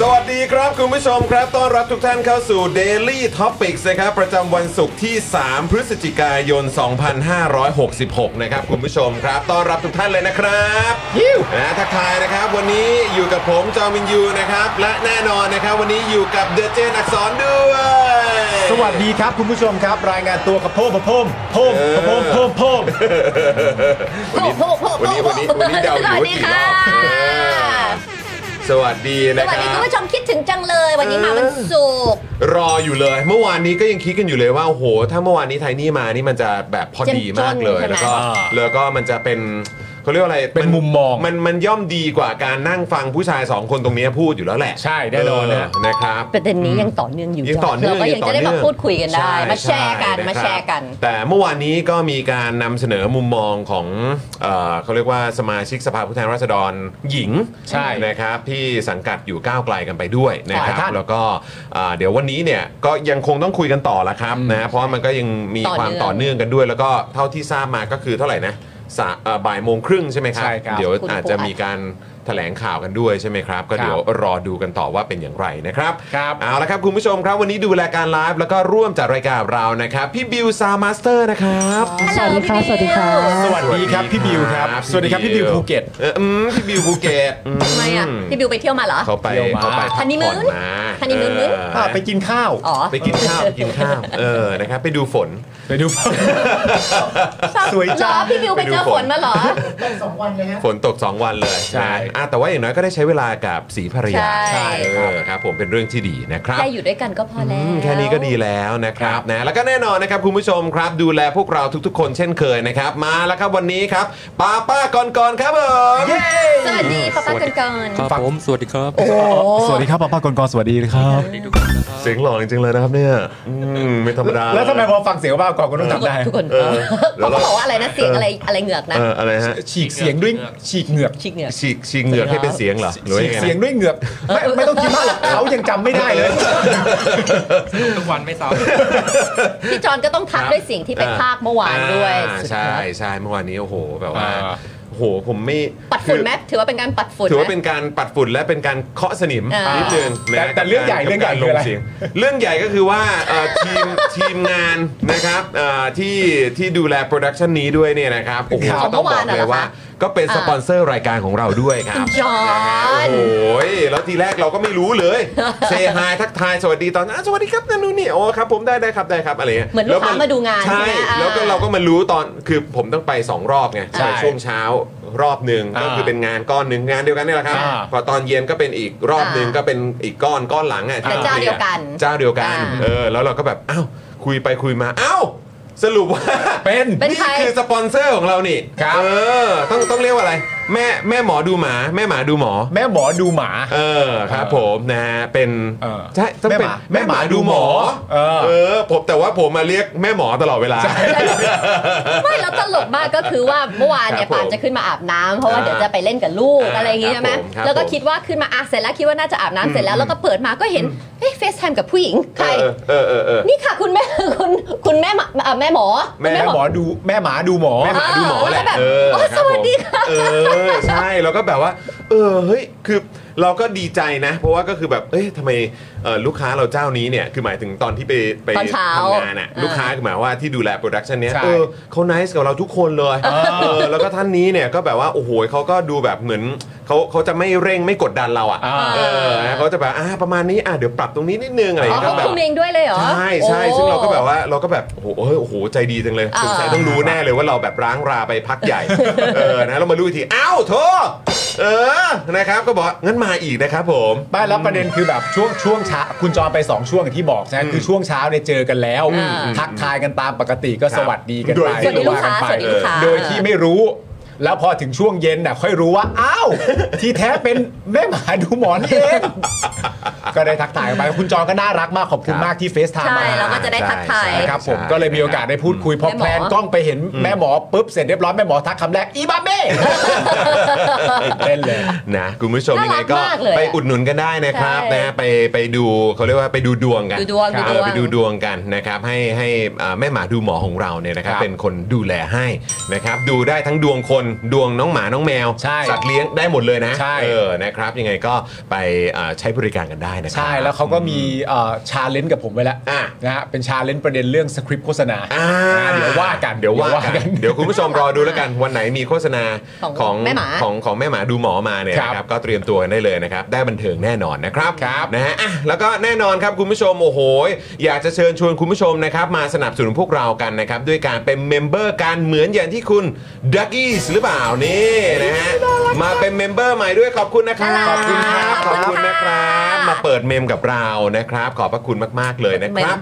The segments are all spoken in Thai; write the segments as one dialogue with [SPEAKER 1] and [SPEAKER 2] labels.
[SPEAKER 1] สวัสดีครับคุณผู้ชมครับ ต้อนรับทุกท่านเข้าสู่ Daily Topics นะครับ ประจำวันศุกร์ที่ 3 พฤศจิกายน 2566 นะครับ คุณผู้ชมครับ ต้อนรับทุกท่านเลยนะครับยิวนะทักทายนะครับ วันนี้อยู่กับผมจอมินยูนะครับ และแน่นอนนะครับ วันนี้อยู่กับเดอะเจนอักษรด้วย
[SPEAKER 2] สวัสดีครับคุณผู้ชมครับ รายงานตัวกับโพ่มกับโพ่มโพ่มกับโพ่มโพ่มโพ่ม
[SPEAKER 1] วันนี้วันนี้วันนี้วันนี้เดาอยู่ว่ากี่รอบ
[SPEAKER 3] สวัสดีค่ะ
[SPEAKER 1] เออสวัสดี
[SPEAKER 3] ส
[SPEAKER 1] นะค
[SPEAKER 3] วัส
[SPEAKER 1] รั
[SPEAKER 3] ดีคุณ
[SPEAKER 1] บ
[SPEAKER 3] ผู้ชมคิดถึงจังเลย วันนี้มาวันศุกร์
[SPEAKER 1] รออยู่เลย เมื่อวานนี้ก็ยังคิดกันอยู่เลยว่าโอ้โห ถ้าเมื่อวานนี้ไทนี่มานี่มันจะแบบพอดีมากเลย
[SPEAKER 3] เจ้มจ้น
[SPEAKER 1] แล้วก็
[SPEAKER 3] ใช่ไหม
[SPEAKER 1] แล้วก็มันจะเป็นเขาเรียกว่าอะไร
[SPEAKER 4] เป็นมุมมอง
[SPEAKER 1] มันมันย่อมดีกว่าการนั่งฟังผู้ชายสองคนตรงนี้พูดอยู่แล้วแหละ
[SPEAKER 4] ใช่แน่นอนนะ
[SPEAKER 1] เนะครับ
[SPEAKER 3] ประเด็นนี้ยังต่อเนื่องอยู่
[SPEAKER 1] ยังต่อเนื่อง
[SPEAKER 3] เราก็ยังจะได้มาพูดคุยกันได้
[SPEAKER 1] ใ
[SPEAKER 3] มาแชร์กัน
[SPEAKER 1] ใะ
[SPEAKER 3] มา
[SPEAKER 1] คบ
[SPEAKER 3] แชร์กัน
[SPEAKER 1] แต่เมื่อวานนี้ก็มีการนำเสนอมุมมองของเอ่อเขาเรียกว่าสมาชิกสภาผู้แทนราษฎรหญิง
[SPEAKER 4] ใช่
[SPEAKER 1] นะครับที่สังกัดอยู่ก้าวไกลกันไปด้วยนะค
[SPEAKER 4] หลาย
[SPEAKER 1] รับ
[SPEAKER 4] ท่าน
[SPEAKER 1] แล้วก็เอ่อเดี๋ยววันนี้เนี่ยก็ยังคงต้องคุยกันต่อละครับนะเพราะว่ามันก็ยังมี
[SPEAKER 3] ต่อเนื่อง
[SPEAKER 1] ความต่อเนื่องกันด้วย แล้วก็เท่าที่ทราบมาก็คือเท่าไหร่นะสะเอ่อบ่ายโมงครึ่งใช่ไหมครับ
[SPEAKER 4] ใช่ครับ
[SPEAKER 1] เดี๋ยวอาจจะมีการแถลงข่าวกันด้วยใช่ไหมครับ ก็เดี๋ยวรอดูกันต่อว่าเป็นอย่างไรนะครับ
[SPEAKER 4] ครับ
[SPEAKER 1] เอาละครับ คุณผู้ชมครับ วันนี้ดูรายการไลฟ์แล้วก็ร่วมจัดรายการกับเรานะครับ พี่บิวซาวมาสเตอร์นะครับ
[SPEAKER 3] สวัสดีค่ะสวัสดีค่ะ
[SPEAKER 4] สวัสดีครับพี่บิวครับ สวัสดีครับพี่บิวภูเก็ต
[SPEAKER 1] เอออืมพี่บิวภูเก็ตอืม
[SPEAKER 3] ทำไมอ่ะพี่บิวไปเที่ยวมาเหรอ
[SPEAKER 1] เขาไป
[SPEAKER 4] เที่ยวมา
[SPEAKER 1] เขาไปพัก
[SPEAKER 3] ฮันนีมู
[SPEAKER 1] ผ่อน
[SPEAKER 3] น
[SPEAKER 1] มา
[SPEAKER 3] ฮันนีมูน
[SPEAKER 1] เออ
[SPEAKER 4] อ่ะไปกินข้าว
[SPEAKER 3] อ๋อ
[SPEAKER 1] ไปกินข้าวไปกินข้าวเออนะครับไปดูฝน
[SPEAKER 4] ไปดู สวยจัง
[SPEAKER 3] เหรอพี่บิวไปเจอฝนมาเหรอ
[SPEAKER 1] ฝนตก 2 วันเลย
[SPEAKER 4] ใช่
[SPEAKER 1] นะอ่ะแต่ว่าอย่างน้อยก็ได้ใช้เวลากับสีภรรยา
[SPEAKER 3] ใช่
[SPEAKER 1] เออครับผมเป็นเรื่องที่ดีนะครับ
[SPEAKER 3] แค่อยู่ด้วยกันก็พอแล้ว
[SPEAKER 1] อืมแค่นี้ก็ดีแล้วนะครับนะแล้วก็แน่นอนนะครับคุณผู้ชมครับ ดูแลพวกเราทุกๆ คนเช่นเคยนะครับ มาแล้วครับวันนี้ครับป้าป้าก่อนก่อนๆครับผม
[SPEAKER 3] สวัสดีป้าป้ากันก่อน
[SPEAKER 5] ครับผม สวัสดีครับ
[SPEAKER 3] โอ้โห
[SPEAKER 2] สวัสดีครับป้าป้ากรกรสวัสดีครับ
[SPEAKER 1] เสียงหล่อจริงๆเลยนะครับเนี่ยอืมไม่ธรรมดา
[SPEAKER 4] แล้วทำไมพอฟังเสียงบ้าก่อนก็ต้อง
[SPEAKER 3] ทุกคน
[SPEAKER 4] จำได้
[SPEAKER 3] ทุกคน
[SPEAKER 1] เออเดี๋ยว
[SPEAKER 3] เขา
[SPEAKER 1] เรา
[SPEAKER 3] ก็บอกว่าอะไรนะเสียงอะไรอะไรเหงือกนะ
[SPEAKER 1] เอออะไรฮะ
[SPEAKER 4] ฉีกเสียงด้วยฉีกเหงือก
[SPEAKER 3] ชิกเหงือก
[SPEAKER 1] ฉีกฉีกเหงือกให้เป็นเสียงเหรอหรือว่า
[SPEAKER 4] ฉี
[SPEAKER 1] ยัง
[SPEAKER 4] ก
[SPEAKER 1] ไง
[SPEAKER 4] เสียง
[SPEAKER 1] นะ
[SPEAKER 4] ด้วยเหงือกไม่ไม่ต้องคิดมากหรอกเขายังจำไม่ได้เลย
[SPEAKER 5] ทุกวันไม่ซ้
[SPEAKER 3] พี่จอนก็ต้องทักด้วยเสียงที่ไปพากย์เมื่อวานด้วย
[SPEAKER 1] อ่า
[SPEAKER 3] สุดย
[SPEAKER 1] ใช่
[SPEAKER 3] อด
[SPEAKER 1] ใช่เมื่อวานนี้โอ้โหแบบว่า
[SPEAKER 4] อ่า
[SPEAKER 1] โอ้โหผมไม่
[SPEAKER 3] ปัดฝุ่นไหมถือว่าเป็นการปัดฝุ่น
[SPEAKER 1] ถือว่า
[SPEAKER 3] ไหม
[SPEAKER 1] เป็นการปัดฝุ่นและเป็นการเคาะสนิม
[SPEAKER 3] อ่านิ
[SPEAKER 1] นิดนึงนะ
[SPEAKER 4] แต่แต่เรื่องใหญ่
[SPEAKER 1] กับกา
[SPEAKER 4] เรื่องใหญ่คืออะไร
[SPEAKER 1] ลสียง เรื่องใหญ่ก็คือว่าเอ่อทีม ทีมงานนะครับเอ่อที่ที่ดูแลโปรดักชันนี้ด้วยเนี่ยนะครับโอ้โห
[SPEAKER 3] ครับ
[SPEAKER 1] ก็ต้องบอก
[SPEAKER 3] เมื่อวานเหรอ
[SPEAKER 1] เลยว่า
[SPEAKER 3] คะ
[SPEAKER 1] ก็เป็น
[SPEAKER 3] อ่า
[SPEAKER 1] สปอนเซอร์รายการของเราด้วยครับ
[SPEAKER 3] คุณจอห์น
[SPEAKER 1] ะฮะโอ้ยแล้วทีแรกเราก็ไม่รู้ เลยเซฮายทักทายสวัสดีตอนอ่ะสวัสดีครับนั่นนู่นนี่โอ้ครับผมได้ได้ครับได้ครับอะไรงี้ย
[SPEAKER 3] เหมือนลูกค้ามาดูงาน
[SPEAKER 1] ใช่
[SPEAKER 3] ใช่ไหมอ่า
[SPEAKER 1] แล้วก็เราก็มารู้ตอนคือผมต้องไปสองรอบไง
[SPEAKER 4] ใช่
[SPEAKER 1] ไปช่วงเช้ารอบหนึ่ง
[SPEAKER 4] อ่า
[SPEAKER 1] ก็คือเป็นงานก้อนหนึ่งงานเดียวกันนี่แหละครับ
[SPEAKER 4] อ่า
[SPEAKER 1] พอตอนเย็นก็เป็นอีกรอบหนึ่งก็เป็นอีกก้อนก้อนหลังอ่ะ
[SPEAKER 3] แต่เจ้าเดียวกัน
[SPEAKER 1] เจ้าเดียวกัน
[SPEAKER 3] อ่า
[SPEAKER 1] เออ แล้วเราก็แบบ อ้าว คุยไปคุยมา อ้าว สรุปว่า
[SPEAKER 4] เป็น
[SPEAKER 3] เป็นใคร
[SPEAKER 1] คือสปอนเซอร์ของเรานี่
[SPEAKER 4] ครับ
[SPEAKER 1] เออ ต้องต้องเรียกว่าอะไร
[SPEAKER 5] แม่แม่หมอดูหมา แม่หมาดูหมอ
[SPEAKER 4] แม่หมอดูหมา
[SPEAKER 5] เออครับผมนะฮะเป็น
[SPEAKER 4] เออ
[SPEAKER 5] ใช่ต้องเป็น
[SPEAKER 4] แม่
[SPEAKER 5] แม่ห
[SPEAKER 4] หมา
[SPEAKER 5] มาดูหมอ
[SPEAKER 4] เออ
[SPEAKER 5] อผมแต่ว่าผมมาเรียกแม่หมอตลอดเวลา
[SPEAKER 3] ไม่แล้วตลกมากก็คือว่าเมื่อวานเนี่ย
[SPEAKER 5] ครับผม
[SPEAKER 3] ปานจะขึ้นมาอาบน้ำเพราะว่า
[SPEAKER 5] อ่า
[SPEAKER 3] เดี๋ยวจะไปเล่นกับลูก
[SPEAKER 5] อ่า
[SPEAKER 3] อะไรอย่างงี้ใช่ไหม
[SPEAKER 5] ครับผมครับ
[SPEAKER 3] แล้วก็
[SPEAKER 5] ผม
[SPEAKER 3] คิดว่าขึ้นมาอาเสร็จแล้วคิดว่าน่าจะอาบน้ำเสร็จแล้วแล้วก็เปิดมาก็เห็นเฮ้ยเฟซไทม์กับผู้หญิงใคร
[SPEAKER 5] เออเออเออเออ
[SPEAKER 3] นี่ค่ะคุณแม่คุณคุณแม่หมาเอ่อแม่หมอ
[SPEAKER 5] แม่
[SPEAKER 4] แม่หมอดูแม่หมาดูหมอ
[SPEAKER 5] แม่หมาดูหมอแหละ
[SPEAKER 3] แบบ
[SPEAKER 5] เออ
[SPEAKER 3] โอ้
[SPEAKER 5] ค
[SPEAKER 3] ส
[SPEAKER 5] รับผม
[SPEAKER 3] วัสดีค่ะ
[SPEAKER 5] เออใช่แล้วก็แบบว่า เออเฮ้ยคือเราก็ดีใจนะ เพราะว่าก็คือแบบเอ้ยทำไมเอ่อลูกค้าเราเจ้านี้เนี่ยคือหมายถึงตอนที่ไปไป
[SPEAKER 3] ตอนเช้า
[SPEAKER 5] ทำงานอ่ะ
[SPEAKER 3] อ่า
[SPEAKER 5] ลูกค้าคือหมายว่าที่ดูแลโปรดักชันเนี้ย
[SPEAKER 4] ใช่
[SPEAKER 5] เออเขาไนส์กับเราทุกคนเลยเออแล้วก็ท่านนี้เนี่ยก็แบบว่าโอ้โหเขาก็ดูแบบเหมือนเขาเขาจะไม่เร่งไม่กดดันเราอ่ะ
[SPEAKER 4] อ่า
[SPEAKER 5] เออนะเขาจะแบบอ่าประมาณนี้อ่าเดี๋ยวปรับตรงนี้นิดนึงอะไร
[SPEAKER 3] อ๋อ
[SPEAKER 5] ก็
[SPEAKER 3] เขา
[SPEAKER 5] แบบ
[SPEAKER 3] คุมเองด้วยเลยเหรอ
[SPEAKER 5] ใช่ใช่
[SPEAKER 3] โอ้
[SPEAKER 5] ซึ่งเราก็แบบว่าเราก็แบบโอ้โหเฮ้ยโอ้โหใจดีจังเลย
[SPEAKER 3] อ่า
[SPEAKER 5] สงสัยต้องรู้แน่เลยว่าเราแบบร้างราไปพักใหญ่ เออนะเรามารู้อีกทีอ้าวโทษเออนะครับก็บอกงั้นมาอีกนะครับผม
[SPEAKER 4] ไม่แล้วประเด็นคือแบบช่วงช่วงเช้าคุณจอไป 2 ช่วงอย่างที่บอกใช่ไหมคือช่วงเช้าเนี่ยเจอกันแล้ว
[SPEAKER 3] อืม
[SPEAKER 4] ทักทายกันตามปกติก็
[SPEAKER 5] ครับ
[SPEAKER 4] สวัสดีกันไป
[SPEAKER 5] สวัสดีลูกค้า
[SPEAKER 4] นไป
[SPEAKER 3] สวัสดีลูกค้า
[SPEAKER 4] โดยที่ไม่รู้ แล้วพอถึงช่วงเย็นน่ะค่อยรู้ว่าอ้าวที่แท้เป็นแม่หมาดูหมอนี่เองก็ได้ทักทายกันไปคุณจอก็น่ารักมากขอบคุณมากที่เฟซไทม์
[SPEAKER 3] ใช่
[SPEAKER 4] มา
[SPEAKER 3] เราก็จะได้ทักทาย
[SPEAKER 5] ใช่ใช่
[SPEAKER 4] นะครับผมก็เลยมีโอกาสได้พูดคุยพอแพลนกล้องไปเห็นแม่หมอปุ๊บเสร็จเรียบร้อยแม่หมอทักคำแรกอีบา เบ้เล่นเลย
[SPEAKER 5] นะคุณผู้ชม
[SPEAKER 3] น่ารัก
[SPEAKER 5] ยังไงก็
[SPEAKER 3] มากเลยอะ
[SPEAKER 5] ไปอุดหนุนกันได้นะครับ
[SPEAKER 3] ใช่
[SPEAKER 5] นะไปไปดูเขาเรียกว่าไปดูดวงกัน
[SPEAKER 3] ดูดวง
[SPEAKER 5] ค
[SPEAKER 3] ดู
[SPEAKER 5] รับ
[SPEAKER 3] ดวง
[SPEAKER 5] เออไปดูดวงกันนะครับให้ให้อ่าแม่หมาดูหมอของเราเนี่ยนะครับ
[SPEAKER 4] ครับ
[SPEAKER 5] เป็นคนดูแลให้นะครับดูได้ทั้งดวงคนดวงน้องหมาน้องแมว
[SPEAKER 4] ใช่
[SPEAKER 5] สัตว์เลี้ยงได้หมดเลยนะ
[SPEAKER 4] ใช่
[SPEAKER 5] เออนะครับยังไงก็ไปอ่าใช้บริการกันได้นะครั
[SPEAKER 4] ใช่แล้วเขาก็มีชาเลนจ์กับผมไว้แล้ว
[SPEAKER 5] อ่ะ
[SPEAKER 4] นะฮะเป็นชาเลนจ์ประเด็นเรื่องสคริปต์โฆษณา
[SPEAKER 5] อ่า
[SPEAKER 4] นะเดี๋ยวว่ากัน
[SPEAKER 5] เดี๋ยวว่ากันเดี๋ยวคุณผู้ชมรอดูแล้วกันวันไหนมีโฆษณา
[SPEAKER 3] ของแม่หมา
[SPEAKER 5] ของของแม่หมาดูหมอมาเนี่ยนะครับก็เตรียมตัวกันได้เลยนะครับ ได้บันเทิงแน่นอนนะครับครับนะฮะอ่ะแล้วก็แน่นอนครับคุณผู้ชมโอ้โหอยากจะเชิญชวนคุณผู้ชมนะครับมาสนับสนุนพวกเรากันนะครับด้วยการเป็นเมมเบอร์การเหมือนอย่างที่คุณดักกี้หรือเปล่านี่นะฮะมาเป็นเมมเบอร์ใหม่ด้วยขอบคุณนะครับ
[SPEAKER 3] น่ารัก
[SPEAKER 5] ข
[SPEAKER 3] ข
[SPEAKER 5] อ
[SPEAKER 3] อ
[SPEAKER 5] บบ
[SPEAKER 3] คุ
[SPEAKER 5] คุณ
[SPEAKER 3] ณค่ะ
[SPEAKER 5] นะครับมาเปิดเมมกับเรานะครับ ขอบพระคุณมาก ๆ เลยนะครับ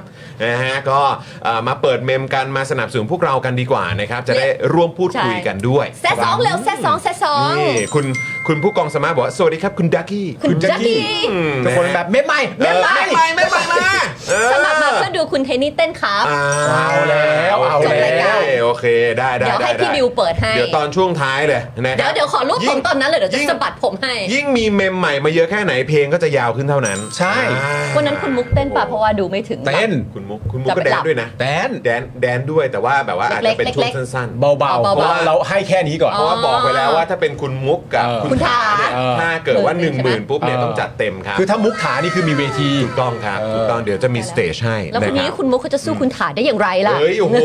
[SPEAKER 5] นะฮะก็เอ่อมาเปิดเมมกันมาสนับสนุนพวกเรากันดีกว่านะครับ จะได้ร่วมพูดคุยกันด้วย
[SPEAKER 3] แซะสองเร็วแซะสองแซะสอง
[SPEAKER 5] นี่คุณคุณผู้กองสมาร์ทบอกว่า สวัสดีครับคุณดักกี้
[SPEAKER 3] คุณแจ็คกี้
[SPEAKER 5] อืม
[SPEAKER 4] ทุกคนแบบไม่ไม่
[SPEAKER 5] เอ
[SPEAKER 4] ไม่
[SPEAKER 5] อ
[SPEAKER 4] ไม่
[SPEAKER 5] ไม่ไปไม่ไปมาเออ
[SPEAKER 3] สมัครมาเพื่อดูคุณเทนนี่เต้นครับ
[SPEAKER 5] อ้
[SPEAKER 4] เอา
[SPEAKER 5] ว
[SPEAKER 4] แล้วเอา
[SPEAKER 3] จบราย
[SPEAKER 4] แล้
[SPEAKER 3] กาว ร
[SPEAKER 5] โอเคได้ได้
[SPEAKER 3] เดี๋ยวให้
[SPEAKER 5] ไ
[SPEAKER 3] พี่บิวเปิดให้
[SPEAKER 5] เดี๋ยวตอนช่วงท้ายเลยนะค
[SPEAKER 3] เดี๋ยว
[SPEAKER 5] รับ
[SPEAKER 3] เดี๋ยวขอรูปผ
[SPEAKER 5] ยิ่
[SPEAKER 3] ม
[SPEAKER 5] ง
[SPEAKER 3] ตอนนั้นเลยเดี๋ยว
[SPEAKER 5] ยิ่
[SPEAKER 3] จะ
[SPEAKER 5] ง
[SPEAKER 3] สะบัดผมให้
[SPEAKER 5] ยิ่งมีเมมใหม่มาเยอะแค่ไหนเพลงก็จะยาวขึ้นเท่านั้น
[SPEAKER 4] ใช่
[SPEAKER 5] อ่า
[SPEAKER 3] วันนั้นคุณมุกเต้นป่ะเพราะว่าดูไม่ถึง
[SPEAKER 4] เต้น
[SPEAKER 5] คุณมุกคุณมุกก็แดนด้วยนะ
[SPEAKER 4] แต้น
[SPEAKER 5] แดนแดนด้วยแต่ว่าแบบว่าอาจ
[SPEAKER 3] เล็กๆ
[SPEAKER 5] จะเป็นช่วง
[SPEAKER 3] เล็กๆ
[SPEAKER 5] สั้นๆ
[SPEAKER 4] เบาๆเ
[SPEAKER 3] เบาๆ
[SPEAKER 4] พราะว่าเราให้แค่นี้ก่อน
[SPEAKER 5] เพราะว่าบอกไปแล้วว่าถ้าเป็นคุณมุกกับ
[SPEAKER 4] เออ
[SPEAKER 5] คุณถาเนี่ย
[SPEAKER 4] คุณถาเออ
[SPEAKER 5] ถ้าเกิดว่า 1
[SPEAKER 3] หมื่นหนึ่ง
[SPEAKER 5] 0,000 ปุ๊บเนี่ย
[SPEAKER 4] เออ
[SPEAKER 5] ต้องจัดเต็มครับ
[SPEAKER 4] คือถ้ามุกขานี่คือมีเวที
[SPEAKER 5] ถูกต้องครับ
[SPEAKER 4] เออ
[SPEAKER 5] ถูกต้องเดี๋ยวจะมีสเตจให้
[SPEAKER 3] แล้ว
[SPEAKER 5] นะ
[SPEAKER 3] วัน
[SPEAKER 5] ค
[SPEAKER 3] นี้
[SPEAKER 5] รับ
[SPEAKER 3] คุณมุกเขาจะสู้คุณถาได้อย่างไรล่ะ
[SPEAKER 5] เฮ้ยโอ้โห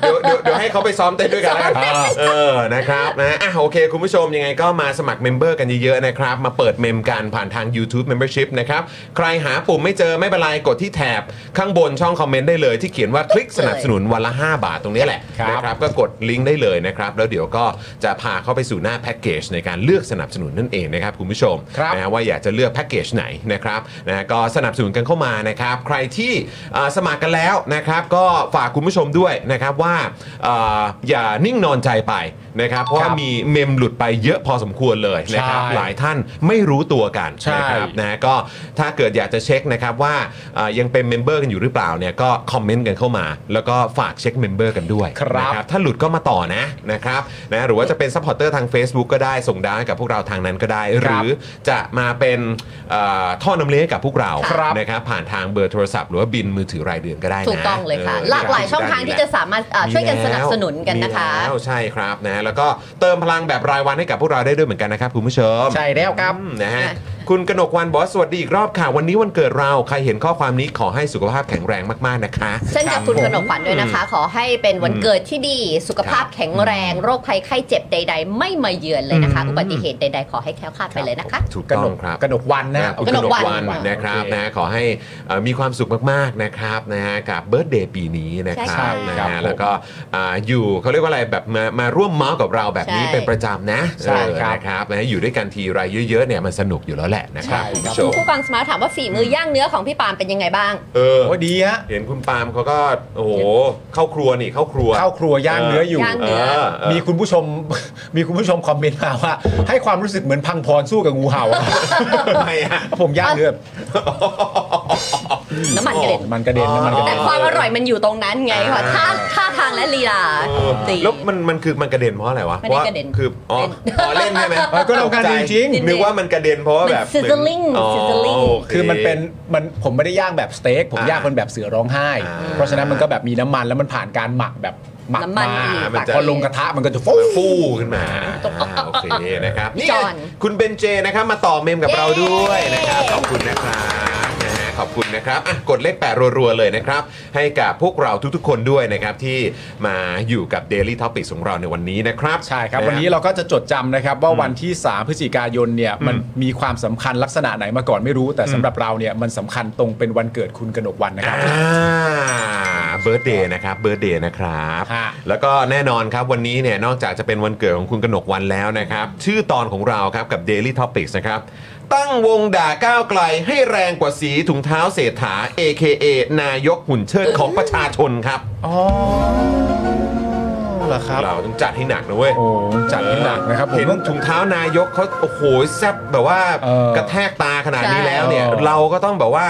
[SPEAKER 5] เดี๋ยวเดี๋ยวเดี๋ยวให้เขาไปซ้อมเต้นด้วย กันแล้วกันเออนะครับนะอ่ะโอเค คุณผู้ชมยังไงก็มาสมัครเมมเบอร์กันเยอะๆนะครับ มาเปิดเมมกันผ่านทาง YouTube Membership นะครับ ใครหาปุ่มไม่เจอไม่เป็นไรกดที่แถบข้างบนช่องคอมเมนต์ได้เลยที่เขียนว่าคลิกสนับสนุนวันละ 5 บาทตรงนี้แหละ
[SPEAKER 4] ครับ
[SPEAKER 5] นะครับ ก็กดลิงก์ได้เลยนะครับ แล้วเดี๋ยวก็จะพาเข้าไปสู่หน้าแพ็กเกจในการเลือกสนับสนุนนั่นเองนะครับคุณผู้ชม
[SPEAKER 4] ครับ
[SPEAKER 5] นะฮะว่าอยากจะเลือกแพ็กเกจไหนนะครับนะฮะก็สนับสนุนกันเข้ามานะครับ ใครที่อ่าสมัครกันแล้วนะครับ ก็ฝากคุณผู้ชมด้วยนะครับว่าอ่าอย่านิ่งนอนใจไปนะครับ เพราะว่ามีเมมหลุดไปเยอะพอสมควรเลยนะครับ
[SPEAKER 4] ใช่
[SPEAKER 5] หลายท่านไม่รู้ตัวกัน
[SPEAKER 4] ใช่
[SPEAKER 5] นะครับ นะก็ถ้าเกิดอยากจะเช็คนะครับว่าเอ่อยังเป็นเมมเบอร์กันอยู่หรือเปล่าเนี่ยก็คอมเมนต์กันเข้ามา แล้วก็ฝากเช็คเมมเบอร์กันด้วย
[SPEAKER 4] ครับ
[SPEAKER 5] นะถ้าหลุดก็มาต่อนะนะครับนะหรือว่าจะเป็นซัพพอร์เตอร์ทาง Facebook ก็ได้ส่งดาวให้กับพวกเราทางนั้นก็ได้ หรือจะมาเป็นเอ่อท่อนำเลี้ยงให้กับพวกเรา
[SPEAKER 4] ครับ
[SPEAKER 5] นะครับผ่านทางเบอร์โทรศัพท์หรือว่าบินมือถือรายเดือนก็ได้นะ
[SPEAKER 3] ถูกต้องเลยค่ะ
[SPEAKER 5] อ
[SPEAKER 3] หลากหลายช่องทางที่จะสามารถอ่าช่วยกันสนับสนุนกันนะคะ
[SPEAKER 5] มีแล้วใช่ครับนะแล้วก็เติมพลังแบบรายวันให้กับพวกเราได้ด้วยเหมือนกันนะครับคุณผู้ชม
[SPEAKER 4] ใช่แล้วครับ
[SPEAKER 5] อืมนะฮะ
[SPEAKER 3] ค่ะ
[SPEAKER 5] คุณกนกวันบอกว่าสวัสดีอีกรอบค่ะ วันนี้วันเกิดเราใครเห็นข้อความนี้ขอให้สุขภาพแข็งแรงมากๆนะคะ
[SPEAKER 3] เช่นกับคุณขนมขวัญด้วยนะคะ ขอให้เป็นวันเกิดที่ดี สุขภาพแข็งแรง โรคภัยไข้เจ็บใด ๆ ไม่มาเยือนเลยนะคะ อุบัติเหตุใด ๆ ขอให้แคล้วคลาดไปเลยนะคะ
[SPEAKER 5] ถูก
[SPEAKER 4] กระ
[SPEAKER 5] ต้
[SPEAKER 4] หน
[SPEAKER 5] อง
[SPEAKER 4] ก
[SPEAKER 5] ครับ
[SPEAKER 4] กระหนกวันนะ
[SPEAKER 5] นะคุณก
[SPEAKER 3] ก
[SPEAKER 5] น
[SPEAKER 3] น
[SPEAKER 5] ก
[SPEAKER 3] ก
[SPEAKER 5] วั
[SPEAKER 3] วัน น
[SPEAKER 5] นะครับ
[SPEAKER 4] โอเค
[SPEAKER 5] นะขอให้เอ่อมีความสุขมากๆนะครับนะฮะกับเบิร์ตเดย์ปีนี้นะครับ
[SPEAKER 3] ใช่
[SPEAKER 5] นะ
[SPEAKER 4] ครับผ
[SPEAKER 5] ฮะ
[SPEAKER 4] ม
[SPEAKER 5] แล้วก็อ่าอยู่เขาเรียกว่าอะไรแบบมามาร่วมเมาส์กับเราแบบนี้
[SPEAKER 3] ใช่
[SPEAKER 5] เป็นประจำนะ
[SPEAKER 4] ใช่
[SPEAKER 5] เออ
[SPEAKER 4] ครับ
[SPEAKER 5] นะครับนะอยู่ด้วยกันทีไรเยอะๆเนี่ยมันสนุกอยู่แล้วแหละ หละนะครับคุณผู้ช
[SPEAKER 3] คุณ
[SPEAKER 5] ม
[SPEAKER 3] ผู้กองสมาร์ทถามว่าฝีมือย่างเนื้อของพี่ปาล์มเป็นยังไงบ้าง
[SPEAKER 5] เออ
[SPEAKER 4] โอ้ดีฮะ
[SPEAKER 5] เห็นคุณปาล์มเขาก็โอ้โหเข้าครัวนี่เข้าครัว
[SPEAKER 4] ข้าวครัวย่างเนื้ออยู่
[SPEAKER 3] ย่าง
[SPEAKER 5] เออเออ
[SPEAKER 4] มีคุณผู้ชม มีคุณผู้ชมคอมเมนต์มาว่า ให้ความรู้สึกเหมือนพังพรสู้กับงูเห่าอะ
[SPEAKER 5] ทำไมอ่ะ
[SPEAKER 4] ผมย่างเนื้อแบบ
[SPEAKER 3] น้ำมันกระเด็น
[SPEAKER 4] มันกระเด็นแล้วมันกระ
[SPEAKER 3] แต่
[SPEAKER 4] เด็น
[SPEAKER 3] ความอร่อยมันอยู่ตรงนั้นไง
[SPEAKER 5] อ่า
[SPEAKER 3] ค่ะท่าท่าทางและลีลา
[SPEAKER 5] เออ
[SPEAKER 3] ดี
[SPEAKER 5] แล้วมันมันคือมันกระเด็นเพราะอะไรวะ
[SPEAKER 3] ไม่ได้กระเด็น
[SPEAKER 5] พาว่าคืออ๋ออ๋อเล่นใช่ไหม
[SPEAKER 4] เออก็เรากระเด็นจริง
[SPEAKER 5] นึกว่ามันกระเด็นเพราะว่าแบบ
[SPEAKER 3] มัน sizzling
[SPEAKER 5] หมือนอ๋อ
[SPEAKER 3] sizzling
[SPEAKER 5] โเ
[SPEAKER 4] คือมันเป็นมันผมไม่ได้ย่างแบบสเต็กผม
[SPEAKER 5] อ่า
[SPEAKER 4] ย่างเป็นแบบเสือร้องไห้
[SPEAKER 5] อ่า
[SPEAKER 4] เพราะฉะนั้นมันก็แบบมีน้ำมันแล้วมันผ่านการหมักแบบหมัก
[SPEAKER 3] น้ำมัน
[SPEAKER 4] มา
[SPEAKER 3] อยู่
[SPEAKER 5] มันจะ
[SPEAKER 4] พอลงกระทะมันก็จะฟู
[SPEAKER 5] มันฟูขึ้นมาอ่าโอเคนะครับ
[SPEAKER 3] พี่
[SPEAKER 5] นี่
[SPEAKER 3] จอน
[SPEAKER 5] คุณเบนเจนะครับมาต่อเมมกับ
[SPEAKER 3] เย้
[SPEAKER 5] เราด้วยนะครับขอบคุณนะครับนะฮะขอบคุณนะครับอ่ะกดเลขแปดรัวๆเลยนะครับ ให้กับพวกเราทุกๆคนด้วยนะครับ ที่มาอยู่กับ Daily Topic ของเราในวันนี้นะครับ
[SPEAKER 4] ใช่ครับ
[SPEAKER 5] ะฮะ
[SPEAKER 4] วันนี้เราก็จะจดจำนะครับว่าวันที่ 3 พฤศจิกายนเนี่ยมันมีความสำคัญลักษณะไหนมาก่อนไม่รู้ แต่สำหรับเราเนี่ยมันสำคัญตรงเป็นวันเกิดคุณกนกวันนะครับ
[SPEAKER 5] เบิร์ดเดย์นะครับเบิร์ดเดย์นะครับ
[SPEAKER 4] ฮะ
[SPEAKER 5] แล้วก็แน่นอนครับวันนี้เนี่ยนอกจากจะเป็นวันเกิดของคุณกนกวันแล้วนะครับ ชื่อตอนของเราครับกับ Daily Topics นะครับ ตั้งวงด่าก้าวไกลให้แรงกว่าสีถุงเท้าเศรษฐา AKA นายกหุ่นเชิดของประชาชนครับ
[SPEAKER 4] อ๋อเหรอครับ
[SPEAKER 5] เราต้องจัดให้หนักนะเว้ย
[SPEAKER 4] โอ้จัดให้หนักนะครับผม
[SPEAKER 5] เห็น
[SPEAKER 4] ต้อง
[SPEAKER 5] ถุงเท้านายกเขาโอ้โหแซบแบบว่า
[SPEAKER 4] เออก
[SPEAKER 5] ระแทกตาขนาดนี้แล้วเนี่ย
[SPEAKER 4] ใช่
[SPEAKER 5] เราก็ต้องแบบว่า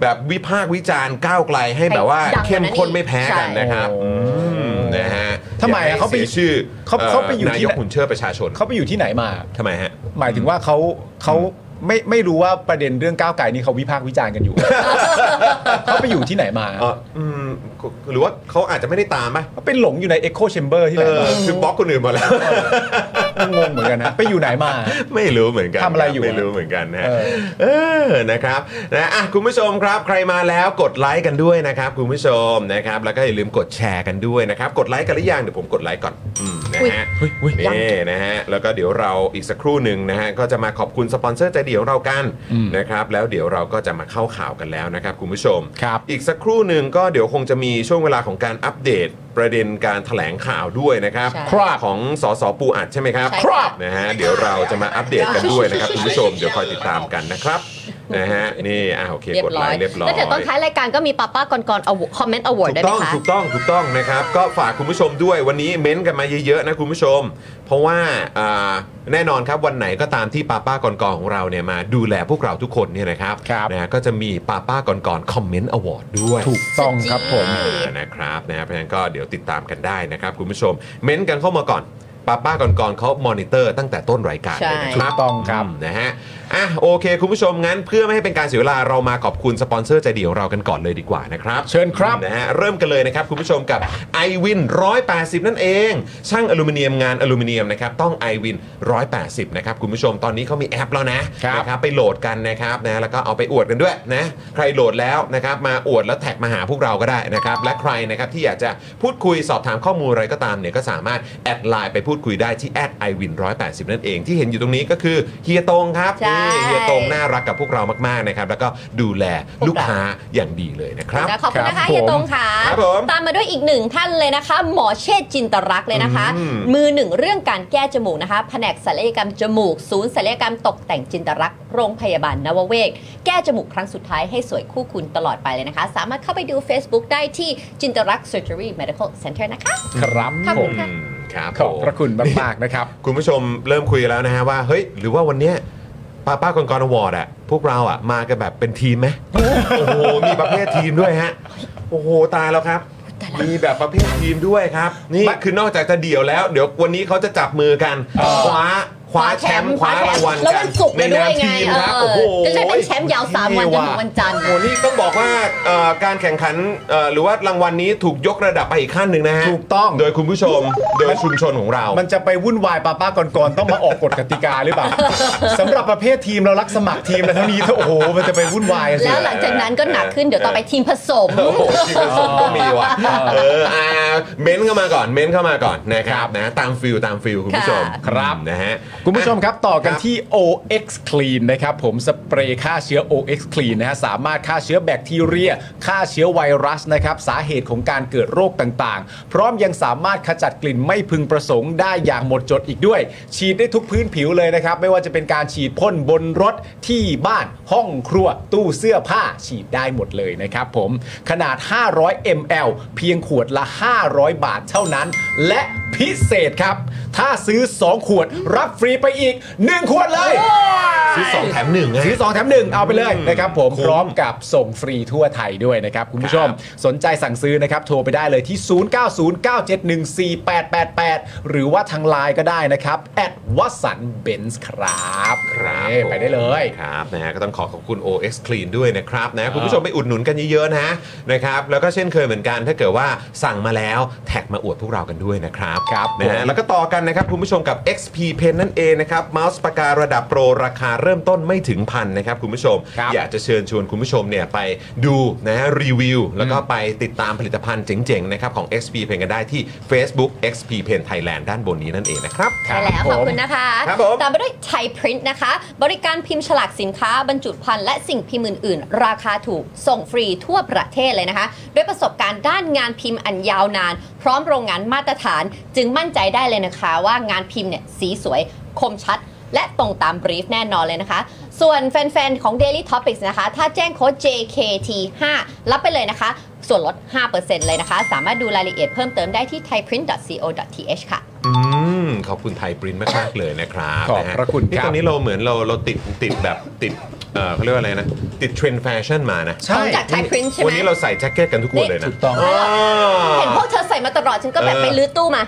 [SPEAKER 5] แบบวิพากษ์วิจารณ์ก้าวไกลให้แบบว่า
[SPEAKER 3] ให้ดัง
[SPEAKER 5] เข้มข้นไม่แพ้
[SPEAKER 3] ใช่
[SPEAKER 5] กันนะครับอืมนะฮะ
[SPEAKER 4] ทำไม
[SPEAKER 5] อย่ให้
[SPEAKER 4] อะเขาไป
[SPEAKER 5] สียชื่อ
[SPEAKER 4] เขาเขาไปอยู่
[SPEAKER 5] นาย
[SPEAKER 4] ที่
[SPEAKER 5] ก
[SPEAKER 4] ไหน
[SPEAKER 5] หุ่นเชิดประชาชน
[SPEAKER 4] เขาไปอยู่ที่ไหนมา
[SPEAKER 5] ทำไมฮะ
[SPEAKER 4] หมายถึงว่าเขาเขาไม่ไม่รู้ว่าประเด็นเรื่องก้าวไก่นี่เขาวิพากษ์วิจารณ์กัน อยู่ เขาไปอยู่ที่ไหนมา
[SPEAKER 5] เอออืมหรือว่าเขาอาจจะไม่ได้ตามไหม
[SPEAKER 4] เขาไปหลงอยู่ในเอ็กโคแชมเบอร์ที่ไห
[SPEAKER 5] เอน อ
[SPEAKER 4] มา
[SPEAKER 5] คือบล็อกคนอื่นหมาแล้ว
[SPEAKER 4] งงเหมือนกันนะไปอยู่ไหนมา
[SPEAKER 5] ไม่รู้เหมือนกัน
[SPEAKER 4] ทำอะไรอยู่
[SPEAKER 5] ไม่รู้เหมือนกันนะ
[SPEAKER 4] เออ
[SPEAKER 5] เออนะครับนะอ่ะคุณผู้ชมครับใครมาแล้วกดไลค์กันด้วยนะครับคุณผู้ชมนะครับแล้วก็อย่าลืมกดแชร์กันด้วยนะครับกดไลค์กันหรือยังเดี๋ยวผมกดไลค์ก่อนอืมนะฮะนี่นะฮะแล้วก็เดี๋ยวเราอีกสักครู่หนึ่งนะฮะก็จะมาขอบคุณสปอนเซอร์ใจเดียวเรากันนะครับแล้วเดี๋ยวเราก็จะมาเข้าข่าวกันแล้วนะครับคุณผู้ชม
[SPEAKER 4] ครับ
[SPEAKER 5] อีกสักครู่หนึ่งก็เดี๋ยวคงจะมีช่วงเวลาของการอัปเดตประเด็นการแถลงข่าวด้วยนะครับ
[SPEAKER 3] ใช่
[SPEAKER 5] ครับของสสปูอัดใช่ไหมครับ
[SPEAKER 3] ใช่ครับ
[SPEAKER 5] นะฮะเดี๋ยวเราจะมาอัปเดตกันด้วยนะครับคุณผู้ชมเดี๋ยวคอยติดตามกันนะครับนะฮะนี่อ่ะโอเค
[SPEAKER 3] เรีย
[SPEAKER 5] ก
[SPEAKER 3] บ
[SPEAKER 5] ด
[SPEAKER 3] ร้
[SPEAKER 5] ไล
[SPEAKER 3] อย
[SPEAKER 5] ค์เรียบร้อย
[SPEAKER 3] แล้วเดี๋ยวตอนท้ายรายการก็มีป้าป้าก่อนก่อนเอาคอมเมนต์อวอร์ด
[SPEAKER 5] ถู
[SPEAKER 3] ได้
[SPEAKER 5] ก
[SPEAKER 3] ไหม
[SPEAKER 5] ต้อง
[SPEAKER 3] คะ
[SPEAKER 5] ถูกต้องถูกต้องนะครับ ก็ฝากคุณผู้ชมด้วยวันนี้เม้นต์กันมาเยอะๆนะคุณผู้ชม เพราะว่าอ่าแน่นอนครับวันไหนก็ตามที่ป้าป้ากอนๆของเราเนี่ยมาดูแลพวกเราทุกคนเนี่ยนะครับ
[SPEAKER 4] ครับ
[SPEAKER 5] นะฮะก็จะมีป้าป้ากอนๆคอมเมนต์อวอร์ดด้วย
[SPEAKER 4] ถูกต้องครับผม
[SPEAKER 5] อ่านะครับนะเพราะฉะนั้นก็เดี๋ยวติดตามกันได้นะครับ คุณผู้ชม เม้นต์กันเข้ามาก่อนป้าป้าก่อนก่อนๆเขามอนิเตอร์ตั้งแต่ต้นรายการเลยนะค
[SPEAKER 4] ถู
[SPEAKER 5] รับ
[SPEAKER 4] กต้องครับ
[SPEAKER 5] นะฮะอ่ะโอเค คุณผู้ชมงั้นเพื่อไม่ให้เป็นการเสียเวลาเรามาขอบคุณสปอนเซอร์ใจดีของเรากันก่อนเลยดีกว่านะครับ
[SPEAKER 4] เชิญครับ
[SPEAKER 5] นะฮะเริ่มกันเลยนะครับ คุณผู้ชมกับ i w วิน180 นั่นเอง ช่างอลูมิเนียมงานอลูมิเนียมนะครับต้อง i w วิน180 นะครับ คุณผู้ชมตอนนี้เขามีแอปแล้วนะครับ นะครับไปโหลดกันนะครับนะแล้วก็เอาไปอวดกันด้วยนะใครโหลดแล้วนะครับมาอวดแล้วแท็กมาหาพวกเราก็ได้นะครับ และใครนะครับที่อยากจะพูดคุยสอบถามข้อมูลอะไรก็ตามเนี่ยก็สามารถแอดไลน์ไปพูดคุยได้ที่แอดไอวินร้อยแปนั่นเองที่เห็นอยู่ตรงนี้ก็คือเฮียตงครับ
[SPEAKER 3] ใช่
[SPEAKER 5] นี่เฮียตงน่ารักกับพวกเรามากๆนะครับแล้วก็ดูแลลูกค้าอย่างดีเลยนะครับ
[SPEAKER 3] นะขอบคุณนะ
[SPEAKER 4] ครั
[SPEAKER 3] คะ
[SPEAKER 4] บ
[SPEAKER 3] เฮีย
[SPEAKER 4] ผม
[SPEAKER 3] ตงค่ะ
[SPEAKER 5] ครับผม
[SPEAKER 3] ตามมาด้วยอีกหนึ่งท่านเลยนะคะ หมอเชษจินตรักษ์เลยนะคะ
[SPEAKER 5] อืม
[SPEAKER 3] มือหนึ่งเรื่องการแก้จมูกนะคะ แผนกศัลยกรรมจมูก ศูนย์ศัลยกรรมตกแต่งจินตรักษ์โรงพยาบาลนวเวศแก้จมูกครั้งสุดท้ายให้สวยคู่คุณตลอดไปเลยนะคะ สามารถเข้าไปดู Facebook ได้ที่จินตรักษ์ Surgery Medical Center นะคะ
[SPEAKER 4] ครับ
[SPEAKER 3] ขอบ
[SPEAKER 4] ผ
[SPEAKER 3] คุ
[SPEAKER 4] ม
[SPEAKER 3] ณค่ะ
[SPEAKER 5] อืมครับ
[SPEAKER 4] ขอบพระ
[SPEAKER 5] ผม
[SPEAKER 4] คุณมากๆนะครับ
[SPEAKER 5] คุณผู้ชมเริ่มคุยแล้วนะฮะว่าเฮ้ยหรือว่าวันเนี้ยป้าป้ากรกรอวอร์ดอะพวกเราอะมากันแบบเป็นทีมไหมโอ้โหมีประเภททีมด้วยฮะโอ้โหตายแล้วครับ มีแบบประเภททีมด้วยครับนี่
[SPEAKER 4] ไม่
[SPEAKER 5] คือนอกจากจะเดี่ยวแล้ว เดี๋ยววันนี้เขาจะจับมือกันคว้าคว้าแชมป์คว้ารางวัล
[SPEAKER 3] แล้ว
[SPEAKER 5] กั
[SPEAKER 3] วัน นศุกร์
[SPEAKER 5] ใน
[SPEAKER 3] มาด้
[SPEAKER 5] นา
[SPEAKER 3] วย
[SPEAKER 5] ม
[SPEAKER 3] ไง
[SPEAKER 5] ทีม
[SPEAKER 3] เอ
[SPEAKER 5] ครับ
[SPEAKER 3] อ
[SPEAKER 5] โอ้โห
[SPEAKER 3] จะได้เป็นแชมป์ยาวสามวันจนถึงวันจันทร์
[SPEAKER 5] โอ้โหนี่ต้องบอกว่าเอ่อการแข่งขันเอ่อหรือว่ารางวัลนี้ถูกยกระดับไปอีกขั้นหนึ่งนะฮะ
[SPEAKER 4] ถูกต้อง
[SPEAKER 5] โดยคุณผู้ชมโดยชุมชนของเรา
[SPEAKER 4] มันจะไปวุ่นวายป้าป้าก่อนก่อนๆต้องมาออกกฎกติกาหรือเปล่า สำหรับประเภททีมเรารักสมัครทีมแล้วเท่านี้เถอะโอ้โหมันจะไปวุ่นวายสิ
[SPEAKER 3] แล้วหลังจากนั้นก็หนักขึ้นเดี๋ยวต่อไปทีมผสม
[SPEAKER 5] โอ้โหที่กระทรวงก็มีว่ะเอออ่าเม้นเข้ามาก่อนเม้นเข้ามาก่อนนะครับนะตามฟิลตามฟิลคุณผู้ชม
[SPEAKER 3] ค่ะ
[SPEAKER 5] ครับนะฮะ
[SPEAKER 4] คุณผู้ชมครับ ต่อกันที่ OX Clean นะครับ ผมสเปรย์ฆ่าเชื้อ OX Clean นะฮะสามารถฆ่าเชื้อแบคทีเรียฆ่าเชื้อไวรัสนะครับ สาเหตุของการเกิดโรคต่างๆ พร้อมยังสามารถขจัดกลิ่นไม่พึงประสงค์ได้อย่างหมดจดอีกด้วย ฉีดได้ทุกพื้นผิวเลยนะครับ ไม่ว่าจะเป็นการฉีดพ่นบนรถที่บ้านห้องครัวตู้เสื้อผ้าฉีดได้หมดเลยนะครับผมขนาด 500 ml เพียงขวดละ 500 บาทเท่านั้น และพิเศษครับ ถ้าซื้อ 2 ขวดรับฟรีไปอีก 1 ขวดเลย
[SPEAKER 1] ซื้อสองแถมหนึ่งไง
[SPEAKER 4] ซื้อ 2 แถม 1 เอาไปเลยนะครับผม
[SPEAKER 1] คุ้ม
[SPEAKER 4] พร้อมกับส่งฟรีทั่วไทยด้วยนะครับ คุณผู้ชม
[SPEAKER 1] ครับ
[SPEAKER 4] สนใจสั่งซื้อนะครับ โทรไปได้เลยที่ 0909714888 หรือว่าทางไลน์ก็ได้นะครับแอดวัสันเบนซ์ครับ
[SPEAKER 1] ครับ
[SPEAKER 4] เอ้ยไปได้เลย
[SPEAKER 1] ครับนะฮะก็ต้องขอขอบคุณ OX Clean ด้วยนะครับนะคุณผู้ชมไปอุดหนุนกันเยอะๆนะนะครับแล้วก็เช่นเคยเหมือนกันถ้าเกิดว่าสั่งมาแล้วแท็กมาอวดพวกเรากันด้วยนะครับ
[SPEAKER 4] ครับ
[SPEAKER 1] นะ
[SPEAKER 4] ผ
[SPEAKER 1] ฮะ
[SPEAKER 4] ม
[SPEAKER 1] แล้วก็ต่อกันนะครับคุณผู้ชมกับ XP Pen นั่นเองนะครับเมาส์ปากการะดับโปรราคาเริ่มต้นไม่ถึงพันนะครับคุณผู้ชม
[SPEAKER 4] ครับ
[SPEAKER 1] อยากจะเชิญชวนคุณผู้ชมเนี่ยไปดูนะฮะรีวิว แล้วก็ไปติดตามผลิตภัณฑ์เจ๋งๆนะครับของ XP Pen กันได้ที่ Facebook XP Pen Thailand ด้านบนนี้นั่นเองนะครับ
[SPEAKER 4] ค
[SPEAKER 3] ใช่
[SPEAKER 4] รับ
[SPEAKER 3] แล้ว
[SPEAKER 4] ผม
[SPEAKER 3] ขอบคุณนะคะ
[SPEAKER 1] ครับผม
[SPEAKER 3] ตามไปด้วยไทยพรินต์นะคะ บริการพิมพ์ฉลากสินค้า บรรจุภัณฑ์และสิ่งพิมพ์อื่น ๆ ราคาถูกส่งฟรีทั่วประเทศเลยนะคะ ด้วยประสบการณ์ด้านงานพิมพ์อันยาวนาน พร้อมโรงงานมาตรฐาน จึงมั่นใจได้เลยนะคะว่างานพิมพ์เนี่ยสีสวยคมชัด และตรงตามบรีฟแน่นอนเลยนะคะ ส่วนแฟน ๆ ของ Daily Topics นะคะ ถ้าแจ้งโค้ด JKT5 รับไปเลยนะคะ ส่วนลด 5%เลยนะคะ สามารถดูรายละเอียดเพิ่มเติมได้ที่ thaiprint.co.th ค่ะ
[SPEAKER 1] อืมขอบคุณไทยปรินท์มาก ๆ เลยนะครับ
[SPEAKER 4] ขอบพระคุณ
[SPEAKER 1] นฮนี่
[SPEAKER 4] ครับ
[SPEAKER 1] ตอนนี้เราเหมือนเราเราติดติดแบบติดเอ่อเขาเรียกว่าอะไรนะ ติดเทรนด์แฟชั่นมานะ
[SPEAKER 3] ของจากไทยพรินท์ใช่ไหม
[SPEAKER 1] วันนี้เราใส่แจ็คเก็ตกันทุกคนเลยนะ
[SPEAKER 4] ถูกต้อง
[SPEAKER 1] อ๋อ
[SPEAKER 3] เห็นพวกเธอใส่มาตลอด ฉันก็แบบ
[SPEAKER 1] เออ
[SPEAKER 3] ไปลื้อตู้มา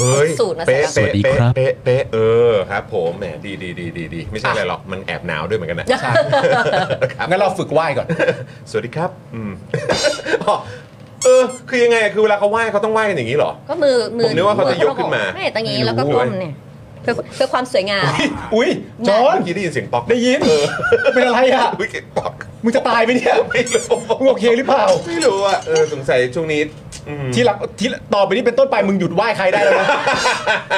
[SPEAKER 1] เฮ้ย
[SPEAKER 3] สูตรมาใส่
[SPEAKER 1] เป๊ะ
[SPEAKER 5] สวั
[SPEAKER 1] เป๊ะ
[SPEAKER 5] สดีครับ
[SPEAKER 1] เป๊ะเป๊ะเออครับผมแหมดีดีดีดีดีไม่ใช่อะไรหรอกมันแอบหนาวด้วยเหมือนกันนะ ครับ
[SPEAKER 4] งั้นเราฝึกไหว้ก่อน
[SPEAKER 1] สวัสดีครับอืมอ๋อเออคือยังไงคือเวลาเขาไหว้เขาต้องไหว้กันอย่างนี้เหรอ
[SPEAKER 3] ก็มือ มื
[SPEAKER 1] ผมนึกว่าเขาจะยกขึ้นมา
[SPEAKER 3] ไม่ตรงนี้
[SPEAKER 1] ไม่รู้
[SPEAKER 3] แล้วก็ก้มเนี่ยเพื่อเพื่อความสวยงาม
[SPEAKER 4] อุ้ยจอ
[SPEAKER 1] เมื่
[SPEAKER 4] น
[SPEAKER 1] อกี้ได้ยินเสียง ป๊อก
[SPEAKER 4] ได้ยิน
[SPEAKER 1] เออ
[SPEAKER 4] เป็นอะไรอ่ะ
[SPEAKER 1] อุ๊ยเสียงป๊อก
[SPEAKER 4] มึงจะตายไหมเนี่ย
[SPEAKER 1] ไม่รู้
[SPEAKER 4] มึงโอเคหรือเปล่า
[SPEAKER 1] ไม่รู้อ่ะเออสงสัยช่วงนี้อืม
[SPEAKER 4] ที่หลังที่ต่อไปนี้เป็นต้นไปมึงหยุดไหว้ใครได้แล้วนะ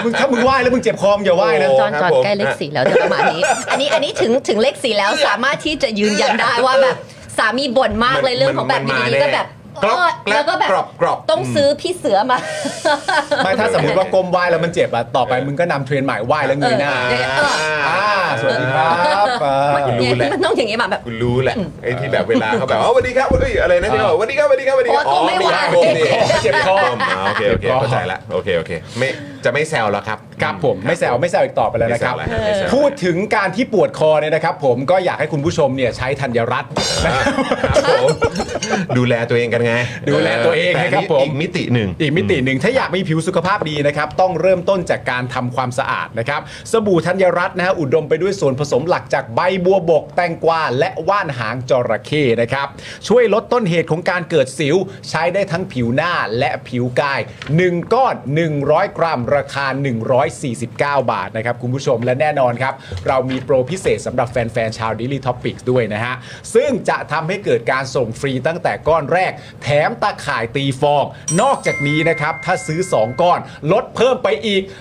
[SPEAKER 4] มึงถ้ามึงไหว้แล้วมึงเจ็บคอมอย่าไหว้นะ
[SPEAKER 1] โ
[SPEAKER 3] จอน
[SPEAKER 1] ครับผ
[SPEAKER 3] จอน
[SPEAKER 1] ม
[SPEAKER 3] ใกล้เลขสี่แล้วจะประมาณนี้ อันนี้ อันนี้ถึง ถึงเลขสี่แล้ว สามารถที่จะยืนยันได้ว่าแบบ สามีบ่นมากเลยเรื่องของแบบอยู่ดีๆก็แบบ
[SPEAKER 1] กรอบ
[SPEAKER 3] เออแล้วก็แบบ
[SPEAKER 1] กรอบกรอบ
[SPEAKER 3] ต้องซื้อพี่เสือมา
[SPEAKER 4] ไม่ถ้าสมมติว่าก้มไหว้แล้วมันเจ็บอะต่อไปมึงก็นำเทรนด์ใหม่ไหว้แล้วเงยหน้า
[SPEAKER 3] เออ
[SPEAKER 4] อ่าสวัสดีครับอ่า
[SPEAKER 1] คุณรู้แหละ
[SPEAKER 3] มันต้องอย่างนี้แบบแบบ
[SPEAKER 1] คุณรู้แหละไอ้ที่แบบเวลาเขาแบบอ๋อสวัสดีครับเอ้ยอะไรนะที่บอกสวัสดีครับสวัสดีครับสวัสดีครั
[SPEAKER 3] โอ้ยกูไม่ไหว
[SPEAKER 1] โอ้ยนี่
[SPEAKER 4] เจ็บคอ
[SPEAKER 1] าโอเคโอเคเข้าใจละโอเคโอเคไม่จะไม่แซวแล้วครับ
[SPEAKER 4] ครับผมไม่แซวไม่แซวอีกต่อไปแล้วนะครับ
[SPEAKER 1] ไม่แซวไม่แซว
[SPEAKER 4] พูดถึงการที่ปวดคอเนี่ยนะครับ ผมก็อยากให้คุณผู้ชมเนี่ยใช้ธัญรัตน์
[SPEAKER 1] ครับผมดูแลตัวเองกันไง
[SPEAKER 4] ดูแลตัวเอง
[SPEAKER 1] แต่
[SPEAKER 4] นะครับ
[SPEAKER 1] นี่
[SPEAKER 4] ผม
[SPEAKER 1] อีกมิติหนึ่ง
[SPEAKER 4] อีกมิติหนึ่งถ้าอยากมีผิวสุขภาพดีนะครับ ต้องเริ่มต้นจากการทำความสะอาดนะครับ สบู่ธัญรัตน์นะฮะอุดมไปด้วยส่วนผสมหลักจากใบบัวบก แตงกวาและว่านหางจระเข้นะครับ ช่วยลดต้นเหตุของการเกิดสิว ใช้ได้ทั้งผิวหน้าและผิวกาย 1 ก้อน 100 กรัม ราคา 149 บาทนะครับ คุณผู้ชมและแน่นอนครับ เรามีโปรพิเศษสำหรับแฟน ๆ ชาว Daily Topics ด้วยนะฮะ ซึ่งจะทำให้เกิดการส่งฟรีตั้งแต่ก้อนแรก แถมตะข่ายตีฟอง นอกจากนี้นะครับ ถ้าซื้อ 2 ก้อน ลดเพิ่มไปอีก 5%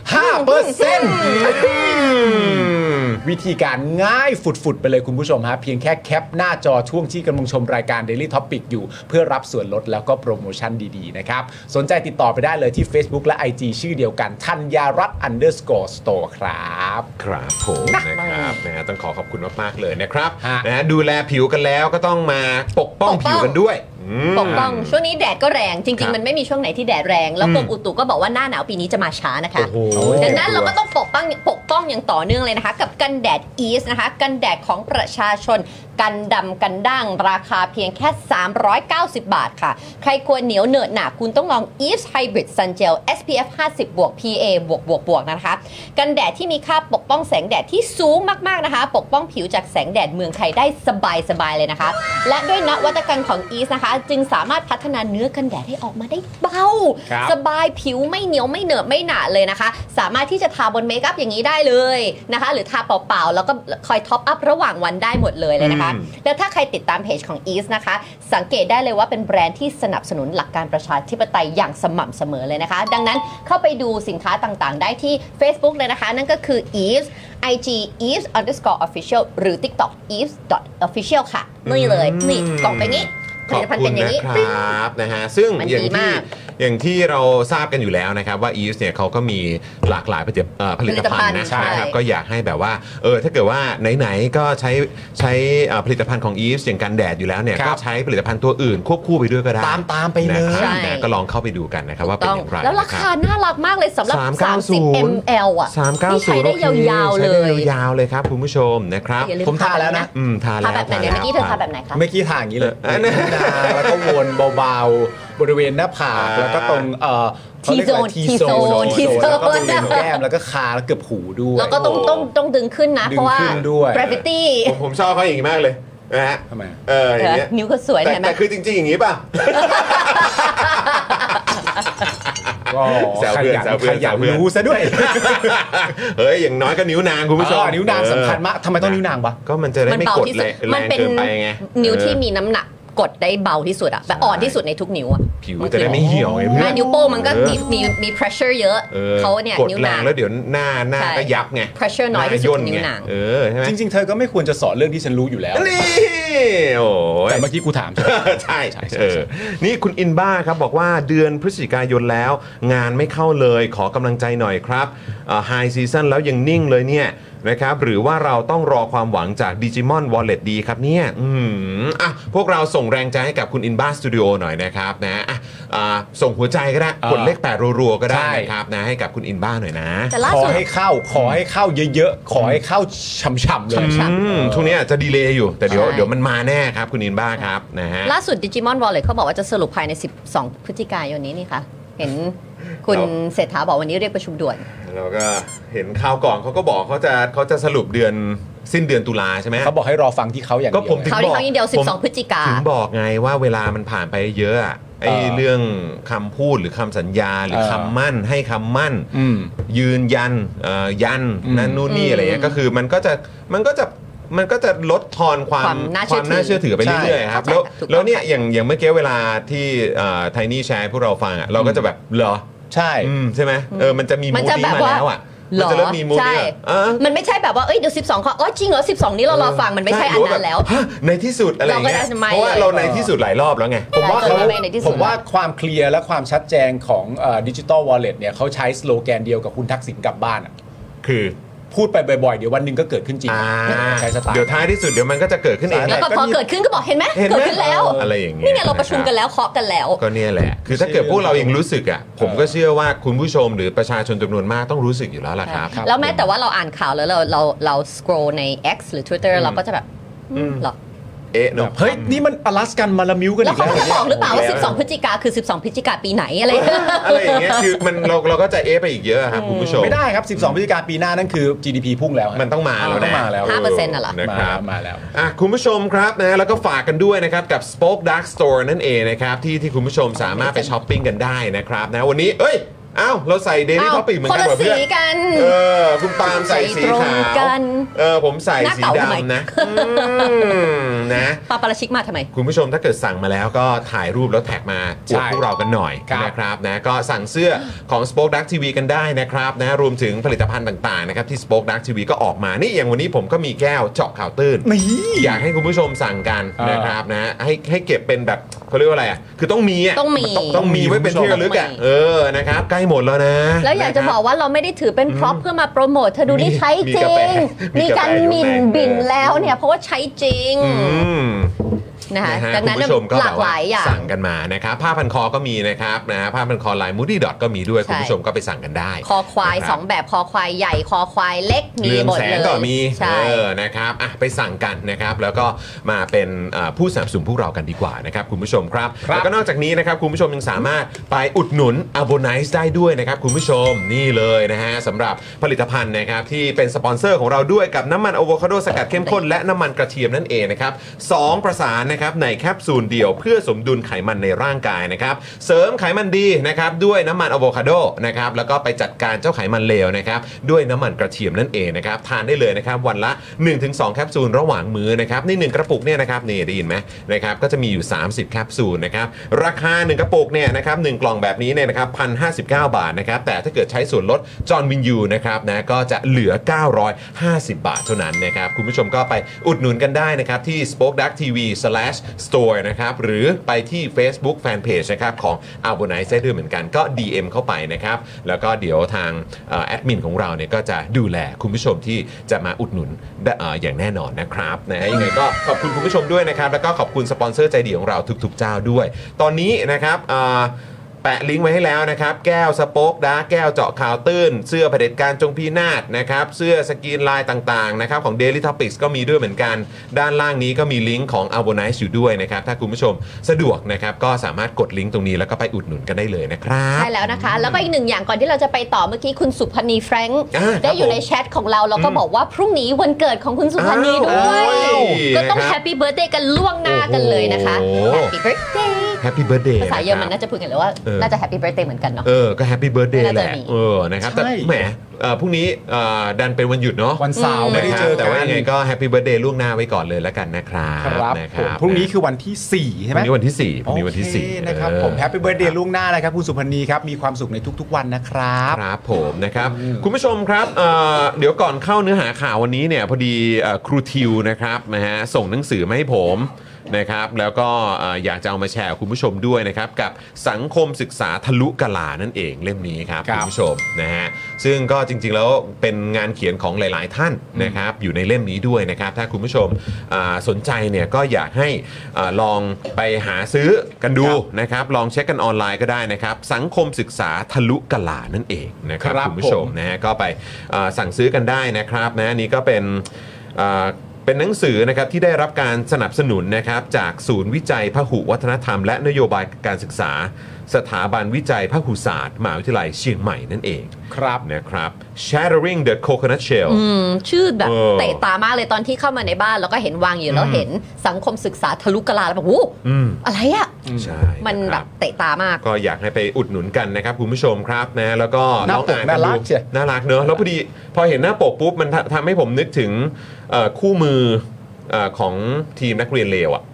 [SPEAKER 4] วิธีการง่ายฝุด ๆ ไปเลยคุณผู้ชมฮะ เพียงแค่แคปหน้าจอช่วงที่กำลังชมรายการ Daily Topic อยู่ เพื่อรับส่วนลดแล้วก็โปรโมชั่นดี ๆ นะครับ สนใจติดต่อไปได้เลยที่ Facebook และ IG ชื่อเดียวกันธัญญารัตน์ underscore store ครับ
[SPEAKER 1] ครับผมนะครับนะฮะต้องขอขอบคุณมากๆเลยนะครับ
[SPEAKER 4] ฮะ
[SPEAKER 1] นะฮะดูแลผิวกันแล้วก็ต้องมาปกป้อง
[SPEAKER 3] ปกป้อ
[SPEAKER 1] ผิ
[SPEAKER 3] ง
[SPEAKER 1] วกันด้วยอืม
[SPEAKER 3] ปกป้องช่วงนี้แดดก็แรงจ
[SPEAKER 1] ครั
[SPEAKER 3] ริง
[SPEAKER 1] บ
[SPEAKER 3] ๆ มันไม่มีช่วงไหนที่แดดแรงแล้วกร
[SPEAKER 1] อื
[SPEAKER 3] ม
[SPEAKER 1] ม
[SPEAKER 3] อุตุก็บอกว่าหน้าหนาวปีนี้จะมาช้านะคะ
[SPEAKER 1] โอ้โห
[SPEAKER 3] ดังนั้นเรา
[SPEAKER 1] น่ากลัว
[SPEAKER 3] ก็ต้องปกป้องปกป้องอย่างต่อเนื่องเลยนะคะ กับกันแดดอีสนะคะ กันแดดของประชาชน กันดำกันด่างราคาเพียงแค่ 390 บาทค่ะ ใครควรเหนียวเหนอะหนาคุณต้องลอง Eves Hybrid Sun Gel SPF 50บวก PA บวกบวกบวกนะคะ กันแดดที่มีค่าปกป้องแสงแดดที่สูงมาก ๆ นะคะ ปกป้องผิวจากแสงแดดเมืองไทยได้สบาย ๆ เลยนะคะ และด้วยนวัตกรรมของอีสนะคะ จึงสามารถพัฒนาเนื้อกันแดดให้ออกมาได้เบา
[SPEAKER 4] ครับ
[SPEAKER 3] สบายผิวไม่เหนียวไม่เหนอะไม่หนาเลยนะคะ สามารถที่จะทาบนเมคอัพอย่างนี้ได้เลยนะคะ หรือทาเปล่าๆ แล้วก็คอยท็อปอัพระหว่างวันได้หมดเลยเลยนะคะ
[SPEAKER 1] อืม
[SPEAKER 3] แล้วถ้าใครติดตามเพจของ East นะคะ สังเกตได้เลยว่าเป็นแบรนด์ที่สนับสนุนหลักการประชาธิปไตยอย่างสม่ำเสมอเลยนะคะ ดังนั้นเข้าไปดูสินค้าต่างๆ ได้ที่ Facebook เลยนะคะ นั่นก็คือ East IG East underscore official หรือ TikTok East dot official ค่ะนี่เลยนี่กล่องเป็นอย่างนี้ผ
[SPEAKER 1] ขอ
[SPEAKER 3] ลิ
[SPEAKER 1] บ
[SPEAKER 3] ตภัณฑ์
[SPEAKER 1] คุ
[SPEAKER 3] เป็
[SPEAKER 1] ณ
[SPEAKER 3] นอย่า
[SPEAKER 1] นะ
[SPEAKER 3] งนี้
[SPEAKER 1] ครับนะฮะซึ่ง
[SPEAKER 3] มัน
[SPEAKER 1] อย่าง
[SPEAKER 3] ดี
[SPEAKER 1] ที่
[SPEAKER 3] มาก
[SPEAKER 1] อย่างที่เราทราบกันอยู่แล้วนะครับว่าอีสเนี่ยเขาก็มีหลากหลายผลิตเอ่อผลิตภัณฑ์นะ
[SPEAKER 3] ผลิตภัณฑ์ใช่
[SPEAKER 1] นะครับก็อยากให้แบบว่าเออถ้าเกิดว่าไหนๆก็ใช้ใช้เอ่อผลิตภัณฑ์ของอีสอย่างกันแดดอยู่แล้วเนี่ย
[SPEAKER 4] ครับ
[SPEAKER 1] ก็ใช้ผลิตภัณฑ์ตัวอื่นควบคู่ไปด้วยก็ได้
[SPEAKER 4] ตามตามไปเล
[SPEAKER 1] นะ
[SPEAKER 4] ย
[SPEAKER 1] ครับ
[SPEAKER 3] ใช่
[SPEAKER 1] นะก็ลองเข้าไปดูกันนะครับว่าเป็น
[SPEAKER 3] ต้อง
[SPEAKER 1] อย่างไร
[SPEAKER 3] แล้วรา
[SPEAKER 1] นะบ
[SPEAKER 3] คาน่ารักมากเลยสำหรับ
[SPEAKER 1] 390
[SPEAKER 3] 30 ml อ่ะ
[SPEAKER 1] สามเก้า
[SPEAKER 3] ที่
[SPEAKER 1] ศู
[SPEAKER 3] ใช้
[SPEAKER 1] นย์
[SPEAKER 3] ได้
[SPEAKER 1] โอค
[SPEAKER 3] ยาวๆ
[SPEAKER 1] ใช้
[SPEAKER 3] เล
[SPEAKER 1] ได้
[SPEAKER 3] ย
[SPEAKER 1] ยาวๆเลยครับคุณผู้ชมนะครับ
[SPEAKER 3] อย่
[SPEAKER 4] ผมทาแล้วนะ
[SPEAKER 1] อืมทา
[SPEAKER 3] ทา
[SPEAKER 1] แล้ว
[SPEAKER 3] แบบไหนเนี่ย
[SPEAKER 1] ทา
[SPEAKER 3] เมื่อกี้เธ
[SPEAKER 1] แล้
[SPEAKER 3] อ
[SPEAKER 1] ว
[SPEAKER 3] ทาแบบไหนคะ
[SPEAKER 4] เมื่อกี้ทาอย่างนี้เลย
[SPEAKER 1] เออ
[SPEAKER 4] นี่นะแล้วก็วนเบาๆ บริเวณหน้าผาก
[SPEAKER 1] อ่า
[SPEAKER 4] แล้วก็ตรงเอ่อเขาเรียกว่า
[SPEAKER 3] T-zone
[SPEAKER 4] T-zone
[SPEAKER 3] T-zone
[SPEAKER 4] แล้วก็บริเวณแก้มแล้วก็คางแล้วเกือบหูด้วย
[SPEAKER 3] แล้วก็ต้องต้องต้องดึงขึ้นนะ
[SPEAKER 4] ดึง
[SPEAKER 3] เพราะว่า
[SPEAKER 4] ขึ้นด้วย
[SPEAKER 3] gravity
[SPEAKER 1] ผมผมชอบเขาอย่างนี้มากเลยนะฮะ
[SPEAKER 4] ทำไม
[SPEAKER 1] เอออย่างเงี้ย
[SPEAKER 3] นิ้วก็สวย
[SPEAKER 1] แต่
[SPEAKER 3] เห็นไหม
[SPEAKER 1] แต่คือจริงๆอย่าง นี้ป่ะ
[SPEAKER 4] ก็
[SPEAKER 1] แซว
[SPEAKER 4] ข
[SPEAKER 1] เพื่อน
[SPEAKER 4] ยัน
[SPEAKER 1] แซวเพื่
[SPEAKER 4] ข
[SPEAKER 1] อน
[SPEAKER 4] ยัน
[SPEAKER 1] แซวเพื่อน
[SPEAKER 4] รู้ซะด้วย
[SPEAKER 1] เฮ้ย อย่างน้อยก็นิ้วนางคุณผู้ชม
[SPEAKER 4] อ๋อนิ้วนางสำคัญมากทำไมต้องนิ้วนางวะ
[SPEAKER 1] ก็มันจะได้
[SPEAKER 3] มัน
[SPEAKER 1] ไม่
[SPEAKER 3] เบาก
[SPEAKER 1] ด
[SPEAKER 3] ที่
[SPEAKER 1] แร
[SPEAKER 3] สุด
[SPEAKER 1] งแร
[SPEAKER 3] มั
[SPEAKER 1] ง
[SPEAKER 3] เป็น
[SPEAKER 1] เกินไปไง
[SPEAKER 3] นิ้วที่
[SPEAKER 1] เออ
[SPEAKER 3] มีน้ำหนักกดได้เบาที่สุดอะแบบอ่อนที่สุดในทุกนิ้วอะ
[SPEAKER 1] ผิวจะได้ไม่เหี่ยวไง
[SPEAKER 3] ห
[SPEAKER 1] เพื่อ
[SPEAKER 3] น้าน นิ้วโป้งมันก็
[SPEAKER 1] เออ
[SPEAKER 3] มีมีมี pressure เยอะ
[SPEAKER 1] ออ
[SPEAKER 3] เขาเนี่ย
[SPEAKER 1] กด
[SPEAKER 3] นิ้ว
[SPEAKER 1] แร
[SPEAKER 3] นาง ง
[SPEAKER 1] แล้วเดี๋ยวหน้าหน้า
[SPEAKER 3] ใช่
[SPEAKER 1] ก็ยับไง
[SPEAKER 3] pressure น้อยที่สุดคือนิ้วนาง
[SPEAKER 1] เออใช่ไหม
[SPEAKER 4] จริง ๆ เธอก็ไม่ควรจะสอนเรื่องที่ฉันรู้อยู่แล้ว
[SPEAKER 1] นี่โอ้ย
[SPEAKER 4] แต่เมื่อกี้กูถามใช่ไหม
[SPEAKER 1] ใช่
[SPEAKER 4] ใช่ใช่
[SPEAKER 1] เออนี่คุณอินบ้าครับบอกว่าเดือนพฤศจิกายนแล้ว งานไม่เข้าเลยขอกำลังใจหน่อยครับไฮซีซั่นแล้วยังนิ่งเลยเนี่ยนะครับหรือว่าเราต้องรอความหวังจากดิจิมอนวอลเล็ตดีครับเนี่ยอืมอ่ะพวกเราส่งแรงใจให้กับคุณอินบ้าสตูดิโอหน่อยนะครับนะอ่ะอ่าส่งหัวใจก็ได้
[SPEAKER 4] เออก
[SPEAKER 1] ดเลขแปดรัวๆก็ได้
[SPEAKER 4] ใช่
[SPEAKER 1] นะครับนะให้กับคุณอินบ้าหน่อยนะ
[SPEAKER 3] แต่ล่า
[SPEAKER 4] ขอ
[SPEAKER 3] สุด
[SPEAKER 4] ให้เข้าขอให้เข้าเยอะๆ ขอให้เข้าช่ำๆเลย
[SPEAKER 3] ช่ำ
[SPEAKER 1] อืมช่วงนี้อาจจะดีเลย์อยู่แต่เดี๋ยว
[SPEAKER 3] ใช่
[SPEAKER 1] เดี๋ยวมันมาแน่ครับคุณอินบ้าครับนะฮะ
[SPEAKER 3] ล่าสุดดิจิมอนวอลเล็ตเขาบอกว่าจะสรุปภายใน 12 พฤศจิกายนนี้นี่คะเห็นคุณ
[SPEAKER 1] เรา
[SPEAKER 3] เศรษฐาบอกวันนี้เรียกประชุมด่วน
[SPEAKER 1] เราก็เห็นข่าวก่อนเขาก็บอกเขาจะเขาจะสรุปเดือนสิ้นเดือนตุลาใช่ไหม
[SPEAKER 4] เขาบอกให้รอฟังที่เขาอย่างเดี
[SPEAKER 1] ก็
[SPEAKER 4] ยว
[SPEAKER 1] ผมถึง
[SPEAKER 3] เขา
[SPEAKER 1] บ
[SPEAKER 3] ที่
[SPEAKER 1] อก
[SPEAKER 3] เขายิงเดียว
[SPEAKER 1] ผม
[SPEAKER 3] 12 พฤศจิกา
[SPEAKER 1] ถึงบอกไงว่าเวลามันผ่านไปเยอะอะไอ้
[SPEAKER 4] เออ
[SPEAKER 1] เรื่องคำพูดหรือคำสัญญาหรือ
[SPEAKER 4] เออ
[SPEAKER 1] คำมั่นให้คำมั่น
[SPEAKER 4] อืม
[SPEAKER 1] ยืนยันเอ่อยัน
[SPEAKER 4] อืม
[SPEAKER 1] นั่นนู่นนี่
[SPEAKER 3] อืม
[SPEAKER 1] อะไรเงี้ยก็คือมันก็จะมันก็จะมันก็จะลดทอนความ
[SPEAKER 3] ความน่าเชื่อถือ
[SPEAKER 1] น่าเชื่อถือไปเรื่อยๆครับ
[SPEAKER 3] ใช่
[SPEAKER 1] แล้ว
[SPEAKER 3] ถูกต้อง
[SPEAKER 1] แล้วเนี่ยอย่างอย่างเมื่อกี้เวลาที่ไทนี่แชร์ให้พวกเราฟังอะเราก็จะแบบเหรอ
[SPEAKER 4] ใช่
[SPEAKER 1] อืมใช่ไหมเออมันจะมี
[SPEAKER 3] มั
[SPEAKER 1] มูด
[SPEAKER 3] นจะ
[SPEAKER 1] นี้
[SPEAKER 3] แบบ
[SPEAKER 1] มา
[SPEAKER 3] ว่า
[SPEAKER 1] แล้วอ่ะ
[SPEAKER 3] หร
[SPEAKER 1] มัน
[SPEAKER 3] อ
[SPEAKER 1] จะเริ่มมีมูด
[SPEAKER 3] ใช่
[SPEAKER 1] นี้อะอ่ะ
[SPEAKER 3] มันไม่ใช่แบบว่า เอ้ยเดี๋ยว 12ข้ออ๋อจริงเหรอ 12 นี้เรารอฟังมันไม่ใช่อันนั้นแล้ว
[SPEAKER 1] ฮะในที่สุดอะไรอย่างเงี้ย
[SPEAKER 3] เราก็ได้สมัย
[SPEAKER 1] เพราะว่าเราในที่สุดหลายรอบแล้วไง
[SPEAKER 4] ผมว่าเขา
[SPEAKER 3] ใช่ในที่สุด
[SPEAKER 4] ผมว่าความเคลียร์และความชัดแจงของดิจิ t a ลวอลเล็ตเนี่ยเขาใช้สโลแกนเดียวกับคุณทักษิณกลับบ้านอะ
[SPEAKER 1] คือ
[SPEAKER 4] พูดไปบ่อยๆ เดี๋ยววันหนึ่งก็เกิดขึ้นจริง
[SPEAKER 1] อ่า
[SPEAKER 4] ใช้สไตล์
[SPEAKER 1] เดี๋ยวท้ายที่สุดเดี๋ยวมันก็จะเกิดขึ้นเอง
[SPEAKER 3] แล้วพอพอเกิดขึ้นก็บอกเห็นไหม
[SPEAKER 1] เห็นไห
[SPEAKER 3] เกิด
[SPEAKER 1] ม
[SPEAKER 3] ขึ้นแล้ว
[SPEAKER 1] อะไรอย่างเงี้ย
[SPEAKER 3] นี่ไงเราประชุมกันแล้วเคาะกันแล้ว
[SPEAKER 1] ก็เนี่ยแหละ คือถ้าเกิดพวกเรายังรู้สึกอ่ะผมก็เชื่อว่าคุณผู้ชมหรือประชาชนจำนวนมากต้องรู้สึกอยู่แล้วล่ะครับ
[SPEAKER 4] ครับ
[SPEAKER 3] แล้วแม้แต่ว่าเราอ่านข่าวแล้วเราเราเราสครอใน X หรือ Twitter
[SPEAKER 1] อืม
[SPEAKER 3] เราก็จะแบบอืมหรอ
[SPEAKER 1] เอ๊ะเนาะ
[SPEAKER 4] เฮ้ย นี่มันอลาสกันมาลามิวกัน
[SPEAKER 3] แล้ว
[SPEAKER 4] อีก
[SPEAKER 3] เขา
[SPEAKER 4] แล้ว
[SPEAKER 3] ก็จะบอกหรือเปล่าว่า
[SPEAKER 1] แล้ว
[SPEAKER 3] 12 พฤศจิกาคือ 12 พฤศจิกาปีไหนอะไรอย่างเงี้ย
[SPEAKER 1] อะไรอย่างเงี้ยคือมันเราเราก็จะเอ๊ะไปอีกเยอะครับคุณผู้ชม
[SPEAKER 4] ไม่ได้ครับ 12 พฤศจิกาปีหน้านั่นคือ GDP พุ่งแล้วฮะ
[SPEAKER 1] มันต้องมาแล้ว
[SPEAKER 4] มันต้
[SPEAKER 1] นะ
[SPEAKER 4] องมาแล้ว
[SPEAKER 3] 5%น่ะเหรอ
[SPEAKER 1] นะครับ
[SPEAKER 4] มาแล้ว
[SPEAKER 1] อ่ะคุณผู้ชมครับนะแล้วก็ฝากกันด้วยนะครับ กับ Spoke Dark Store นั่นเองนะครับที่ที่คุณผู้ชมสามารถไปช้อปปิ้งกันได้นะครับนะวันนี้เอ้ยอ้าวเราใส่ Daily
[SPEAKER 3] อ้าว
[SPEAKER 1] Topic เหมือน
[SPEAKER 3] คน
[SPEAKER 1] กัน
[SPEAKER 3] ละ
[SPEAKER 1] เหรอ
[SPEAKER 3] สี
[SPEAKER 1] เพื่อน
[SPEAKER 3] กัน
[SPEAKER 1] เออคุณปาล์มใส่สี
[SPEAKER 3] ใส่
[SPEAKER 1] ขา
[SPEAKER 3] ตรง
[SPEAKER 1] ว
[SPEAKER 3] กัน
[SPEAKER 1] เออผมใส่
[SPEAKER 3] หน้า
[SPEAKER 1] สี
[SPEAKER 3] เก่าทำไม
[SPEAKER 1] ดำนะอืมนะ
[SPEAKER 3] ปาปาราชิกมาทำไม
[SPEAKER 1] คุณผู้ชมถ้าเกิดสั่งมาแล้วก็ถ่ายรูปแล้วแท็กมาอ
[SPEAKER 4] ใช่
[SPEAKER 1] วดพวกเรากันหน่อย
[SPEAKER 4] ครับ
[SPEAKER 1] นะครับนะก็สั่งเสื้อของ Spoke Dark TV กันได้นะครับนะรวมถึงผลิตภัณฑ์ต่างๆนะครับที่ Spoke Dark TV ก็ออกมานี่อย่างวันนี้ผมก็มีแก้วเจาะข่าวตื้น
[SPEAKER 4] นี่
[SPEAKER 1] อยากให้คุณผู้ชมสั่งกัน
[SPEAKER 4] อ่าน
[SPEAKER 1] นะครับนะให้ให้เก็บเป็นแบบเขาเรียกว่าอะไรอ่ะคือต้องมีอ่ะ
[SPEAKER 3] ต้องมี
[SPEAKER 1] นต้องมีไว้เป็นที่ระลึกอ่ะ
[SPEAKER 3] ต้องมี
[SPEAKER 1] เออนะครับใกล้หมดแล้วนะ
[SPEAKER 3] แล้วอยากจะ
[SPEAKER 1] นค
[SPEAKER 3] บ
[SPEAKER 1] รั
[SPEAKER 3] อกว่าเราไม่ได้ถือเป็นพร็อพเพื่อมาโปรโมทเธอดูนี่ใช้จริ
[SPEAKER 1] มีกาแฟ
[SPEAKER 3] ง
[SPEAKER 1] มีกาก
[SPEAKER 3] มีา
[SPEAKER 1] แฟ
[SPEAKER 3] รหมิน
[SPEAKER 1] อยู่ใน
[SPEAKER 3] บินแล้วเนี่ยเพราะว่าใช้จริง
[SPEAKER 1] อืม
[SPEAKER 3] นะคะ
[SPEAKER 1] นะฮะ
[SPEAKER 3] ดังนั้น
[SPEAKER 1] คุณผู้ชมก็
[SPEAKER 3] ห
[SPEAKER 1] แบ
[SPEAKER 3] ลา
[SPEAKER 1] บ
[SPEAKER 3] กห
[SPEAKER 1] ว่า
[SPEAKER 3] ลายอย่าง
[SPEAKER 1] สั่งกันมานะครับ ผ้าพันคอก็มีนะครับนะฮะผ้าพันคอลายมูดี้ดอทก็มีด้วย
[SPEAKER 3] ใช่
[SPEAKER 1] คุณผู้ชมก็ไปสั่งกันได้
[SPEAKER 3] คอควาย
[SPEAKER 1] นะ
[SPEAKER 3] ส
[SPEAKER 1] รั
[SPEAKER 3] อบงแบบคอควายใหญ่คอควายเล็กมี
[SPEAKER 1] เรือง
[SPEAKER 3] หมด
[SPEAKER 1] แส
[SPEAKER 3] เล
[SPEAKER 1] ง
[SPEAKER 3] ย
[SPEAKER 1] ก็มี
[SPEAKER 3] ใช่
[SPEAKER 1] เออนะครับอ่ะไปสั่งกันนะครับ แล้วก็มาเป็นเอ่อผู้สนับสนุนพวกเรากันดีกว่านะครับ คุณผู้ชมครับ
[SPEAKER 4] ครับ
[SPEAKER 1] แล้วก็นอกจากนี้นะครับ คุณผู้ชมยังสามารถไปอุดหนุน a b o n i c e ได้ด้วยนะครับ คุณผู้ชมนี่เลยนะฮะสำหรับผลิตภัณฑ์นะครับ ที่เป็นสปอนเซอร์ของเราด้วยกับน้ำมันอะโวคาโดสกัดเข้มข้นและน้ำมันกระเทียมนั่นเองนะครับสองประสานนะครับ นะครับในแคปซูลเดียวเพื่อสมดุลไขมันในร่างกายนะครับเสริมไขมันดีนะครับด้วยน้ำมันอะโวคาโดนะครับแล้วก็ไปจัดการเจ้าไขมันเลวนะครับด้วยน้ำมันกระเทียมนั่นเองนะครับทานได้เลยนะครับวันละ 1-2 แคปซูลระหว่างมื้อนะครับในหนึ่งกระปุกเนี่ยนะครับนี่ได้ยินไหมนะครับก็จะมีอยู่ 30 แคปซูลนะครับราคา 1 กระปุกเนี่ยนะครับหนึ่งกล่องแบบนี้เนี่ยนะครับพันห้บาทนะครับแต่ถ้าเกิดใช้ส่วนลดจอห์นวินยูนะครับนะก็จะเหลือ 950 บาทเท่านั้นนะครับคุณผู้ชมก็ไปอุดหนุนกันได้นะครับที่ Spoke Dark TV slash store นะครับหรือไปที่ Facebook Fanpage นะครับของ a b o n i z e ด้วยเหมือนกันก็ DM เข้าไปนะครับแล้วก็เดี๋ยวทางเอ่อแอดมินของเราเนี่ยก็จะดูแลคุณผู้ชมที่จะมาอุดหนุนได้เอ่ออย่างแน่นอนนะครับนะฮะยังไงก็ขอบคุณคุณผู้ชมด้วยนะครับแล้วก็ขอบคุณสปอนเซอร์ใจดีของเราทุกๆเจ้าด้วย ตอนนี้นะครับเอ่อ แปะลิงก์ไว้ให้แล้วนะครับ แก้วสโป๊กดาร์กแก้วเจาะข่าวตื้น เสื้อเผด็จการจงพินาศนะครับ เสื้อสกรีนลายต่างๆนะครับของ Daily Topics ก็มีด้วยเหมือนกัน ด้านล่างนี้ก็มีลิงก์ของ a v o n i z e อยู่ด้วยนะครับ ถ้าคุณผู้ชมสะดวกนะครับ ก็สามารถกดลิงก์ตรงนี้แล้วก็ไปอุดหนุนกันได้เลยนะครับ
[SPEAKER 3] ใช่แล้วนะคะ แล้วก็อีกหนึ่งอย่างก่อนที่เราจะไปต่อเมื่อกี้คุณสุพนีแฟรงค์
[SPEAKER 1] อ่าครับ
[SPEAKER 3] ได้อยู่ในแชทของเราแล้วก็บอกว่าพรุ่งนี้วันเกิดของคุณสุพนีด้วย
[SPEAKER 1] อ้าว
[SPEAKER 3] ก็ต้อง
[SPEAKER 1] นะครับ
[SPEAKER 3] แฮปปี้เบิร์ a เดย์กันล่วงหน้ากันเลยนะคะ
[SPEAKER 1] โอ้โห
[SPEAKER 3] แฮปปี้เบิร์ a เด
[SPEAKER 1] Happy Birthday
[SPEAKER 3] ย์ภาษาเยอรมัน
[SPEAKER 1] นะ
[SPEAKER 3] น่า
[SPEAKER 1] คบ
[SPEAKER 3] จะพูดกันเลยว่า
[SPEAKER 1] เออ
[SPEAKER 3] น่าจะแฮปปี้เบิร์ a เดย์เหมือนกันเนาะ
[SPEAKER 1] เออก็ Happy Birthday
[SPEAKER 3] น่าจะ
[SPEAKER 1] แหละ
[SPEAKER 3] มี
[SPEAKER 1] เออนะครับแต่
[SPEAKER 4] ใช่
[SPEAKER 1] แหมเอ่อพรุ่งนี้เอ่อดันเป็นวันหยุดเนาะ
[SPEAKER 4] วันเสาร์ไม่ได้เจอ
[SPEAKER 1] แต่
[SPEAKER 4] กัน
[SPEAKER 1] ว่ายังไงก็แฮปปี้เบิร์ดเดย์ล่วงหน้าไว้ก่อนเลยแล้วกันนะครับ
[SPEAKER 4] ครับ
[SPEAKER 1] นะค
[SPEAKER 4] ผ
[SPEAKER 1] รั
[SPEAKER 4] ม
[SPEAKER 1] บ
[SPEAKER 4] พรุ่งนี้คือวันที่ 4 ใช่ไหม
[SPEAKER 1] วันนี้วันที่สี่พรุ่งนี้วันที่
[SPEAKER 4] โอเค
[SPEAKER 1] สี่
[SPEAKER 4] นะครับผมแฮปปี้เบิร์ดเดย์ล่วงหน้านะครับคุณสุพนีครับ มีความสุขในทุกๆวันนะครับ
[SPEAKER 1] ครับผมนะครับ คุณผู้ชมครับเอ่อเดี๋ยวก่อนเข้าเนื้อหาข่าววันนี้เนี่ยพอดีเอ่อครูทิวนะครับนะฮะส่งหนังสือมาให้ผมนะครับแล้วก็เอ่ออยากจะเอามาแชร์กับคุณผู้ชมด้วยนะครับกับสังคมศึกษาทะลุกะลานั่นเองเล่มนี้ครับ
[SPEAKER 4] ครั
[SPEAKER 1] คุ
[SPEAKER 4] บ
[SPEAKER 1] ณผู้ชมนะฮะซึ่งก็จริงๆแล้วเป็นงานเขียนของหลายๆท่านนะครับอยู่ในเล่มนี้ด้วยนะครับถ้าคุณผู้ชมอ่าสนใจเนี่ยก็อยากให้อ่าลองไปหาซื้อกันดูนะครับลองเช็คกันออนไลน์ก็ได้นะครับสังคมศึกษาทะลุกะลานั่นเองนะ นะครับ
[SPEAKER 4] ครับ
[SPEAKER 1] คุณผู้ชม
[SPEAKER 4] ผม
[SPEAKER 1] นะฮะก็ไปเอ่อสั่งซื้อกันได้นะครับนะอันนี่ก็เป็นเอ่อเป็นหนังสือนะครับที่ได้รับการสนับสนุนนะครับจากศูนย์วิจัยพหุวัฒนธรรม และนโยบายการศึกษา สถาบันวิจัยพหุศาสตร์มหาวิทยาลัยเชียงใหม่นั่นเอง
[SPEAKER 4] ครับ
[SPEAKER 1] นะครับ Shattering the Coconut Shell
[SPEAKER 3] อืมชื่อแบบ
[SPEAKER 1] เออ
[SPEAKER 3] เตะตามากเลยตอนที่เข้ามาในบ้าน แล้วก็เห็นวางอยู่แล้วเห็นสังคมศึกษาทะลุกะลาแล้วแบบวู้
[SPEAKER 1] อืม
[SPEAKER 3] อะไรอะ
[SPEAKER 1] ใช่
[SPEAKER 3] มัน
[SPEAKER 1] ะ
[SPEAKER 3] แบ
[SPEAKER 1] ครับ
[SPEAKER 3] เตะตามาก
[SPEAKER 1] ก็อยากให้ไปอุดหนุนกันนะครับคุณผู้ชมครับนะแล้วก็
[SPEAKER 4] หน้า
[SPEAKER 1] ลอง
[SPEAKER 4] ปก
[SPEAKER 1] อ่าน
[SPEAKER 4] น่ารัก
[SPEAKER 1] ดู
[SPEAKER 4] เชียว
[SPEAKER 1] น่ารักเนอะแล้วพอดีพอเห็นหน้าปกปุ๊บมันทำทำให้ผมนึกถึงเอ่อคู่มือเอ่อของทีมนักเรียนเลวอะ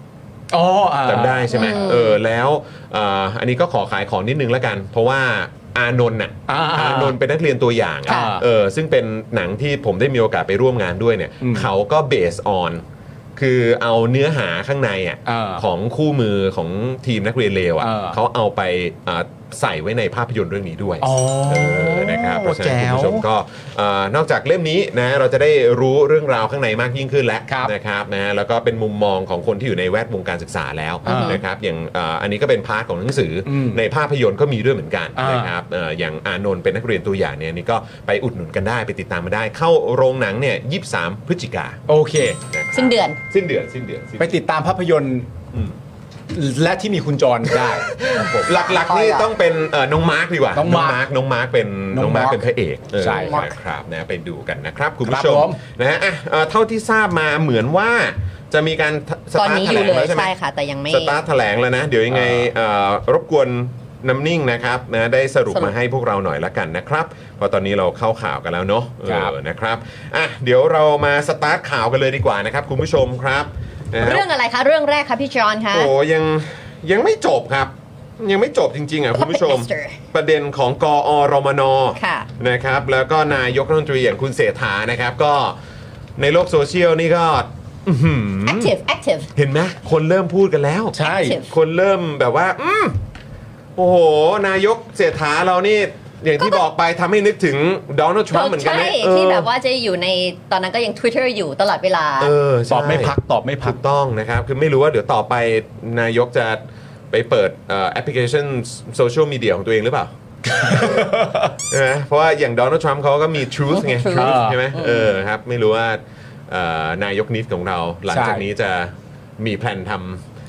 [SPEAKER 4] อ๋ออ่า
[SPEAKER 1] จำได้ใช่ไหมเออแล้วเอ่ออันนี้ก็ขอขายของนิดนึงแล้วกัน เพราะว่าอานนท์น่ะ
[SPEAKER 4] อ่า
[SPEAKER 1] อานนท์เป็นนักเรียนตัวอย่างอะ
[SPEAKER 4] ค่ะ
[SPEAKER 1] เออซึ่งเป็นหนังที่ผมได้มีโอกาสไปร่วมงานด้วยเนี่ย
[SPEAKER 4] อืม
[SPEAKER 1] เขาก็เบสออนคือเอาเนื้อหาข้างในอ่ะ
[SPEAKER 4] อ่า
[SPEAKER 1] ของคู่มือของทีมนักเรียนเลวอ่ะ
[SPEAKER 4] อ่า
[SPEAKER 1] เขาเอาไปอ่าใส่ไว้ในภาพยนตร์เรื่องนี้ด้วย
[SPEAKER 4] อ๋อ
[SPEAKER 1] เออนะครับเพราะฉะนั้น
[SPEAKER 4] แจ๋
[SPEAKER 1] คุณ
[SPEAKER 4] ว
[SPEAKER 1] ผู้ชมก็เอ่อนอกจากเล่มนี้นะเราจะได้รู้เรื่องราวข้างในมากยิ่งขึ้นแล้ว
[SPEAKER 4] ครับ
[SPEAKER 1] นะครับนะแล้วก็เป็นมุมมองของคนที่อยู่ในแวดวงการศึกษาแล้ว
[SPEAKER 4] อ่าน
[SPEAKER 1] นะครับอย่างเอ่ออันนี้ก็เป็นพาร์ทของหนังสืออ
[SPEAKER 4] ม
[SPEAKER 1] ในภาพยนตร์ก็มีด้วยเหมือนกัน
[SPEAKER 4] อ่าน
[SPEAKER 1] นะครับเอ่ออย่างอานนท์เป็นนักเรียนตัวอย่างเนี่ยอันนี่ก็ไปอุดหนุนกันได้ไปติดตามมาได้ เข้าโรงหนังเนี่ย23 พฤศจิกา
[SPEAKER 4] โอเค
[SPEAKER 1] นะครับ
[SPEAKER 3] สิ้นเดือน
[SPEAKER 1] สิ้นเดือนสิ้นเดือนสิ้น
[SPEAKER 4] ไป
[SPEAKER 1] เดือน
[SPEAKER 4] ติดตามภาพยนตร์
[SPEAKER 1] อืม
[SPEAKER 4] และที่มีคุณจรได้
[SPEAKER 1] หลักๆนี่ต้องเป็นเอ่อน้องมาร์คดีกว่า
[SPEAKER 4] น้องมาร์ค
[SPEAKER 1] น้องมาร์คเป็นน้
[SPEAKER 4] น้
[SPEAKER 1] อ
[SPEAKER 4] อง ง
[SPEAKER 1] มา
[SPEAKER 4] มาร์
[SPEAKER 1] ร์ค
[SPEAKER 4] ค
[SPEAKER 1] เป็นพระเอกเออ
[SPEAKER 4] ใช่
[SPEAKER 1] ครับครับนะไปดูกันนะครับคุณ
[SPEAKER 4] ครั
[SPEAKER 1] ผู้
[SPEAKER 4] บ
[SPEAKER 1] ช
[SPEAKER 4] ผม ม
[SPEAKER 1] นะฮะอ่ะเอ่อเท่าที่ทราบมาเหมือนว่าจะมีการส
[SPEAKER 3] ตอน
[SPEAKER 1] ตาร์ท
[SPEAKER 3] นี้
[SPEAKER 1] แถ
[SPEAKER 3] อ
[SPEAKER 1] ล
[SPEAKER 3] ยู่
[SPEAKER 1] ง
[SPEAKER 3] เล
[SPEAKER 1] แล้ว
[SPEAKER 3] ย
[SPEAKER 1] ใช่ไหม
[SPEAKER 3] ใช่ค่ะ แต่ยังไม่
[SPEAKER 1] สตาร์ทแถลงแล้วนะ เดี๋ยวยังไงเอ่อรบกวนน้ำนิ่งนะครับนะได้สรุป
[SPEAKER 3] สรุป
[SPEAKER 1] มาให้พวกเราหน่อยละกันนะครับเพราะตอนนี้เราเข้าข่าวกันแล้วเนาะเออ
[SPEAKER 4] ครับ
[SPEAKER 1] นะครับอ่ะเดี๋ยวเรามาสตาร์ทข่าวกันเลยดีกว่านะครับคุณผู้ชมครับนะฮะ
[SPEAKER 3] เรื่องอะไรคะ เรื่องแรกคะพี่จอนคะ
[SPEAKER 1] โอ้ยังยังไม่จบครับ ยังไม่จบจริง ๆ อ่ะ คุณผู้ชม
[SPEAKER 3] Puppet Master
[SPEAKER 1] ประเด็นของกอรมน
[SPEAKER 3] ค่ะ
[SPEAKER 1] นะครับ แล้วก็นายกรัฐมนตรีอย่างคุณเศรษฐานะครับ ก็ในโลกโซเชียลนี่ก็อื้อหือ
[SPEAKER 3] active active
[SPEAKER 1] เห็นไหมคนเริ่มพูดกันแล้ว
[SPEAKER 4] ใช่
[SPEAKER 3] active
[SPEAKER 1] คนเริ่มแบบว่า อืมโอ้โห นายกเศรษฐาเรานี่ อย่างที่บอกไปทำให้นึกถึงโดนัลด์ทรัมป์เหมือนกัน
[SPEAKER 3] ใช่
[SPEAKER 1] นะ
[SPEAKER 3] ที่
[SPEAKER 1] เออ
[SPEAKER 3] แบบว่าจะอยู่ในตอนนั้นก็ยัง Twitter อยู่ตลอดเวลา
[SPEAKER 1] เออ
[SPEAKER 4] ต
[SPEAKER 1] ใช่
[SPEAKER 4] อบไม่พักตอบไม่พั
[SPEAKER 1] ถู
[SPEAKER 4] ก
[SPEAKER 1] กต้องนะครับ คือไม่รู้ว่าเดี๋ยวต่อไปนายกจะไปเปิดแอปพลิเคชันโซเชียลมีเดียของตัวเองหรือเป ล่า ใช่ไหมเพราะว่าอย่างโดนัลด์ทรัมป์เขาก็มี truth ไง
[SPEAKER 3] Truth
[SPEAKER 1] truth
[SPEAKER 4] อ่า
[SPEAKER 1] ใช่ไหมเออครับ ไม่รู้ว่าเอ่อนายกนิดของเรา หลังจาก
[SPEAKER 4] ใช่
[SPEAKER 1] นี้จะมีแผนท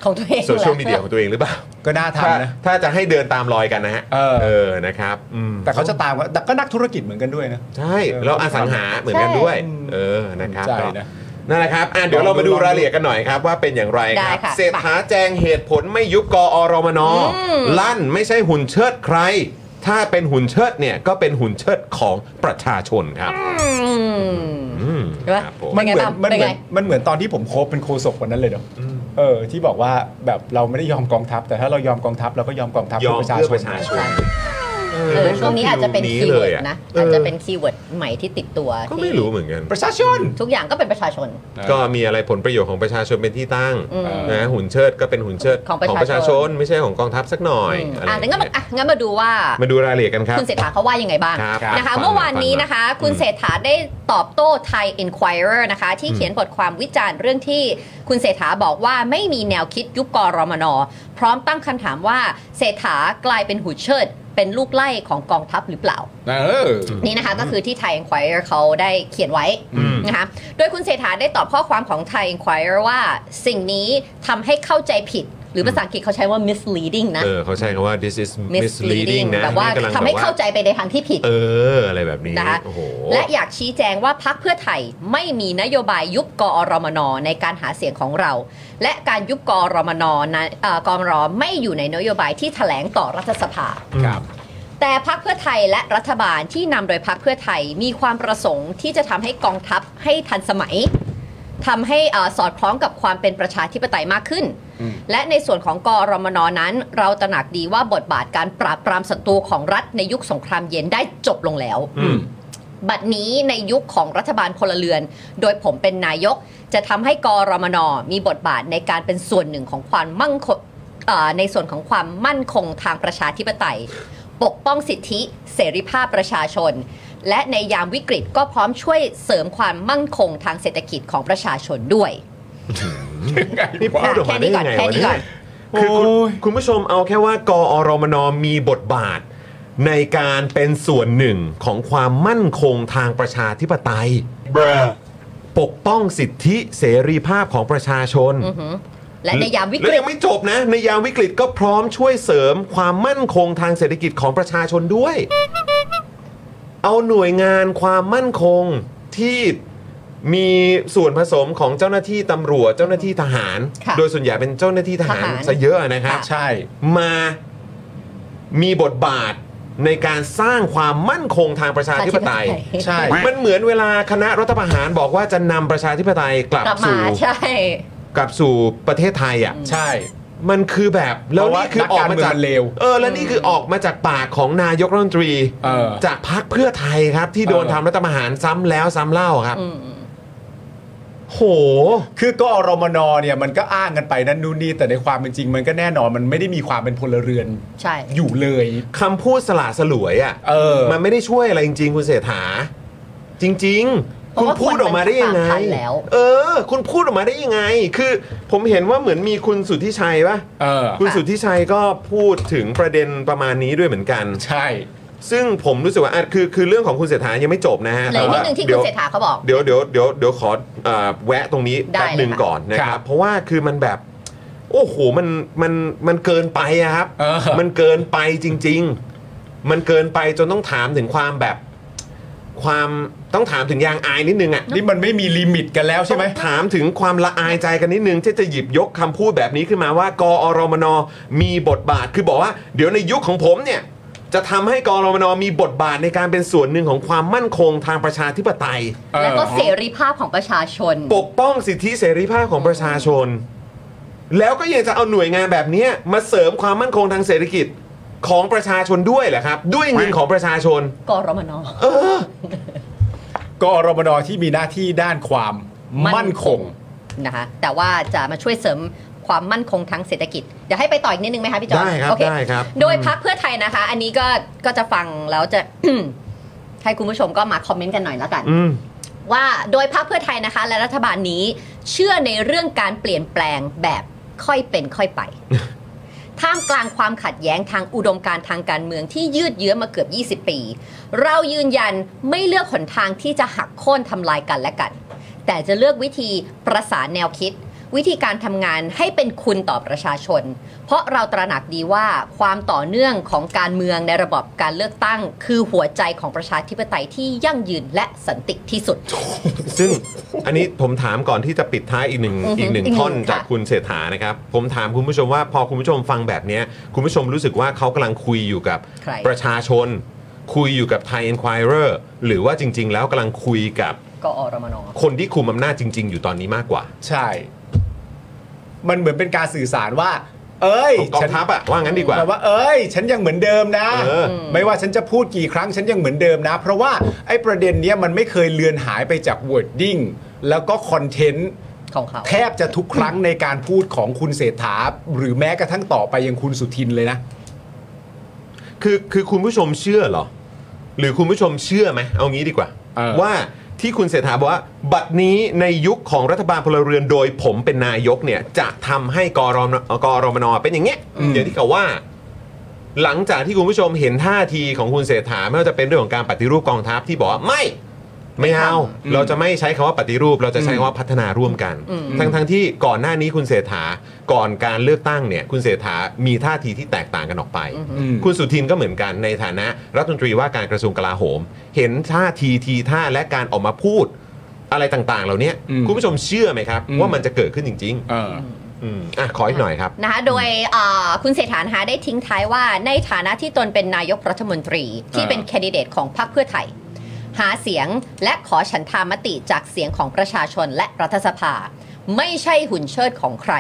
[SPEAKER 3] ของตัวเอง
[SPEAKER 1] ำโซเชียลมีเดียของตัวเองหรือเปล่า
[SPEAKER 4] ก็น่า
[SPEAKER 1] ถ้า
[SPEAKER 4] ทำนะ
[SPEAKER 1] ถ้าจะให้เดินตามรอยกันนะฮะ
[SPEAKER 4] เออ
[SPEAKER 1] นะครับอืม
[SPEAKER 4] แต่เขาจะตามว่าแต่ก็นักธุรกิจเหมือนกันด้วยนะ
[SPEAKER 1] ใช่แล้วอสังหาเหมือนกันด้วย เออนะครับ
[SPEAKER 4] ใช่
[SPEAKER 1] ก็
[SPEAKER 4] นะ
[SPEAKER 1] นั่นแหละครับอ่ะเดี๋ยวเรามาดูรายละเอียดกันหน่อยครับว่าเป็นอย่างไรครั
[SPEAKER 3] ได้
[SPEAKER 1] บ
[SPEAKER 3] ค่ะ
[SPEAKER 1] เศรษฐาแจงเหตุผลไม่ยุบกอรมน ลั่นไม่ใช่หุ่นเชิดใคร ถ้าเป็นหุ่นเชิดเนี่ยก็เป็นหุ่นเชิดของประชาชนครับอืม
[SPEAKER 3] เห็นไหม
[SPEAKER 1] ครับผม
[SPEAKER 3] เป็
[SPEAKER 4] มัน น
[SPEAKER 3] ไง
[SPEAKER 4] เห
[SPEAKER 3] ตาน ม
[SPEAKER 4] มือ
[SPEAKER 3] เป็นไง
[SPEAKER 4] มันเหมือนมันเหมือนตอนที่ผมโคบเป็นโคศกวันนั้นเลยเนอะเออ ที่บอกว่าแบบเราไม่ได้ยอมกองทัพ แต่ถ้าเรายอมกองทัพเราก็ยอมกองทัพ
[SPEAKER 1] ยอม
[SPEAKER 4] เพื่อประชาช
[SPEAKER 1] เพื่อน ประชาชน
[SPEAKER 3] เออช่วงนี้อาจจะเป็นคีย์เวิร์ดนะ
[SPEAKER 1] เออ
[SPEAKER 3] อาจจะเป็นคีย์เวิร์ดใหม่ที่ติดตัว
[SPEAKER 1] ก็
[SPEAKER 3] ที่
[SPEAKER 1] ไม่รู้เหมือนกัน
[SPEAKER 4] ประชาชน
[SPEAKER 3] ทุกอย่างก็เป็นประชาชน
[SPEAKER 1] ก็มีอะไรผลประโยชน์ของประชาชนเป็นที่ตั้ง
[SPEAKER 3] อืม
[SPEAKER 1] นะหุ่นเชิดก็เป็นหุ่นเชิด
[SPEAKER 3] ของประชาชน
[SPEAKER 1] ชน ไม่ใช่ของกองทัพสักหน่อย
[SPEAKER 3] อืม
[SPEAKER 1] อะไร
[SPEAKER 3] อ่ะงั้นก็มาอ่ะงั้นมาดูว่า
[SPEAKER 1] มาดูรายละเอียดกันครับ
[SPEAKER 3] คุณเศรษฐาเขาว่ายังไงบ้าง
[SPEAKER 1] ครับ
[SPEAKER 3] นะ
[SPEAKER 1] ครั
[SPEAKER 3] คะ
[SPEAKER 1] บ
[SPEAKER 3] เมื่อวานนี้
[SPEAKER 1] ฟังหน่อย
[SPEAKER 3] นะคะ คุณ
[SPEAKER 1] อืม
[SPEAKER 3] เศรษฐาได้ตอบโต้ไทย Inquirer นะคะ ที่เขียนบทความวิจารณ์เรื่องที่คุณเศรษฐาบอกว่าไม่มีแนวคิดยุบกรมน พร้อมตั้งคำถามว่าเศรษฐากลายเป็นหูเชิด เป็นลูกไล่ของกองทัพหรือเปล่า
[SPEAKER 4] เออ
[SPEAKER 3] นี่นะคะก็คือที่ Thai Enquirer เขาได้เขียนไว้
[SPEAKER 1] อืม
[SPEAKER 3] นะคะ โดยคุณเศรษฐาได้ตอบข้อความของ Thai Enquirer ว่าสิ่งนี้ทำให้เข้าใจผิด หรือภาษาอังกฤษเขาใช้ว่า misleading นะ
[SPEAKER 1] เออเขาใช้คำว่า this is misleading นะ
[SPEAKER 3] แบบว่า
[SPEAKER 1] นี่กำลัง
[SPEAKER 3] ทำให้
[SPEAKER 1] แบบว่
[SPEAKER 3] เข้าใจไปในทางที่ผิด
[SPEAKER 1] เออ อะไรแบบนี้
[SPEAKER 3] นะคะ
[SPEAKER 1] โอ้โห
[SPEAKER 3] และอยากชี้แจงว่าพักเพื่อไทยไม่มีนโยบายยุบกอรมนในการหาเสียงของเรา และการยุบกอรมนนะเอ่อกอมรไม่อยู่ในนโยบายที่แถลงต่อรัฐสภา
[SPEAKER 4] ครับ
[SPEAKER 3] แต่พักเพื่อไทยและรัฐบาลที่นำโดยพักเพื่อไทยมีความประสงค์ที่จะทำให้กองทัพให้ทันสมัยทำให้เอ่อสอดคล้องกับความเป็นประชาธิปไตยมากขึ้น
[SPEAKER 4] อืม
[SPEAKER 3] และในส่วนของกอรมนนั้น เราตระหนักดีว่าบทบาทการปราบปรามศัตรูของรัฐในยุคสงครามเย็นได้จบลงแล้ว
[SPEAKER 1] อืม
[SPEAKER 3] บัดนี้ในยุคของรัฐบาลพลเรือน โดยผมเป็นนายก จะทำให้กรมนมีบทบาทในการเป็นส่วนหนึ่งของความมั่งคงเอ่อในส่วนของความมั่นคงทางประชาธิปไตย ปกป้องสิทธิเสรีภาพประชาชน และในยามวิกฤตก็พร้อมช่วยเสริมความมั่นคงทางเศรษฐกิจของประชาชนด้วย
[SPEAKER 1] นี่พูดออกมาได้ยังไง
[SPEAKER 3] แค่
[SPEAKER 1] วะ
[SPEAKER 3] นี้
[SPEAKER 1] เนี่
[SPEAKER 3] ก่อย น
[SPEAKER 1] คือคุณคุณผู้ชมเอาแค่ว่ากอรมนมีบทบาท ในการเป็นส่วนหนึ่งของความมั่นคงทางประชาธิปไตย ปกป้องสิทธิเสรีภาพของประชาชน
[SPEAKER 3] อือหือและในยามวิก
[SPEAKER 1] และ
[SPEAKER 3] ฤต
[SPEAKER 1] ยังไม่จบนะ ในยามวิกฤตก็พร้อมช่วยเสริมความมั่นคงทางเศรษฐกิจของประชาชนด้วย เอาหน่วยงานความมั่นคงที่มีส่วนผสมของเจ้าหน้าที่ตำรวจเจ้าหน้าที่ทหาร
[SPEAKER 3] ค่ะ
[SPEAKER 1] โดยส่วนใหญ่เป็นเจ้าหน้าที่ทหาร
[SPEAKER 3] ทหาร
[SPEAKER 1] ซะเยอะนะครับ
[SPEAKER 3] ค่ะ
[SPEAKER 4] ใช่
[SPEAKER 1] มามีบทบาทในการสร้างความมั่นคงทางประชาธิปไตย
[SPEAKER 4] ใช่
[SPEAKER 1] มันเหมือนเวลาคณะรัฐประหารบอกว่าจะนำประชาธิปไตยกลับ
[SPEAKER 3] กลับมา
[SPEAKER 1] สู่
[SPEAKER 3] ใช่
[SPEAKER 1] กลับสู่ประเทศไทยอ่ะ
[SPEAKER 4] ใช่
[SPEAKER 1] มันคือแบบแล้ว
[SPEAKER 4] เพราะว่า
[SPEAKER 1] นี่คือออกมาจาก
[SPEAKER 4] นักการเมืองมันเลว
[SPEAKER 1] เออแล้วนี่คือออกมาจากปากของนายกรัฐมนตรี
[SPEAKER 4] เออ
[SPEAKER 1] จากพักเพื่อไทยครับ ที่โดน
[SPEAKER 4] เออ
[SPEAKER 1] ทำรัฐประหารซ้ำแล้วซ้ำเล่าครับ
[SPEAKER 3] อืม
[SPEAKER 1] โห
[SPEAKER 4] คือกอรมนเนี่ยมันก็อ้างกันไปนั่นนู่นนี่แต่ในความเป็นจริง มันก็แน่นอนมันไม่ได้มีความเป็นพลเรือน
[SPEAKER 3] ใช่
[SPEAKER 4] อยู่เลย
[SPEAKER 1] คำพูดสละสลวยอ่ะ
[SPEAKER 4] เออ
[SPEAKER 1] มันไม่ได้ช่วยอะไรจริง ๆ คุณเศรษฐา จริง
[SPEAKER 3] เพ
[SPEAKER 1] ๆ
[SPEAKER 3] ราะ
[SPEAKER 1] คุณ
[SPEAKER 3] ว่า
[SPEAKER 1] พูดออกมาได้ยังไง
[SPEAKER 3] คนมันเป็นสามพันแล้ว
[SPEAKER 1] เออ คุณพูดออกมาได้ยังไง คือ ผมเห็นว่าเหมือนมีคุณสุทธิชัยปะ
[SPEAKER 4] เออ
[SPEAKER 1] คุณสุทธิชัยก็พูดถึงประเด็นประมาณนี้ด้วยเหมือนกัน
[SPEAKER 4] ใช่
[SPEAKER 1] ซึ่งผมรู้สึกว่าอ่ะคือคือเรื่องของคุณเศรษฐายังไม่จบนะฮะ
[SPEAKER 3] เหล
[SPEAKER 1] แต่
[SPEAKER 3] ยนิด
[SPEAKER 1] ว่า
[SPEAKER 3] นึงที่คุ
[SPEAKER 1] เดี๋
[SPEAKER 3] ณ
[SPEAKER 1] ยว
[SPEAKER 3] เศรษฐาเขาบอก
[SPEAKER 1] เดี๋ยวเดี๋ยวเดี๋ยวเดี๋ยวขอเอ่อแวะตรงนี้
[SPEAKER 3] ได้
[SPEAKER 1] แป๊บหนึ่ง
[SPEAKER 3] เลยค่ะ
[SPEAKER 1] ก่อนนะค
[SPEAKER 4] ครั
[SPEAKER 1] รับบ เพราะว่าคือมันแบบ โอ้โหมันมันมันเกินไปอะครับ
[SPEAKER 4] เออ
[SPEAKER 1] มันเกินไปจริง ๆ มันเกินไปจนต้องถามถึงความแบบ ความต้องถามถึงยางอายนิดนึงอะ
[SPEAKER 4] นี่มันไม่มีลิมิตกันแล้วใช่ไหม
[SPEAKER 1] ต้องถามถึงความละอายใจกันนิดนึงที่จะหยิบยกคำพูดแบบนี้ขึ้นมาว่ากอรมนมีบทบาทคือบอกว่า เดี๋ยวในยุคของผมเนี่ย จะทำให้กอรมนมีบทบาทในการเป็นส่วนหนึ่งของความมั่นคงทางประชาธิปไตย
[SPEAKER 3] แล้วก็เสรีภาพของประชาชน
[SPEAKER 1] ปกป้องสิทธิเสรีภาพของประชาชน แล้วก็ยังจะเอาหน่วยงานแบบเนี้ยมาเสริมความมั่นคงทางเศรษฐกิจของประชาชนด้วยเหรอครับ ด้วยเงินของประชาชน
[SPEAKER 3] กรมน
[SPEAKER 4] กอรมนที่มีหน้าที่ด้านความมั่นคง
[SPEAKER 3] นะคะแต่ว่าจะมาช่วยเสริมความมั่นคงทางเศรษฐกิจเดี๋ยวให้ไปต่ออีกนิดนึงไหมคะพี่จอห์น
[SPEAKER 1] ได้ครับ
[SPEAKER 3] โอเ
[SPEAKER 1] ได้ครับ
[SPEAKER 3] โดยพักเพื่อไทยนะคะ อันนี้ก็ก็จะฟังแล้วจะ ให้คุณผู้ชมก็มาคอมเมนต์กันหน่อยแล้วกัน
[SPEAKER 1] อืม
[SPEAKER 3] ว่าโดยพักเพื่อไทยนะคะ และรัฐบาลนี้เชื่อในเรื่องการเปลี่ยนแปลงแบบค่อยเป็นค่อย ไป ท่ามกลางความขัดแย้งทางอุดมการณ์ทางการเมืองที่ยืดเยื้อมาเกือบ 20 ปี เรายืนยันไม่เลือกหนทางที่จะหักโค่นทำลายกันและกัน แต่จะเลือกวิธีประสานแนวคิด วิธีการทำงานให้เป็นคุณต่อประชาชน เพราะเราตระหนักดีว่าความต่อเนื่องของการเมืองในระบอบการเลือกตั้ง คือหัวใจของประชาธิปไตยที่ยั่งยืนและสันติที่สุด
[SPEAKER 1] ซึ่งอันนี้ผมถามก่อนที่จะปิดท้ายอีกหนึ่ง
[SPEAKER 3] อือฮึ
[SPEAKER 1] อีกหนึ่ง
[SPEAKER 3] อีกหนึ่ง
[SPEAKER 1] ท่อน
[SPEAKER 3] ค่ะ
[SPEAKER 1] จากคุณเศรษฐานะครับ ผมถามคุณผู้ชมว่าพอคุณผู้ชมฟังแบบเนี้ยคุณผู้ชมรู้สึกว่าเขากำลังคุยอยู่กับ
[SPEAKER 3] ใคร
[SPEAKER 1] ประชาชน คุยอยู่กับ Thai Enquirer หรือว่าจริง ๆ แล้วกำลังคุยกับ
[SPEAKER 3] กอรมน
[SPEAKER 1] คนที่คุมอำนาจจริง ๆ อยู่ตอนนี้มากกว่า
[SPEAKER 4] ใช่ มันเหมือนเป็นการสื่อสารว่า เอ้ย
[SPEAKER 1] ของกองทัพอะว่างั้นดีกว่า
[SPEAKER 4] แบบว่า เอ้ย ฉันยังเหมือนเดิมนะ
[SPEAKER 1] เออ
[SPEAKER 4] ไม่ว่าฉันจะพูดกี่ครั้งฉันยังเหมือนเดิมนะ เพราะว่าไอ้ประเด็นเนี้ยมันไม่เคยเลือนหายไปจาก wording แล้วก็คอนเทนต์
[SPEAKER 3] ของเขา
[SPEAKER 4] แทบจะทุกครั้งในการพูดของคุณเศรษฐา หรือแม้กระทั่งต่อไปยังคุณสุทินเลยนะ
[SPEAKER 1] คือคือคุณผู้ชมเชื่อเหรอ หรือคุณผู้ชมเชื่อไหมเอางี้ดีกว่า
[SPEAKER 4] เออ
[SPEAKER 1] ว่าที่คุณเศรษฐาบอกว่า บัตรนี้ในยุคของรัฐบาลพลเรือนโดยผมเป็นนายกเนี่ย จะทำให้กรมกรมนเป็นอย่างเงี้ยอย่างที่เขาว่า หลังจากที่คุณผู้ชมเห็นท่าทีของคุณเศรษฐาไม่ว่าจะเป็นเรื่องของการปฏิรูปกองทัพที่บอกว่าไม่ ไม่เอาเราจะไม่ใช้คำว่าปฏิรูป เราจะใช้คำว่าพัฒนาร่วมกัน ทั้งทั้งที่ก่อนหน้านี้คุณเศรษฐาก่อนการเลือกตั้งเนี่ยคุณเศรษฐามีท่าทีที่แตกต่างกันออกไป คุณสุทินก็เหมือนกันในฐานะรัฐมนตรีว่าการกระทรวงกลาโหม เห็นท่าทีทีท่าและการออกมาพูดอะไรต่างๆ เหล่านี้
[SPEAKER 4] อืม
[SPEAKER 1] คุณผู้ชมเชื่อไหมครับ
[SPEAKER 4] อืม
[SPEAKER 1] ว่ามันจะเกิดขึ้นจริง
[SPEAKER 4] เออ
[SPEAKER 1] ๆอืมอ่ะขออีกหน่อยครับ
[SPEAKER 3] นะคะโดยเอ่อคุณเศรษฐานะคะได้ทิ้งท้ายว่าในฐานะที่ตนเป็นนายกรัฐมนตรีที่
[SPEAKER 4] อ่า
[SPEAKER 3] เป็นแคนดิเดตของพรรคเพื่อไทย หาเสียงและขอฉันทามติจากเสียงของประชาชนและรัฐสภา ไม่ใช่หุ่นเชิดของใคร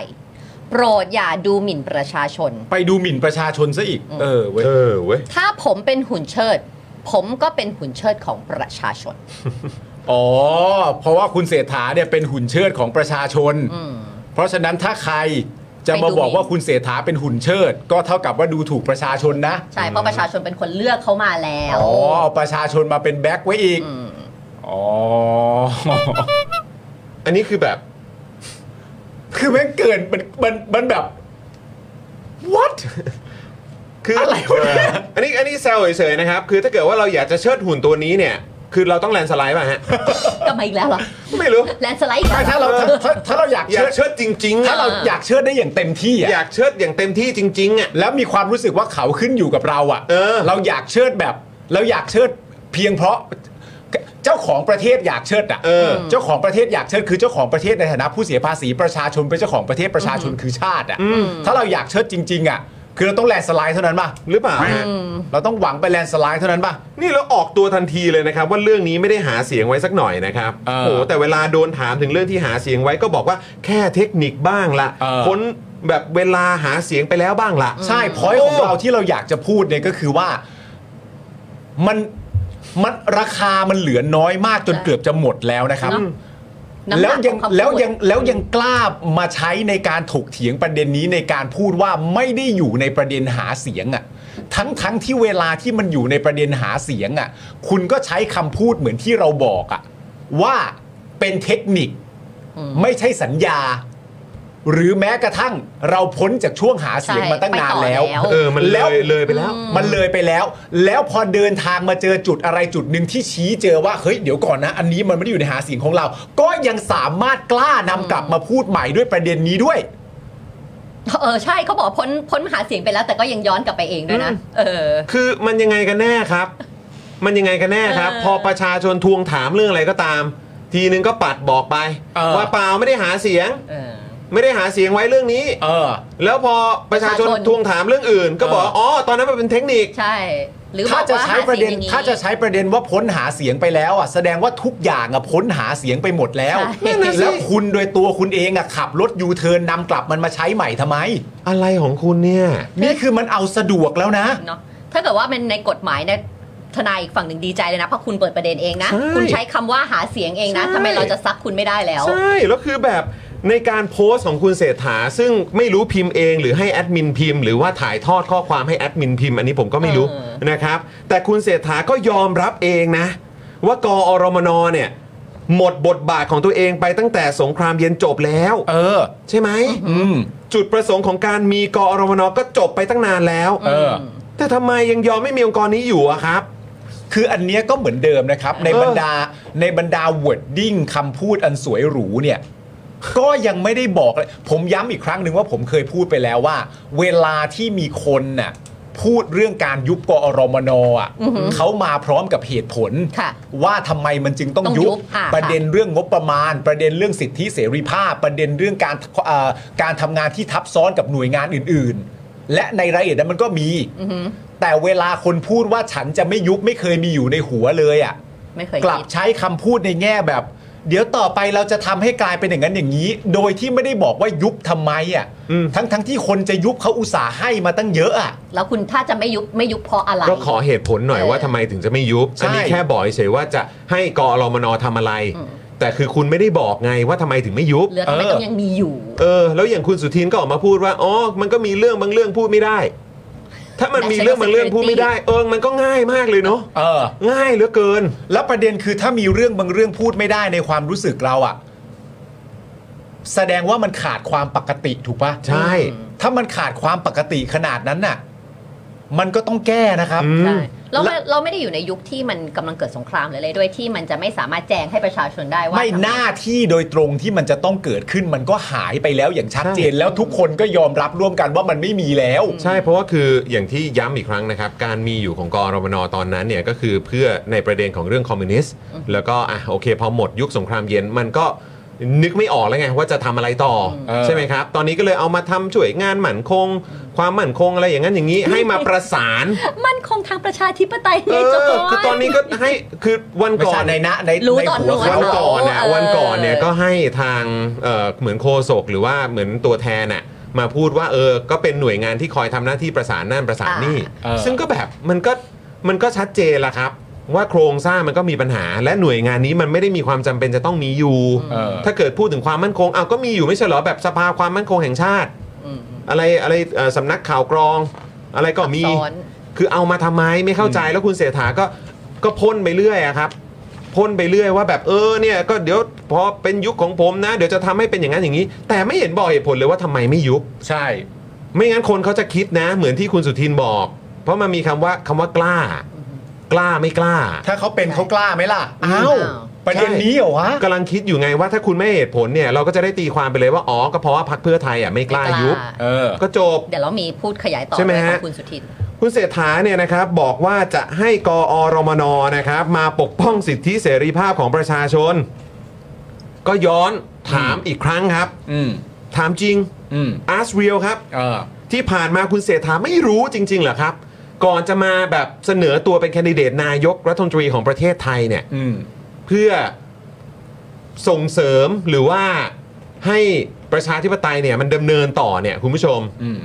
[SPEAKER 3] โปรดอย่าดูหมิ่นประชาชน
[SPEAKER 4] ไปดูหมิ่นประชาชนซะอีก เออเว้ย
[SPEAKER 1] เออเว้ย
[SPEAKER 3] ถ้าผมเป็นหุ่นเชิด ผมก็เป็นหุ่นเชิดของประชาชน
[SPEAKER 4] อ๋อ เพราะว่าคุณเศรษฐาเนี่ยเป็นหุ่นเชิดของประชาชน
[SPEAKER 3] อืม
[SPEAKER 4] เพราะฉะนั้นถ้าใครจะมาบอกว่าคุณเศรษฐาเป็นหุ่นเชิด ก็เท่ากับว่าดูถูกประชาชนนะ
[SPEAKER 3] ใช่เพราะประชาชนเป็นคนเลือกเขามาแล้ว
[SPEAKER 4] อ๋อเอาประชาชนมาเป็นแบ็คไว้อีกอ๋อ
[SPEAKER 1] อันนี้คือแบบ
[SPEAKER 4] คือแม่งเกินมันมันมันแบบ what
[SPEAKER 1] คือ
[SPEAKER 4] อะไรวะเนี่ย
[SPEAKER 1] อันนี้อันนี้แซวเฉยๆนะครับ คือถ้าเกิดว่าเราอยากจะเชิดหุ่นตัวนี้เนี่ย คือเราต้องแลนด์สไลด์ป่ะ ฮะ
[SPEAKER 3] กลับมาอีกแล้วเหรอ
[SPEAKER 1] ไม่รู้
[SPEAKER 3] แลนด์สไลด์อีกแล้ว
[SPEAKER 4] ไม่
[SPEAKER 3] เหรอ
[SPEAKER 4] ถ้าเราถ้าถ้าถ้าเราอยาก
[SPEAKER 1] อยาก
[SPEAKER 4] เชิด
[SPEAKER 1] เชิดจริงๆ
[SPEAKER 4] ถ้า
[SPEAKER 1] อะ
[SPEAKER 4] เราอยากเชิดได้อย่างเต็มที่
[SPEAKER 1] อยา
[SPEAKER 4] อ่ะ
[SPEAKER 1] กเชิดอย่างเต็มที่จริงๆอ่ะ
[SPEAKER 4] แล้วมีความรู้สึกว่าเขาขึ้นอยู่กับเราอ่ะ
[SPEAKER 1] เออ
[SPEAKER 4] เราอยากเชิดแบบ เราอยากเชิดเพียงเพราะเจ้าของประเทศอยากเชิดอ่ะเจ้าของประเทศอยากเชิดคือเจ้าของประเทศในฐานะผู้เสียภาษีประชาชนเป็นเจ้าของประเทศประชาชนคือชาติอ่ะถ้าเราอยากเชิดจริง ๆ อ่ะ คือเราต้องแลนด์สไลด์เท่านั้นป่ะ
[SPEAKER 1] หรือเปล่าฮะ
[SPEAKER 4] เราต้องหวังไปแลนด์สไลด์เท่านั้นป่ะ
[SPEAKER 1] นี่เราออกตัวทันทีเลยนะครับ ว่าเรื่องนี้ไม่ได้หาเสียงไว้สักหน่อยนะครับ
[SPEAKER 4] เออ
[SPEAKER 1] โอ้โหแต่เวลาโดนถามถึงเรื่องที่หาเสียงไว้ก็บอกว่าแค่เทคนิคบ้างละ
[SPEAKER 4] เออ
[SPEAKER 1] พ้นแบบเวลาหาเสียงไปแล้วบ้างละ
[SPEAKER 4] ใช่พอยของเราที่เราอยากจะพูดเนี่ยก็คือว่ามันมันราคามันเหลือน้อยมากจน
[SPEAKER 3] ใช่
[SPEAKER 4] เกือบจะหมดแล้วนะครับ
[SPEAKER 3] เนอะน้ำห
[SPEAKER 4] แล้ว
[SPEAKER 3] นัก
[SPEAKER 4] ยัง
[SPEAKER 3] ของคำพูด
[SPEAKER 4] แล้วยังแล้วยังกล้ามาใช้ในการถกเถียงประเด็นนี้ในการพูดว่าไม่ได้อยู่ในประเด็นหาเสียงอะ่ะทั้งทั้งที่เวลาที่มันอยู่ในประเด็นหาเสียงอะ่ะ คุณก็ใช้คำพูดเหมือนที่เราบอกอะ่ะว่าเป็นเทคนิค ไม่ใช่สัญญา หรือแม้กระทั่งเราพ้นจากช่วงหาเสียง
[SPEAKER 3] ใช่
[SPEAKER 4] มาตั้งนา
[SPEAKER 3] ไป
[SPEAKER 4] น
[SPEAKER 3] ต่อ
[SPEAKER 4] แล้ว
[SPEAKER 3] แล้ว
[SPEAKER 1] เออมันเลยเลยไปแล้ว
[SPEAKER 4] มันเลยไปแล้ว แล้วพอเดินทางมาเจอจุดอะไรจุดหนึ่งที่ชี้เจอว่าเฮ้ยเดี๋ยวก่อนนะ อันนี้มันไม่ได้อยู่ในหาเสียงของเรา ก็ยังสามารถกล้านำกลับมาพูดใหม่ด้วยประเด็นนี้ด้วย
[SPEAKER 3] เออใช่เขาบอกพ้นพ้นหาเสียงไปแล้วแต่ก็ยังย้อนกลับไปเองด้วยนะ เออ
[SPEAKER 1] คือมันยังไงกันแน่ครับ มันยังไงกันแน่ครับ
[SPEAKER 3] เออ
[SPEAKER 1] พอประชาชนทวงถามเรื่องอะไรก็ตาม ทีนึงก็ปัดบอกไป
[SPEAKER 4] เออ
[SPEAKER 1] ว่าเปล่าไม่ได้หาเสียง
[SPEAKER 3] เออ
[SPEAKER 1] ไม่ได้หาเสียงไว้เรื่องนี้
[SPEAKER 4] เออ
[SPEAKER 1] แล้วพอประชาชน
[SPEAKER 3] ประชาชน
[SPEAKER 1] ทวงถามเรื่องอื่น ก็บอก
[SPEAKER 4] เอออ๋
[SPEAKER 1] อ๋อตอนนั้นมันเป็นเทคนิค
[SPEAKER 3] ใช่ หรือ
[SPEAKER 4] ถ้าจะใช้ประเด็น
[SPEAKER 3] บอกว่หสียงอย่ง
[SPEAKER 4] ถ้าจะใช้ประเด็นว่าพ้นหาเสียงไปแล้วอ่ะแสดงว่าทุกอย่างอ่ะพ้นหาเสียงไปหมดแล้ว
[SPEAKER 3] ใช่
[SPEAKER 4] แล้วคุณโดยตัวคุณเองอ่ะขับรถยูเทิร์นนำกลับมันมาใช้ใหม่ทำไม
[SPEAKER 1] อะไรของคุณเนี่ย
[SPEAKER 4] นี่คือมันเอาสะดวกแล้วนะ
[SPEAKER 3] เนาะถ้าเกิดว่ามันในกฎหมายเนี่ยทนายอีกฝั่งหนึ่งดีใจเลยนะเพราะคุณเปิดประเด็นเองนะ
[SPEAKER 1] ใช่
[SPEAKER 3] คุณใช้คำว่าหาเสียงเองนะ
[SPEAKER 1] ใช่
[SPEAKER 3] ทำไมเราจะซักคุณไม่ได้แล้ว
[SPEAKER 1] ใช่ แล้วคือแบบในการโพสต์ของคุณเศรษฐา ซึ่งไม่รู้พิมพ์เองหรือให้แอดมินพิมพ์ หรือว่าถ่ายทอดข้อความให้แอดมินพิมพ์ อันนี้ผมก็ไม่รู้
[SPEAKER 3] เออ
[SPEAKER 1] นะครับ แต่คุณเศรษฐาก็ยอมรับเองนะ ว่ากอรมนเนี่ย หมดบทบาทของตัวเองไปตั้งแต่สงครามเย็นจบแล้ว
[SPEAKER 4] เออ
[SPEAKER 1] ใช่ไหม
[SPEAKER 4] อืม
[SPEAKER 1] จุดประสงค์ของการมีกอรมนก็จบไปตั้งนานแล้ว
[SPEAKER 4] เออ
[SPEAKER 1] แต่ทำไมยังยอมไม่มีองค์กรนี้อยู่อะครับ
[SPEAKER 4] คืออันเนี้ยก็เหมือนเดิมนะครับ ใน
[SPEAKER 1] เออ
[SPEAKER 4] บรรดาในบรรดาว o ร์ดดิ้งคำพูดอันสวยหรูเนี่ย ก็ยังไม่ได้บอกเลยผมย้ำอีกครั้งหนึ่งว่าผมเคยพูดไปแล้วว่า เวลาที่มีคนน่ะพูดเรื่องการยุบกอรมนอ่ะ
[SPEAKER 3] อือหือ
[SPEAKER 4] เขามาพร้อมกับเหตุผล
[SPEAKER 3] ค่ะ
[SPEAKER 4] ว่าทำไมมันจึงต้อง
[SPEAKER 3] ต้องยุ
[SPEAKER 4] ยุ
[SPEAKER 3] บบ อ่า
[SPEAKER 4] ประเด็นเรื่องงบประมาณ ประเด็นเรื่องสิทธิเสรีภาพ ประเด็นเรื่องการเอ่อการทำงานที่ทับซ้อนกับหน่วยงานอื่น ๆ และในรายละเอียดนั้นมันก็มี
[SPEAKER 3] อือหือ
[SPEAKER 4] แต่เวลาคนพูดว่าฉันจะไม่ยุบไม่เคยมีอยู่ในหัวเลยอ่ะ
[SPEAKER 3] ไม่เคย
[SPEAKER 4] กลับ
[SPEAKER 3] คิด
[SPEAKER 4] ใช้คำพูดในแง่แบบ เดี๋ยวต่อไปเราจะทำให้กลายเป็นอย่างนั้นอย่างนี้ โดยที่ไม่ได้บอกว่ายุบทำไมอ่ะทั้งทั้งที่คนจะยุบเขาอุตส่าห์ให้มาตั้งเยอะอ่ะ
[SPEAKER 3] แล้วคุณถ้าจะไม่ยุบไม่ยุบเพราะอะไร
[SPEAKER 1] ก็ขอเหตุผลหน่อย
[SPEAKER 3] เออ
[SPEAKER 1] ว่าทำไมถึงจะไม่ยุบ
[SPEAKER 4] ใช่
[SPEAKER 1] อันนี้แค่บอกเฉยๆว่าจะให้กอรมนทำอะไร
[SPEAKER 3] อืม
[SPEAKER 1] แต่คือคุณไม่ได้บอกไงว่าทำไมถึงไม่ยุบ
[SPEAKER 3] เหลือทำไมต้องยังมีอยู่
[SPEAKER 1] เออแล้วอย่างคุณสุทินก็ออกมาพูดว่าอ๋อมันก็มีเรื่องบางเรื่องพูดไม่ได้ ถ้ามันมีเรื่องบางเรื่องพูดไม่ได้ เออมันก็ง่ายมากเลยเนาะ
[SPEAKER 4] เออ
[SPEAKER 1] ง่ายเหลือเกิน
[SPEAKER 4] แล้วประเด็นคือถ้ามีเรื่องบางเรื่องพูดไม่ได้ในความรู้สึกเราอ่ะ แสดงว่ามันขาดความปกติถูกปะ
[SPEAKER 1] ใช่
[SPEAKER 4] ถ้ามันขาดความปกติขนาดนั้นน่ะ มันก็ต้องแก้นะครับ
[SPEAKER 1] อืม
[SPEAKER 3] ใช่เราไม่
[SPEAKER 4] และ
[SPEAKER 3] เราไม่ได้อยู่ในยุคที่มันกำลังเกิดสงครามหรืออะไรด้วยที่มันจะไม่สามารถแจงให้ประชาชนได้ว่า
[SPEAKER 4] ไม่หน้าที่โดยตรงที่มันจะต้องเกิดขึ้นมันก็หายไปแล้วอย่างชัดเจน แล้วทุกคนก็ยอมรับร่วมกันว่ามันไม่มีแล้ว
[SPEAKER 1] ใช่เพราะว่าคืออย่างที่ย้ำอีกครั้งนะครับ การมีอยู่ของกอรมนตอนนั้นเนี่ยก็คือเพื่อในประเด็นของเรื่องคอมมิวนิสต์แล้วก็อ่ะโอเค พอหมดยุคสงครามเย็นมันก็นึกไม่ออกแล้วไงว่าจะทำอะไรต่ออ
[SPEAKER 4] ม
[SPEAKER 1] ใช่ไหมครับ ตอนนี้ก็เลยเอามาทำช่วยงานหมั่นคง ความหมั่นคงอะไรอย่างนั้นอย่างนี้ ให้มาประสาน
[SPEAKER 3] มันคงทางประชาธิปไตย
[SPEAKER 1] เอ
[SPEAKER 3] ไง
[SPEAKER 1] อ
[SPEAKER 3] จอย
[SPEAKER 1] คือตอนนี้ก็ให้คือวัน
[SPEAKER 4] ไม่
[SPEAKER 1] ก่อ
[SPEAKER 4] ใช่
[SPEAKER 1] น
[SPEAKER 4] ในนะใน
[SPEAKER 3] รู้
[SPEAKER 4] ใน
[SPEAKER 3] ตอน
[SPEAKER 4] หัว
[SPEAKER 3] รู้
[SPEAKER 4] เขา
[SPEAKER 1] วัน
[SPEAKER 3] เ
[SPEAKER 1] ก่อนเนี่ย
[SPEAKER 3] เออ
[SPEAKER 1] วันก่อนเนี่ย
[SPEAKER 3] เออ
[SPEAKER 1] ก็ให้ทางเอ่อเหมือนโคศกหรือว่าเหมือนตัวแทนน่ะมาพูดว่าเออก็เป็นหน่วยงานที่คอยทำหน้าที่ประสานนั่นประสานนี่
[SPEAKER 4] เออ
[SPEAKER 1] ซึ่งก็แบบมันก็มันก็ชัดเจนละครับ ว่าโครงสร้างมันก็มีปัญหา และหน่วยงานนี้มันไม่ได้มีความจำเป็นจะต้องมีอยู่
[SPEAKER 4] เออ
[SPEAKER 1] ถ้าเกิดพูดถึงความมั่นคงเอาวก็มีอยู่ไม่ใช่เหรอแบบสภาความมั่นคงแห่งชาติ
[SPEAKER 3] อืม
[SPEAKER 1] อะไรอะไรเอ่อสำนักข่าวกรอง อะไรก็มี
[SPEAKER 3] ซ้อน
[SPEAKER 1] คือเอามาทำไมไม่เข้าใจแล้วคุณเสถาก็ก็พ่นไปเรื่อยอะครับพ่นไปเรื่อยว่าแบบเออเนี่ยก็เดี๋ยวพอเป็นยุคของผมนะ เดี๋ยวจะทำให้เป็นอย่างนั้นอย่างนี้ แต่ไม่เห็นบอกเหตุผลเลยว่าทำไมไม่ยุบ
[SPEAKER 4] ใช่
[SPEAKER 1] ไม่งั้นคนเขาจะคิดนะ เหมือนที่คุณสุทินบอก เพราะมันมีคำว่าคำว่ากล้า กล้าไม่กล้า
[SPEAKER 4] ถ้าเขาเป็นเขากล้าไหมล่ะอ้าว
[SPEAKER 3] อ้าว
[SPEAKER 4] ประเด็นนี้เหรอวะ
[SPEAKER 1] กำลังคิดอยู่ไงว่าถ้าคุณไม่ให้เหตุผลเนี่ย เราก็จะได้ตีความไปเลยว่าอ๋อก็เพราะว่าพรรคเพื่อไทยอ่ะไม่กล้ายุบ
[SPEAKER 4] เออ
[SPEAKER 1] ก็จบ
[SPEAKER 3] เดี๋ยวเรามีพูดขยายต่อ
[SPEAKER 1] ใช่ไหม
[SPEAKER 3] ด้วยขอ
[SPEAKER 1] ฮะ
[SPEAKER 3] งคุณสุทิน
[SPEAKER 1] คุณเศรษฐาเนี่ยนะครับบอกว่าจะให้กอรมนนะครับมาปกป้องสิทธิเสรีภาพของประชาชน ก็ย้อนถามอีกครั้งครับ
[SPEAKER 4] อืม
[SPEAKER 1] ถามจริง
[SPEAKER 4] อืม
[SPEAKER 1] ask real ครับ
[SPEAKER 4] เออ
[SPEAKER 1] ที่ผ่านมาคุณเศรษฐาไม่รู้จริงๆเหรอครับ ก่อนจะมาแบบเสนอตัวเป็นแคนดิเดตนายกรัฐมนตรีของประเทศไทยเนี่ย
[SPEAKER 4] อืม
[SPEAKER 1] เพื่อส่งเสริมหรือว่าให้ประชาธิปไตยเนี่ยมันดำเนินต่อเนี่ยคุณผู้ชม
[SPEAKER 4] อืม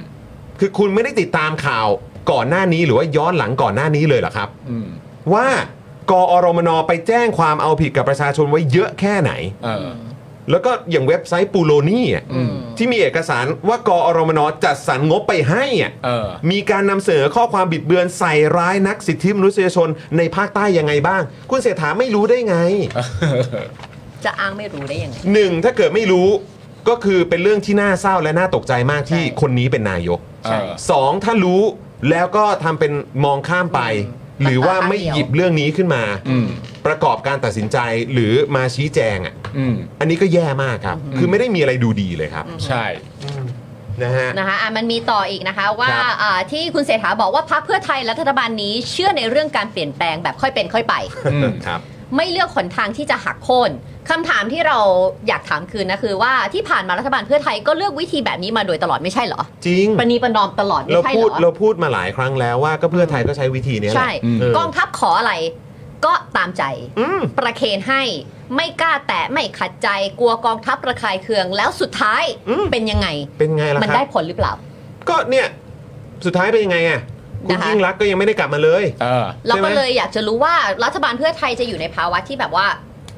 [SPEAKER 1] คือคุณไม่ได้ติดตามข่าวก่อนหน้านี้หรือว่าย้อนหลังก่อนหน้านี้เลยเหรอครับ
[SPEAKER 4] อืม
[SPEAKER 1] ว่ากอรมนไปแจ้งความเอาผิดกับประชาชนไว้เยอะแค่ไหน
[SPEAKER 4] เออ
[SPEAKER 1] แล้วก็อย่างเว็บไซต์ปูโลนี่อะ
[SPEAKER 4] อืม
[SPEAKER 1] ที่มีเอกสารว่ากอรมนจัดสรรงบไปให้อะ
[SPEAKER 4] เออ
[SPEAKER 1] มีการนำเสนอข้อความบิดเบือนใส่ร้ายนักสิทธิมนุษยชนในภาคใต้ยังไงบ้าง คุณเสถาไม่รู้ได้ไง
[SPEAKER 3] จะอ้างไม่รู้ได้ยังไง
[SPEAKER 1] หนึ่งถ้าเกิดไม่รู้ก็คือเป็นเรื่องที่น่าเศร้าและน่าตกใจมากที่
[SPEAKER 3] ใช่
[SPEAKER 1] คนนี้เป็นนายก
[SPEAKER 4] ใช่
[SPEAKER 1] สองถ้ารู้แล้วก็ทำเป็นมองข้ามไป
[SPEAKER 3] อืม
[SPEAKER 1] หรือว่าไม่
[SPEAKER 3] ตัดตาข้างเดียว
[SPEAKER 1] หยิบเรื่องนี้ขึ้นมา
[SPEAKER 4] อืม
[SPEAKER 1] ประกอบการตัดสินใจหรือมาชี้แจงอ่ะ
[SPEAKER 4] อืม
[SPEAKER 1] อันนี้ก็แย่มากครับ คือไม่ได้มีอะไรดูดีเลยครับ
[SPEAKER 4] ใช่
[SPEAKER 1] นะฮะ
[SPEAKER 3] นะคะอ่ะมันมีต่ออีกนะคะว่า
[SPEAKER 1] ครับ
[SPEAKER 3] อ่าที่คุณเศรษฐาบอกว่าพรรคเพื่อไทยและรัฐบาลนี้ เชื่อในเรื่องการเปลี่ยนแปลงแบบค่อยเป็น ค่อยไป
[SPEAKER 4] อืม
[SPEAKER 1] ครับ
[SPEAKER 3] ไม่เลือกหนทางที่จะหักโค่นคำถามที่เราอยากถามคืนนะคือว่าที่ผ่านมารัฐบาลเพื่อไทยก็เลือกวิธีแบบนี้มาโดยตลอดไม่ใช่เหรอ
[SPEAKER 1] จริง
[SPEAKER 3] ประนีประนอมตลอดไม่
[SPEAKER 1] เรา
[SPEAKER 3] ใช่เห
[SPEAKER 1] พู
[SPEAKER 3] ร
[SPEAKER 1] ด
[SPEAKER 3] อ
[SPEAKER 1] เราพูดมาหลายครั้งแล้วว่าก็เพื่อไทยก็ใช้วิธีเนี้ยแหละ
[SPEAKER 3] ใช่
[SPEAKER 4] อืม
[SPEAKER 1] เ
[SPEAKER 3] กองทัพขออะไรก็ตามใจ
[SPEAKER 1] อืม
[SPEAKER 3] ประเคนให้ไม่กล้าแตะไม่ขัดใจกลัวกองทัพระคายเคือง แล้วสุดท้าย
[SPEAKER 1] อืม
[SPEAKER 3] เป็นยังไง
[SPEAKER 1] เป็นไงล่ะ
[SPEAKER 3] มัน
[SPEAKER 1] ค
[SPEAKER 3] ได้
[SPEAKER 1] รับ
[SPEAKER 3] ผลหรือเปล่า
[SPEAKER 1] ก็เนี่ยสุดท้ายเป็นยังไงอ่ะคุณ
[SPEAKER 3] นะคะ
[SPEAKER 1] ยิ่งรักษณ์ก็ยังไม่ได้กลับมาเลย
[SPEAKER 4] เออ
[SPEAKER 3] เราก็
[SPEAKER 1] ใช่ไหม
[SPEAKER 3] เลยอยากจะรู้ว่ารัฐบาลเพื่อไทยจะอยู่ในภาวะที่แบบว่า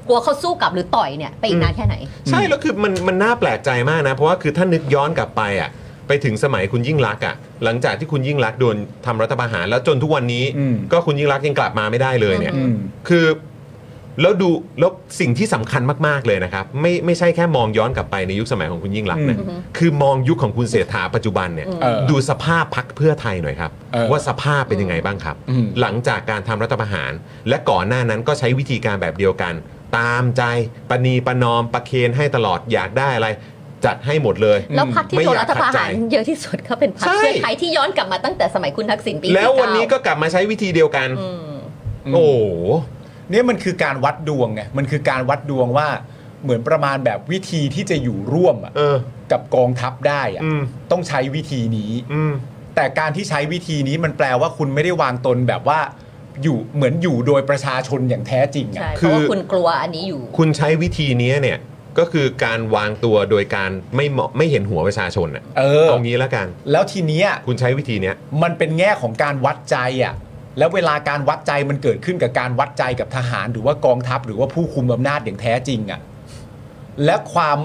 [SPEAKER 3] กลัวเขาสู้กลับหรือต่อยเนี่ยไปอีกนาน
[SPEAKER 1] อืม
[SPEAKER 3] แค่ไหน
[SPEAKER 1] ใช่แล้วคือมันมันน่าแปลกใจมากนะ เพราะว่าคือถ้านึกย้อนกลับไปอ่ะไปถึงสมัยคุณยิ่งรักษณ์อ่ะหลังจากที่คุณยิ่งรักษณ์โดนทำรัฐประหารแล้วจนทุกวันนี้
[SPEAKER 4] อืม
[SPEAKER 1] ก็คุณยิ่งรักษณ์ยังกลับมาไม่ได้เลยเนี่ย
[SPEAKER 4] อืม
[SPEAKER 1] คือแล้วดูแล้วสิ่งที่สำคัญมากๆเลยนะครับ ไม่ไม่ใช่แค่มองย้อนกลับไปในยุคสมัยของคุณยิ่งรักษณ์นะ
[SPEAKER 3] อือฮึ
[SPEAKER 1] คือมองยุคของคุณเศรษฐาปัจจุบันเนี่ย
[SPEAKER 3] อืม
[SPEAKER 4] เออ
[SPEAKER 1] ดูสภาพพักเพื่อไทยหน่อยครับ
[SPEAKER 4] เออ
[SPEAKER 1] ว่าสภาพเป็นยังไงบ้างครับ
[SPEAKER 4] อืม
[SPEAKER 1] หลังจากการทำรัฐประหาร และก่อนหน้านั้นก็ใช้วิธีการแบบเดียวกัน ตามใจปณีประนอมประเคนให้ตลอดอยากได้อะไร จัดให้หมดเลย
[SPEAKER 3] แล้วพักที่
[SPEAKER 1] ไม่
[SPEAKER 3] โดน
[SPEAKER 1] อยา
[SPEAKER 3] รั
[SPEAKER 1] ก
[SPEAKER 3] ฐประหาร
[SPEAKER 1] ขัดใจ
[SPEAKER 3] เยอะที่สุดก็เป็นพัก
[SPEAKER 1] ใช่
[SPEAKER 3] เพื่อไทยที่ย้อนกลับมาตั้งแต่สมัยคุณทักษิณปี
[SPEAKER 1] แล้ววันนี้
[SPEAKER 3] 49
[SPEAKER 1] ก็กลับมาใช้วิธีเดียวกัน
[SPEAKER 3] อืม
[SPEAKER 1] โอ้โห
[SPEAKER 4] เนี่ยมันคือการวัดดวงไงมันคือการวัดดวงว่าเหมือนประมาณแบบวิธีที่จะอยู่ร่วมอะ
[SPEAKER 1] เออ
[SPEAKER 4] กับกองทัพได้อะ
[SPEAKER 1] อืม
[SPEAKER 4] ต้องใช้วิธีนี้
[SPEAKER 1] อืม
[SPEAKER 4] แต่การที่ใช้วิธีนี้มันแปลว่าคุณไม่ได้วางตนแบบว่าอยู่เหมือนอยู่โดยประชาชนอย่างแท้จริงอะ
[SPEAKER 3] ใช่
[SPEAKER 1] คือ
[SPEAKER 3] เพราะว่าคุณกลัวอันนี้อยู่
[SPEAKER 1] คุณใช้วิธีเนี้ยเนี่ย ก็คือการวางตัวโดยการไม่เหมาะไม่เห็นหัวประชาชนอ่ะ
[SPEAKER 4] เออ
[SPEAKER 1] เอางี้แล้วกัน
[SPEAKER 4] แล้วทีเนี้ย
[SPEAKER 1] คุณใช้วิธีเนี้ย
[SPEAKER 4] มันเป็นแง่ของการวัดใจอ่ะ แล้วเวลาการวัดใจมันเกิดขึ้นกับการวัดใจกับทหาร หรือว่ากองทัพหรือว่าผู้คุมอำนาจอย่างแท้จริงอ่ะ และความ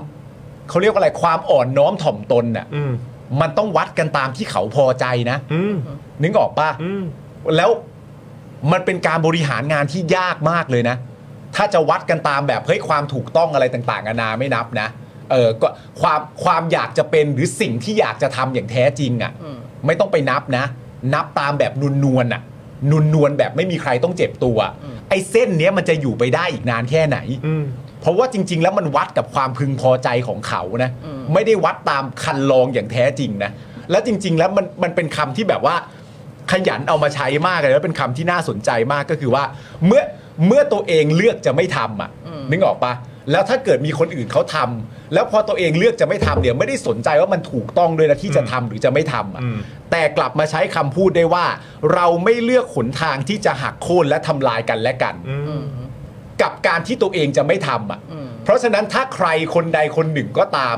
[SPEAKER 4] เขาเรียกว่าอะไรความอ่อนน้อมถ่อมตนอ่ะ
[SPEAKER 1] อืม
[SPEAKER 4] มันต้องวัดกันตามที่เขาพอใจนะ
[SPEAKER 1] อืม
[SPEAKER 4] นึกออกปะ
[SPEAKER 1] อืม
[SPEAKER 4] แล้วมันเป็นการบริหารงานที่ยากมากเลยนะ ถ้าจะวัดกันตามแบบเฮ้ยความถูกต้องอะไรต่างๆนานาไม่นับนะเออก็ความความอยากจะเป็นหรือสิ่งที่อยากจะทำอย่างแท้จริงอ่ะ
[SPEAKER 3] อืม
[SPEAKER 4] ไม่ต้องไปนับนะ นับตามแบบนุนนวลๆอ่ะ นุนนวลแบบไม่มีใครต้องเจ็บตัว ไอ้เส้นเนี้ยมันจะอยู่ไปได้อีกนานแค่ไหน
[SPEAKER 1] อืม
[SPEAKER 4] เพราะว่าจริง ๆ แล้วมันวัดกับความพึงพอใจของเขานะ
[SPEAKER 3] อืม
[SPEAKER 4] ไม่ได้วัดตามคันลองอย่างแท้จริงนะ และจริง ๆ แล้วมันมันเป็นคำที่แบบว่า ขยันเอามาใช้มากเลยแล้วเป็นคำที่น่าสนใจมากก็คือว่า เมื่อเมื่อตัวเองเลือกจะไม่ทำอ่ะนึกออกปะแล้วถ้าเกิดมีคนอื่นเขาทำแล้วพอตัวเองเลือกจะไม่ทำเนี่ยไม่ได้สนใจว่ามันถูกต้องด้วยนะที่จะทำหรือจะไม่ทำอ่ะ
[SPEAKER 1] อืม
[SPEAKER 4] แต่กลับมาใช้คำพูดได้ว่า เราไม่เลือกหนทางที่จะหักโค่นและทำลายกันและกัน
[SPEAKER 1] อืม
[SPEAKER 3] อืม
[SPEAKER 4] กับการที่ตัวเองจะไม่ทำอ่ะ
[SPEAKER 3] อืม
[SPEAKER 4] เพราะฉะนั้นถ้าใครคนใดคนหนึ่งก็ตาม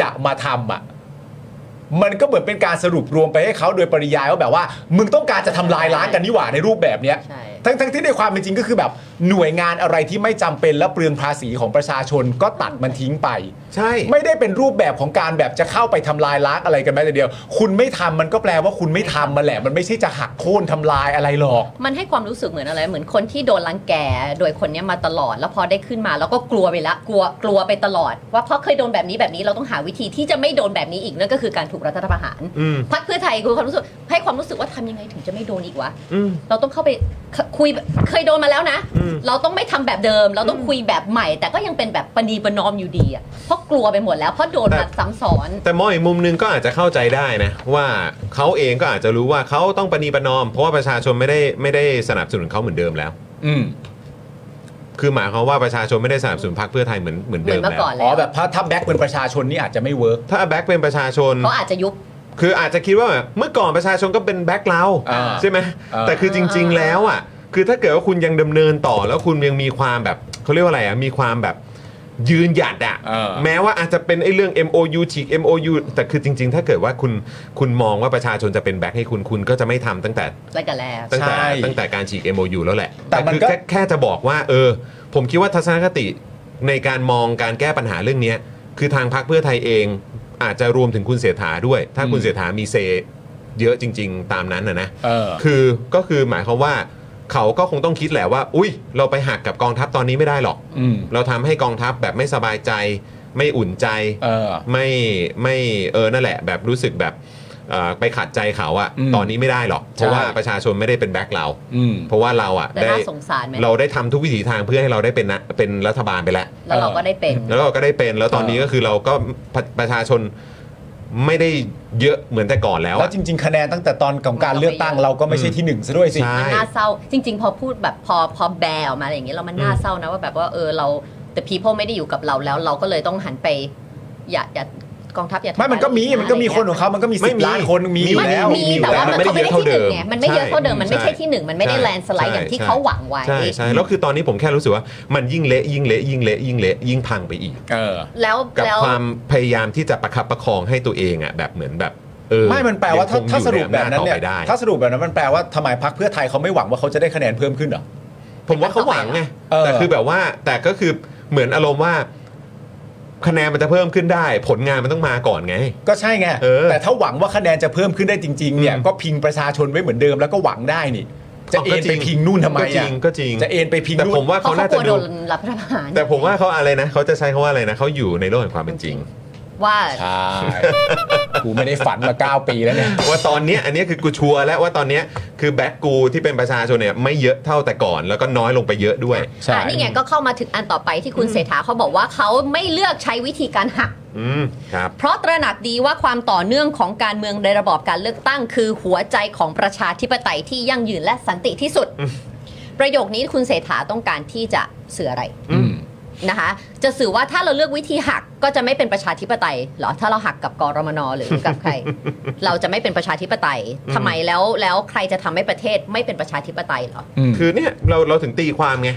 [SPEAKER 4] จะมาทำอ่ะ มันก็เหมือนเป็นการสรุปรวมไปให้เขาโดยปริยายว่าแบบว่า มึงต้องการจะทำลายล้างกันนี่หว่าในรูปแบบเนี้ย
[SPEAKER 3] ใช่
[SPEAKER 4] ทั้งทั้งที่ในความเป็นจริงก็คือแบบ หน่วยงานอะไรที่ไม่จำเป็นและเปลืองภาษีของประชาชนก็ตัดมันทิ้งไป
[SPEAKER 1] ใช่
[SPEAKER 4] ไม่ได้เป็นรูปแบบของการแบบจะเข้าไปทำลายล้างอะไรกันแม้แต่เดียว คุณไม่ทำมันก็แปลว่าคุณไม่ทำมันแหละ มันไม่ใช่จะหักโค่นทำลายอะไรหรอก
[SPEAKER 3] มันให้ความรู้สึกเหมือนอะไร เหมือนคนที่โดนรังแกโดยคนเนี้ยมาตลอด แล้วพอได้ขึ้นมาแล้วก็กลัวไปละ กลัว กลัวไปตลอด ว่าเพราะเคยโดนแบบนี้แบบนี้เราต้องหาวิธีที่จะไม่โดนแบบนี้อีกนั่นก็คือการถูกรัฐประหาร
[SPEAKER 1] อืม
[SPEAKER 3] พักเพื่อไทยคือความรู้สึกให้ความรู้สึกว่าทำยังไงถึงจะไม่โดนอีกวะ
[SPEAKER 1] อืม
[SPEAKER 3] เราต้องเข้าไปคคุยแบบเคยโดนมาแล้วนะ
[SPEAKER 1] อืม
[SPEAKER 3] เราต้องไม่ทำแบบเดิม เราต้องคุยแบบใหม่ แต่ก็ยังเป็นแบบปณีประนอมอยู่ดีอะเพราะกลัวไปหมดแล้ว เพราะโดนมาซ้ำซ้อน
[SPEAKER 1] แต่มองอีกมุมหนึงก็อาจจะเข้าใจได้นะว่าเขาเองก็อาจจะรู้ว่าเขาต้องประนีประนอม เพราะว่าประชาชนไม่ได้ไม่ได้สนับสนุนเขาเหมือนเดิมแล้ว
[SPEAKER 4] อืม
[SPEAKER 1] คือหมายความว่าประชาชนไม่ได้สนับสนุนพรรคเพื่อไทยเหมือนเหมือน
[SPEAKER 3] เหมื
[SPEAKER 1] เดิ
[SPEAKER 3] อ
[SPEAKER 1] ม
[SPEAKER 3] นเมื่
[SPEAKER 1] แล้
[SPEAKER 3] อ
[SPEAKER 1] ว
[SPEAKER 3] ก่อน
[SPEAKER 4] อ๋
[SPEAKER 3] แล้
[SPEAKER 4] อ
[SPEAKER 3] ว
[SPEAKER 4] แบบถ้าถ้าแบ็คเป็นประชาชนนี่อาจจะไม่เวิร์ก
[SPEAKER 1] ถ้าแบ็คเป็นประชาชน
[SPEAKER 3] เขาอาจจะยุบ
[SPEAKER 1] คืออาจจะคิดว่าแบบเมื่อก่อนประชาชนก็เป็นแบ็คเรา
[SPEAKER 4] อ่า
[SPEAKER 1] ใช่ไหม
[SPEAKER 4] อ่า
[SPEAKER 1] แต่คือจริง ๆ แล้วอ่ะคือถ้าเกิดว่าคุณยังดำเนินต่อแล้วคุณยังมีความแบบเขาเรียกว่าอะไรอ่ะมีความแบบยืนหยัดอ่ะ
[SPEAKER 4] เออ
[SPEAKER 1] แม้ว่าอาจจะเป็นไอ้เรื่อง MOU ฉีก MOU แต่คือจริง ๆ ถ้าเกิดว่าคุณคุณมองว่าประชาชนจะเป็นแบ็คให้คุณคุณก็จะไม่ทำตั้งแต่
[SPEAKER 3] แล้วกันแล้ว
[SPEAKER 1] ตั้งแต่
[SPEAKER 4] ใช่
[SPEAKER 1] ตั้งแต่การฉีก MOU แล้วแหละ
[SPEAKER 4] แต่มัน
[SPEAKER 1] คือ
[SPEAKER 4] ก็
[SPEAKER 1] แค่แค่จะบอกว่าเออ ผมคิดว่าทัศนคติในการมองการแก้ปัญหาเรื่องเนี้ยคือทางพรรคเพื่อไทยเอง อาจจะรวมถึงคุณเสถาด้วย ถ้าคุณเสถามีเซเยอะจริง ๆ ตามนั้นนะนะ
[SPEAKER 4] เออ
[SPEAKER 1] คือก็คือหมายความว่า เขาก็คงต้องคิดแหละว่า อุ้ยเราไปหักกับกองทัพตอนนี้ไม่ได้หรอก
[SPEAKER 4] อืม
[SPEAKER 1] เราทำให้กองทัพแบบไม่สบายใจ ไม่อุ่นใจ
[SPEAKER 4] เออ
[SPEAKER 1] ไม่ไม่เออนั่นแหละ แบบรู้สึกแบบเอ่อไปขัดใจเขาอะ
[SPEAKER 4] อืม
[SPEAKER 1] ตอนนี้ไม่ได้หรอก เพราะว่าประชาชนไม่ได้เป็นแบ็คเรา
[SPEAKER 4] อืม
[SPEAKER 1] เพราะว่าเราอะ
[SPEAKER 3] แล้วน่าสงสารไหม
[SPEAKER 1] เราได้ทำทุกวิถีทางเพื่อให้เราได้เป็นนะเป็นรัฐบาลไปแล้ว
[SPEAKER 3] แล้วเราก็ได้เป็น
[SPEAKER 1] แล้วเราก็ได้เป็นแล้วตอนนี้ก็คือเราก็ประประชาชนไม่ได้เยอะเหมือนแต่ก่อนแล้ว
[SPEAKER 4] แล้
[SPEAKER 1] อะ
[SPEAKER 4] วจริง ๆ คะแนนตั้งแต่ตอนของการเลือกตั้ง
[SPEAKER 3] เราไม่
[SPEAKER 4] เราก็ไม่ใช่ที่หนึ่งซะด้วยสิ
[SPEAKER 1] ใช่
[SPEAKER 3] มันน่าเศร้า จริง ๆ พอพูดแบบพอพอแบร์ออกมาอะไรอย่างเงี้ยเรามันน่าเศร้านะว่าแบบว่าเออเราแต่ people ไม่ได้อยู่กับเราแล้ว เราก็เลยต้องหันไป อย่าอย่ากองทัพอย่าทำ
[SPEAKER 4] ไม่มันก็มี
[SPEAKER 3] อะไรอย่ง
[SPEAKER 4] มันก็มี
[SPEAKER 3] เงี้ย
[SPEAKER 4] คนของเขามันก็มี
[SPEAKER 1] ไม่
[SPEAKER 4] สิบ
[SPEAKER 1] มี
[SPEAKER 4] ล้านคนมีอยู่
[SPEAKER 1] ไม่มี
[SPEAKER 4] แล้ว
[SPEAKER 3] มีแต่ว่ามันก็ไม่ได้ที่หนึ่งไงมันไม่เยอะเท่าเดิมมันไม่ใช่ที่หนึ่งมันไม่ได้แลนสไลด์อย่างที่เขาหวังไว้
[SPEAKER 1] ใช่ใช่แล้วคือตอนนี้ผมแค่รู้สึกว่ามันยิ่งเละยิ่งเละยิ่งเละยิ่งเละยิ่งพังไปอีก
[SPEAKER 4] เออ
[SPEAKER 3] แล้ว
[SPEAKER 1] กับ
[SPEAKER 3] แล้ว
[SPEAKER 1] ความพยายามที่จะประคับประคองให้ตัวเองอ่ะแบบเหมือนแบบเออ
[SPEAKER 4] ไม่มันแปลว่าถ้า
[SPEAKER 1] ยังคง
[SPEAKER 4] ถ้าสรุปแบบนั้น
[SPEAKER 1] อ
[SPEAKER 4] เนี่ย
[SPEAKER 1] ใอำาจต่อไปได้
[SPEAKER 4] ถ้าสรุปแบบนั้นมันแปลว่าทำไมพรรคเพื่อไทยเขาไม่หวังว่าเขาจะได้คะแนนเพิ่มขึ้นเหรอ
[SPEAKER 1] ผมว่าเขาหวังไง
[SPEAKER 4] เออ
[SPEAKER 1] แต่คือแบบว่าแต่ก็คือเหมือนอารมณ์ว่า คะแนนมันจะเพิ่มขึ้นได้ ผลงานมันต้องมาก่อนไง
[SPEAKER 4] ก็ใช่ไง
[SPEAKER 1] เออ
[SPEAKER 4] แต่ถ้าหวังว่าคะแนนจะเพิ่มขึ้นได้จริง ๆ เนี่ย
[SPEAKER 1] อืม
[SPEAKER 4] ก็พิงประชาชนไว้เหมือนเดิมแล้วก็หวังได้นี่ จะเอ็นไปพิงนู่นทำไม
[SPEAKER 1] ก็จริ
[SPEAKER 4] อ่ะ
[SPEAKER 1] งก็จริง
[SPEAKER 4] จะเอ็นไปพิง
[SPEAKER 1] แต่
[SPEAKER 4] นู่น
[SPEAKER 1] ผมว่า
[SPEAKER 3] เพราะ
[SPEAKER 1] เขา
[SPEAKER 3] เขา
[SPEAKER 1] น่าก
[SPEAKER 3] ลั
[SPEAKER 1] จะ
[SPEAKER 3] วโด
[SPEAKER 1] ดู
[SPEAKER 3] นรับประหาร
[SPEAKER 1] แต่ผมว่าเขาอะไรนะเขาจะใช้คำว่าอะไรนะเขาอยู่ในโลกแห่งความเป็นจริง
[SPEAKER 3] ว่า
[SPEAKER 4] ใช่กูไม่ได้ฝันมา 9 ปีแล้วเนี่ย
[SPEAKER 1] ว่าตอนเนี้ยอันเนี้ยคือกูชัวร์แล้วว่าตอนเนี้ยคือแบ็กกูที่เป็นประชาชนเนี่ยไม่เยอะเท่าแต่ก่อน แล้วก็น้อยลงไปเยอะด้วย
[SPEAKER 3] อ่านี่ไงก็เข้ามาถึงอันต่อไปที่คุณเศรษฐาเขาบอกว่าเขาไม่เลือกใช้วิธีการหัก
[SPEAKER 1] อืมครับ
[SPEAKER 3] เพราะตระหนักดีว่าความต่อเนื่องของการเมืองในระบอบการเลือกตั้ง คือหัวใจของประชาธิปไตยที่ยั่งยืนและสันติที่สุด ประโยคนี้คุณเศรษฐาต้องการที่จะสื่ออะไร
[SPEAKER 1] อืม
[SPEAKER 3] นะคะ จะสื่อว่าถ้าเราเลือกวิธีหักก็จะไม่เป็นประชาธิปไตยเหรอถ้าเราหักกับกรมนหรือกับใค ร เราจะไม่เป็นประชาธิปไตยทำไมแล้วแล้วใครจะทำให้ประเทศไม่เป็นประชาธิปไตยเหรอ
[SPEAKER 1] คือเนี่ยเราเราถึงตีความไง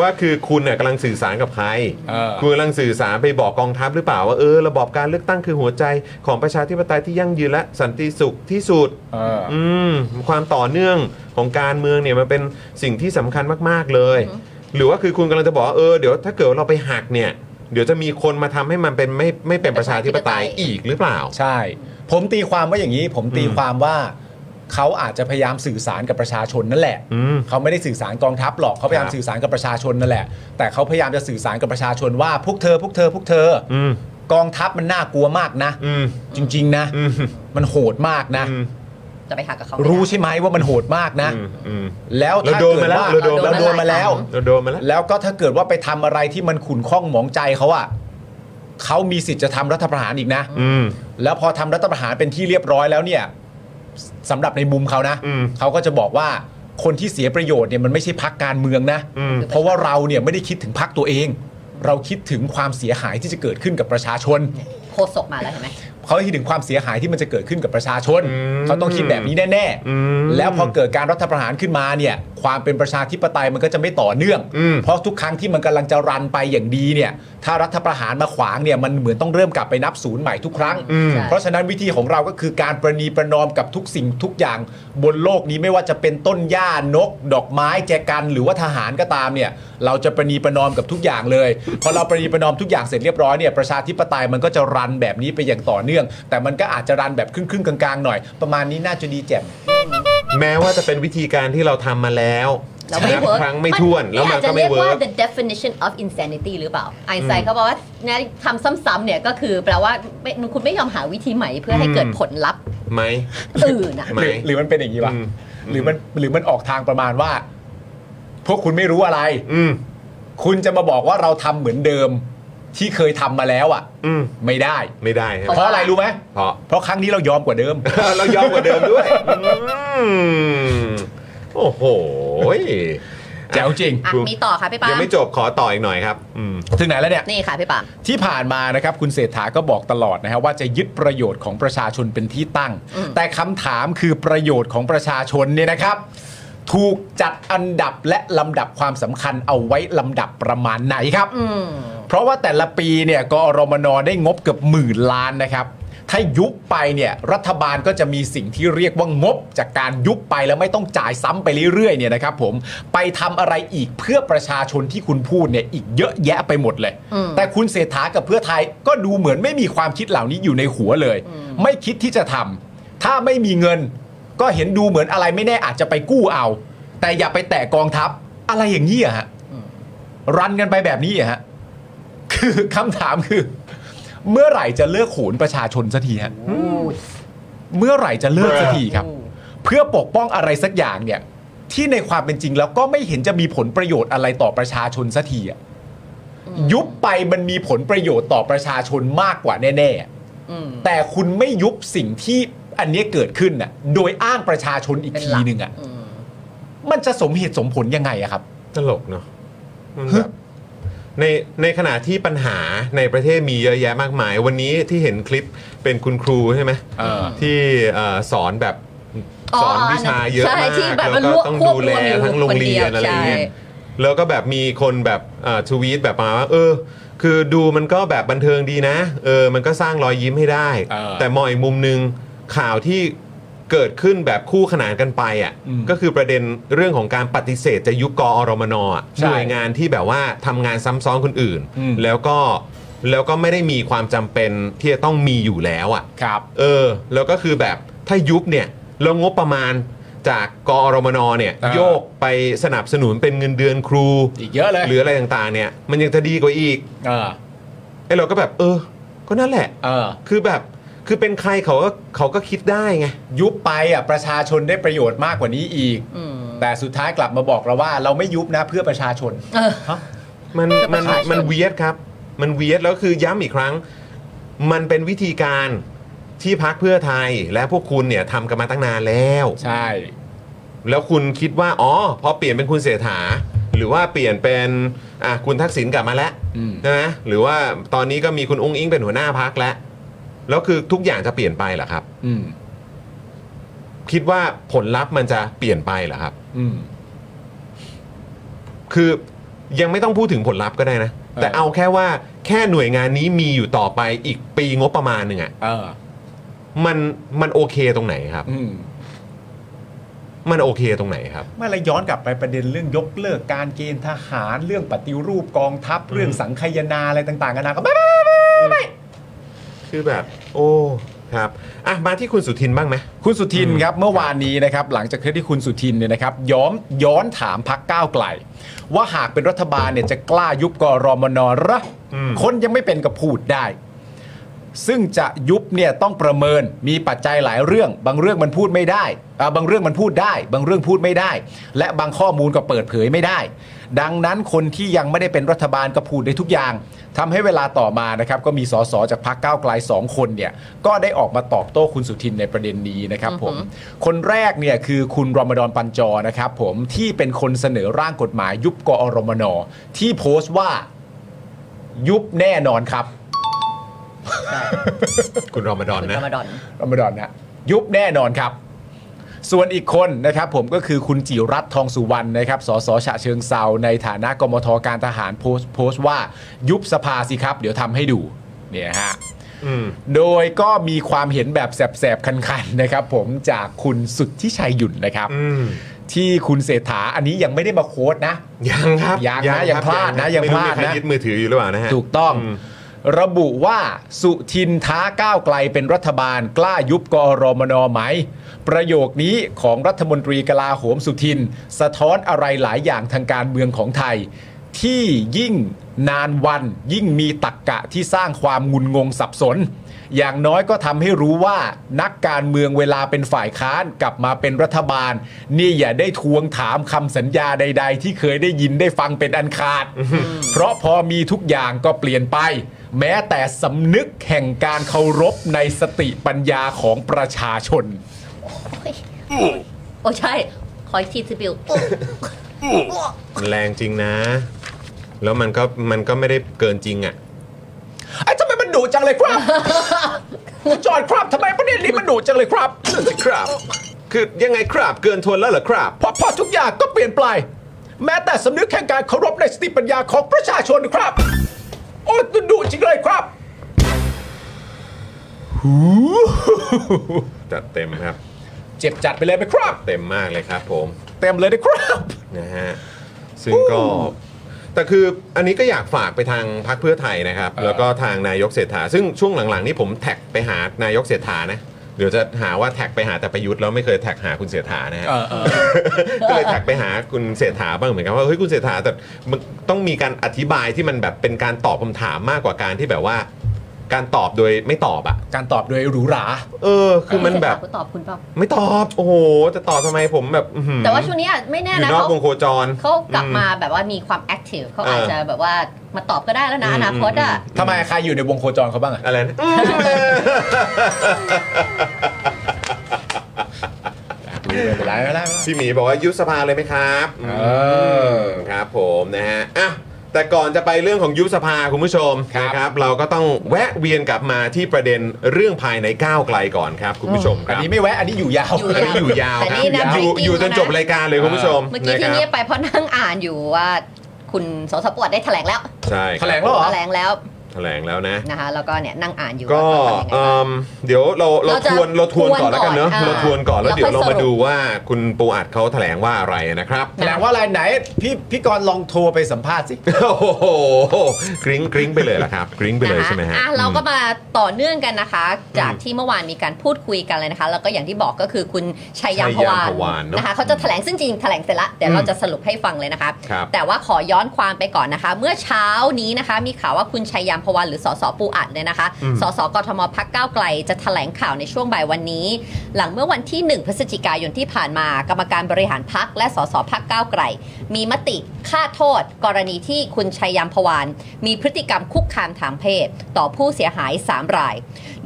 [SPEAKER 1] ว่าคือคุณเนี่ยกำลังสื่อสารกับใคร
[SPEAKER 4] เออ
[SPEAKER 1] คุณกำลังสื่อสารไปบอกกองทัพหรือเปล่าว่าเออระบอบการเลือกตั้งคือหัวใจของประชาธิปไตยที่ยั่งยืนและสันติสุขที่สุด
[SPEAKER 4] เออ
[SPEAKER 1] อืมความต่อเนื่องของการเมืองเนี่ยมันเป็นสิ่งที่สำคัญมาก ๆ เลย หรือว่าคือคุณกำลังจะบอกว่าเออเดี๋ยวถ้าเกิดว่าเราไปหักเนี่ย เดี๋ยวจะมีคนมาทำให้มันเป็นไม่ไม่เป็นประชาธิปไตยอีกหรือเปล่า
[SPEAKER 4] ใช่ ผมตีความว่าอย่างนี้ ผมตีความว่าเขาอาจจะพยายามสื่อสารกับประชาชนนั่นแหละ
[SPEAKER 1] อืม
[SPEAKER 4] เขาไม่ได้สื่อสารกองทัพหรอกเขาพยายาม
[SPEAKER 1] ครับ
[SPEAKER 4] สื่อสารกับประชาชนนั่นแหละ แต่เขาพยายามจะสื่อสารกับประชาชนว่าพวกเธอพวกเธอพวกเธออ
[SPEAKER 1] อืม
[SPEAKER 4] กองทัพมันน่ากลัวมากนะ
[SPEAKER 1] อืม
[SPEAKER 4] จริง ๆ นะ
[SPEAKER 1] อืม
[SPEAKER 4] มันโหดมากนะ
[SPEAKER 1] อืม
[SPEAKER 3] จะไปหักกับเขาไม่ได้
[SPEAKER 4] รู้ใช่ไหมว่ามันโหดมากนะ
[SPEAKER 1] อืมอืม
[SPEAKER 4] แล้วถ้า
[SPEAKER 1] เราโดน
[SPEAKER 4] เกิด
[SPEAKER 1] มาแล้ว
[SPEAKER 4] ว่า
[SPEAKER 1] เราโดน
[SPEAKER 4] เราโดนมาแล้ว
[SPEAKER 1] เราโดนมาแล้ว
[SPEAKER 4] แล้วก็ถ้าเกิดว่าไปทำอะไรที่มันขุนข้องหมองใจเขาอะเขามีสิทธิ์จะทำรัฐประหารอีกนะ
[SPEAKER 1] อืม
[SPEAKER 4] แล้วพอทำรัฐประหารเป็นที่เรียบร้อยแล้วเนี่ยสสำหรับในมุมเขานะ
[SPEAKER 1] อืม
[SPEAKER 4] เขาก็จะบอกว่าคนที่เสียประโยชน์เนี่ยมันไม่ใช่พักการเมืองนะ
[SPEAKER 1] อืม
[SPEAKER 4] เพราะว่าเราเนี่ยไม่ได้คิดถึงพักตัวเอง เราคิดถึงความเสียหายที่จะเกิดขึ้นกับประชาชน
[SPEAKER 3] โคศกมาแล้วเห็นไหม
[SPEAKER 4] เขาคิดถึงความเสียหายที่มันจะเกิดขึ้นกับประชาชน
[SPEAKER 1] อืม
[SPEAKER 4] เขาต้องคิดแบบนี้แน่
[SPEAKER 1] อืม
[SPEAKER 4] แล้วพอเกิดการรัฐประหารขึ้นมาเนี่ย ความเป็นประชาธิปไตยมันก็จะไม่ต่อเนื่อง
[SPEAKER 1] อืม
[SPEAKER 4] เพราะทุกครั้งที่มันกำลังจะรันไปอย่างดีเนี่ย ถ้ารัฐประหารมาขวางเนี่ยมันเหมือนต้องเริ่มกลับไปนับศูนย์ใหม่ทุกครั้ง
[SPEAKER 3] อืม
[SPEAKER 4] เพราะฉะนั้นวิธีของเราก็คือการประนีประนอมกับทุกสิ่งทุกอย่างบนโลกนี้ไม่ว่าจะเป็นต้นหญ้านก ดอกไม้แจกันหรือว่าทหารก็ตามเนี่ย เราจะประนีประนอมกับทุกอย่างเลยพอเราประนีประนอมทุกอย่างเสร็จเรียบร้อยเนี่ยประชาธิปไตยมันก็จะรันแบบนี้ไปอย่างต่อเนื่อง แต่มันก็อาจจะรันแบบครึ่งๆกลางๆหน่อย ประมาณนี้น่าจะดีแจ่ม
[SPEAKER 1] แม้ว่าจะเป็นวิธีการที่เราทำมาแล้ว
[SPEAKER 3] เราไม่
[SPEAKER 1] นับ
[SPEAKER 3] เวิร์ก
[SPEAKER 1] ครั้งไม่ถ้วนแล้วมันก็ไม่เวิ
[SPEAKER 3] อาจจะ
[SPEAKER 1] ร์
[SPEAKER 3] เรียก
[SPEAKER 1] ก
[SPEAKER 3] ว่า the definition of insanity หรือเปล่า ไอน์สไตน์เขาบอกว่าเนี่ยทำซ้ำๆเนี่ยก็คือแปลว่าไม่คุณไม่ยอมหาวิธีใหม่เพื่อให้เกิดผลลัพธ์
[SPEAKER 1] ไหม
[SPEAKER 3] อื่นอ่ะ
[SPEAKER 1] ไหม
[SPEAKER 4] หรือหรือมันเป็นอย่างนี้วะ
[SPEAKER 1] อืม
[SPEAKER 4] หรือมันหรือมันออกทางประมาณว่า พวกคุณไม่รู้อะไร
[SPEAKER 1] อืม
[SPEAKER 4] คุณจะมาบอกว่าเราทำเหมือนเดิมที่เคยทำมาแล้วอ่ะ
[SPEAKER 1] อืม
[SPEAKER 4] ไม่ได้
[SPEAKER 1] ไม่ได้ครับ
[SPEAKER 4] เพราะอะไรรู้ไหม
[SPEAKER 1] เพราะ
[SPEAKER 4] เพราะครั้งนี้เรายอมกว่า เดิม
[SPEAKER 1] เรายอมกว่าเดิมด้วยอืมโอ้โห
[SPEAKER 4] แจ๋วจริง
[SPEAKER 3] อ่ะ มีต่อค่ะพี่ปา
[SPEAKER 1] ยัง
[SPEAKER 3] ม
[SPEAKER 1] ไม่จบขอต่ออีกหน่อยครับ อืม
[SPEAKER 4] ถึงไหนแล้วเนี่ย
[SPEAKER 3] นี่ค่ะพี่ปาม
[SPEAKER 4] ที่ผ่านมานะครับคุณเศรษฐาก็บอกตลอดนะฮะว่าจะยึดประโยชน์ของประชาชนเป็นที่ตั้ง
[SPEAKER 3] อืม
[SPEAKER 4] แต่คำถามคือประโยชน์ของประชาชนเนี่ยนะครับ ถูกจัดอันดับและลำดับความสำคัญเอาไว้ลำดับประมาณไหนครับ
[SPEAKER 3] อืม
[SPEAKER 4] เพราะว่าแต่ละปีเนี่ยกอรมนได้งบเกือบหมื่นล้านนะครับ ถ้ายุบไปเนี่ยรัฐบาลก็จะมีสิ่งที่เรียกว่างบ จากการยุบไปแล้วไม่ต้องจ่ายซ้ำไปเรื่อยๆเนี่ยนะครับผมไปทำอะไรอีกเพื่อประชาชนที่คุณพูดเนี่ยอีกเยอะแยะไปหมดเลย
[SPEAKER 3] อืม
[SPEAKER 4] แต่คุณเศรษฐากับเพื่อไทยก็ดูเหมือนไม่มีความคิดเหล่านี้อยู่ในหัวเลย ไม่คิดที่จะทำถ้าไม่มีเงิน ก็เห็นดูเหมือนอะไรไม่แน่อาจจะไปกู้เอา แต่อย่าไปแตะกองทัพอะไรอย่างนี้ยฮะรันกันไปแบบนี้อะฮะ คือ คำถามคือ เมื่อไหร่จะเลิกโหนประชาชนสักทีฮะเมื่อไหร่จะเลิกสักทีครับ เพื่อปกป้องอะไรสักอย่างเนี่ย ที่ในความเป็นจริงแล้วก็ไม่เห็นจะมีผลประโยชน์อะไรต่อประชาชนสักทีอะยุบไปมันมีผลประโยชน์ต่อประชาชนมากกว่าแน่
[SPEAKER 3] อืม
[SPEAKER 4] ๆแต่คุณไม่ยุบสิ่งที่อันเนี้ยเกิดขึ้นน่ะ โดยอ้างประชาชนอีก
[SPEAKER 3] เป็น
[SPEAKER 4] ที
[SPEAKER 3] หลัก
[SPEAKER 4] หนึ่งอ่ะ
[SPEAKER 3] อืม
[SPEAKER 4] มันจะสมเหตุสมผลยังไงอะครับ
[SPEAKER 1] ตลกเนาะมันแบบในในขณะที่ปัญหาในประเทศมีเยอะแยะมากมาย วันนี้ที่เห็นคลิปเป็นคุณครูใช่ไหม
[SPEAKER 4] เออ
[SPEAKER 1] ที่เอ่อสอนแบบ
[SPEAKER 3] อ๋อ
[SPEAKER 1] สอนวิชาเยอะ
[SPEAKER 3] ใช่
[SPEAKER 1] มาก
[SPEAKER 3] ที่แบบมัน
[SPEAKER 1] แล้วก็
[SPEAKER 3] รวบ
[SPEAKER 1] ต้อง
[SPEAKER 3] ควบ
[SPEAKER 1] ดูแล
[SPEAKER 3] รวมอยู่
[SPEAKER 1] ทั้งโรงเรียน
[SPEAKER 3] คนเดียว
[SPEAKER 1] อะไรอย่างเงี้ย
[SPEAKER 3] ใช่
[SPEAKER 1] แล้วก็แบบมีคนแบบเอ่อทวีตแบบมาว่า เออ คือดูมันก็แบบบันเทิงดีนะ เออ มันก็สร้างรอยยิ้มให้ได้
[SPEAKER 4] เออ
[SPEAKER 1] แต่มองอีกมุมหนึงข่าวที่เกิดขึ้นแบบคู่ขนานกันไปอ่ะ
[SPEAKER 4] อืม
[SPEAKER 1] ก็คือประเด็นเรื่องของการปฏิเสธจะยุบกอรมนอ่ะ
[SPEAKER 4] ใช่
[SPEAKER 1] หน่วยงานที่แบบว่าทำงานซ้ำซ้อนคนอื่น
[SPEAKER 4] อืม
[SPEAKER 1] แล้วก็แล้วก็ไม่ได้มีความจำเป็นที่จะต้องมีอยู่แล้วอะ่ะ
[SPEAKER 4] ครับ
[SPEAKER 1] เออ แล้วก็คือแบบถ้ายุบเนี่ยแล้วงบประมาณจากกอรมนเนี่ย
[SPEAKER 4] อ่า
[SPEAKER 1] โยกไปสนับสนุนเป็นเงินเดือนครู
[SPEAKER 4] อีกเยอะเลย
[SPEAKER 1] หรืออะไรต่างๆเนี่ย มันยังจะดีกว่าอีก
[SPEAKER 4] เออ
[SPEAKER 1] ไอ้เราก็แบบ เออ ก็นั่นแหละ
[SPEAKER 4] เออ
[SPEAKER 1] คือแบบคือเป็นใครเขาก็เขาก็คิดได้ไง
[SPEAKER 4] ยุบไปอ่ะประชาชนได้ประโยชน์มากกว่านี้อีก
[SPEAKER 3] อืม
[SPEAKER 4] แต่สุดท้ายกลับมาบอกเราว่า เราไม่ยุบนะเพื่อประชาชน
[SPEAKER 3] เออ
[SPEAKER 1] มันมัน
[SPEAKER 3] ประชาชน
[SPEAKER 1] มันเวียดครับ มันเวียดแล้วคือย้ำอีกครั้ง มันเป็นวิธีการที่พักเพื่อไทยและพวกคุณเนี่ยทำกันมาตั้งนานแล้ว
[SPEAKER 4] ใช่
[SPEAKER 1] แล้วคุณคิดว่า อ๋อ พอเปลี่ยนเป็นคุณเสถา หรือว่าเปลี่ยนเป็นอ่ะคุณทักษิณกลับมาแล้ว
[SPEAKER 4] อืม
[SPEAKER 1] ใช่ไหมหรือว่าตอนนี้ก็มีคุณอุ้งอิงเป็นหัวหน้าพักแล้ว แล้วคือทุกอย่างจะเปลี่ยนไปเหรอครับ
[SPEAKER 4] อืม
[SPEAKER 1] คิดว่าผลลัพธ์มันจะเปลี่ยนไปเหรอครับ
[SPEAKER 4] อืม
[SPEAKER 1] คือยังไม่ต้องพูดถึงผลลัพธ์ก็ได้นะ แต่เอาแค่ว่าแค่หน่วยงานนี้มีอยู่ต่อไปอีกปีงบประมาณหนึ่งอะ่ะ
[SPEAKER 4] เออ
[SPEAKER 1] มันมันโอเคตรงไหนครับ
[SPEAKER 4] อืม
[SPEAKER 1] มันโอเคตรงไหนครับ
[SPEAKER 4] ไม่ละย้อนกลับไปประเด็นเรื่องยกเลิกการเกณฑ์ทหารเรื่องปฏิรูปกองทัพเรื่องสังคายนาอะไรต่างๆกันานาก็ไม่ไม่ไม่ไม่
[SPEAKER 1] คือแบบ โอ้ครับอ่ะมาที่คุณสุทินบ้างไหม
[SPEAKER 4] คุณสุทินครับเมื่อวานนี้นะครับ หลังจากที่คุณสุทินเนี่ยนะครับย้อมย้อนถามพักก้าวไกล ว่าหากเป็นรัฐบาลเนี่ยจะกล้ายุบกรมนหรออ
[SPEAKER 1] ม
[SPEAKER 4] คนยังไม่เป็นกับพูดได้ ซึ่งจะยุบเนี่ยต้องประเมินมีปัจจัยหลายเรื่อง บางเรื่องมันพูดไม่ได้อ่าบางเรื่องมันพูดได้ บางเรื่องพูดไม่ได้ และบางข้อมูลก็เปิดเผยไม่ได้ ดังนั้นคนที่ยังไม่ได้เป็นรัฐบาลก็พูดได้ทุกอย่างทำให้เวลาต่อมานะครับก็มีสสจากพรรคก้าวไกลสองคนเนี่ยก็ได้ออกมาตอบโต้คุณสุทินในประเด็นนี้นะครับผมคนแรกเนี่ยคือคุณรอมฎอนปัญจอนะครับผมที่เป็นคนเสนอร่างกฎหมายยุบกอรมนที่โพสต์ว่ายุบแน่นอนครับ
[SPEAKER 3] ใช่
[SPEAKER 1] คุณรอมฎอน
[SPEAKER 3] คุณ
[SPEAKER 1] นะ
[SPEAKER 3] กรมดอน
[SPEAKER 4] รอมฎอนนะยุบแน่นอนครับ ส่วนอีกคนนะครับผมก็คือคุณจิรัตน์ทองสุวรรณนะครับสสฉะเชิงเซาในฐานะกมทการทหารโพสต์โพสต์ว่ายุบสภาสิครับ เดี๋ยวทำให้ดูเนี่ยฮะ
[SPEAKER 1] อืม
[SPEAKER 4] โดยก็มีความเห็นแบบแสบๆ คันๆ นะครับผมจากคุณสุทธิชัยหยุ่นนะครับ
[SPEAKER 1] อืม
[SPEAKER 4] ที่คุณเศรษฐาอันนี้ยังไม่ได้มาโค้ดนะ
[SPEAKER 1] ยังครับ
[SPEAKER 4] ยังนะยัง
[SPEAKER 1] ครับ
[SPEAKER 4] พลาดนะยัง
[SPEAKER 1] ไม่รู้
[SPEAKER 4] พลาด
[SPEAKER 1] มีใคร
[SPEAKER 4] นะ
[SPEAKER 1] ยึดมือถืออยู่หรือเปล่านะฮะ
[SPEAKER 4] ถูกต้อง
[SPEAKER 1] อืม
[SPEAKER 4] ระบุว่าสุทินท้าก้าวไกลเป็นรัฐบาล กล้ายุบกอรมนไหม ประโยคนี้ของรัฐมนตรีกลาโหมสุทิน สะท้อนอะไรหลายอย่างทางการเมืองของไทย ที่ยิ่งนานวันยิ่งมีตักกะที่สร้างความงุนงงสับสน อย่างน้อยก็ทำให้รู้ว่านักการเมืองเวลาเป็นฝ่ายค้านกลับมาเป็นรัฐบาล นี่อย่าได้ทวงถามคำสัญญาใด ๆ ที่เคยได้ยินได้ฟังเป็นอันขาด เพราะพอมีทุกอย่างก็เปลี่ยนไป แม้แต่สำนึกแห่งการเคารพในสติปัญญาของประชาชน
[SPEAKER 3] โอ้ใช่ ขออีกทีสิบิว
[SPEAKER 1] มันแรงจริงนะ แล้วมันก็มันก็ไม่ได้เกินจริงอ่ะ
[SPEAKER 4] ไอ้ทำไมมันดุจังเลยครับ คุณจอดครับทำไมประเด็นนี้มันดุจังเลยครับ
[SPEAKER 1] นั่นสิครับ คือยังไงครับเกินทนแล้วเหรอครับ
[SPEAKER 4] เพราะพอทุกอย่างก็เปลี่ยนไปแม้แต่สำนึกแห่งการเคารพในสติปัญญาของประชาชนครับ โอ้ยดุจริงเลยครับ
[SPEAKER 1] จัดเต็มครับ
[SPEAKER 4] เจ็บจัดไปเลยไหมครับ
[SPEAKER 1] เต็มมากเลยครับผม
[SPEAKER 4] เต็มเลยนะครับ
[SPEAKER 1] นะฮะ ซึ่งก็ แต่คืออันนี้ก็อยากฝากไปทางพรรคเพื่อไทยนะครับ
[SPEAKER 4] เออ
[SPEAKER 1] แล้วก็ทางนายกเศรษฐา ซึ่งช่วงหลังๆ นี่ผมแท็กไปหานายกเศรษฐานะ เดี๋ยวจะหาว่าแท็กไปหาแต่ประยุทธ์แล้วไม่เคยแท็กหาคุณเศรษฐานะฮะ
[SPEAKER 4] เออเออ
[SPEAKER 1] ก็เลยแท็กไปหาคุณเศรษฐาบ้างเหมือนกันว่าเฮ้ยคุณเศรษฐาแต่มันต้องมีการอธิบายที่มันแบบเป็นการตอบคำถามมากกว่าการที่แบบว่า การตอบโดยไม่ตอบอะ
[SPEAKER 4] การตอบโดยหรูหรา
[SPEAKER 1] เออ คือมันแบบ
[SPEAKER 3] เศรษฐาเขาตอบคุณเปล่า
[SPEAKER 1] ไม่ตอบ โอ้โห จะตอบทำไมผมแบบอื้อหือ
[SPEAKER 3] แต่ว่าช่วงนี้อ่ะไม่แน่
[SPEAKER 1] อยู่
[SPEAKER 3] นะ
[SPEAKER 1] นอก
[SPEAKER 3] เขา
[SPEAKER 1] วงโคจร
[SPEAKER 3] เขากลับมาแบบว่ามีความแอคทีฟเขา
[SPEAKER 1] เอออ
[SPEAKER 3] อาจจะแบบว่ามาตอบก็ได้แล้วนะ
[SPEAKER 1] อืม
[SPEAKER 3] อนาคตอ่ะ
[SPEAKER 4] ทำไมใครอยู่ในวงโคจรเขาบ้างอะ
[SPEAKER 1] อะไรนะ
[SPEAKER 4] ไม่เป็นไรไม่เป็นไรไม่เป็นไร
[SPEAKER 1] พี่หมีบอกว่ายุบสภาเลยไหมครับ
[SPEAKER 4] เออ
[SPEAKER 1] มครับผมนะฮะอ่ะแต่ก่อนจะไปเรื่องของยุบสภาคุณผู้ชม
[SPEAKER 4] ครับ
[SPEAKER 1] นะครับ เราก็ต้องแวะเวียนกลับมาที่ประเด็นเรื่องภายในก้าวไกลก่อนครับคุณผู้ชมค
[SPEAKER 4] อัน
[SPEAKER 1] รับ
[SPEAKER 4] นี้ไม่แวะอันนี้อยู่ยาว
[SPEAKER 1] อันนี้อยู่ยาว
[SPEAKER 3] แต่
[SPEAKER 1] ครับ
[SPEAKER 3] นี่นะ
[SPEAKER 1] อยู่
[SPEAKER 3] breaking
[SPEAKER 1] อยู่จน
[SPEAKER 3] แล้วะ
[SPEAKER 1] จบรายการเลยคุณผู้ชม
[SPEAKER 3] เมื่อกี้
[SPEAKER 1] นะค
[SPEAKER 3] ที่
[SPEAKER 1] รับ
[SPEAKER 3] เงียบไปเพราะนั่งอ่านอยู่ว่า คุณสสปวดได้แถลงแล้ว
[SPEAKER 1] ใช่
[SPEAKER 4] แถลงแล้วเหรอ
[SPEAKER 3] แถลงแล้ว
[SPEAKER 1] แถลงแล้วนะ
[SPEAKER 3] นะคะแล้วก็เนี่ยนั่งอ่านอยู่
[SPEAKER 1] ก็
[SPEAKER 3] ว่าเขาทำยังไง
[SPEAKER 1] เอิ่
[SPEAKER 3] บ้าง
[SPEAKER 1] มเดี๋ยวเราเรา
[SPEAKER 3] เราจะ
[SPEAKER 1] ทวนเราทวนก่อน
[SPEAKER 3] ทวน
[SPEAKER 1] แล้ว
[SPEAKER 3] ก่อน
[SPEAKER 1] กันเนอะ
[SPEAKER 3] อ่า
[SPEAKER 1] เราทวนก่อนแล้ว
[SPEAKER 3] แล้ว
[SPEAKER 1] เดี๋ยว
[SPEAKER 3] ค่
[SPEAKER 1] เรา
[SPEAKER 3] อยสรุป
[SPEAKER 1] มาดูว่าคุณปูอัดเขาแถลงว่าอะไรนะครับ
[SPEAKER 4] แถลงว่าอะไรไหน พี่พี่กรณ์ลองโทรไปสัมภาษณ์สิ
[SPEAKER 1] โอ้โหกริ้งกริ้งไปเลยล่ะครับ กริ้งไปเลย
[SPEAKER 3] นะคะ
[SPEAKER 1] ใช่ไหมฮะ
[SPEAKER 3] อ่ะเราก็
[SPEAKER 1] อืม
[SPEAKER 3] มาต่อเนื่องกันนะคะ จากที่เมื่อวานมีการพูดคุยกันเลยนะคะ แล้วก็อย่างที่บอกก็คือคุณชัยยามพ
[SPEAKER 1] ชัย
[SPEAKER 3] วา
[SPEAKER 1] ยาม
[SPEAKER 3] น
[SPEAKER 1] พวานเนอะ
[SPEAKER 3] นะคะเขาจะแถลงซึ่งจริงๆแถลงเสร็จละเดี๋ยวเราจะสรุปให้ฟังเลยนะคะ
[SPEAKER 1] ครับ
[SPEAKER 3] แต่ว่าขอย้อนความไปก่อนนะคะ เมื่อเช้านี้นะคะ มีข่าวว่าคุณชัยยาม มพวันหรือสสปูอัดเนี่ยนะคะ สสกทมพักก้าวไกลจะแถลงข่าวในช่วงบ่ายวันนี้ หลังเมื่อวันที่ 1 พฤศจิกายนที่ผ่านมา กรรมการบริหารพักและสสพักก้าวไกล มีมติฆ่าโทษ กรณีที่คุณชัยยามพวานมีพฤติกรรมคุกคามทางเพศ ต่อผู้เสียหาย 3 ราย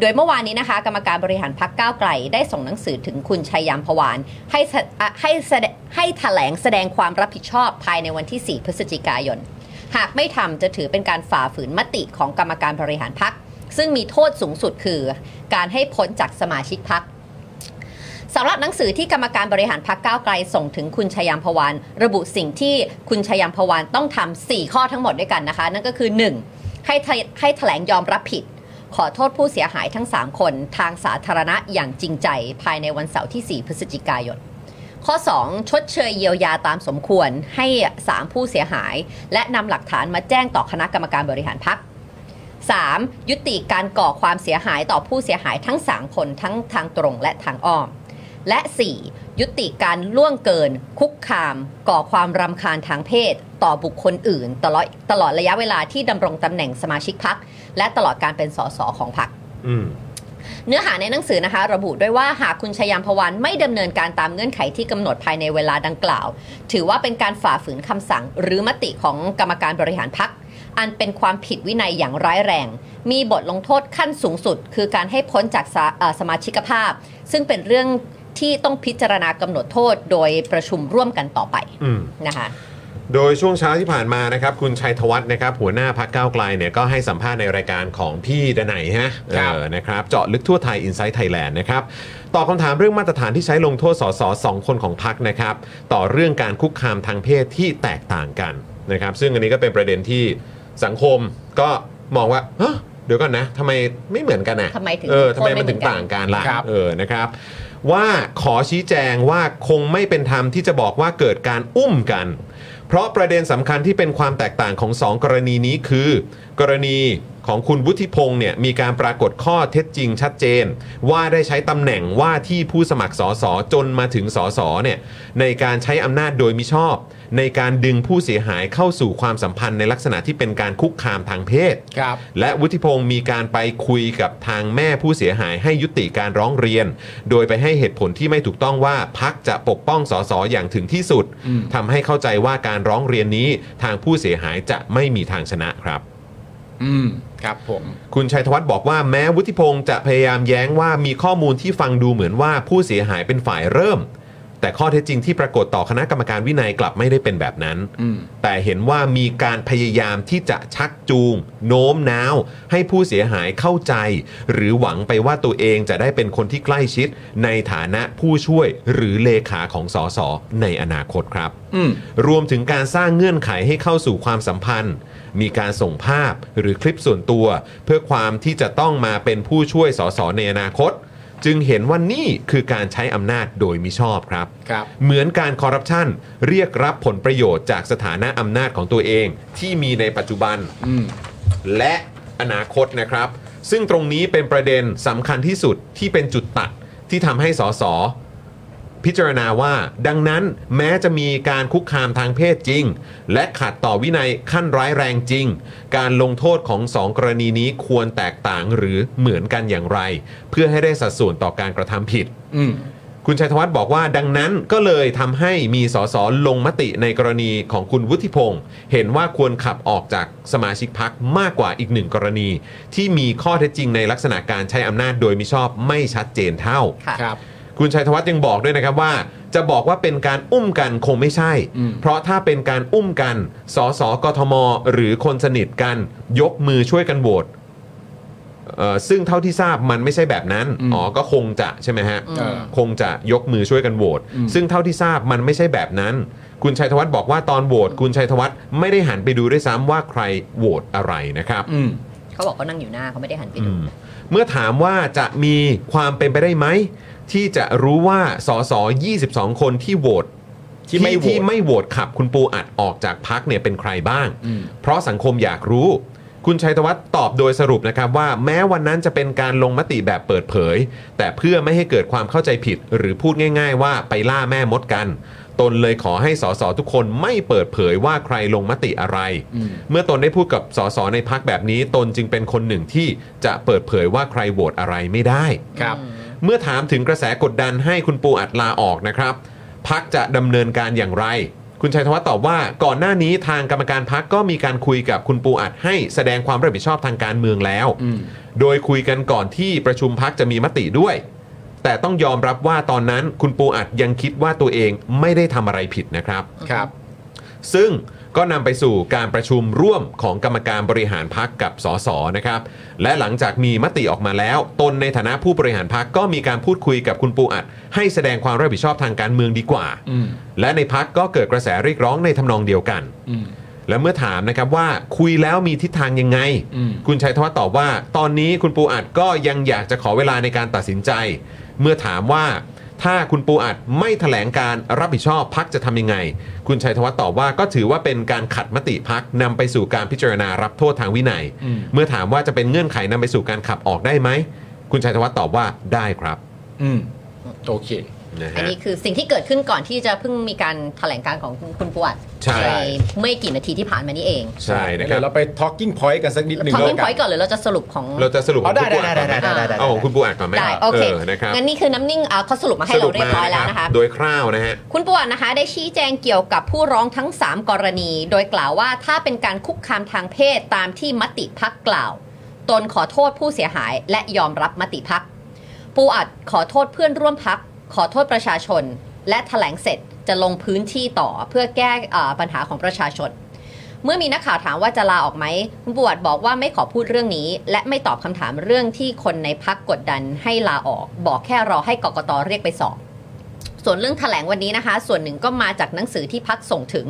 [SPEAKER 3] โดยเมื่อวานนี้นะคะ กรรมการบริหารพักก้าวไกล ได้ส่งหนังสือถึงคุณชัยยามพวานให้แสอ่ะให้แสดงให้แถลงแสดงความรับผิดชอบภายในวันที่ 4 พฤศจิกายน หากไม่ทำจะถือเป็นการฝ่าฝืนมติของกรรมการบริหารพัก ซึ่งมีโทษสูงสุดคือ การให้พ้นจากสมาชิกพัก สำหรับหนังสือที่กรรมการบริหารพักก้าวไกลส่งถึงคุณชยามพวานระบุสิ่งที่คุณชยามพวานต้องทำ4ข้อทั้งหมดด้วยกันนะคะ นั่นก็คือ 1. ให้แถให้แถลงยอมรับผิด ขอโทษผู้เสียหายทั้ง 3 คนทางสาธารณะอย่างจริงใจ ภายในวันเสาร์ที่ 4 พฤศจิกายน ข้อ 2 ชดเชยเยียวยาตามสมควรให้ 3 ผู้เสียหาย และนำหลักฐานมาแจ้งต่อคณะกรรมการบริหารพัก 3. ยุติการก่อความเสียหายต่อผู้เสียหายทั้ง 3 คนทั้งทางตรงและทางอ้อม และ 4. ยุติการล่วงเกิน คุกคาม ก่อความรำคาญทางเพศ ต่อบุคคลอื่น ตลอดตลอดระยะเวลาที่ดำรงตำแหน่งสมาชิกพัก และตลอดการเป็นสสของพัก
[SPEAKER 1] อืม
[SPEAKER 3] เนื้อหาในหนังสือนะคะ ระบุด้วยว่าหากคุณชยามพวันไม่ดำเนินการตามเงื่อนไขที่กำหนดภายในเวลาดังกล่าว ถือว่าเป็นการฝ่าฝืนคำสั่ง หรือมติของกรรมการบริหารพัก อันเป็นความผิดวินัยอย่างร้ายแรง มีบทลงโทษขั้นสูงสุด คือการให้พ้นจากสาเอ่อสมาชิกภาพ ซึ่งเป็นเรื่องที่ต้องพิจารณากำหนดโทษ โดยประชุมร่วมกันต่อไป
[SPEAKER 1] อืม
[SPEAKER 3] นะคะ
[SPEAKER 1] โดยช่วงเช้าที่ผ่านมานะครับคุณชัยธวัฒน์นะครับหัวหน้าพักก้าวไกลเนี่ยก็ให้สัมภาษณ์ในรายการของพี่ดนัยฮะเอ
[SPEAKER 4] ครับ
[SPEAKER 1] อนะครับเจาะลึกทั่วไทย i n s i ซ e ์ไทยแลนด์นะครับตอบคำถามเรื่องมาตรฐานที่ใช้ลงโทษสสสองคนของพักนะครับต่อเรื่องการคุกคามทางเพศที่แตกต่างกันนะครับซึ่งอันนี้ก็เป็นประเด็นที่สังคมก็มองว่าฮะเดี๋ยวก่อนนะทำไมไม่เหมือนกันนะ
[SPEAKER 3] ทำไมถึง
[SPEAKER 1] เออ
[SPEAKER 3] โทษ
[SPEAKER 1] ทำไมมัน
[SPEAKER 3] ไม่เหมื
[SPEAKER 1] ถึ
[SPEAKER 3] อง นกัน
[SPEAKER 1] ต่างกันล่ะ
[SPEAKER 4] ครับ
[SPEAKER 1] เออ นะครับ ว่าขอชี้แจงว่าคงไม่เป็นธรรมที่จะบอกว่าเกิดการอุ้มกัน เพราะประเด็นสำคัญที่เป็นความแตกต่างของ 2 กรณีนี้คือ กรณีของคุณวุฒิพงษ์เนี่ยมีการปรากฏข้อเท็จจริงชัดเจน ว่าได้ใช้ตำแหน่งว่าที่ผู้สมัครสอสอจนมาถึงสอสอเนี่ยในการใช้อำนาจโดยมิชอบ ในการดึงผู้เสียหายเข้าสู่ความสัมพันธ์ในลักษณะที่เป็นการคุกคามทางเพศ
[SPEAKER 4] ครับ
[SPEAKER 1] และวุฒิพงศ์มีการไปคุยกับทางแม่ผู้เสียหายให้ยุติการร้องเรียน โดยไปให้เหตุผลที่ไม่ถูกต้องว่าพักจะปกป้องสสอย่างถึงที่สุดทำให้เข้าใจว่าการร้องเรียนนี้ทางผู้เสียหายจะไม่มีทางชนะครับ
[SPEAKER 4] อืมครับผม
[SPEAKER 1] คุณชัยธวัฒน์บอกว่าแม้วุฒิพงศ์จะพยายามแย้งว่ามีข้อมูลที่ฟังดูเหมือนว่าผู้เสียหายเป็นฝ่ายเริ่ม แต่ข้อเท็จจริงที่ปรากฏต่อคณะกรรมการวินัยกลับไม่ได้เป็นแบบนั้น
[SPEAKER 4] อืม
[SPEAKER 1] แต่เห็นว่ามีการพยายามที่จะชักจูง โน้มน้าว ให้ผู้เสียหายเข้าใจ หรือหวังไปว่าตัวเองจะได้เป็นคนที่ใกล้ชิด ในฐานะผู้ช่วยหรือเลขาของสสในอนาคตครับ
[SPEAKER 4] อืม
[SPEAKER 1] รวมถึงการสร้างเงื่อนไขให้เข้าสู่ความสัมพันธ์ มีการส่งภาพหรือคลิปส่วนตัว เพื่อความที่จะต้องมาเป็นผู้ช่วยสสในอนาคต จึงเห็นว่านี่คือการใช้อำนาจโดยมิชอบครับ
[SPEAKER 4] ครับ
[SPEAKER 1] เหมือนการคอร์รัปชันเรียกรับผลประโยชน์จากสถานะอำนาจของตัวเอง ที่มีในปัจจุบัน
[SPEAKER 4] อืม
[SPEAKER 1] และอนาคตนะครับ ซึ่งตรงนี้เป็นประเด็นสำคัญที่สุดที่เป็นจุดตัดที่ทำให้สสพิจารณาว่า ดังนั้นแม้จะมีการคุกคามทางเพศจริง และขัดต่อวินัยขั้นร้ายแรงจริง การลงโทษของสองกรณีนี้ควรแตกต่างหรือเหมือนกันอย่างไร เพื่อให้ได้สัดส่วนต่อการกระทำผิด
[SPEAKER 4] อืม
[SPEAKER 1] คุณชัยธวัฒน์บอกว่าดังนั้นก็เลยทำให้มีสสลงมติในกรณีของคุณวุฒิพงศ์เห็นว่าควรขับออกจากสมาชิกพักมากกว่าอีกหนึ่งกรณี ที่มีข้อเท็จจริงในลักษณะการใช้อำนาจโดยมิชอบไม่ชัดเจนเท่า
[SPEAKER 3] ค่ะ
[SPEAKER 4] ครับ
[SPEAKER 1] คุณชัยธวัฒน์ยังบอกด้วยนะครับว่า จะบอกว่าเป็นการอุ้มกันคงไม่ใช่
[SPEAKER 4] อืม
[SPEAKER 1] เพราะถ้าเป็นการอุ้มกันสสกทม หรือคนสนิทกัน ยกมือช่วยกันโหวตเอ่อซึ่งเท่าที่ทราบมันไม่ใช่แบบนั้นอ๋อก็คงจะใช่ไหมฮะ
[SPEAKER 3] อืม
[SPEAKER 4] เออ
[SPEAKER 1] คงจะยกมือช่วยกันโหวต
[SPEAKER 4] อืม
[SPEAKER 1] ซึ่งเท่าที่ทราบมันไม่ใช่แบบนั้น คุณชัยธวัฒน์บอกว่าตอนโหวตคุณชัยธวัฒน์ไม่ได้หันไปดูด้วยซ้ำว่าใครโหวตอะไรนะครับ
[SPEAKER 4] อืม
[SPEAKER 3] เขาบอกเขานั่งอยู่หน้าเขาไม่ได้หันไป
[SPEAKER 1] อื
[SPEAKER 3] ดู
[SPEAKER 1] มเมื่อถามว่าจะมีความเป็นไปได้ไหม ที่จะรู้ว่าสส22 คนที่โหวต
[SPEAKER 4] ที่ไม่โหวต
[SPEAKER 1] ที่ไม่โหวตขับคุณปูอัดออกจากพักเนี่ยเป็นใครบ้าง
[SPEAKER 4] อืม
[SPEAKER 1] เพราะสังคมอยากรู้ คุณชัยธวัฒน์ตอบโดยสรุปนะครับว่าแม้วันนั้นจะเป็นการลงมติแบบเปิดเผย แต่เพื่อไม่ให้เกิดความเข้าใจผิด หรือพูดง่าย ๆ ว่าไปล่าแม่มดกัน
[SPEAKER 5] ตนเลยขอให้สสทุกคนไม่เปิดเผยว่าใครลงมติอะไร เมื่อตนได้พูดกับสสในพักแบบนี้ ตนจึงเป็นคนหนึ่งที่จะเปิดเผยว่าใครโหวตอะไรไม่ได้
[SPEAKER 4] ครับ
[SPEAKER 5] เมื่อถามถึงกระแสกดดันให้คุณปูอัดลาออกนะครับพักจะดำเนินการอย่างไร คุณชัยธวัฒน์ตอบว่าก่อนหน้านี้ทางกรรมการพักก็มีการคุยกับคุณปูอัดให้แสดงความรับผิดชอบทางการเมืองแล้ว โดยคุยกันก่อนที่ประชุมพักจะมีมติด้วย แต่ต้องยอมรับว่าตอนนั้นคุณปูอัดยังคิดว่าตัวเองไม่ได้ทำอะไรผิดนะครับ
[SPEAKER 4] ครับ
[SPEAKER 5] ซึ่งก็นำไปสู่การประชุมร่วมของกรรมการบริหารพักกับสสนะครับ และหลังจากมีมติออกมาแล้ว ตนในฐานะผู้บริหารพักก็มีการพูดคุยกับคุณปูอัด ให้แสดงความรับผิดชอบทางการเมืองดีกว่า และในพักก็เกิดกระแสเรียกร้องในทำนองเดียวกัน และเมื่อถามนะครับว่าคุยแล้วมีทิศทางยังไง คุณชัยธวัฒน์ตอบว่า ตอนนี้คุณปูอัดก็ยังอยากจะขอเวลาในการตัดสินใจ เมื่อถามว่า ถ้าคุณปูอัดไม่แถลงการรับผิดชอบพักจะทำยังไง คุณชัยธวัฒน์ตอบว่าก็ถือว่าเป็นการขัดมติพักนำไปสู่การพิจารณารับโทษทางวินัย เมื่อถามว่าจะเป็นเงื่อนไขนำไปสู่การขับออกได้ไหมคุณชัยธวัฒน์ตอบว่าได้ครับ
[SPEAKER 4] อืมโอเค
[SPEAKER 5] นะ
[SPEAKER 3] อัน
[SPEAKER 5] ฮะ
[SPEAKER 3] นี้คือสิ่งที่เกิดขึ้นก่อนที่จะเพิ่งมีการแถลงการของคุณปวด
[SPEAKER 5] ใช่
[SPEAKER 3] ไม่กี่นาทีที่ผ่านมานี้เอง
[SPEAKER 5] ใช่นะค
[SPEAKER 4] เดี๋
[SPEAKER 5] รั
[SPEAKER 4] ย
[SPEAKER 5] บ
[SPEAKER 4] วเราไป talking point กันสักนิดหนึ่ง
[SPEAKER 3] ขอ
[SPEAKER 4] แล้ว
[SPEAKER 3] เพิ่มพ
[SPEAKER 4] กั
[SPEAKER 3] อน ยก่อนหรือเราจะสรุปของ
[SPEAKER 5] เราจะสรุปข
[SPEAKER 4] อ๋
[SPEAKER 5] อ
[SPEAKER 4] อง ได้
[SPEAKER 5] คุณปูอัดก่อนไหม
[SPEAKER 4] ได้ได้ได้ได้
[SPEAKER 5] เอาของคุณปูอัดก่อนไหม
[SPEAKER 3] ได้โอเค
[SPEAKER 5] อนะครับ
[SPEAKER 3] งั้นนี่คือน้ำนิ่งอ่ะเขาสรุปมาให้เราเรียบร้อยแล้วนะคะ
[SPEAKER 5] โดยคร่าวนะฮะ
[SPEAKER 3] คุณปวดนะคะ ได้ชี้แจงเกี่ยวกับผู้ร้องทั้ง 3 กรณี โดยกล่าวว่าถ้าเป็นการคุกคามทางเพศตามที่มติพักกล่าว ตนขอโทษผู้เสียหายและยอมรับมติพัก ปูอัดขอโทษเพื่อนร่วมพัก ขอโทษประชาชน และแถลงเสร็จจะลงพื้นที่ต่อเพื่อแก้เอ่อปัญหาของประชาชน เมื่อมีนักข่าวถามว่าจะลาออกไหมคุณปวดบอกว่าไม่ขอพูดเรื่องนี้ และไม่ตอบคำถามเรื่องที่คนในพักกดดันให้ลาออก บอกแค่รอให้กกตเรียกไปสอบ ส่วนเรื่องแถลงวันนี้นะคะ ส่วนหนึ่งก็มาจากหนังสือที่พักส่งถึง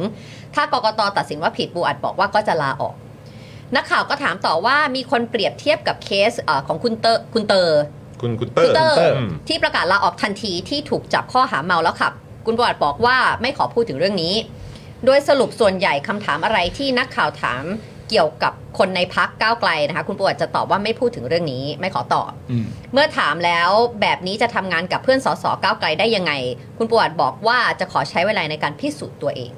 [SPEAKER 3] ถ้ากกตตัดสินว่าผิดปูอัดบอกว่าก็จะลาออก นักข่าวก็ถามต่อว่ามีคนเปรียบเทียบกับเคสเอ่อของคุณเตอร์คุณเตอร์
[SPEAKER 5] คุณคุณเตอร์
[SPEAKER 3] คุณเตอร์
[SPEAKER 5] อืม
[SPEAKER 3] ที่ประกาศลาออกทันทีที่ถูกจับข้อหาเมาแล้วขับ คุณปวดบอกว่าไม่ขอพูดถึงเรื่องนี้ โดยสรุปส่วนใหญ่คำถามอะไรที่นักข่าวถามเกี่ยวกับคนในพักก้าวไกลนะคะ คุณปวดจะตอบว่าไม่พูดถึงเรื่องนี้ ไม่ขอตอบ
[SPEAKER 4] อืม
[SPEAKER 3] เมื่อถามแล้วแบบนี้จะทำงานกับเพื่อนสสก้าวไกลได้ยังไง คุณปวดบอกว่าจะขอใช้เวลาในการพิสูจน์ตัวเอง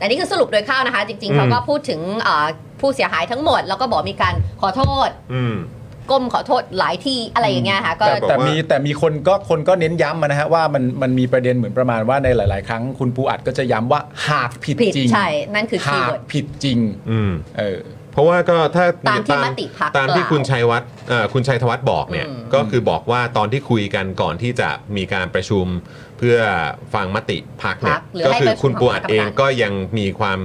[SPEAKER 3] อันนี้คือสรุปโดยคร่าวนะคะ จริงๆเขาก็พูดถึงเอ่อผู้เสียหายทั้งหมด แล้วก็บอกมีการขอโทษ
[SPEAKER 5] อืม
[SPEAKER 3] ก้มขอโทษหลายที่อะไรอย่างเงี้ยค่ะก็
[SPEAKER 5] แต่
[SPEAKER 4] แต่
[SPEAKER 5] บอกว่ามี
[SPEAKER 4] มีแต่มีคนก็คนก็เน้นย้ำมานะฮะว่ามันมันมีประเด็นเหมือนประมาณว่าในหลาย ๆ ครั้งคุณปูอัดก็จะย้ำว่าหากผิด
[SPEAKER 3] ผิด
[SPEAKER 4] จริง
[SPEAKER 3] ใช่ นั่นคือคีย์
[SPEAKER 4] หาก
[SPEAKER 3] เวิร์ด
[SPEAKER 4] ผิดจริง
[SPEAKER 5] อืม
[SPEAKER 4] เออ
[SPEAKER 5] เพราะว่าก็ถ้า
[SPEAKER 3] ตามที่มติพรรค
[SPEAKER 5] ตามที่
[SPEAKER 3] กล่าว
[SPEAKER 5] คุณชัยวัฒน์เอ่อคุณชัยธวัฒน์บอกเนี่ย
[SPEAKER 3] อืม
[SPEAKER 5] ก็คือบอกว่าตอนที่คุยกันก่อนที่จะมีการประชุมเพื่อฟังมติพักเนี่ย
[SPEAKER 3] พักหรือ
[SPEAKER 5] ก็
[SPEAKER 3] ให้
[SPEAKER 5] คื
[SPEAKER 3] ไป
[SPEAKER 5] อคุณปูอัด
[SPEAKER 3] ของคณะกรรมการ
[SPEAKER 5] เองก็ยังมีความ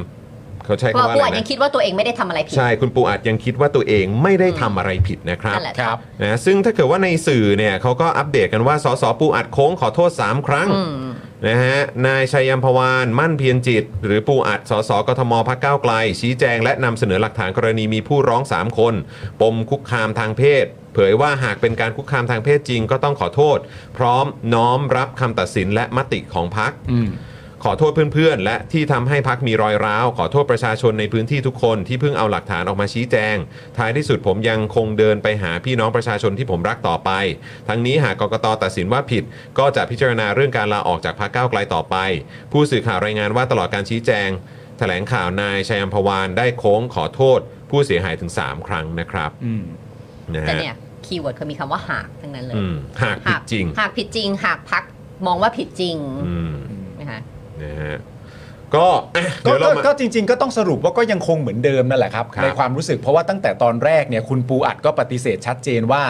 [SPEAKER 5] เขาใช้
[SPEAKER 3] เพราะ
[SPEAKER 5] คำว่า
[SPEAKER 3] ป
[SPEAKER 5] อะ
[SPEAKER 3] ว
[SPEAKER 5] ไร
[SPEAKER 3] ดยั
[SPEAKER 5] นะ
[SPEAKER 3] งคิดว่าตัวเองไม่ได้ทำอะไรผิด
[SPEAKER 5] ใช่คุณปูอัดยังคิดว่าตัวเองไม่ได้ทำอะไรผิดนะครับ
[SPEAKER 3] นั่นแหละ
[SPEAKER 4] ครับ
[SPEAKER 5] นะซึ่งถ้าเกิดว่าในสื่อเนี่ยเขาก็อัปเดตกันว่าสสปูอัดโค้งขอโทษ 3 ครั้ง
[SPEAKER 3] อืม
[SPEAKER 5] นะฮะ นายชัยยมพวาน มั่นเพียรจิต หรือปูอัด สสกทมพักก้าวไกล ชี้แจงและนำเสนอหลักฐานกรณีมีผู้ร้อง 3 คน ปมคุกคามทางเพศ เผยว่าหากเป็นการคุกคามทางเพศจริงก็ต้องขอโทษ พร้อมน้อมรับคำตัดสินและมติของพัก
[SPEAKER 4] อืม
[SPEAKER 5] ขอโทษเพื่อนๆ และที่ทำให้พักมีรอยร้าว ขอโทษประชาชนในพื้นที่ทุกคนที่เพิ่งเอาหลักฐานออกมาชี้แจง ท้ายที่สุดผมยังคงเดินไปหาพี่น้องประชาชนที่ผมรักต่อไป ทั้งนี้หากกกตตัดสินว่าผิด ก็จะพิจารณาเรื่องการลาออกจากพักก้าวไกลต่อไป ผู้สื่อข่าวรายงานว่าตลอดการชี้แจง แถลงข่าวนายชัยอัมพวานได้โค้งขอโทษ ผู้เสียหายถึง 3 ครั้งนะครับ
[SPEAKER 4] อืม
[SPEAKER 5] นะ
[SPEAKER 3] แต่
[SPEAKER 5] ฮะ
[SPEAKER 3] เนี่ยคีย์เวิร์ดคือมีคำว่าหากทั้งนั้นเลย
[SPEAKER 5] อืมหากผิดจริง
[SPEAKER 3] หากผิดจริง หากพักมองว่าผิดจริง
[SPEAKER 5] อืม
[SPEAKER 3] นะคะ
[SPEAKER 5] นะฮะก็อ่ะ
[SPEAKER 4] ก็
[SPEAKER 5] เดี๋ยวเรา
[SPEAKER 4] ก็
[SPEAKER 5] มา
[SPEAKER 4] ก็จริง ๆ ก็ต้องสรุปว่าก็ยังคงเหมือนเดิมนั่นแหละครับ
[SPEAKER 5] ครับ
[SPEAKER 4] ในความรู้สึกเพราะว่าตั้งแต่ตอนแรกเนี่ยคุณปูอัดก็ปฏิเสธชัดเจนว่า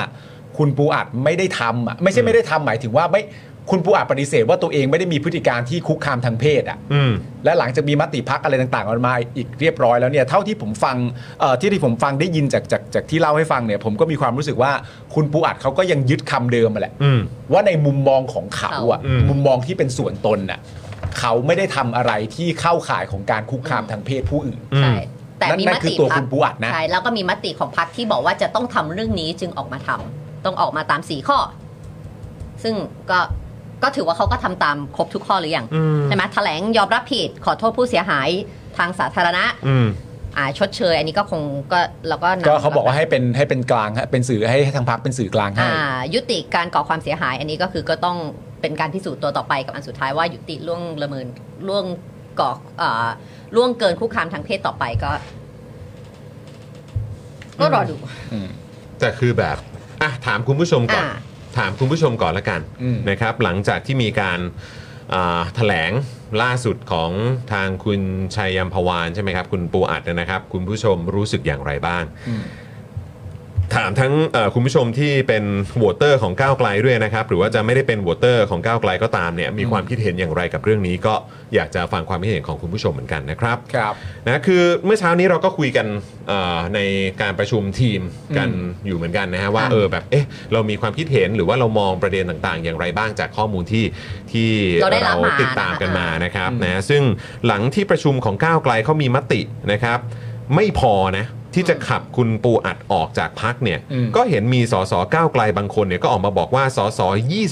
[SPEAKER 4] คุณปูอัดไม่ได้ทำอ่ะไม่ใช่ไม่ได้ทำหมายถึงว่าไม่คุณปูอัดปฏิเสธว่าตัวเองไม่ได้มีพฤติการที่คุกคามทางเพศอ่ะ
[SPEAKER 5] อืม
[SPEAKER 4] และหลังจากมีมติพักอะไรต่างๆออกมาอีกเรียบร้อยแล้วเนี่ยเท่าที่ผมฟังเอ่อที่ที่ผมฟังได้ยินจากจากจากที่เล่าให้ฟังเนี่ยผมก็มีความรู้สึกว่าคุณปูอัดเขาก็ยังยึดคำเดิมมาแหละ
[SPEAKER 5] อืม
[SPEAKER 4] ว่าในมุมมองของเขาอ่ะ
[SPEAKER 5] อืม
[SPEAKER 4] มุมมองที่เป็นส่วนตนน่ะเขาไม่ได้ทำอะไรที่เข้าข่ายของการคุกคามทางเพศผู้อื่น
[SPEAKER 5] อืม
[SPEAKER 3] ใช่แต่มี
[SPEAKER 4] นั่
[SPEAKER 3] ม
[SPEAKER 4] นคือ
[SPEAKER 3] ติ
[SPEAKER 4] ตัว
[SPEAKER 3] พรร
[SPEAKER 4] คุณปูอัดนะ
[SPEAKER 3] ใช่แล้วก็มีมติของพักที่บอกว่าจะต้องทำเรื่องนี้จึงออกมาทำต้องออกมาตามสี่ข้อ ซึ่งก็ก็ถือว่าเขาก็ทำตามครบทุกข้อหรือยัง
[SPEAKER 5] อืม
[SPEAKER 3] ใช่ไหมแถลงยอมรับผิดขอโทษผู้เสียหายทางสาธารณะ
[SPEAKER 5] อืม
[SPEAKER 3] อ่าชดเชย อันนี้ก็คงก็เราก็นำ
[SPEAKER 4] ก็เขาบอกว่าให้เป็นให้เป็นกลางฮะเป็นสื่อให้ให้ทางพักเป็นสื่อกลางให้
[SPEAKER 3] อ่ายุติการก่อความเสียหาย อันนี้ก็คือก็ต้อง เป็นการพิสูจน์ตัวต่อไปกับอันสุดท้ายว่ายุติล่วงละเมินล่วงก่อเอ่อล่วงเกินคุกคามทางเพศต่อไปก็ ก็รอดู
[SPEAKER 1] แต่คือแบบอ่ะถามคุณผู้ชมก่อน
[SPEAKER 3] อ่า
[SPEAKER 1] ถามคุณผู้ชมก่อนละกัน
[SPEAKER 4] อืม
[SPEAKER 1] นะครับ หลังจากที่มีการอ่าแถลงล่าสุดของทางคุณชัยยมพวานใช่ไหมครับ คุณปูอัดนะครับ คุณผู้ชมรู้สึกอย่างไรบ้าง ถามทั้งเอ่อคุณผู้ชมที่เป็นโหวตเตอร์ของก้าวไกลด้วยนะครับ หรือว่าจะไม่ได้เป็นโหวตเตอร์ของก้าวไกลก็ตามเนี่ยมีความคิดเห็นอย่างไรกับเรื่องนี้ ก็อยากจะฟังความคิดเห็นของคุณผู้ชมเหมือนกันนะครับ
[SPEAKER 4] ครับ
[SPEAKER 1] นะคือเมื่อเช้านี้เราก็คุยกันเอ่อในการประชุมทีมกันอยู่เหมือนกันนะฮะว่าเออแบบเอ๊ะเรามีความคิดเห็นหรือว่าเรามองประเด็นต่างๆ อย่างไรบ้างจากข้อมูลที่ที่
[SPEAKER 3] เราได้รับมา
[SPEAKER 1] ติดตามกัน
[SPEAKER 3] นะคะ
[SPEAKER 1] มานะครับนะซึ่งหลังที่ประชุมของก้าวไกลเขามีมตินะครับ ไม่พอนะที่จะขับคุณปูอัดออกจากพักเนี่ย
[SPEAKER 4] อืม
[SPEAKER 1] ก็เห็นมีสสก้าวไกลบางคนเนี่ยก็ออกมาบอกว่าสส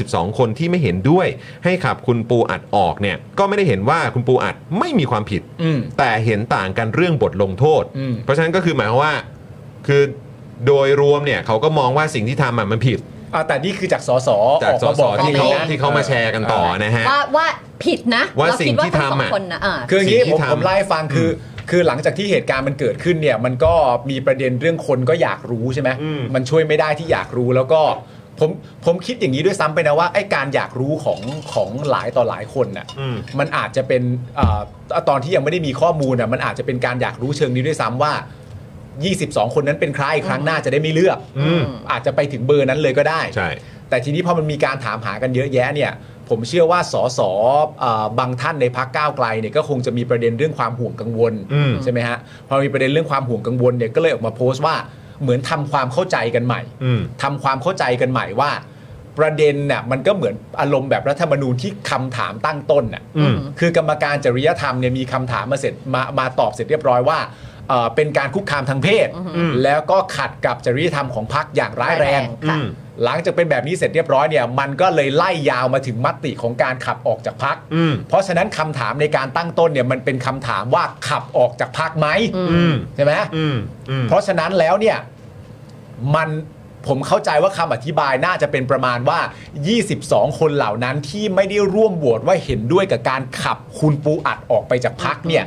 [SPEAKER 1] 22 คนที่ไม่เห็นด้วย ให้ขับคุณปูอัดออกเนี่ยก็ไม่ได้เห็นว่าคุณปูอัดไม่มีความผิด
[SPEAKER 4] อืม
[SPEAKER 1] แต่เห็นต่างกันเรื่องบทลงโทษ
[SPEAKER 4] อืม
[SPEAKER 1] เพราะฉะนั้นก็คือหมายความว่า คือโดยรวมเนี่ยเขาก็มองว่าสิ่งที่ทำอะมันผิด
[SPEAKER 4] อ่ะแต่นี่คือจากสส
[SPEAKER 1] จากส
[SPEAKER 4] ออม
[SPEAKER 1] ส
[SPEAKER 4] บอก
[SPEAKER 1] ที่เขา
[SPEAKER 4] อย่งนี้นะ
[SPEAKER 1] ที่เขามาแชร์กันต่อนะฮะ
[SPEAKER 3] ว่าว่าผิดนะ
[SPEAKER 1] ว่า
[SPEAKER 3] เรา
[SPEAKER 1] สิ่
[SPEAKER 3] คิ
[SPEAKER 1] ง
[SPEAKER 3] ดว่า
[SPEAKER 1] ที่
[SPEAKER 3] ทั้งสอ
[SPEAKER 1] ทำ
[SPEAKER 3] ง
[SPEAKER 1] อะ
[SPEAKER 3] คนนะอ่า
[SPEAKER 4] คืออย่างนี้
[SPEAKER 1] สิ่งที่
[SPEAKER 4] ผม
[SPEAKER 1] ทำ
[SPEAKER 4] ผมไล่าให้ฟังคือ คือหลังจากที่เหตุการณ์มันเกิดขึ้นเนี่ย มันก็มีประเด็นเรื่องคนก็อยากรู้ใช่ไหม
[SPEAKER 1] อืม
[SPEAKER 4] มันช่วยไม่ได้ที่อยากรู้แล้วก็ผมผมคิดอย่างนี้ด้วยซ้ำไปนะว่าไอ้การอยากรู้ของของหลายต่อหลายคนน่ะ
[SPEAKER 1] อืม
[SPEAKER 4] มันอาจจะเป็นเออตอนที่ยังไม่ได้มีข้อมูลอ่ะมันอาจจะเป็นการอยากรู้เชิงนี้ด้วยซ้ำว่า 22 คนนั้นเป็นใครครั้งหน้าจะได้ไม่เลือก
[SPEAKER 1] อืม
[SPEAKER 4] อาจจะไปถึงเบอร์นั้นเลยก็ได้
[SPEAKER 1] ใช่
[SPEAKER 4] แต่ทีนี้พอมันมีการถามหากันเยอะแยะเนี่ย ผมเชื่อว่าสสเอ่อบางท่านในพักก้าวไกลเนี่ยก็คงจะมีประเด็นเรื่องความห่วงกังวล
[SPEAKER 1] อืม
[SPEAKER 4] ใช่ไหมฮะพอมีประเด็นเรื่องความห่วงกังวลเนี่ยก็เลยออกมาโพสต์ว่าเหมือนทำความเข้าใจกันใหม่
[SPEAKER 1] อืม
[SPEAKER 4] ทำความเข้าใจกันใหม่ว่า ประเด็นน่ะมันก็เหมือนอารมณ์แบบรัฐธรรมนูญที่คำถามตั้งต้นน่ะ
[SPEAKER 1] อืม
[SPEAKER 4] คือกรรมการจริยธรรมเนี่ยมีคำถามมาเสร็จมามาตอบเสร็จเรียบร้อยว่าเอ่อเป็นการคุกคามทางเพศ แล้วก็ขัดกับจริยธรรมของพรรคอย่างร้ายแรง
[SPEAKER 3] ค่ะ
[SPEAKER 1] อืม
[SPEAKER 4] หลังจากเป็นแบบนี้เสร็จเรียบร้อยเนี่ยมันก็เลยไล่ยาวมาถึงมติของการขับออกจากพัก
[SPEAKER 1] อืม
[SPEAKER 4] เพราะฉะนั้นคำถามในการตั้งต้นเนี่ยมันเป็นคำถามว่าขับออกจากพักไหม
[SPEAKER 1] อืม
[SPEAKER 4] ใช่ไหม
[SPEAKER 1] อืมอืม
[SPEAKER 4] เพราะฉะนั้นแล้วเนี่ยมันผมเข้าใจว่าคำอธิบายน่าจะเป็นประมาณว่า 22 คนเหล่านั้นที่ไม่ได้ร่วมโหวตว่าเห็นด้วยกับการขับคุณปูอัดออกไปจากพักเนี่ย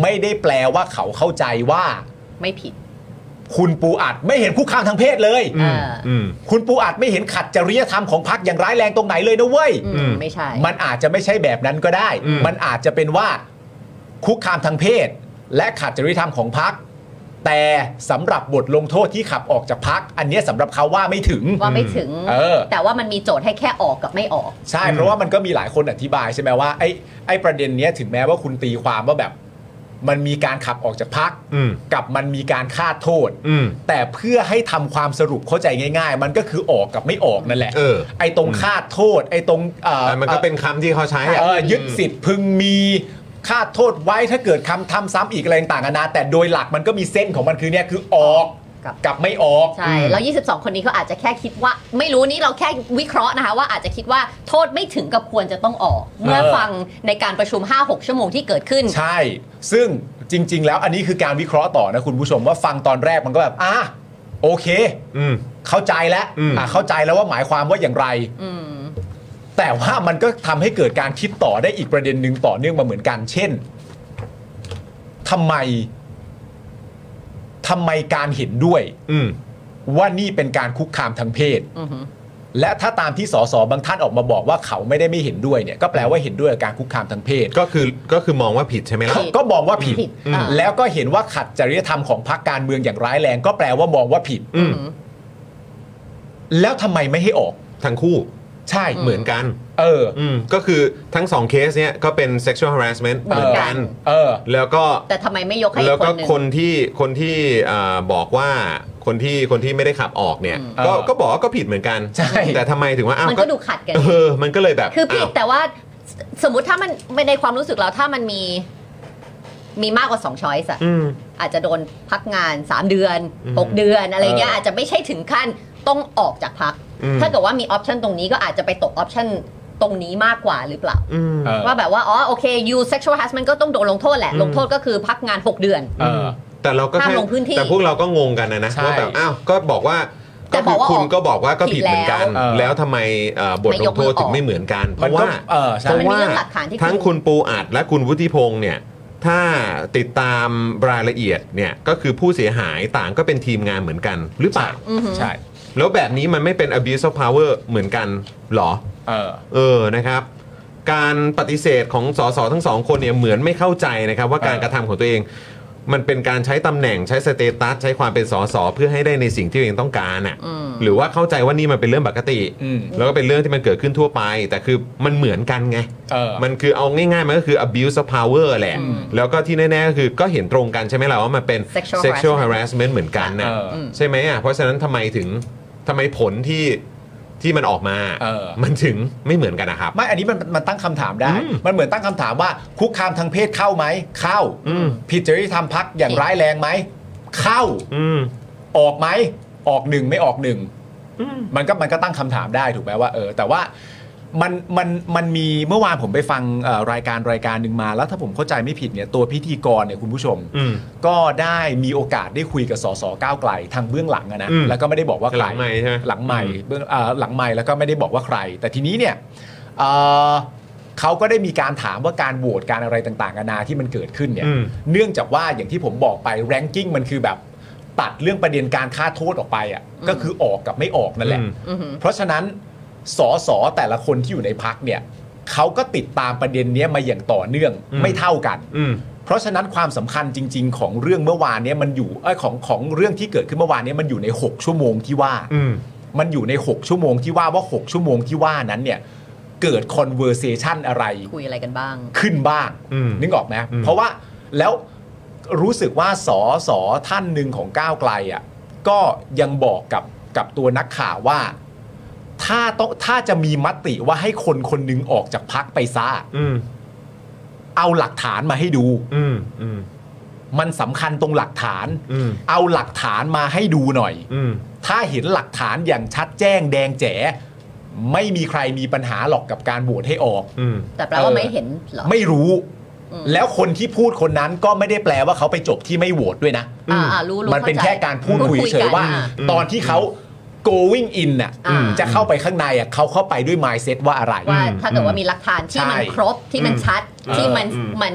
[SPEAKER 4] ไม่ได้แปลว่าเขาเข้าใจว่า
[SPEAKER 3] ไม่ผิด
[SPEAKER 4] คุณปูอัดไม่เห็นคุกคามทางเพศเลย
[SPEAKER 3] เออ
[SPEAKER 1] อืม
[SPEAKER 4] คุณปูอัดไม่เห็นขัดจริยธรรมของพักอย่างร้ายแรงตรงไหนเลยนะเว้ย
[SPEAKER 3] อืมไม่ใช่
[SPEAKER 4] มันอาจจะไม่ใช่แบบนั้นก็ได้
[SPEAKER 1] อืม
[SPEAKER 4] มันอาจจะเป็นว่าคุกคามทางเพศ และขัดจริยธรรมของพัก แต่สำหรับบทลงโทษที่ขับออกจากพัก อันเนี้ยสำหรับเขาว่าไม่ถึง
[SPEAKER 3] ว่าไม่ถึง
[SPEAKER 4] เออ
[SPEAKER 3] แต่ว่ามันมีโจทย์ให้แค่ออกกับไม่ออก
[SPEAKER 4] ใช่ เพราะว่ามันก็มีหลายคนอธิบายใช่ไหมว่าไอ้ไอ้ประเด็นเนี้ยถึงแม้ว่าคุณตีความว่าแบบ มันมีการขับออกจากพัก
[SPEAKER 1] อืม
[SPEAKER 4] กับมันมีการคาดโทษ
[SPEAKER 1] อืม
[SPEAKER 4] แต่เพื่อให้ทำความสรุปเข้าใจง่าย ๆ มันก็คือออกกับไม่ออกนั่นแหละ
[SPEAKER 1] เออ
[SPEAKER 4] ไอ้ตรงคาดโทษ ไอ้ตรงเอ่อ
[SPEAKER 1] แต่มันก็เป็นคำที่เขาใช้อะ
[SPEAKER 4] เออยึดสิทธิ์พึงมีค่าโทษไว้ถ้าเกิดคำทำซ้ำอีกอะไรต่างกันานาแต่โดยหลักมันก็มีเส้นของมันคือเนี่ยคือออก
[SPEAKER 3] กับ
[SPEAKER 4] กับไม่ออก
[SPEAKER 3] ใช่ แล้ว 22 คนนี้เขาอาจจะแค่คิดว่า ไม่รู้นี่เราแค่วิเคราะห์นะคะว่าอาจจะคิดว่าโทษไม่ถึงกับควรจะต้องออก เมื่อฟังในการประชุม 5-6 ชั่วโมงที่เกิดขึ้น
[SPEAKER 4] ใช่ ซึ่งจริง ๆ แล้วอันนี้คือการวิเคราะห์ต่อนะคุณผู้ชมว่าฟังตอนแรกมันก็แบบอ่ะโอเค
[SPEAKER 1] อืม
[SPEAKER 4] เข้าใจแล้ว
[SPEAKER 1] อืม
[SPEAKER 4] อ่ะเข้าใจแล้วว่าหมายความว่าอย่างไร
[SPEAKER 3] อืม
[SPEAKER 4] แต่ว่ามันก็ทำให้เกิดการคิดต่อได้อีกประเด็นหนึ่งต่อเนื่องมาเหมือนกัน เช่นทำไมทำไมการเห็นด้วย
[SPEAKER 1] อืม
[SPEAKER 4] ว่านี่เป็นการคุกคามทางเพศ
[SPEAKER 3] อือฮึ
[SPEAKER 4] และถ้าตามที่สสบางท่านออกมาบอกว่าเขาไม่ได้ไม่เห็นด้วยเนี่ย ก็แปลว่าเห็นด้วยกับการคุกคามทางเพศ
[SPEAKER 1] ก็คือก็คือมองว่าผิดใช่ไหมล่ะ
[SPEAKER 3] ผิด
[SPEAKER 4] ก็มองว่าผิด
[SPEAKER 3] ผิด
[SPEAKER 1] อืม
[SPEAKER 3] อ่า
[SPEAKER 4] แล้วก็เห็นว่าขัดจริยธรรมของพรรคการเมืองอย่างร้ายแรง ก็แปลว่ามองว่าผิด
[SPEAKER 1] อืม
[SPEAKER 4] แล้วทำไมไม่ให้ออก
[SPEAKER 1] ทั้งคู่
[SPEAKER 4] ใช่
[SPEAKER 1] เหมือนกัน
[SPEAKER 4] เออ
[SPEAKER 1] อืม ก็คือทั้งสองเคสเนี้ยก็เป็น sexual harassment เหมือนกัน
[SPEAKER 4] เออ
[SPEAKER 1] แล้วก็
[SPEAKER 3] แต่ทำไมไม่ยกให้อี
[SPEAKER 1] แล้ว
[SPEAKER 3] กค
[SPEAKER 1] ก็
[SPEAKER 3] นหนึ่ง
[SPEAKER 1] คนที่คนที่อ่าบอกว่าคนที่คนที่ไม่ได้ขับออกเนี่ย
[SPEAKER 4] อืม
[SPEAKER 1] ก็
[SPEAKER 4] เออ
[SPEAKER 1] ก็บอกว่าก็ผิดเหมือนกัน
[SPEAKER 4] ใช่
[SPEAKER 1] แต่ทำไมถึงว่าอ้าว
[SPEAKER 3] มันก็ดูขัดกัน
[SPEAKER 1] เออมันก็เลยแบบ
[SPEAKER 3] คือผิด
[SPEAKER 1] าว
[SPEAKER 3] แต่ว่าสสมมติถ้ามันในความรู้สึกเราถ้ามันมีมีมากกว่า2ช้อยส์อะ
[SPEAKER 1] อืม
[SPEAKER 3] อาจจะโดนพักงาน 3 เดือน
[SPEAKER 1] อืม
[SPEAKER 3] 6 เดือนอะไรเงี้ย
[SPEAKER 4] เอออ
[SPEAKER 3] อาจจะไม่ใช่ถึงขั้นต้องออกจากพัก
[SPEAKER 1] อืม
[SPEAKER 3] ถ้าเกิดว่ามีออปชันตรงนี้ก็อาจจะไปตกออปชันตรงนี้มากกว่าหรือเปล่า
[SPEAKER 1] อืม
[SPEAKER 4] เออ
[SPEAKER 3] ว่าแบบว่า อ๋อ โอเค you sexual harassment ก็ต้องโดนลงโทษแหละ
[SPEAKER 1] อืม
[SPEAKER 3] ลงโทษก็คือพักงาน 6 เดือน
[SPEAKER 4] เออ
[SPEAKER 1] แต่เราก็
[SPEAKER 3] ห้าม
[SPEAKER 1] แค่
[SPEAKER 3] ลงพื้นที่
[SPEAKER 1] แต่พวกเราก็งงกันนะนะ
[SPEAKER 4] ใช่
[SPEAKER 1] ว่าแบบอ้าวก็บอกว่า
[SPEAKER 3] แต่
[SPEAKER 1] ก็คือ อ
[SPEAKER 3] บ
[SPEAKER 1] ก
[SPEAKER 3] ว่า
[SPEAKER 1] คุณ
[SPEAKER 3] ออก
[SPEAKER 1] ก็บอกว่าก็ผิดเหมือนกัน
[SPEAKER 3] ผิดแล้ว
[SPEAKER 4] เออ
[SPEAKER 1] แล้วทำไมเอ่อบทลงโทษถึงไม่เหมือนกัน เพ
[SPEAKER 4] มัน
[SPEAKER 1] ราะ
[SPEAKER 4] ก็
[SPEAKER 1] ว่า
[SPEAKER 4] เออใช่
[SPEAKER 1] เพราะ
[SPEAKER 3] มันมี
[SPEAKER 1] ว่า
[SPEAKER 3] เรื่องหลักฐานที่
[SPEAKER 1] ทั้ง
[SPEAKER 3] คุ
[SPEAKER 1] คุณ ณปูอัดและคุณวุฒิพงษ์เนี่ย ถ้าติดตามรายละเอียดเนี่ยก็คือผู้เสียหายต่างก็เป็นทีมงานเหมือนกันหรือเปล่า
[SPEAKER 3] อือหือ
[SPEAKER 4] ใช่
[SPEAKER 1] แล้วแบบนี้มันไม่เป็น abuse of power เหมือนกันเหรอ
[SPEAKER 4] เออ
[SPEAKER 1] เออ นะครับ การปฏิเสธของสสทั้งสองคนเนี่ยเหมือนไม่เข้าใจนะครับ ว่าการกระทำของตัวเอง มันเป็นการใช้ตำแหน่งใช้สเตตัสใช้ความเป็นสสเพื่อให้ได้ในสิ่งที่ตัวเองต้องการอ่ะหรือว่าเข้าใจว่านี่มันเป็นเรื่องปกติ
[SPEAKER 4] อืม
[SPEAKER 1] แล้วก็เป็นเรื่องที่มันเกิดขึ้นทั่วไป แต่คือมันเหมือนกันไง
[SPEAKER 4] เออ
[SPEAKER 1] มันคือเอาง่ายๆ มันก็คือ abuse of power แหละ แล้วก็ที่แน่ๆก็คือก็เห็นตรงกันใช่ไหมล่ะว่ามันเป็น
[SPEAKER 3] Sexual
[SPEAKER 1] sexual harassment เหมือนกันนะ
[SPEAKER 4] เอออืม
[SPEAKER 1] ใช่ไหมอ่ะเพราะฉะนั้นทำไมถึงทำไมผลที่ที่มันออกมา
[SPEAKER 4] เออ
[SPEAKER 1] มันถึงไม่เหมือนกันนะครับ
[SPEAKER 4] ไม่ อันนี้มันมันตั้งคำถามได้
[SPEAKER 1] อืม
[SPEAKER 4] มันเหมือนตั้งคำถามว่า คุกคามทางเพศเข้าไหม เข้า
[SPEAKER 1] อืม
[SPEAKER 4] ผิดจริยธรรมพักอย่างร้ายแรงไหม เข้า
[SPEAKER 1] อืม
[SPEAKER 4] ออกไหม ออกหนึ่งไม่ออกหนึ่ง มันก็มันก็ตั้งคำถามได้ถูกไหมว่าเออแต่ว่ามันมันมันมีเมื่อวานผมไปฟังเอ่อรายการรายการหนึ่งมา แล้วถ้าผมเข้าใจไม่ผิดเนี่ยตัวพิธีกรเนี่ยคุณผู้ชม
[SPEAKER 1] อืม
[SPEAKER 4] ก็ได้มีโอกาสได้คุยกับสสก้าวไกลทางเบื้องหลังอะนะ
[SPEAKER 1] อืม
[SPEAKER 4] แล้วก็ไม่ได้บอกว่าใคร
[SPEAKER 1] หลังไมค์ใช่ไหม
[SPEAKER 4] หลังใหม่
[SPEAKER 1] อืม
[SPEAKER 4] เบื้องเอ่อหลังใหม่แล้วก็ไม่ได้บอกว่าใคร แต่ทีนี้เนี่ยเอ่อเขาก็ได้มีการถามว่าการโหวตการอะไรต่างๆนานาที่มันเกิดขึ้นเนี่ย
[SPEAKER 1] อืม
[SPEAKER 4] เนื่องจากว่าอย่างที่ผมบอกไปแรงกิ้งมันคือแบบตัดเรื่องประเด็นการฆ่าโทษออกไปอ่ะก็คือออกกับไม่ออกนั่นแหละ
[SPEAKER 1] อืม
[SPEAKER 3] อือหือ
[SPEAKER 4] เพราะฉะนั้นสอสอแต่ละคนที่อยู่ในพักเนี่ยเขาก็ติดตามประเด็นเนี้ยมาอย่างต่อเนื่อง
[SPEAKER 1] อืม
[SPEAKER 4] ไม่เท่ากัน
[SPEAKER 1] อืม
[SPEAKER 4] เพราะฉะนั้นความสำคัญจริง ๆ ของเรื่องเมื่อวานเนี้มันอยู่เอยของของเรื่องที่เกิดขึ้นเมื่อวานเนี้มันอยู่ใน 6 ชั่วโมงที่ว่า
[SPEAKER 1] อืม
[SPEAKER 4] มันอยู่ใน 6 ชั่วโมงที่ว่าว่า 6 ชั่วโมงที่ว่านั้นเนี่ยเกิด conversation อะไร
[SPEAKER 3] คุยอะไรกันบ้าง
[SPEAKER 4] ขึ้นบ้าง
[SPEAKER 1] อืม
[SPEAKER 4] นึกออกไหม
[SPEAKER 1] อืม
[SPEAKER 4] เพราะว่าแล้วรู้สึกว่าสอสอท่านหนึ่งของก้าวไกลอ่ะก็ยังบอกกับกับตัวนักข่าวว่า ถ้าต้องถ้าจะมีมติว่าให้คนคนหนึงออกจากพักไปซะ
[SPEAKER 1] อืม
[SPEAKER 4] เอาหลักฐานมาให้ดู
[SPEAKER 1] อืมอืม
[SPEAKER 4] มันสำคัญตรงหลักฐาน
[SPEAKER 1] อืม
[SPEAKER 4] เอาหลักฐานมาให้ดูหน่อย
[SPEAKER 1] อืม
[SPEAKER 4] ถ้าเห็นหลักฐานอย่างชัดแจ้งแดงแจ๋ ไม่มีใครมีปัญหาหรอกกับการโหวตให้ออก
[SPEAKER 1] อืม
[SPEAKER 3] แต่แปลว่าไม่เห็นเหรอ
[SPEAKER 4] ไม่รู้
[SPEAKER 3] อืม
[SPEAKER 4] แล้วคนที่พูดคนนั้นก็ไม่ได้แปลว่าเขาไปจบที่ไม่โหวตด้วยนะ
[SPEAKER 3] อ่าอ่ารู้รู้
[SPEAKER 4] มันเป็น
[SPEAKER 3] ข้าใจ
[SPEAKER 4] แค่การพูดคุยเฉ
[SPEAKER 3] กั
[SPEAKER 4] ย
[SPEAKER 3] น
[SPEAKER 4] ๆว่า
[SPEAKER 3] อ่ะ
[SPEAKER 4] ตอนที่เขา going in น่ะ
[SPEAKER 3] อ่า
[SPEAKER 4] จะเข้าไปข้างในอ่ะเขาเข้าไปด้วย mindset ว่าอะไร
[SPEAKER 3] ว่าถ้าเกิดว่ามีหลักฐานที่มัน
[SPEAKER 4] ใช่
[SPEAKER 3] ครบที่มันชัด
[SPEAKER 1] อืม
[SPEAKER 3] ที่มัน
[SPEAKER 1] เออ
[SPEAKER 3] มัน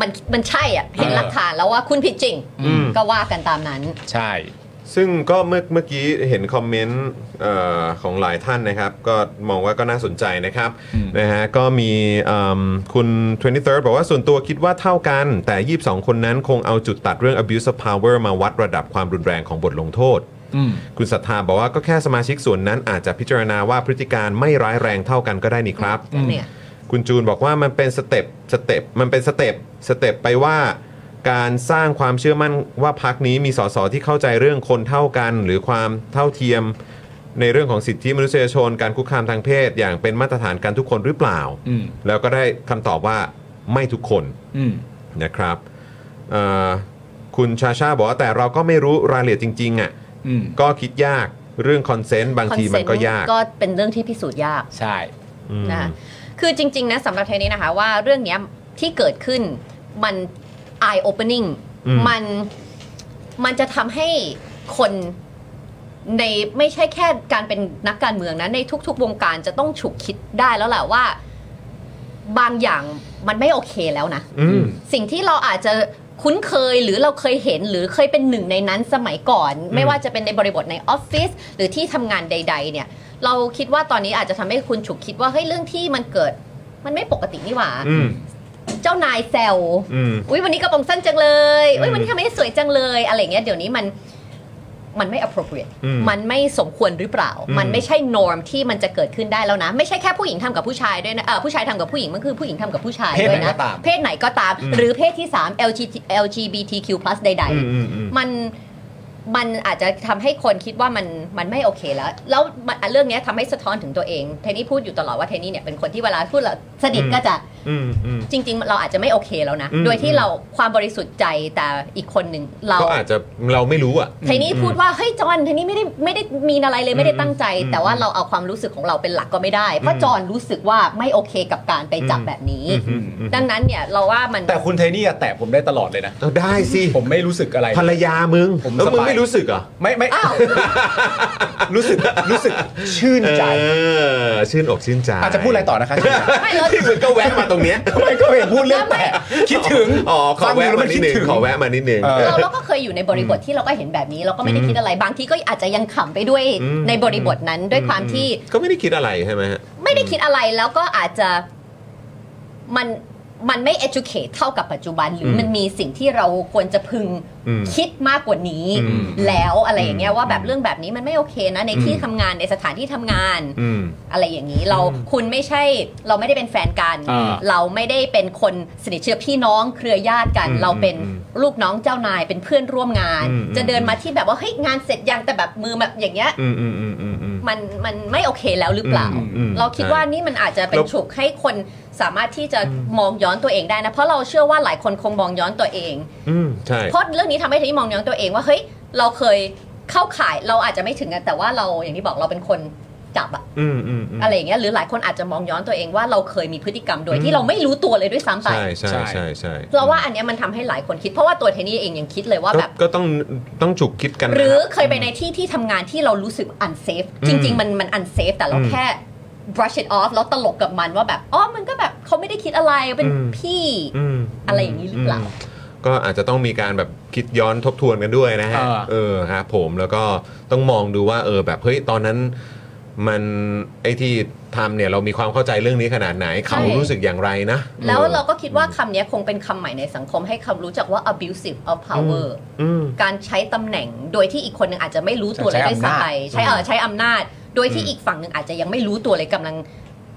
[SPEAKER 3] มันมันใช่อ่ะเห็น
[SPEAKER 4] เออ
[SPEAKER 3] หลักฐานแล้วว่าคุณผิดจริง
[SPEAKER 1] อืม
[SPEAKER 3] ก็ว่ากันตามนั้น
[SPEAKER 4] ใช่
[SPEAKER 1] ซึ่งก็เมื่อเมื่อกี้เห็นคอมเมนต์เอ่อของหลายท่านนะครับ ก็มองว่าก็น่าสนใจนะครับ
[SPEAKER 4] อืม
[SPEAKER 1] นะฮะก็มีเอิ่มคุณ 23 บอกว่าส่วนตัวคิดว่าเท่ากัน แต่ 22 คนนั้นคงเอาจุดตัดเรื่อง abuse of power มาวัดระดับความรุนแรงของบทลงโทษ
[SPEAKER 4] อืม
[SPEAKER 1] คุณศรัทธาบอกว่าก็แค่สมาชิกส่วนนั้นอาจจะพิจารณาว่าพฤติการไม่ร้ายแรงเท่ากันก็ได้นี่ครับ
[SPEAKER 3] เนี่ย
[SPEAKER 1] คุณจูนบอกว่ามันเป็นสเต็ปสเต็ปมันเป็นสเต็ปสเต็ปไปว่า การสร้างความเชื่อมั่นว่าพักนี้มีสสที่เข้าใจเรื่องคนเท่ากัน หรือความเท่าเทียม ในเรื่องของสิทธิมนุษยชน การคุกคามทางเพศ อย่างเป็นมาตรฐานกันทุกคนหรือเปล่า
[SPEAKER 4] อืม
[SPEAKER 1] แล้วก็ได้คำตอบว่าไม่ทุกคน
[SPEAKER 4] อืม
[SPEAKER 1] นะครับเอ่อคุณชาชาบอกว่าแต่เราก็ไม่รู้รายละเอียดจริงๆอ่ะ
[SPEAKER 4] อืม
[SPEAKER 1] ก็คิดยากเรื่องคอนเซนต์บางทีมันก็ยาก
[SPEAKER 3] ก็เป็นเรื่องที่พิสูจน์ยาก
[SPEAKER 4] ใช่
[SPEAKER 1] อืม
[SPEAKER 3] นะคือจริง ๆ นะสำหรับเทนนี้นะคะว่าเรื่องเนี้ยที่เกิดขึ้นมัน eye opening
[SPEAKER 1] อืม
[SPEAKER 3] มันมันจะทำให้คนในไม่ใช่แค่การเป็นนักการเมืองนะในทุก ๆ วงการจะต้องฉุกคิดได้แล้วแหละว่า บางอย่างมันไม่โอเคแล้วนะ
[SPEAKER 1] อืม
[SPEAKER 3] สิ่งที่เราอาจจะคุ้นเคยหรือเราเคยเห็นหรือเคยเป็นหนึ่งในนั้นสมัยก่อน
[SPEAKER 1] อืม
[SPEAKER 3] ไม่ว่าจะเป็นในบริบทในออฟฟิศหรือที่ทำงานใด ๆ เนี่ย เราคิดว่าตอนนี้อาจจะทำให้คุณฉุกคิดว่าเฮ้ยเรื่องที่มันเกิด มันไม่ปกตินี่หว่า
[SPEAKER 1] อืม
[SPEAKER 3] เจ้านายแซว
[SPEAKER 1] อืม
[SPEAKER 3] อุ้ยวันนี้กระโปรงสั้นจังเลยอุ้ยวันนี้
[SPEAKER 1] อืม
[SPEAKER 3] ทำไมสวยจังเลยอะไรเงี้ยเดี๋ยวนี้มันมันไม่ appropriate
[SPEAKER 1] อืม
[SPEAKER 3] มันไม่สมควรหรือเปล่า
[SPEAKER 1] อืม
[SPEAKER 3] มันไม่ใช่ norm ที่มันจะเกิดขึ้นได้แล้วนะ ไม่ใช่แค่ผู้หญิงทำกับผู้ชายด้วยนะเออผู้ชายทำกับผู้หญิงมันคือผู้หญิงทำกับผู้ชาย
[SPEAKER 4] เพศ
[SPEAKER 3] ด้วย
[SPEAKER 4] ไหน
[SPEAKER 3] นะ
[SPEAKER 4] ก็ตาม
[SPEAKER 3] เพศไหนก็ตาม
[SPEAKER 1] อืม
[SPEAKER 3] หรือเพศที่ 3 LGBT LGBTQ+ ใด
[SPEAKER 1] อืม
[SPEAKER 3] ๆ
[SPEAKER 1] อืมอืม
[SPEAKER 3] มันมันอาจจะทำให้คนคิดว่ามันมันไม่โอเคแล้ว แล้วมันเรื่องเนี้ยทำให้สะท้อนถึงตัวเอง เทนนี่พูดอยู่ตลอดว่าเทนนี่เนี่ยเป็นคนที่เวลาพูดแล้วสนิท
[SPEAKER 1] อืม
[SPEAKER 3] ก็จะ
[SPEAKER 1] อืมอืม
[SPEAKER 3] จริง ๆ เราอาจจะไม่โอเคแล้วนะ
[SPEAKER 1] อืม
[SPEAKER 3] โดยที่เราความบริสุทธิ์ใจแต่อีกคนหนึ่งเรา
[SPEAKER 1] ก็อาจจะเราไม่รู้อ่ะ
[SPEAKER 3] เทนี่พูดว่าเฮ้ยจอห์นเทนี่ไม่ได้ไม่ได้มีอะไรเลยไม่ได้ตั้งใจ
[SPEAKER 1] อืม
[SPEAKER 3] แต่ว่าเราเอาความรู้สึกของเราเป็นหลักก็ไม่ได้เพราะจอห์นรู้สึกว่าไม่โอเคกับการไปจับ
[SPEAKER 1] อืม
[SPEAKER 3] แบบนี้
[SPEAKER 1] อืมอืมอืม
[SPEAKER 3] ดังนั้นเนี่ยเราว่ามัน
[SPEAKER 4] แต่คุณเทนี่อะแตะผมได้ตลอดเลยนะ
[SPEAKER 1] เอาได้สิ
[SPEAKER 4] ผมไม่รู้สึกอะไร
[SPEAKER 1] ภรรยามึง
[SPEAKER 4] ผม
[SPEAKER 1] แล้วมึง
[SPEAKER 4] สบาย
[SPEAKER 1] ไม่รู้สึกเหรอ
[SPEAKER 4] ไม่ไม่
[SPEAKER 3] อ้าว
[SPEAKER 4] รู้สึกรู้สึกชื่นใจ
[SPEAKER 1] เออชื่นอกชื่นใจ
[SPEAKER 4] อาจจะพูดอะไรต่อนะคะ
[SPEAKER 3] ไม่เรา
[SPEAKER 1] ที่ มึงก็แวะมาตรงเนี้ย
[SPEAKER 4] ทำไมก็เห็นพูดเรื่องแตะคิดถึง
[SPEAKER 1] อ๋อขอ
[SPEAKER 4] ฟั
[SPEAKER 1] แวะ
[SPEAKER 4] ดู
[SPEAKER 1] มา
[SPEAKER 4] ล้
[SPEAKER 1] นิด
[SPEAKER 4] คิ
[SPEAKER 1] นึง
[SPEAKER 4] ถึ
[SPEAKER 1] ขอแวะมานิดนึง
[SPEAKER 4] เออ
[SPEAKER 3] เราเราก็เคยอยู่ในบริบทที่เราก็เห็นแบบนี้ เราก็ไม่ได้คิดอะไรบางทีก็อาจจะยังขำไปด้วย
[SPEAKER 1] อืม
[SPEAKER 3] ในบริบทนั้นด้วยความที่
[SPEAKER 1] ก็ไม่ได้คิดอะไรใช่ไหมฮะ
[SPEAKER 3] ไม่ได้คิดอะไรแล้วก็อาจจะมันมันไม่ educate เท่ากับปัจจุบัน หรืออ
[SPEAKER 1] ม
[SPEAKER 3] มันมีสิ่งที่เราควรจะพึง
[SPEAKER 1] อืม
[SPEAKER 3] คิดมากกว่านี้
[SPEAKER 1] อืม
[SPEAKER 3] แล้วอะไรอย่างเงี้ยว่าแบ
[SPEAKER 1] อื
[SPEAKER 3] บ
[SPEAKER 1] ม
[SPEAKER 3] เรื่องแบบนี้มันไม่โอเคนะ ในที่
[SPEAKER 1] อืม
[SPEAKER 3] ทำงานในสถานที่ทำงาน
[SPEAKER 1] อืม
[SPEAKER 3] อะไรอย่างนี้เราคุณไม่ใช่เราไม่ได้เป็นแฟนกัน
[SPEAKER 4] อ่า
[SPEAKER 3] เราไม่ได้เป็นคนสนิทเชื้อพี่น้องเครือญาติกัน
[SPEAKER 1] อืม
[SPEAKER 3] เราเป็น
[SPEAKER 1] อืม
[SPEAKER 3] ลูกน้องเจ้านายเป็นเพื่อนร่วมงาน
[SPEAKER 1] อืม
[SPEAKER 3] จะเดินมาที่แบบว่าเฮ้ยงานเสร็จยังแต่แบบมือแบบอย่างเงี้ย
[SPEAKER 1] อืมอืมอืมอืมอืม
[SPEAKER 3] มันมันไม่โอเคแล้วหรือเปล่า
[SPEAKER 1] อืมอืม
[SPEAKER 3] เราคิดว่านี่มันอาจจะเป็
[SPEAKER 1] แล้
[SPEAKER 3] น
[SPEAKER 1] ว
[SPEAKER 3] ฉุกให้คนสามารถที่จะมองย้อนตัวเองได้นะเพราะเราเชื่อว่าหลายคนคงมองย้อนตัวเอง
[SPEAKER 1] อืมใช่
[SPEAKER 3] เพราะเรื่องนี้ทำให้ทีมองย้อนตัวเองว่าเฮ้ยเราเคยเข้าข่ายเราอาจจะไม่ถึงกันแต่ว่าเราอย่างที่บอกเราเป็นคนจับอะ
[SPEAKER 1] อืมอืมม
[SPEAKER 3] อะไรอย่างเงี้ยหรือหลายคนอาจจะมองย้อนตัวเองว่าเราเคยมีพฤติกรรมโดย
[SPEAKER 1] อืม
[SPEAKER 3] ที่เราไม่รู้ตัวเลยด้วยซ้ำไป
[SPEAKER 1] ใช่ใช่ใช่ใช่
[SPEAKER 3] เพราะว่าอันเนี้ยมันทำให้หลายคนคิดเพราะว่าตัวเทนี่เองยังคิดเลยว่า
[SPEAKER 1] ก็
[SPEAKER 3] แบบ
[SPEAKER 1] ก็ต้องต้องฉุกคิดกันนะ
[SPEAKER 3] หรือ
[SPEAKER 1] ครับ
[SPEAKER 3] เคยไปในที่ที่ทำงานที่เรารู้สึก unsafe
[SPEAKER 1] อืม
[SPEAKER 3] จริง ๆ มันมัน unsafe แต่เรา
[SPEAKER 1] อืม
[SPEAKER 3] แค่ brush it off แล้วตลกกับมันว่าแบบอ๋อมันก็แบบเขาไม่ได้คิดอะไรเป็น
[SPEAKER 1] อืม
[SPEAKER 3] พี่
[SPEAKER 1] ม
[SPEAKER 3] อะไรอย่างนี้หรือเปล่า
[SPEAKER 1] มก็อาจจะต้องมีการแบบคิดย้อนทบทวนกันด้วยนะฮะ
[SPEAKER 4] เออ
[SPEAKER 1] เออครับผมแล้วก็ต้องมองดูว่าเออแบบเฮ้ยตอนนั้นมันไอ้ที่ทำเนี่ยเรามีความเข้าใจเรื่องนี้ขนาดไหนเขารู้สึกอย่างไรนะ
[SPEAKER 3] แล้ว
[SPEAKER 1] ออ
[SPEAKER 3] เราก็คิดว่าคำเนี้ยคงเป็นคำใหม่ในสังคมให้คำรู้จักว่า abusive of power
[SPEAKER 1] อืม
[SPEAKER 3] การใช้ตำแหน่งโดยที่อีกคนหนึ่งอาจจะไม่รู้ตัวเลย
[SPEAKER 4] ใช้
[SPEAKER 3] ด้วยซ้ำไป
[SPEAKER 4] อำนาจ
[SPEAKER 3] ใช้เออใช้อำนาจ โดยที่
[SPEAKER 1] อืม
[SPEAKER 3] อีกฝั่งหนึ่งอาจจะยังไม่รู้ตัวเลยกำลัง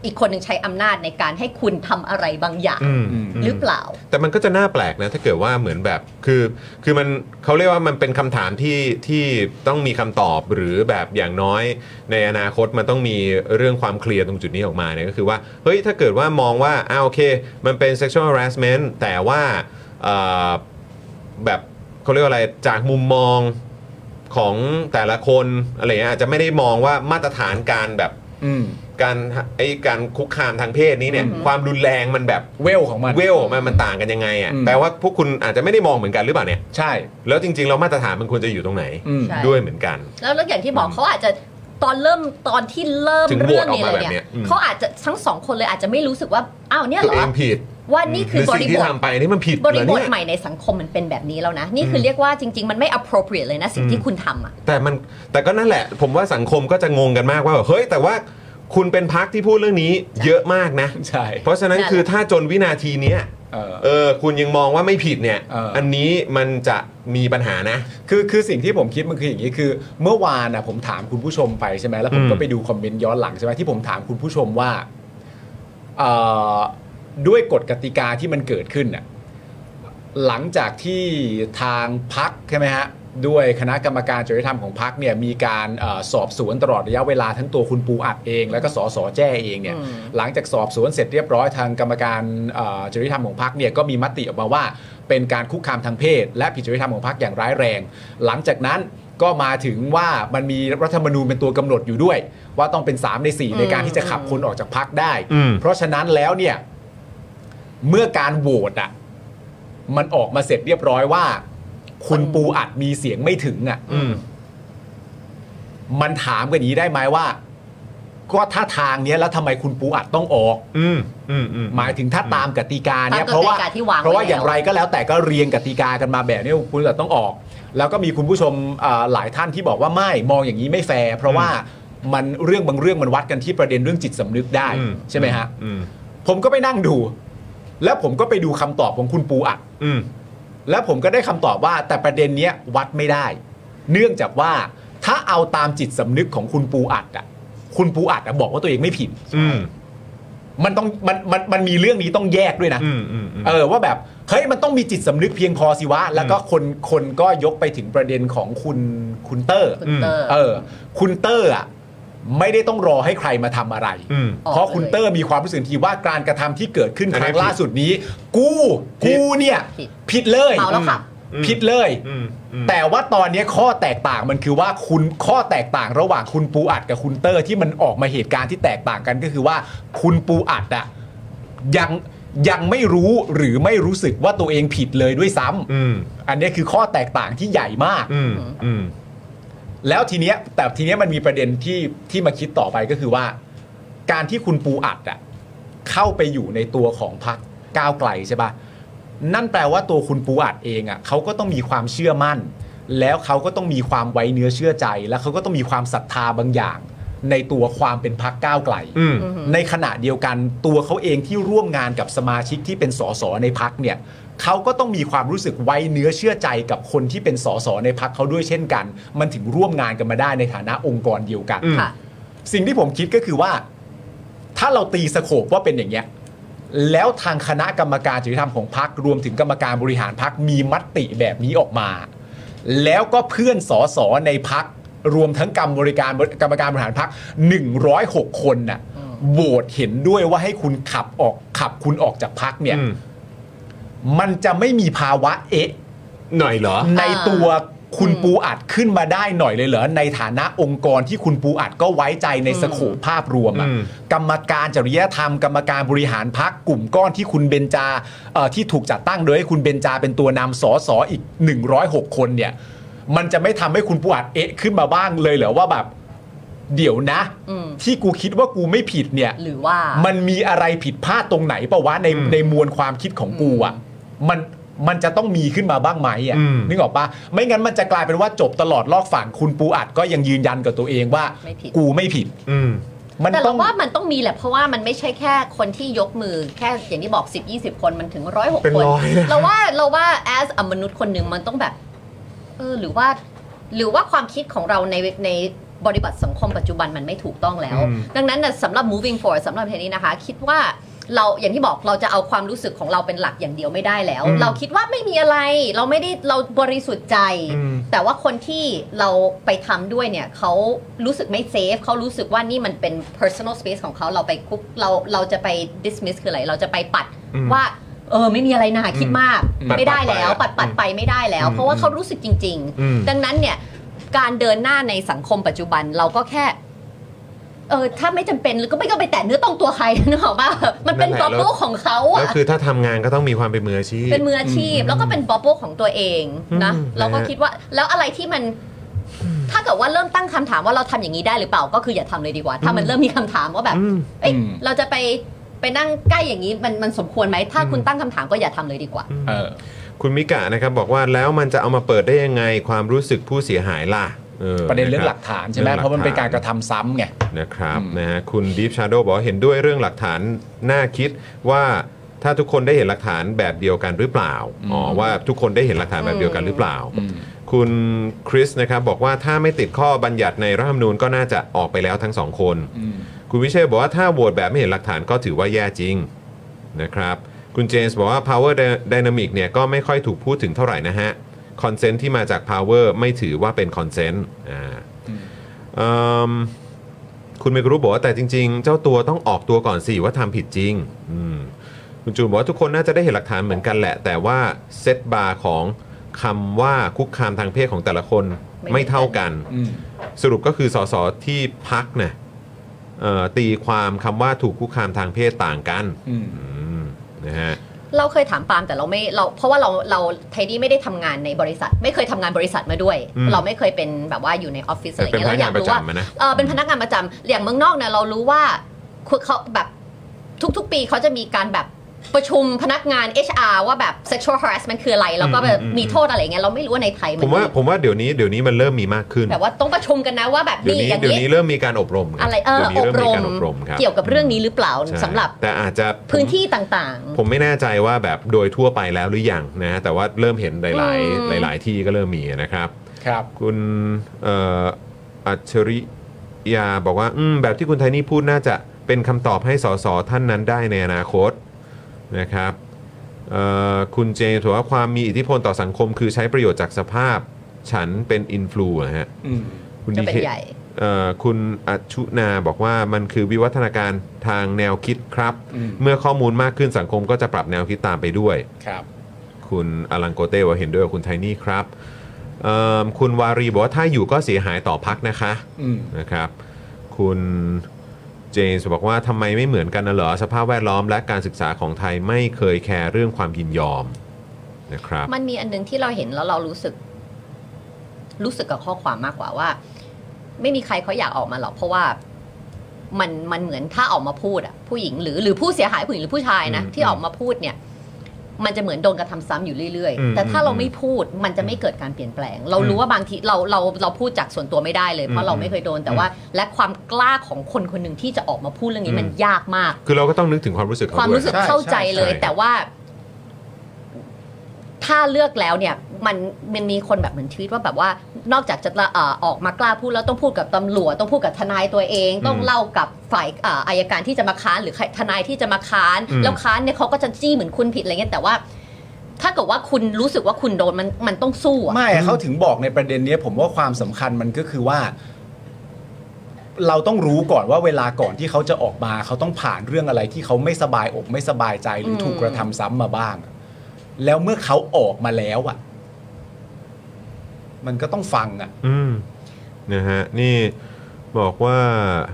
[SPEAKER 3] อีกคนหนึ่งใช้อำนาจในการให้คุณทำอะไรบางอย่าง
[SPEAKER 1] อืมม
[SPEAKER 3] หรือเปล่า
[SPEAKER 1] แต่มันก็จะน่าแปลกนะถ้าเกิดว่าเหมือนแบบคือคือมันเขาเรียกว่ามันเป็นคำถามที่ที่ต้องมีคำตอบหรือแบบอย่างน้อย ในอนาคตมันต้องมีเรื่องความเคลียร์ตรงจุดนี้ออกมาเนี่ยก็คือว่าเฮ้ยถ้าเกิดว่ามองว่าอ้าวโอเค มันเป็น sexual harassment แต่ว่าเอ่อแบบเขาเรียกว่าอะไรจากมุมมองของแต่ละคนอะไรเงี้ยอาจจะไม่ได้มองว่ามาตรฐานการแบบ
[SPEAKER 4] อืม
[SPEAKER 1] การไอ้การคุกคามทางเพศนี้เนี่ยความรุนแรงมันแบบ
[SPEAKER 4] เวลของมัน
[SPEAKER 1] เวลมันมันต่างกันยังไงอ่ะ
[SPEAKER 4] อืม
[SPEAKER 1] แปลว่าพวกคุณอาจจะไม่ได้มองเหมือนกันหรือเปล่าเนี่ย
[SPEAKER 4] ใช่
[SPEAKER 1] แล้วจริงๆเรามาตรฐานมันควรจะอยู่ตรงไหน
[SPEAKER 4] อืม
[SPEAKER 3] ใช่
[SPEAKER 1] ด้วยเหมือนกัน
[SPEAKER 3] แล้วแล้วอย่างที่บอกเขาอาจจะตอนเริ่มตอนที่เริ่ม
[SPEAKER 1] ถึงโหวต
[SPEAKER 3] เรื่อง
[SPEAKER 1] ออก
[SPEAKER 3] นี้
[SPEAKER 1] มา
[SPEAKER 3] อะไร
[SPEAKER 1] แบบเนี้
[SPEAKER 3] เนี่ย ย
[SPEAKER 1] อืม
[SPEAKER 3] เขาอาจจะทั้งสองคนเลยอาจจะไม่รู้สึกว่าอ้าวเนี่ย
[SPEAKER 1] ตัว
[SPEAKER 3] เหร
[SPEAKER 1] เอ
[SPEAKER 3] อง
[SPEAKER 1] ผิด
[SPEAKER 3] ว่านี่คือ
[SPEAKER 1] หรื
[SPEAKER 3] บ
[SPEAKER 1] สิ่
[SPEAKER 3] ริ
[SPEAKER 1] งที่
[SPEAKER 3] บท
[SPEAKER 1] ทำไปนี่มันผิด
[SPEAKER 3] บริบท
[SPEAKER 1] เหอ
[SPEAKER 3] ให
[SPEAKER 1] เนี่ย
[SPEAKER 3] ม่ในสังคมมันเป็นแบบนี้แล้วนะ นี่คือเรียกว่าจริง ๆ มันไม่ appropriate เลยนะสิ่งที่คุณทำอ่ะ
[SPEAKER 1] แต่มันแต่ก็นั่นแหละ ผมว่าสังคมก็จะงงกันมากว่าแบบเฮ้ยแต่ว่าคุณเป็นพักที่พูดเรื่องนี้เยอะมากนะ
[SPEAKER 4] ใช่
[SPEAKER 1] เพราะฉะนั้น
[SPEAKER 3] นั่นแหละ
[SPEAKER 1] คือถ้าจนวินาทีเนี้ย
[SPEAKER 4] เออ
[SPEAKER 1] เออคุณยังมองว่าไม่ผิดเนี่ย
[SPEAKER 4] เอออั
[SPEAKER 1] อันนี้มันจะมีปัญหานะ
[SPEAKER 4] คือคือสิ่งที่ผมคิดมันคืออย่างนี้คือ เมื่อวานนะผมถามคุณผู้ชมไปใช่ไหมแล้วผม
[SPEAKER 1] อืม
[SPEAKER 4] ก็ไปดูคอมเมนต์ย้อนหลังใช่ไหมที่ผมถามคุณผู้ชมว่าเอ่อด้วยกฎกติกาที่มันเกิดขึ้นน่ะหลังจากที่ทางพักใช่ไหมฮะด้วยคณะกรรมการจริยธรรมของพักเนี่ยมีการเออสอบสวนตลอดระยะเวลาทั้งตัวคุณปูอัดเอง แล้วก็สสแจ้เองเนี่ย
[SPEAKER 3] อืม
[SPEAKER 4] หลังจากสอบสวนเสร็จเรียบร้อยทางกรรมการเอ่อจริยธรรมของพักเนี่ยก็มีมติออกมาว่า เป็นการคุกคามทางเพศ และผิดจริยธรรมของพรรคอย่างร้ายแรง หลังจากนั้นก็มาถึงว่ามันมีรัฐธรรมนูญเป็นตัวกำหนดอยู่ด้วย ว่าต้องเป็น 3 ใน 4 ในการที่จะขับคนออกจากพรรคได้
[SPEAKER 1] อืม
[SPEAKER 4] เพราะฉะนั้นแล้วเนี่ย เมื่อการโหวตอ่ะ มันออกมาเสร็จเรียบร้อยว่า คุณปูอัดมีเสียงไม่ถึงอ่ะ
[SPEAKER 1] อืม
[SPEAKER 4] มันถามกันอย่างนี้ได้ไหมว่า ก็ถ้าทางเนี้ยแล้วทำไมคุณปูอัดต้องออก
[SPEAKER 1] อืมอืมอืม
[SPEAKER 4] หมายถึงถ้าตามกติกาเนี่ย
[SPEAKER 3] ตามกติกา
[SPEAKER 4] เพราะว่า
[SPEAKER 3] ที่วางไว้
[SPEAKER 4] เพราะว่าอย่าง
[SPEAKER 3] แล้ว
[SPEAKER 4] ไรก็แล้วแต่ก็เรียงกติกากันมาแบบนี้คุณจะต้องออก แล้วก็มีคุณผู้ชมเอ่อหลายท่านที่บอกว่าไม่มองอย่างนี้ไม่แฟร์เพราะว่ามันเรื่องบางเรื่องมันวัดกันที่ประเด็นเรื่องจิตสำนึกได้
[SPEAKER 1] อืม
[SPEAKER 4] ใช่ไหมฮะ
[SPEAKER 1] อืม
[SPEAKER 4] ผมก็ไปนั่งดู แล้วผมก็ไปดูคำตอบของคุณปูอัด
[SPEAKER 1] อืม
[SPEAKER 4] แล้วผมก็ได้คำตอบว่าแต่ประเด็นเนี้ยวัดไม่ได้ เนื่องจากว่าถ้าเอาตามจิตสำนึกของคุณปูอัดอ่ะคุณปูอัดอะบอกว่าตัวเองไม่ผิด
[SPEAKER 1] อืม
[SPEAKER 4] มันต้องมันมันมันมีเรื่องนี้ต้องแยกด้วยนะ
[SPEAKER 1] อืมอืมอืม
[SPEAKER 4] เออว่าแบบเฮ้ยมันต้องมีจิตสำนึกเพียงพอสิวะ แล้วก็คนคนก็ยกไปถึงประเด็นของคุณคุณเตอร์
[SPEAKER 3] คุณเตอร์
[SPEAKER 4] เออ คุณเตอร์อ่ะ ไม่ได้ต้องรอให้ใครมาทำอะไร
[SPEAKER 5] อืม
[SPEAKER 3] ออก
[SPEAKER 4] เพราะคุณ
[SPEAKER 3] เลย
[SPEAKER 4] เตอร์มีความรู้สึกทีว่าการกระทำที่เกิดขึ้น
[SPEAKER 5] อัน
[SPEAKER 4] ครั้
[SPEAKER 5] นี้
[SPEAKER 4] งล่าสุดนี้ กู
[SPEAKER 5] ผิด
[SPEAKER 4] กูเนี่ย
[SPEAKER 3] ผิด
[SPEAKER 4] ผิดเลย
[SPEAKER 3] เมาแล้วขับ
[SPEAKER 5] อืม
[SPEAKER 4] ผิดเลย
[SPEAKER 5] อืมอืม
[SPEAKER 4] แต่ว่าตอนนี้ข้อแตกต่างมันคือว่าคุณข้อแตกต่างระหว่างคุณปูอัดกับคุณเตอร์ที่มันออกมาเหตุการณ์ที่แตกต่างกันก็คือว่าคุณปูอัดอะยังยังไม่รู้หรือไม่รู้สึกว่าตัวเองผิดเลยด้วยซ้ำ
[SPEAKER 5] อืม
[SPEAKER 4] อันนี้คือข้อแตกต่างที่ใหญ่มาก
[SPEAKER 5] อืมอืม
[SPEAKER 4] แล้วทีเนี้ยแต่ทีเนี้ยมันมีประเด็นที่ที่มาคิดต่อไปก็คือว่า การที่คุณปูอัดอะเข้าไปอยู่ในตัวของพักก้าวไกลใช่ปะนั่นแปลว่าตัวคุณปูอัดเองอะเขาก็ต้องมีความเชื่อมั่น แล้วเขาก็ต้องมีความไว้เนื้อเชื่อใจ แล้วเขาก็ต้องมีความศรัทธาบางอย่าง ในตัวความเป็นพักก้าวไกล
[SPEAKER 5] อืม
[SPEAKER 4] ในขณะเดียวกันตัวเขาเองที่ร่วมงานกับสมาชิกที่เป็นสสในพักเนี่ยเขาก็ต้องมีความรู้สึกไว้เนื้อเชื่อใจกับคนที่เป็นสสในพักเขาด้วยเช่นกัน มันถึงร่วมงานกันมาได้ในฐานะองค์กรเดียวกัน
[SPEAKER 5] อืม
[SPEAKER 3] ค่ะ
[SPEAKER 4] สิ่งที่ผมคิดก็คือว่า ถ้าเราตีสโคบว่าเป็นอย่างเงี้ยแล้วทางคณะกรรมการจริยธรรมของพักรวมถึงกรรมการบริหารพักมีมติแบบนี้ออกมา แล้วก็เพื่อนสอสอในพักรวมทั้งกรรมบริการกรรมการบริหารพัก106 คนน่ะโหวตเห็นด้วยว่าให้คุณขับออกขับคุณออกจากพักเนี่ย
[SPEAKER 5] อืม
[SPEAKER 4] มันจะไม่มีภาวะเอ๊ะ
[SPEAKER 5] หน่อยเหรอ
[SPEAKER 4] ในตัวคุณปูอัดขึ้นมาได้หน่อยเลยเหรอในฐานะองค์กรที่คุณปูอัดก็ไว้ใจในสโคปภาพรวมอะ
[SPEAKER 5] อืม
[SPEAKER 4] กรรมการจริยธรรม กรรมการบริหารพักกลุ่มก้อนที่คุณเบนจาเอ่อที่ถูกจัดตั้งโดยให้คุณเบนจาเป็นตัวนำสอสออีก 106 คนเนี่ย มันจะไม่ทำให้คุณปูอัดเอะขึ้นมาบ้างเลยเหรอว่าแบบ เดี๋ยวนะ
[SPEAKER 3] อืม
[SPEAKER 4] ที่กูคิดว่ากูไม่ผิดเนี่ย
[SPEAKER 3] หรือว่า
[SPEAKER 4] มันมีอะไรผิดพลาดตรงไหนปะวะใน
[SPEAKER 5] อืม
[SPEAKER 4] ในมวลความคิดของกูอ่ะมันมันจะต้องมีขึ้นมาบ้างไหมอ่ะ
[SPEAKER 5] อืม
[SPEAKER 4] นึกออกปะไม่งั้นมันจะกลายเป็นว่าจบตลอดลอกฝั่งคุณปูอัดก็ยังยืนยันกับตัวเองว่า
[SPEAKER 3] ไม่ผิด
[SPEAKER 4] กูไม่ผิด
[SPEAKER 5] อืม
[SPEAKER 4] มัน
[SPEAKER 3] แต่
[SPEAKER 4] ต้
[SPEAKER 3] เรา
[SPEAKER 4] อง
[SPEAKER 3] ว่ามันต้องมีแหละ เพราะว่ามันไม่ใช่แค่คนที่ยกมือแค่อย่างที่บอก 10 20 คนมันถึงร้อยหก
[SPEAKER 5] เป็น
[SPEAKER 3] คน
[SPEAKER 5] ร้อยนะ
[SPEAKER 3] เราว่าเราว่า as a มนุษย์คนหนึ่งมันต้องแบบ เออหรือว่า หรือว่าความคิดของเราในในบริบทสังคมปัจจุบันมันไม่ถูกต้องแล้ว
[SPEAKER 5] อืม
[SPEAKER 3] ดังนั้นน่ะสำหรับ moving forward สำหรับเทนนี้นะคะ คิดว่าเราอย่างที่บอกเราจะเอาความรู้สึกของเราเป็นหลักอย่างเดียวไม่ได้แล้ว
[SPEAKER 5] อืม
[SPEAKER 3] เราคิดว่าไม่มีอะไรเราไม่ได้เราบริสุทธิ์ใจ
[SPEAKER 5] อืม
[SPEAKER 3] แต่ว่าคนที่เราไปทำด้วยเนี่ยเขารู้สึกไม่เซฟเขารู้สึกว่านี่มันเป็น personal space ของเขาเราไปคุกเราเราจะไป dismiss คืออะไรเราจะไปปัด
[SPEAKER 5] อืม
[SPEAKER 3] ว่าเออไม่มีอะไรนะคิดมาก
[SPEAKER 5] อืมปัดๆ
[SPEAKER 3] ไม่ได้แล้ว
[SPEAKER 5] ไป
[SPEAKER 3] ปัด
[SPEAKER 5] อะ
[SPEAKER 3] ปัดๆไปไม่ได้แล้ว
[SPEAKER 5] อืม
[SPEAKER 3] เพราะว่าเขารู้สึกจริง
[SPEAKER 5] อืม
[SPEAKER 3] ๆ ดังนั้นเนี่ยการเดินหน้าในสังคมปัจจุบันเราก็แค่ เออถ้าไม่จำเป็นก็ไม่ก็ไปแตะเนื้อต้องตัวใคร นึกออกป่ะมันเป็น
[SPEAKER 5] นั่นแห
[SPEAKER 3] บ u
[SPEAKER 5] ละ
[SPEAKER 3] b เ l ิของเขา
[SPEAKER 5] แล้
[SPEAKER 3] อะ
[SPEAKER 5] วคือถ้าทำงานก็ต้องมีความเป็นมืออาชีพ
[SPEAKER 3] เป็นมืออาชีพแล้วก็เป็นบ u บ b บ e ของตัวเองนะ
[SPEAKER 5] อืม
[SPEAKER 3] เราก็
[SPEAKER 5] นะฮะ
[SPEAKER 3] คิดว่าแล้วอะไรที่มัน ถ้าเกิดว่าเริ่มตั้งคำถามว่าเราทำอย่างนี้ได้หรือเปล่าก็คืออย่าทำเลยดีกว่า ถ้ามันเริ่มมีคำถามว่าแบบ
[SPEAKER 5] อืม
[SPEAKER 3] เอ้ยเราจะไปไปนั่งใกล้อย่างนี้มันมันสมควรไหมถ้าคุณตั้งคำถามก็อย่าทำเลยดีกว่า
[SPEAKER 4] เออ
[SPEAKER 5] คุณมิกะนะครับบอกว่าแล้วมันจะเอามาเปิดได้ยังไงความรู้สึกผู้เสียหายล่ะออ
[SPEAKER 4] ประเด็นเรื่อง
[SPEAKER 5] คบ
[SPEAKER 4] หลักฐานใช่ไหม
[SPEAKER 5] อง
[SPEAKER 4] เพราะมันเป็นการกระทำซ้ำไง
[SPEAKER 5] นะครับ
[SPEAKER 4] อืม
[SPEAKER 5] นะฮะคุณดีฟชาโดบอกว่าเห็นด้วยเรื่องหลักฐานน่าคิดว่าถ้าทุกคนได้เห็นหลักฐานแบบเดียวกันหรือเปล่าอ๋อว่าทุกคนได้เห็นหลักฐานแบบเดียวกันหรือเปล่า คุณคริสนะครับบอกว่าถ้าไม่ติดข้อบัญญัติในรัฐธรรมนูญก็น่าจะออกไปแล้วทั้งสองคน คุณวิเชษบอกว่าถ้าโหวตแบบไม่เห็นหลักฐานก็ถือว่าแย่จริงนะครับคุณเจมส์บอกว่า power dynamic เนี่ยก็ไม่ค่อยถูกพูดถึงเท่าไหร่นะฮะ คอนเซนต์ที่มาจาก power ไม่ถือว่าเป็นคอนเซนต์อ่าเอิ่มคุณเมกรู้บอกว่าแต่จริง ๆ เจ้าตัวต้องออกตัวก่อนสิว่าทำผิดจริงอืมคุณจูนบอกว่าทุกคนน่าจะได้เห็นหลักฐานเหมือนกันแหละ แต่ว่าเซตบาร์ของคำว่าคุกคามทางเพศของแต่ละคน
[SPEAKER 3] ไม่
[SPEAKER 5] ไม่เท่ากัน
[SPEAKER 4] อืม
[SPEAKER 5] สรุปก็คือสสที่พักเนี่ยเอ่อตีความคำว่าถูกคุกคามทางเพศต่างกัน
[SPEAKER 4] อืม
[SPEAKER 5] อืมนะฮะ
[SPEAKER 3] เราเคยถามปาล์มแต่เราไม่เราเพราะว่าเราเราไทดี้ไม่ได้ทำงานในบริษัท ไม่เคยทำงานบริษัทมาด้วย
[SPEAKER 5] อืม
[SPEAKER 3] เราไม่เคยเป็นแบบว่าอยู่ในออฟฟิศอะไร
[SPEAKER 5] เป็น
[SPEAKER 3] เงี้ย
[SPEAKER 5] พ
[SPEAKER 3] เราอ
[SPEAKER 5] นักาย
[SPEAKER 3] งาน ก
[SPEAKER 5] ประ
[SPEAKER 3] รู้ว่า
[SPEAKER 5] จำอะนะ
[SPEAKER 3] เออเป็นพนักงานประจำอย่างเมืองนอกเนี่ยเรารู้ว่าคุณเขาแบบทุกๆปีเขาจะมีการแบบประชุมพนักงาน HR ว่าแบบ sexual harassment คืออะไร แล้วก็แบบ
[SPEAKER 5] อืมอืม
[SPEAKER 3] มีโทษอะไรเงี้ยเราไม่รู้ว่าในไทย
[SPEAKER 5] ผ
[SPEAKER 3] มัน
[SPEAKER 5] มว่าผมว่าเดี๋ยวนี้เดี๋ยวนี้มันเริ่มมีมากขึ้น
[SPEAKER 3] แบบว่าต้องประชุมกันนะว่าแบบ
[SPEAKER 5] เดี๋ยว
[SPEAKER 3] นี่
[SPEAKER 5] นี้
[SPEAKER 3] อย่าง
[SPEAKER 5] เดี๋ยว
[SPEAKER 3] นี้
[SPEAKER 5] นี้เริ่มมีการอบรมคบ
[SPEAKER 3] อะไรเออ
[SPEAKER 5] ดี๋ยวนี้
[SPEAKER 3] อบ
[SPEAKER 5] เริ่ม
[SPEAKER 3] รม
[SPEAKER 5] มีการอบรมครับ
[SPEAKER 3] เกี่ยวกับเรื่องนี้หรือเปล่า
[SPEAKER 5] ใช่
[SPEAKER 3] สำหรับ
[SPEAKER 5] แต่อาจจะ
[SPEAKER 3] พื้นที่ต่าง
[SPEAKER 5] ผมไม่แน่ใจว่าแบบโดยทั่วไปแล้วหรือยังนะฮะแต่ว่าเริ่มเห็นหลายๆหลาย ๆ ที่ก็เริ่มมีนะครับ
[SPEAKER 4] ครับ
[SPEAKER 5] คุณเอ่ออัจฉริยาบอกว่า อืม แบบที่คุณไทนี่พูดน่าจะเป็นคำตอบให้สสท่านนั้นได้ในอนาคตนะครับเอ่อคุณเจนถือว่าความมีอิทธิพลต่อสังคม คือใช้ประโยชน์จากสภาพ ฉันเป็นอินฟลูนะฮะ
[SPEAKER 4] อืม
[SPEAKER 5] คุณ
[SPEAKER 3] ๆก็
[SPEAKER 5] ดี
[SPEAKER 3] เป็น
[SPEAKER 5] เค
[SPEAKER 3] ใหญ่
[SPEAKER 5] เอ่อคุณอัชุนาบอกว่ามันคือวิวัฒนาการทางแนวคิดครับ เมื่อข้อมูลมากขึ้นสังคมก็จะปรับแนวคิดตามไปด้วย
[SPEAKER 4] ครับ
[SPEAKER 5] คุณอลังโกเต้ว่าเห็นด้วยกับคุณไทนี่ครับเอิ่มคุณวารีบอกว่าถ้าอยู่ก็เสียหายต่อพักนะคะ
[SPEAKER 4] อืม
[SPEAKER 5] นะครับ คุณเจนส์บอกว่าทำไมไม่เหมือนกันนะเหรอสภาพแวดล้อมและการศึกษาของไทยไม่เคยแคร์เรื่องความยินยอมนะครับ
[SPEAKER 3] มันมีอันหนึงที่เราเห็นแล้วเรารู้สึก รู้สึกกับข้อความมากกว่าว่า ไม่มีใครเขาอยากออกมาหรอกเพราะว่ามันมันเหมือนถ้าออกมาพูดอะผู้หญิงหรือหรือผู้เสียหายผู้หญิงหรือผู้ชายนะ
[SPEAKER 5] อืม
[SPEAKER 3] ที่ออกมาพูดเนี่ย มันจะเหมือนโดนกระทำซ้ำอยู่เรื่อย
[SPEAKER 5] อืม
[SPEAKER 3] ๆ แต่ถ้าเรา
[SPEAKER 5] อืม
[SPEAKER 3] ไม่พูดมันจะไม่เกิดการเปลี่ยนแปลง เรารู้ว่าบางทีเราเราเราพูดจากส่วนตัวไม่ได้เลยเพ
[SPEAKER 5] อื
[SPEAKER 3] ราะ
[SPEAKER 5] ม
[SPEAKER 3] เราไม่เคยโดนแต่ว่า และความกล้าของคนคนหนึ่งที่จะออกมาพูดเรื่องนี้มัน
[SPEAKER 5] อืม
[SPEAKER 3] ยากมาก
[SPEAKER 5] คือเราก็ต้องนึกถึงความรู้สึกเข
[SPEAKER 3] ความ
[SPEAKER 5] ด้วย
[SPEAKER 3] รู้สึกเข้าใจเลย
[SPEAKER 5] ใช่
[SPEAKER 3] แต่ว่า ถ้าเลือกแล้วเนี่ย มันมันมีคนแบบเหมือนทวิตว่าแบบว่า นอกจากจะเอ่อออกมากล้าพูดแล้วต้องพูดกับตำรวจต้องพูดกับทนายตัวเอง ต้องเล่ากับฝ่ายเอ่ออายการที่จะมาค้านหรือใครทนายที่จะมาค้าน
[SPEAKER 5] อืม
[SPEAKER 3] แล้วค้านเนี่ยเขาก็จะจี้เหมือนคุณผิดอะไรเงี้ยแต่ว่า ถ้าเกิดว่าคุณรู้สึกว่าคุณโดนมันมันต้องสู้อะ
[SPEAKER 4] ไม่เขาถึงบอกในประเด็นเนี้ยผมว่าความสำคัญมันก็คือว่า เราต้องรู้ก่อนว่าเวลาก่อนที่เขาจะออกมา เขาต้องผ่านเรื่องอะไรที่เขาไม่สบายอกไม่สบายใจหรืออ
[SPEAKER 3] ม
[SPEAKER 4] ถูกกระทำซ้ำมาบ้างอะแล้วเมื่อเขาออกมาแล้วอ่ะ มันก็ต้องฟังอ่ะ
[SPEAKER 5] อืมนะฮะนี่บอกว่า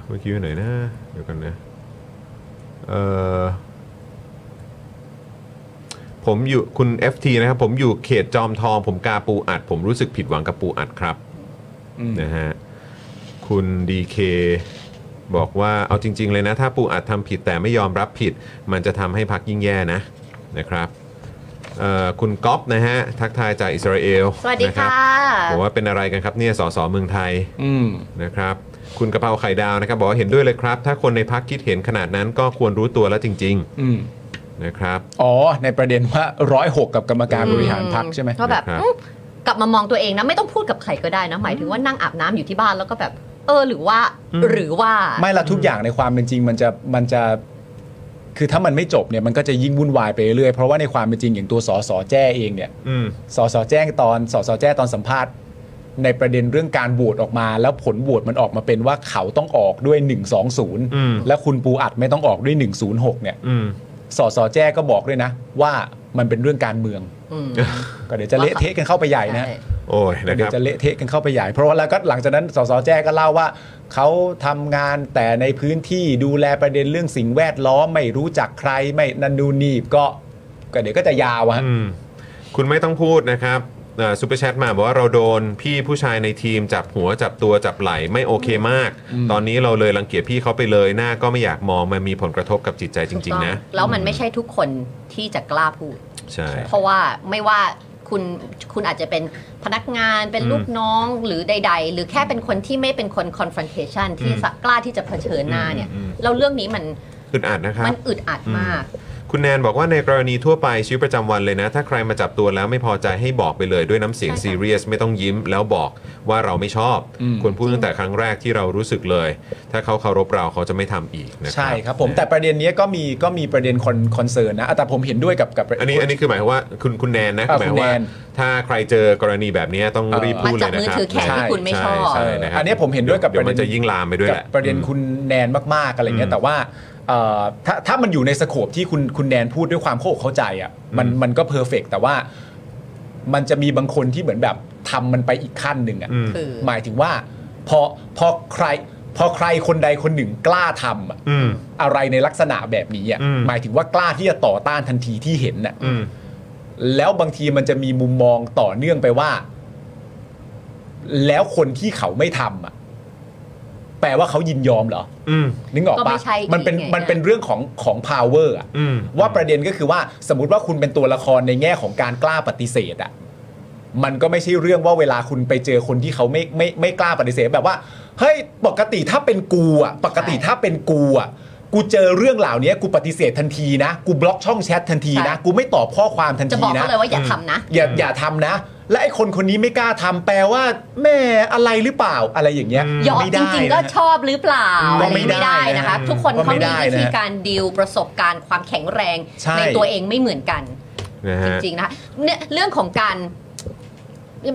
[SPEAKER 5] เมื่อกี้อยู่ไหนนะเดี๋ยวกันนะเออผมอยู่คุณ FT นะครับ ผมอยู่เขตจอมทอง ผมกาปูอัด ผมรู้สึกผิดหวังกับปูอัดครับ
[SPEAKER 4] อืม
[SPEAKER 5] นะฮะคุณ DK บอกว่าเอาจริง ๆ เลยนะ ถ้าปูอัดทำผิดแต่ไม่ยอมรับผิด มันจะทำให้พักยิ่งแย่นะนะครับเอ่อคุณก๊อฟนะฮะทักทายจากอิสราเอล
[SPEAKER 3] สวัสดี
[SPEAKER 5] นรับ
[SPEAKER 3] ค่ะ
[SPEAKER 5] ผมว่าเป็นอะไรกันครับเนี่ยสสเมืองไทย
[SPEAKER 4] อืม
[SPEAKER 5] นะครับ คุณกระเพราไข่ดาวนะครับ บอกว่าเห็นด้วยเลยครับ ถ้าคนในพักคิดเห็นขนาดนั้นก็ควรรู้ตัวแล้วจริง
[SPEAKER 4] อืม
[SPEAKER 5] ๆ นะครับ
[SPEAKER 4] อ๋อ ในประเด็นว่าร้อยหกกับกรรมการบริหารพักใช่ไหม
[SPEAKER 3] ก็แบบ
[SPEAKER 5] นะครับ
[SPEAKER 3] อืมกลับมามองตัวเองนะ ไม่ต้องพูดกับใครก็ได้นะ หมายถึงว่านั่งอาบน้ำอยู่ที่บ้านแล้วก็แบบ เออหรือว่า หรือว่า
[SPEAKER 4] ไม่ละทุกอย่างในความเป็นจริงมันจะมันจะคือถ้ามันไม่จบเนี่ยมันก็จะยิ่งวุ่นวายไปเรื่อยเพราะว่าในความเป็นจริงอย่างตัวสอสอแจ้เองเนี่ย
[SPEAKER 5] อืม
[SPEAKER 4] สอสอแจ้งตอนสอสอแจ้ตอนสัมภาษณ์ ในประเด็นเรื่องการโหวตออกมา แล้วผลโหวตมันออกมาเป็นว่าเขาต้องออกด้วย
[SPEAKER 5] อืม
[SPEAKER 4] 120 และคุณปูอัดไม่ต้องออกด้วย 106 เนี่ย
[SPEAKER 5] อืม
[SPEAKER 4] สอสอแจ้ก็บอกด้วยนะ ว่ามันเป็นเรื่องการเมือง
[SPEAKER 3] อืม
[SPEAKER 4] ก็เดี๋ยวจะเละเทะกันเข้าไปใหญ่นะ
[SPEAKER 3] ใช่
[SPEAKER 5] โอ้ยนะ
[SPEAKER 4] เดี๋ย
[SPEAKER 5] ครับ
[SPEAKER 4] วจะเละเทะกันเข้าไปใหญ่ เพราะว่าแล้วก็หลังจากนั้นสสแจ้ก็เล่าว่า เขาทำงานแต่ในพื้นที่ดูแลประเด็นเรื่องสิ่งแวดล้อมไม่รู้จักใครไม่นันดูนนีก็ก็เดี๋ยวก็จะยาวอะฮะ
[SPEAKER 5] อืม คุณไม่ต้องพูดนะครับซูเปอร์แชทมาบอกว่าเราโดนพี่ผู้ชายในทีมจับหัวจับตัวจับไหล่ไม่โอเคมาก ตอนนี้เราเลยรังเกียจพี่เขาไปเลยหน้าก็ไม่อยากมองมันมีผลกระทบกับจิตใจจริง ๆ นะ
[SPEAKER 3] ถูกต้องแล้วมันไม่ใช่ทุกคนที่จะกล้าพูด
[SPEAKER 5] ใช่
[SPEAKER 3] เพราะว่าไม่ว่าคุณคุณอาจจะเป็นพนักงานเป็น
[SPEAKER 5] อืม
[SPEAKER 3] ลูกน้องหรือใด ๆ หรือแค่เป็นคนที่ไม่เป็นคน confrontation ที่
[SPEAKER 5] อืม
[SPEAKER 3] สะกล้าที่จะเผชิญหน้าเนี่ย
[SPEAKER 5] อืมอืม
[SPEAKER 3] แล้วเรื่องนี้มัน
[SPEAKER 5] อึดอัดนะครั
[SPEAKER 3] มั
[SPEAKER 5] บ
[SPEAKER 3] นอึดอัดมาก
[SPEAKER 5] คุณแนนบอกว่าในกรณีทั่วไปชีวิตประจำวันเลยนะ ถ้าใครมาจับตัวแล้วไม่พอใจให้บอกไปเลยด้วยน้ำเสียง
[SPEAKER 3] ใช่ค่ะ
[SPEAKER 5] ซีเรียสไม่ต้องยิ้มแล้วบอกว่าเราไม่ชอบ
[SPEAKER 4] อืม
[SPEAKER 5] ควรพูดตั้งแต่ครั้งแรกที่เรารู้สึกเลย ถ้าเขาเคารพเราเขาจะไม่ทำอีกนะครั
[SPEAKER 4] ใช่ครับผมแต่ประเด็นเนี้ยก็มีก็มีประเด็นคอนคอนเซิร์นนะอ่ะแต่ผมเห็นด้วยกับกับ
[SPEAKER 5] อันนี้อันนี้คือหมายความว่าคุณคุณแนนนะ
[SPEAKER 4] อ่ะ
[SPEAKER 5] หมายความว่า
[SPEAKER 4] คุณแนน
[SPEAKER 5] ถ้าใครเจอกรณีแบบนี้ต้องรีบ
[SPEAKER 4] เออ
[SPEAKER 3] มั
[SPEAKER 5] พูดเล
[SPEAKER 3] จั
[SPEAKER 5] ยนะ
[SPEAKER 3] มือ
[SPEAKER 5] ครับ
[SPEAKER 3] ถือแขนที่คุณไม่ชอบ
[SPEAKER 5] ใช่ในะครับ
[SPEAKER 4] อันเนี้ยผมเห็นด้วยกับ
[SPEAKER 5] เดี๋ยวมั
[SPEAKER 4] ป
[SPEAKER 5] น
[SPEAKER 4] ระเด็น
[SPEAKER 5] จะยิ่งลามไปด้วย
[SPEAKER 4] กับ
[SPEAKER 5] แหละ
[SPEAKER 4] ประเด็นคุณแนนมากๆอะไรเงี้ย
[SPEAKER 5] อืม
[SPEAKER 4] แต่ว่าเอ่อถ้าถ้ามันอยู่ในสโคปที่คุณคุณแนนพูดด้วยความเข้าอกเข้าใจอ่ะมันมันก็เพอร์เฟกแต่ว่ามันจะมีบางคนที่เหมือนแบบทำมันไปอีกขั้นหนึ่งอ่ะ
[SPEAKER 5] อืม
[SPEAKER 3] คือ
[SPEAKER 4] หมายถึงว่าพอพอใคร พอใครคนใดคนหนึ่งกล้าทำอะ
[SPEAKER 5] อืม
[SPEAKER 4] อะไรในลักษณะแบบนี้อ่ะ
[SPEAKER 5] อืม
[SPEAKER 4] หมายถึงว่ากล้าที่จะต่อต้านทันทีที่เห็นน่ะ
[SPEAKER 5] อืม
[SPEAKER 4] แล้วบางทีมันจะมีมุมมองต่อเนื่องไปว่า แล้วคนที่เขาไม่ทำอ่ะแปลว่าเขายินยอมเหรอ
[SPEAKER 5] อืม
[SPEAKER 4] นึกออก
[SPEAKER 3] ก็ไม่
[SPEAKER 4] ปะ
[SPEAKER 3] ใช่
[SPEAKER 4] มันเป็น
[SPEAKER 3] อีกไง
[SPEAKER 4] มันเป็นเรื่องของของ power อ่ะ
[SPEAKER 5] อืม
[SPEAKER 4] ว่าประเด็นก็คือว่าสมมติว่าคุณเป็นตัวละครในแง่ของการกล้าปฏิเสธอ่ะมันก็ไม่ใช่เรื่องว่าเวลาคุณไปเจอคนที่เขาไม่ไม่ไม่กล้าปฏิเสธแบบว่าเฮ้ยปกติถ้าเป็นกูอ่ะปกติถ้าเป็นกูอ่ะกูเจอเรื่องเหล่านี้กูปฏิเสธทันทีนะ กูบล็อกช่องแชททันทีนะ
[SPEAKER 3] ใช่
[SPEAKER 4] กูไม่ตอบข้อความทัน
[SPEAKER 3] จะ
[SPEAKER 4] ที
[SPEAKER 3] บอก
[SPEAKER 4] นะ
[SPEAKER 3] เขาเลยว่าอย่าทำนะ
[SPEAKER 4] อย่าอย่าทำนะ และไอ้คนคนนี้ไม่กล้าทำแปลว่าแม่อะไรหรือเปล่าอะไรอย่างเงี้ย
[SPEAKER 3] ยอม
[SPEAKER 4] ไม่
[SPEAKER 3] จ
[SPEAKER 4] ได้
[SPEAKER 3] ริงๆ
[SPEAKER 4] นะ
[SPEAKER 3] ก็ชอบหรือเปล่า
[SPEAKER 4] ก็
[SPEAKER 3] อัน
[SPEAKER 4] ไม่
[SPEAKER 3] นี้
[SPEAKER 4] ได้
[SPEAKER 3] ไม่ได้นะคะ
[SPEAKER 4] นะ
[SPEAKER 3] ทุกคน
[SPEAKER 4] ก็
[SPEAKER 3] เขา
[SPEAKER 4] ไม่
[SPEAKER 3] มี
[SPEAKER 4] ได้
[SPEAKER 3] วิธี
[SPEAKER 4] นะ
[SPEAKER 3] การดิวประสบการณ์ความแข็งแรง
[SPEAKER 4] ใช่
[SPEAKER 3] ตัวเองไม่เหมือนกัน
[SPEAKER 5] นะฮะ
[SPEAKER 3] จริงๆนะคะเนี่ยเรื่องของการ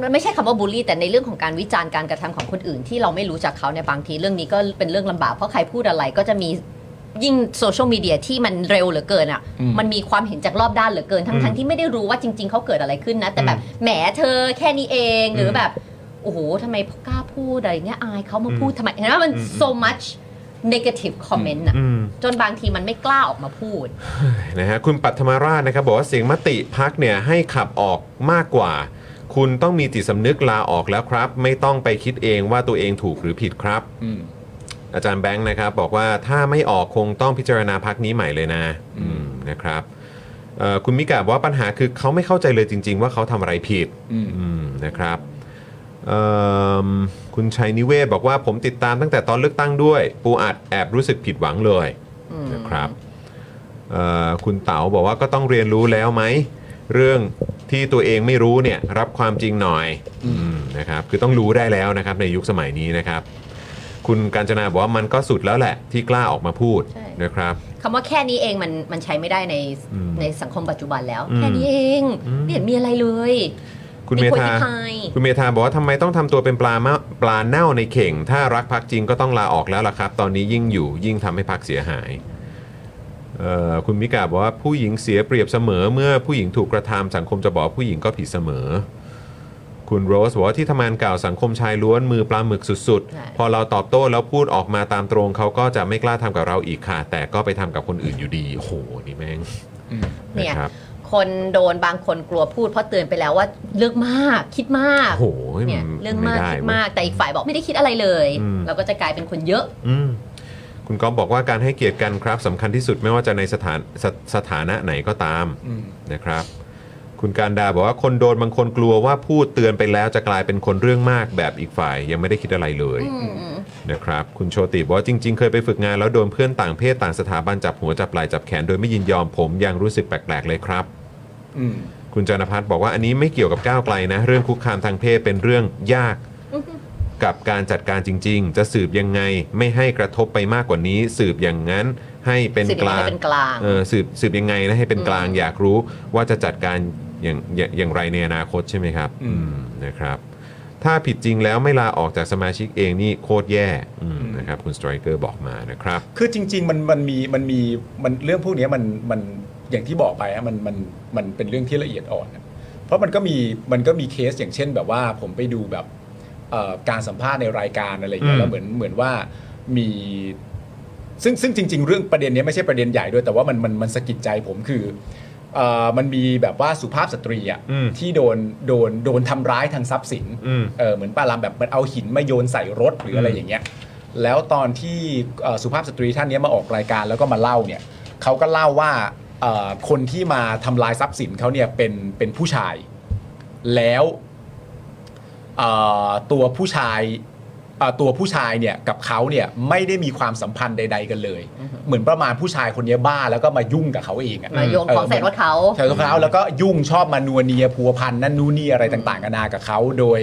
[SPEAKER 3] มันไม่ใช่คำว่าบูลลี่ แต่ในเรื่องของการวิจารณ์การกระทำของคนอื่น ที่เราไม่รู้จักเขาในยบางทีเรื่องนี้ก็เป็นเรื่องลำบากเพราะใครพูดอะไรก็จะมียิ่งโซเชียลมีเดียที่มันเร็วเหลือเกินอ่ะ
[SPEAKER 4] อืม
[SPEAKER 3] มันมีความเห็นจากรอบด้านเหลือเกินทั้งทั้งที่ไม่ได้รู้ว่าจริง ๆเขาเกิดอะไรขึ้นนะ แต่แบบแหมเธอแค่นี้เองหรือแบบโอ้โหทำไมกล้าพูดอะไรเงี้ยอายเขามาพูดทำไมเห็นไหมมัน
[SPEAKER 5] อืม
[SPEAKER 3] so much negative comment อ่ะ
[SPEAKER 5] อืม
[SPEAKER 3] จนบางทีมันไม่กล้าออกมาพูด
[SPEAKER 5] นะฮะคุณปัทมาราชนะครับบอกว่าเสียงมติพักเนี่ยให้ขับออกมากกว่า คุณต้องมีจิตสำนึกลาออกแล้วครับ ไม่ต้องไปคิดเองว่าตัวเองถูกหรือผิดครับ
[SPEAKER 4] อืม
[SPEAKER 5] อาจารย์แบงค์นะครับบอกว่าถ้าไม่ออกคงต้องพิจารณาพักนี้ใหม่เลยนะ
[SPEAKER 4] อืม
[SPEAKER 5] อืมนะครับเอ่อคุณมิกาบอกว่าปัญหาคือเขาไม่เข้าใจเลยจริง ๆ ว่าเขาทำอะไรผิด
[SPEAKER 4] อืม
[SPEAKER 5] อืมนะครับเอิ่มคุณชัยนิเวศบอกว่าผมติดตามตั้งแต่ตอนเลือกตั้งด้วย ปูอัดแอบรู้สึกผิดหวังเลย
[SPEAKER 3] อืม
[SPEAKER 5] นะครับเอ่อคุณเต๋าบอกว่าก็ต้องเรียนรู้แล้วไหม เรื่องที่ตัวเองไม่รู้เนี่ยรับความจริงหน่อยอืมนะครับคือต้องรู้ได้แล้วนะครับในยุคสมัยนี้นะครับ คุณการจนาบอกว่ามันก็สุดแล้วแหละที่กล้าออกมาพูด
[SPEAKER 3] ใช่
[SPEAKER 5] นะครับ
[SPEAKER 3] คำว่าแค่นี้เองมันมันใช้ไม่ได้ใน
[SPEAKER 5] อืม
[SPEAKER 3] ในสังคมปัจจุบันแล้ว
[SPEAKER 5] อืม
[SPEAKER 3] แค่นี้เอง
[SPEAKER 5] อืม
[SPEAKER 3] ไม่เห็นมีอะไรเลย
[SPEAKER 5] คุณเม
[SPEAKER 3] ควร
[SPEAKER 5] ธา
[SPEAKER 3] ที่พาย
[SPEAKER 5] คุณเมธาบอกว่าทำไมต้องทำตัวเป็นปลาเมาปลาเน่าในเข่ง ถ้ารักพักจริงก็ต้องลาออกแล้วล่ะครับ ตอนนี้ยิ่งอยู่ยิ่งทำให้พักเสียหายเอ่อคุณมิกาบอกว่าผู้หญิงเสียเปรียบเสมอ เมื่อผู้หญิงถูกกระทำสังคมจะบอกว่าผู้หญิงก็ผิดเสมอ คุณโรสบอกว่าที่ทำงานเก่าสังคมชายล้วนมือปลาหมึกสุดๆ พอเราตอบโต้แล้วพูดออกมาตามตรงเขาก็จะไม่กล้าทำกับเราอีกค่ะ แต่ก็ไปทำกับคนอื่นอยู่ดีโอ้โหนี่แม่ง
[SPEAKER 3] เนี่ย
[SPEAKER 5] นะครับ
[SPEAKER 3] คนโดนบางคนกลัวพูดเพราะเตือนไปแล้วว่าเลือกมากคิดมาก
[SPEAKER 5] โอ้โห
[SPEAKER 3] เนี่ยเรื่องมาก
[SPEAKER 5] ไได้
[SPEAKER 3] คิด
[SPEAKER 5] เว้ย
[SPEAKER 3] มากแต่อีกฝ่ายบอกไม่ได้คิดอะไรเลย
[SPEAKER 5] อืม
[SPEAKER 3] เราก็จะกลายเป็นคนเยอะ
[SPEAKER 5] อืมคุณก๊อฟบอกว่าการให้เกียรติกันครับสำคัญที่สุดไม่ว่าจะในสถานสสถานะไหนก็ตาม
[SPEAKER 4] อืม
[SPEAKER 5] นะครับ คุณการดาบอกว่าคนโดนบางคนกลัวว่าพูดเตือนไปแล้วจะกลายเป็นคนเรื่องมากแบบอีกฝ่าย ยังไม่ได้คิดอะไรเลย
[SPEAKER 3] อืม
[SPEAKER 5] นะครับ คุณโชติบอกว่าจริง ๆ เคยไปฝึกงานแล้วโดนเพื่อนต่างเพศต่างสถาบันจับหัวจับไหล่จับแขนโดยไม่ยินยอมผมยังรู้สึกแปลกๆเลยครับ
[SPEAKER 4] อืม
[SPEAKER 5] คุณจนพัฒน์บอกว่าอันนี้ไม่เกี่ยวกับก้าวไกลนะ เรื่องคุกคามทางเพศเป็นเรื่องยาก กับการจัดการจริง ๆ จะสืบยังไงไม่ให้กระทบไปมากกว่านี้ สืบอย่างนั้นให้เป็น
[SPEAKER 3] สืบ
[SPEAKER 5] ก
[SPEAKER 3] ยังไง
[SPEAKER 5] ลาง
[SPEAKER 3] ให้เป็นกลาง
[SPEAKER 5] เออสืบสืบยังไงนะให้เป็นกลางอยากรู้ว่าจะจัดการอย่างอย่างอย่างไรในอนาคตใช่ไหมครับ
[SPEAKER 4] อืม
[SPEAKER 5] อืมนะครับ ถ้าผิดจริงแล้วไม่ลาออกจากสมาชิกเองนี่โคตรแย่อืมนะครับคุณสไตรเกอร์บอกมานะครับ
[SPEAKER 4] คือจริง ๆ มันมันมีมันมีมันเรื่องพวกเนี้ยมันมันอย่างที่บอกไปฮะมันมันมันเป็นเรื่องที่ละเอียดอ่อนนะเพราะมันก็มีมันก็มีเคสอย่างเช่นแบบว่าผมไปดูแบบเอ่อการสัมภาษณ์ในรายการอะไรอย่างเงี้
[SPEAKER 5] อื
[SPEAKER 4] ย
[SPEAKER 5] ม
[SPEAKER 4] แล้วเหมือนเหมือนว่ามี ซึ่งซึ่งจริง ๆ เรื่องประเด็นเนี้ยไม่ใช่ประเด็นใหญ่ด้วยแต่ว่ามันมันมันสะกิดใจผมคือเอ่อมันมีแบบว่าสุภาพสตรีอ่ะ
[SPEAKER 5] อืม
[SPEAKER 4] ที่โดนโดนโดนทำร้ายทางทรัพย์สิน
[SPEAKER 5] อืม
[SPEAKER 4] เออเหมือนปลาลำแบบมันเอาหินมาโยนใส่รถหรืออะไร
[SPEAKER 5] อืม
[SPEAKER 4] อย่างเงี้ย แล้วตอนที่เอ่อสุภาพสตรีท่านเนี้ยมาออกรายการแล้วก็มาเล่าเนี่ยเขาก็เล่าว่าเอ่อคนที่มาทำลายทรัพย์สินเขาเนี่ยเป็นเป็นผู้ชาย แล้วเอ่อตัวผู้ชายเอ่อตัวผู้ชายเนี่ยกับเขาเนี่ยไม่ได้มีความสัมพันธ์ใด ๆ กันเลย เหมือนประมาณผู้ชายคนเนี้ยบ้าแล้วก็มายุ่งกับเขาเองอะ
[SPEAKER 3] มาโยนของใส่รถเขา
[SPEAKER 4] แถวทุกคราวแล้วก็ยุ่งชอบมานัวเนียพัวพันนั่นนู่นนี่อะไรต่างๆกันานากับเขาโดย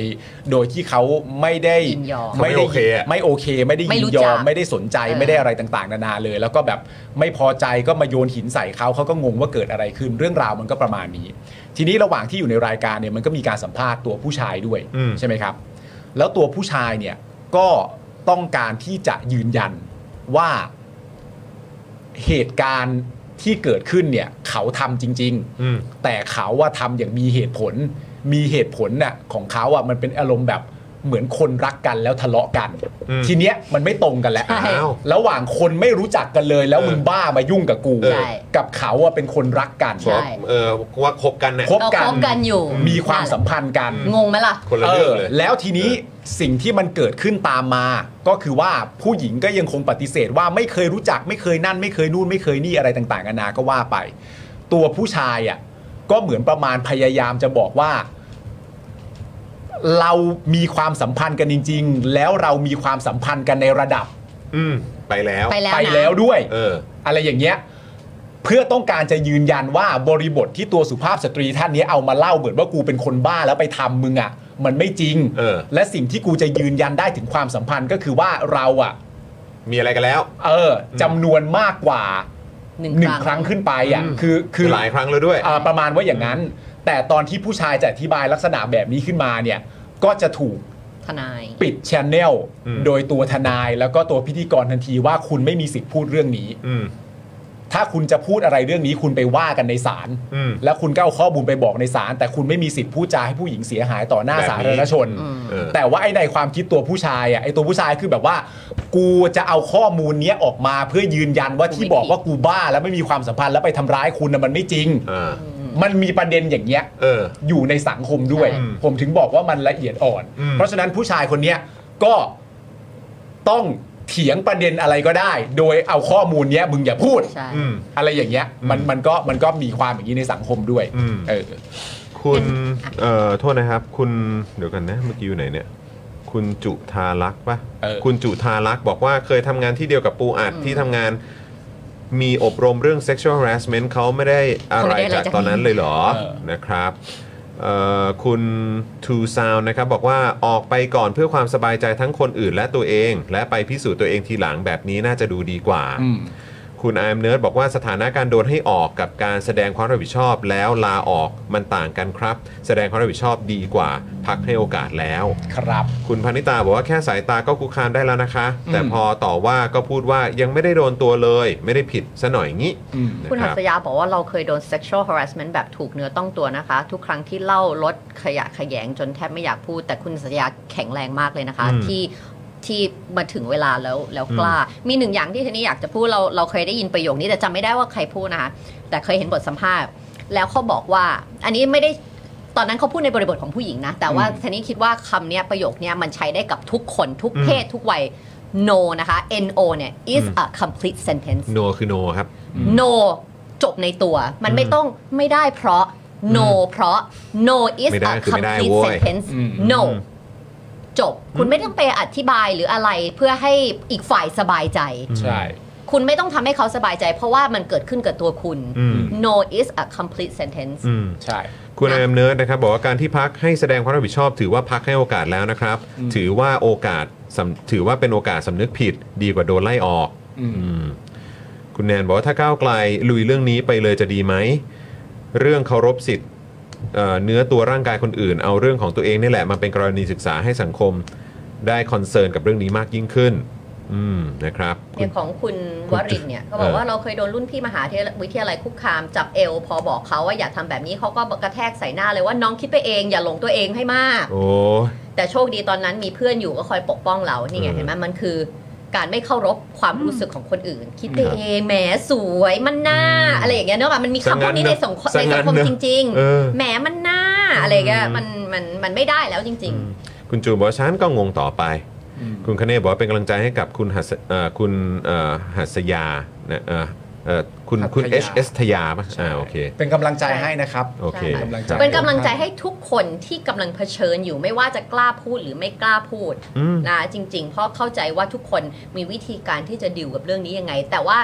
[SPEAKER 4] โดยที่เขาไม่ได้
[SPEAKER 3] ยินยอม
[SPEAKER 4] ไม่ได้
[SPEAKER 5] เขาไม่โอเคอะ
[SPEAKER 4] ไม่โอเค ไม่ได้
[SPEAKER 3] ไม่
[SPEAKER 4] ยิ
[SPEAKER 3] รู้
[SPEAKER 4] น
[SPEAKER 3] จัก
[SPEAKER 4] ยอมไม่ได้สนใจ
[SPEAKER 3] เออ
[SPEAKER 4] ไม่ได้อะไรต่างๆ นานาเลย แล้วก็แบบไม่พอใจก็มาโยนหินใส่เขาเขาก็งงว่าเกิดอะไรขึ้นเรื่องราวมันก็ประมาณนี้ ทีนี้ระหว่างที่อยู่ในรายการเนี่ยมันก็มีการสัมภาษณ์ตัวผู้ชายด้วย
[SPEAKER 5] อืม
[SPEAKER 4] ใช่ไหมครับ แล้วตัวผู้ชายเนี่ยก็ต้องการที่จะยืนยันว่า เหตุการณ์ที่เกิดขึ้นเนี่ยเขาทำจริง ๆ
[SPEAKER 5] อืม
[SPEAKER 4] แต่เขาว่าทำอย่างมีเหตุผล มีเหตุผลน่ะของเขาอ่ะมันเป็นอารมณ์แบบเหมือนคนรักกันแล้วทะเลาะกัน
[SPEAKER 5] อืม
[SPEAKER 4] ทีเนี้ยมันไม่ตรงกันแล้ว
[SPEAKER 3] ใช่
[SPEAKER 5] อ้าว
[SPEAKER 4] ระหว่างคนไม่รู้จักกันเลย แล้ว
[SPEAKER 5] เออ
[SPEAKER 4] มึงบ้ามายุ่งกับกู
[SPEAKER 5] ใช่
[SPEAKER 4] กับเขาอ่ะเป็นคนรักกัน
[SPEAKER 3] ใช่
[SPEAKER 5] เออว่าคบกันเนี่ย
[SPEAKER 4] คบ
[SPEAKER 3] เรา
[SPEAKER 4] กัน
[SPEAKER 3] คบกันอยู่
[SPEAKER 4] มีความสัมพันธ์กัน
[SPEAKER 3] งงไหมล่ะ
[SPEAKER 5] คนละเรื่องเลย
[SPEAKER 4] แล้วทีนี้สิ่งที่มันเกิดขึ้นตามมา ก็คือว่าผู้หญิงก็ยังคงปฏิเสธว่าไม่เคยรู้จักไม่เคยนั่น ไม่เคยนู่นไม่เคยนี่อะไรต่างๆนานาก็ว่าไป ตัวผู้ชายอ่ะก็เหมือนประมาณพยายามจะบอกว่า เรามีความสัมพันธ์กันจริง ๆ แล้วเรามีความสัมพันธ์กันในระดับ
[SPEAKER 5] อืมไปแล้ว
[SPEAKER 3] ไปแล้ว
[SPEAKER 4] ไปแล้วด้วย
[SPEAKER 5] เออ
[SPEAKER 4] อะไรอย่างเงี้ยเพื่อต้องการจะยืนยันว่าบริบทที่ตัวสุภาพสตรีท่านเนี้ยเอามาเล่าเหมือนว่ากูเป็นคนบ้าแล้วไปทำมึงอะ่ะ มันไม่จริง
[SPEAKER 5] เออ
[SPEAKER 4] และสิ่งที่กูจะยืนยันได้ถึงความสัมพันธ์ก็คือว่าเราอะ่ะ
[SPEAKER 5] มีอะไรกันแล้ว
[SPEAKER 4] เออจำนวนมากกว่า
[SPEAKER 3] หนึ่ง
[SPEAKER 4] หนึ่ง
[SPEAKER 3] ค
[SPEAKER 4] ค
[SPEAKER 3] รั้
[SPEAKER 4] รั้
[SPEAKER 3] ง
[SPEAKER 4] งขึ้นไปอะ่ะ
[SPEAKER 5] อืม
[SPEAKER 4] คือคือ
[SPEAKER 5] หลายครั้งแล้วด้วย
[SPEAKER 4] อ่าประมาณว่าอย่างนั้น แต่ตอนที่ผู้ชายจะอธิบายลักษณะแบบนี้ขึ้นมาเนี่ยก็จะถูก
[SPEAKER 3] ทนาย
[SPEAKER 4] ปิดชแนลโดยตัวทนายแล้วก็ตัวพิธีกรทันทีว่าคุณไม่มีสิทธิ์พูดเรื่องนี้
[SPEAKER 1] อืม
[SPEAKER 4] ถ้าคุณจะพูดอะไรเรื่องนี้คุณไปว่ากันในศาล
[SPEAKER 1] อืม
[SPEAKER 4] แล้วคุณก็เอาข้อมูลไปบอกในศาลแต่คุณไม่มีสิทธิ์พูดจาให้ผู้หญิงเสียหายต่อหน้า
[SPEAKER 1] แบบนี้
[SPEAKER 4] สาธารณชน
[SPEAKER 3] อืม
[SPEAKER 1] เออ
[SPEAKER 4] แต่ว่าไอ้ในความคิดตัวผู้ชายอ่ะไอ้ตัวผู้ชายคือแบบว่า กูจะเอาข้อมูลเนี้ยออกมาเพื่อยืนยันว่าที่บอกว่ากูบ้าแล้วไม่มีความสัมพันธ์แล้วไปทำร้ายคุณนะมันไม่จริง
[SPEAKER 1] เออ
[SPEAKER 4] มันมีประเด็นอย่างเงี้ย
[SPEAKER 1] เออ
[SPEAKER 4] อยู่ในสังคมด้วย
[SPEAKER 3] ใช่
[SPEAKER 4] ผมถึงบอกว่ามันละเอียดอ่อน
[SPEAKER 1] อืม
[SPEAKER 4] เพราะฉะนั้นผู้ชายคนเนี้ยก็ต้องเถียงประเด็นอะไรก็ได้ โดยเอาข้อมูลเนี้ยมึงอย่าพูด
[SPEAKER 3] ใช่
[SPEAKER 1] อืม
[SPEAKER 4] อะไรอย่างเงี้ยมันมันก็มันก็มีความอย่างนี้ในสังคมด้วย
[SPEAKER 1] อืม
[SPEAKER 4] เออ
[SPEAKER 1] คุณ เอ่อ โทษนะครับ คุณ เดี๋ยวกันนะ เมื่อกี้อยู่ไหนเนี่ย คุณจุธารักษ์ปะคุณจุธารักษ์บอกว่าเคยทำงานที่เดียวกับปูอัดที่ทำงาน มีอบรมเรื่อง sexual harassment เขาไม่ได้อะไรจากตอนนั้นเลยเหรอ นะครับ เอ่อ คุณ Two Sound นะครับ บอกว่าออกไปก่อนเพื่อความสบายใจทั้งคนอื่นและตัวเอง และไปพิสูจน์ตัวเองทีหลังแบบนี้น่าจะดูดีกว่า
[SPEAKER 4] อืม
[SPEAKER 1] คุณ I'm Nerd บอกว่าสถานะการโดนให้ออกกับการแสดงความรับผิดชอบแล้วลาออกมันต่างกันครับ แสดงความรับผิดชอบดีกว่า พักให้โอกาสแล้ว
[SPEAKER 4] ครับ
[SPEAKER 1] คุณพนิตาบอกว่าแค่สายตาก็คุกคามได้แล้วนะคะ แต่พอต่อว่าก็พูดว่ายังไม่ได้โดนตัวเลย ไม่ได้ผิดซะหน่อยงี้
[SPEAKER 4] อืม
[SPEAKER 1] นะ
[SPEAKER 3] คุณ
[SPEAKER 1] ค
[SPEAKER 3] หั
[SPEAKER 1] รับ
[SPEAKER 3] สยาบอกว่าเราเคยโดน sexual harassment แบบถูกเนื้อต้องตัวนะคะ ทุกครั้งที่เล่ารถขยะขยงจนแทบไม่อยากพูด แต่คุณหัสยาแข็งแรงมากเลยนะคะ ที่ที่มาถึงเวลาแล้วแล้วกล้า มีหนึ่งอย่างที่ทีนี้อยากจะพูดเราเราเคยได้ยินประโยคนี้แต่จำไม่ได้ว่าใครพูดนะคะ แต่เคยเห็นบทสัมภาษณ์ แล้วเขาบอกว่า อันนี้ไม่ได้ตอนนั้นเขาพูดในบริบทของผู้หญิงนะ แต่ว่าทีนี้คิดว่าคำเนี้ยประโยคเนี้ยมันใช้ได้กับทุกคนทุกเพศทุกวัย no นะคะ no เนี่ย is a complete sentence
[SPEAKER 1] โนคือโนครับ
[SPEAKER 3] no จบในตัว มันไม่ต้องไม่ได้เพราะ no เพราะ no is
[SPEAKER 1] ไม่ได้
[SPEAKER 3] a
[SPEAKER 1] คือไม่ได้
[SPEAKER 3] complete
[SPEAKER 1] เว้ย
[SPEAKER 3] sentence
[SPEAKER 4] อืม
[SPEAKER 3] no จบ คุณไม่ต้องไปอธิบายหรืออะไรเพื่อให้อีกฝ่ายสบายใจ
[SPEAKER 4] ใช่
[SPEAKER 3] คุณไม่ต้องทำให้เขาสบายใจ เพราะว่ามันเกิดขึ้นกับตัวคุณ
[SPEAKER 1] อืม
[SPEAKER 3] no is a complete sentence
[SPEAKER 1] อืม
[SPEAKER 4] ใช่
[SPEAKER 1] คุณ
[SPEAKER 3] นะ
[SPEAKER 1] แอมเนิร์ดนะครับบอกว่าการที่พักให้แสดงความรับผิดชอบ ถือว่าพักให้โอกาสแล้วนะครับ
[SPEAKER 4] อืม
[SPEAKER 1] ถือว่าโอกาสสำถือว่าเป็นโอกาสสำนึกผิดดีกว่าโดนไล่ออก
[SPEAKER 4] อืม
[SPEAKER 1] อืมคุณแนนบอกว่าถ้าก้าวไกลลุยเรื่องนี้ไปเลยจะดีไหม เรื่องเคารพสิทธิ์เอ่อเนื้อตัวร่างกายคนอื่น เอาเรื่องของตัวเองนี่แหละมาเป็นกรณีศึกษาให้สังคมได้คอนเซิร์นกับเรื่องนี้มากยิ่งขึ้น อืมนะครับ
[SPEAKER 3] อ
[SPEAKER 1] คุ
[SPEAKER 3] ย่า
[SPEAKER 1] ณ
[SPEAKER 3] งของคุณวรินทร์เนี่ยเขาบอ
[SPEAKER 1] เอก อ
[SPEAKER 3] ว่าเราเคยโดนรุ่นพี่มหาวิทยาลัยคุกคามจับเอว พอบอกเขาว่าอย่าทำแบบนี้เขาก็กระแทกใส่หน้าเลยว่าน้องคิดไปเองอย่าหลงตัวเองให้มาก
[SPEAKER 1] โอ้ย
[SPEAKER 3] แต่โชคดีตอนนั้นมีเพื่อนอยู่ก็คอยปกป้องเรานี่ไง
[SPEAKER 1] อืม
[SPEAKER 3] เห็นไหมมันคือการไม่เคารพความรู้สึกของคนอื่น คิดไปเองแหมสวยมันน่าอะไรอย่างเงี้ยเนอะแบบมันมีคำพวกนี้ในสังคมในสังคมจริง
[SPEAKER 1] เอ
[SPEAKER 3] ๆ
[SPEAKER 1] อ
[SPEAKER 3] แหมมันน่าอะไรอย่างเงี้ย
[SPEAKER 1] อืม
[SPEAKER 3] มันมันมันไม่ได้แล้วจริง
[SPEAKER 1] คุณจูนบอกว่าฉันก็งงต่อไป คุณคเนศบอกว่าเป็นกำลังใจให้กับคุณหัสเอ่อคุณเอ่อหัสยานะเอ่อเอ่อคุณคุณ
[SPEAKER 4] หั
[SPEAKER 1] เอ
[SPEAKER 4] ส
[SPEAKER 1] ช
[SPEAKER 4] ยา
[SPEAKER 1] เอสทยาป่ะอ่าโอเค
[SPEAKER 4] เป็นกำลังใจให้นะครับ
[SPEAKER 1] โอเค
[SPEAKER 3] ใช่
[SPEAKER 4] กำลังใจ
[SPEAKER 3] ๆ เป็นกำลังใจให้ทุกคนที่กำลังเผชิญอยู่ไม่ว่าจะกล้าพูดหรือไม่กล้าพูด
[SPEAKER 1] อืม
[SPEAKER 3] นะจริง ๆ เพราะเข้าใจว่าทุกคนมีวิธีการที่จะดิวกับเรื่องนี้ยังไง แต่ว่า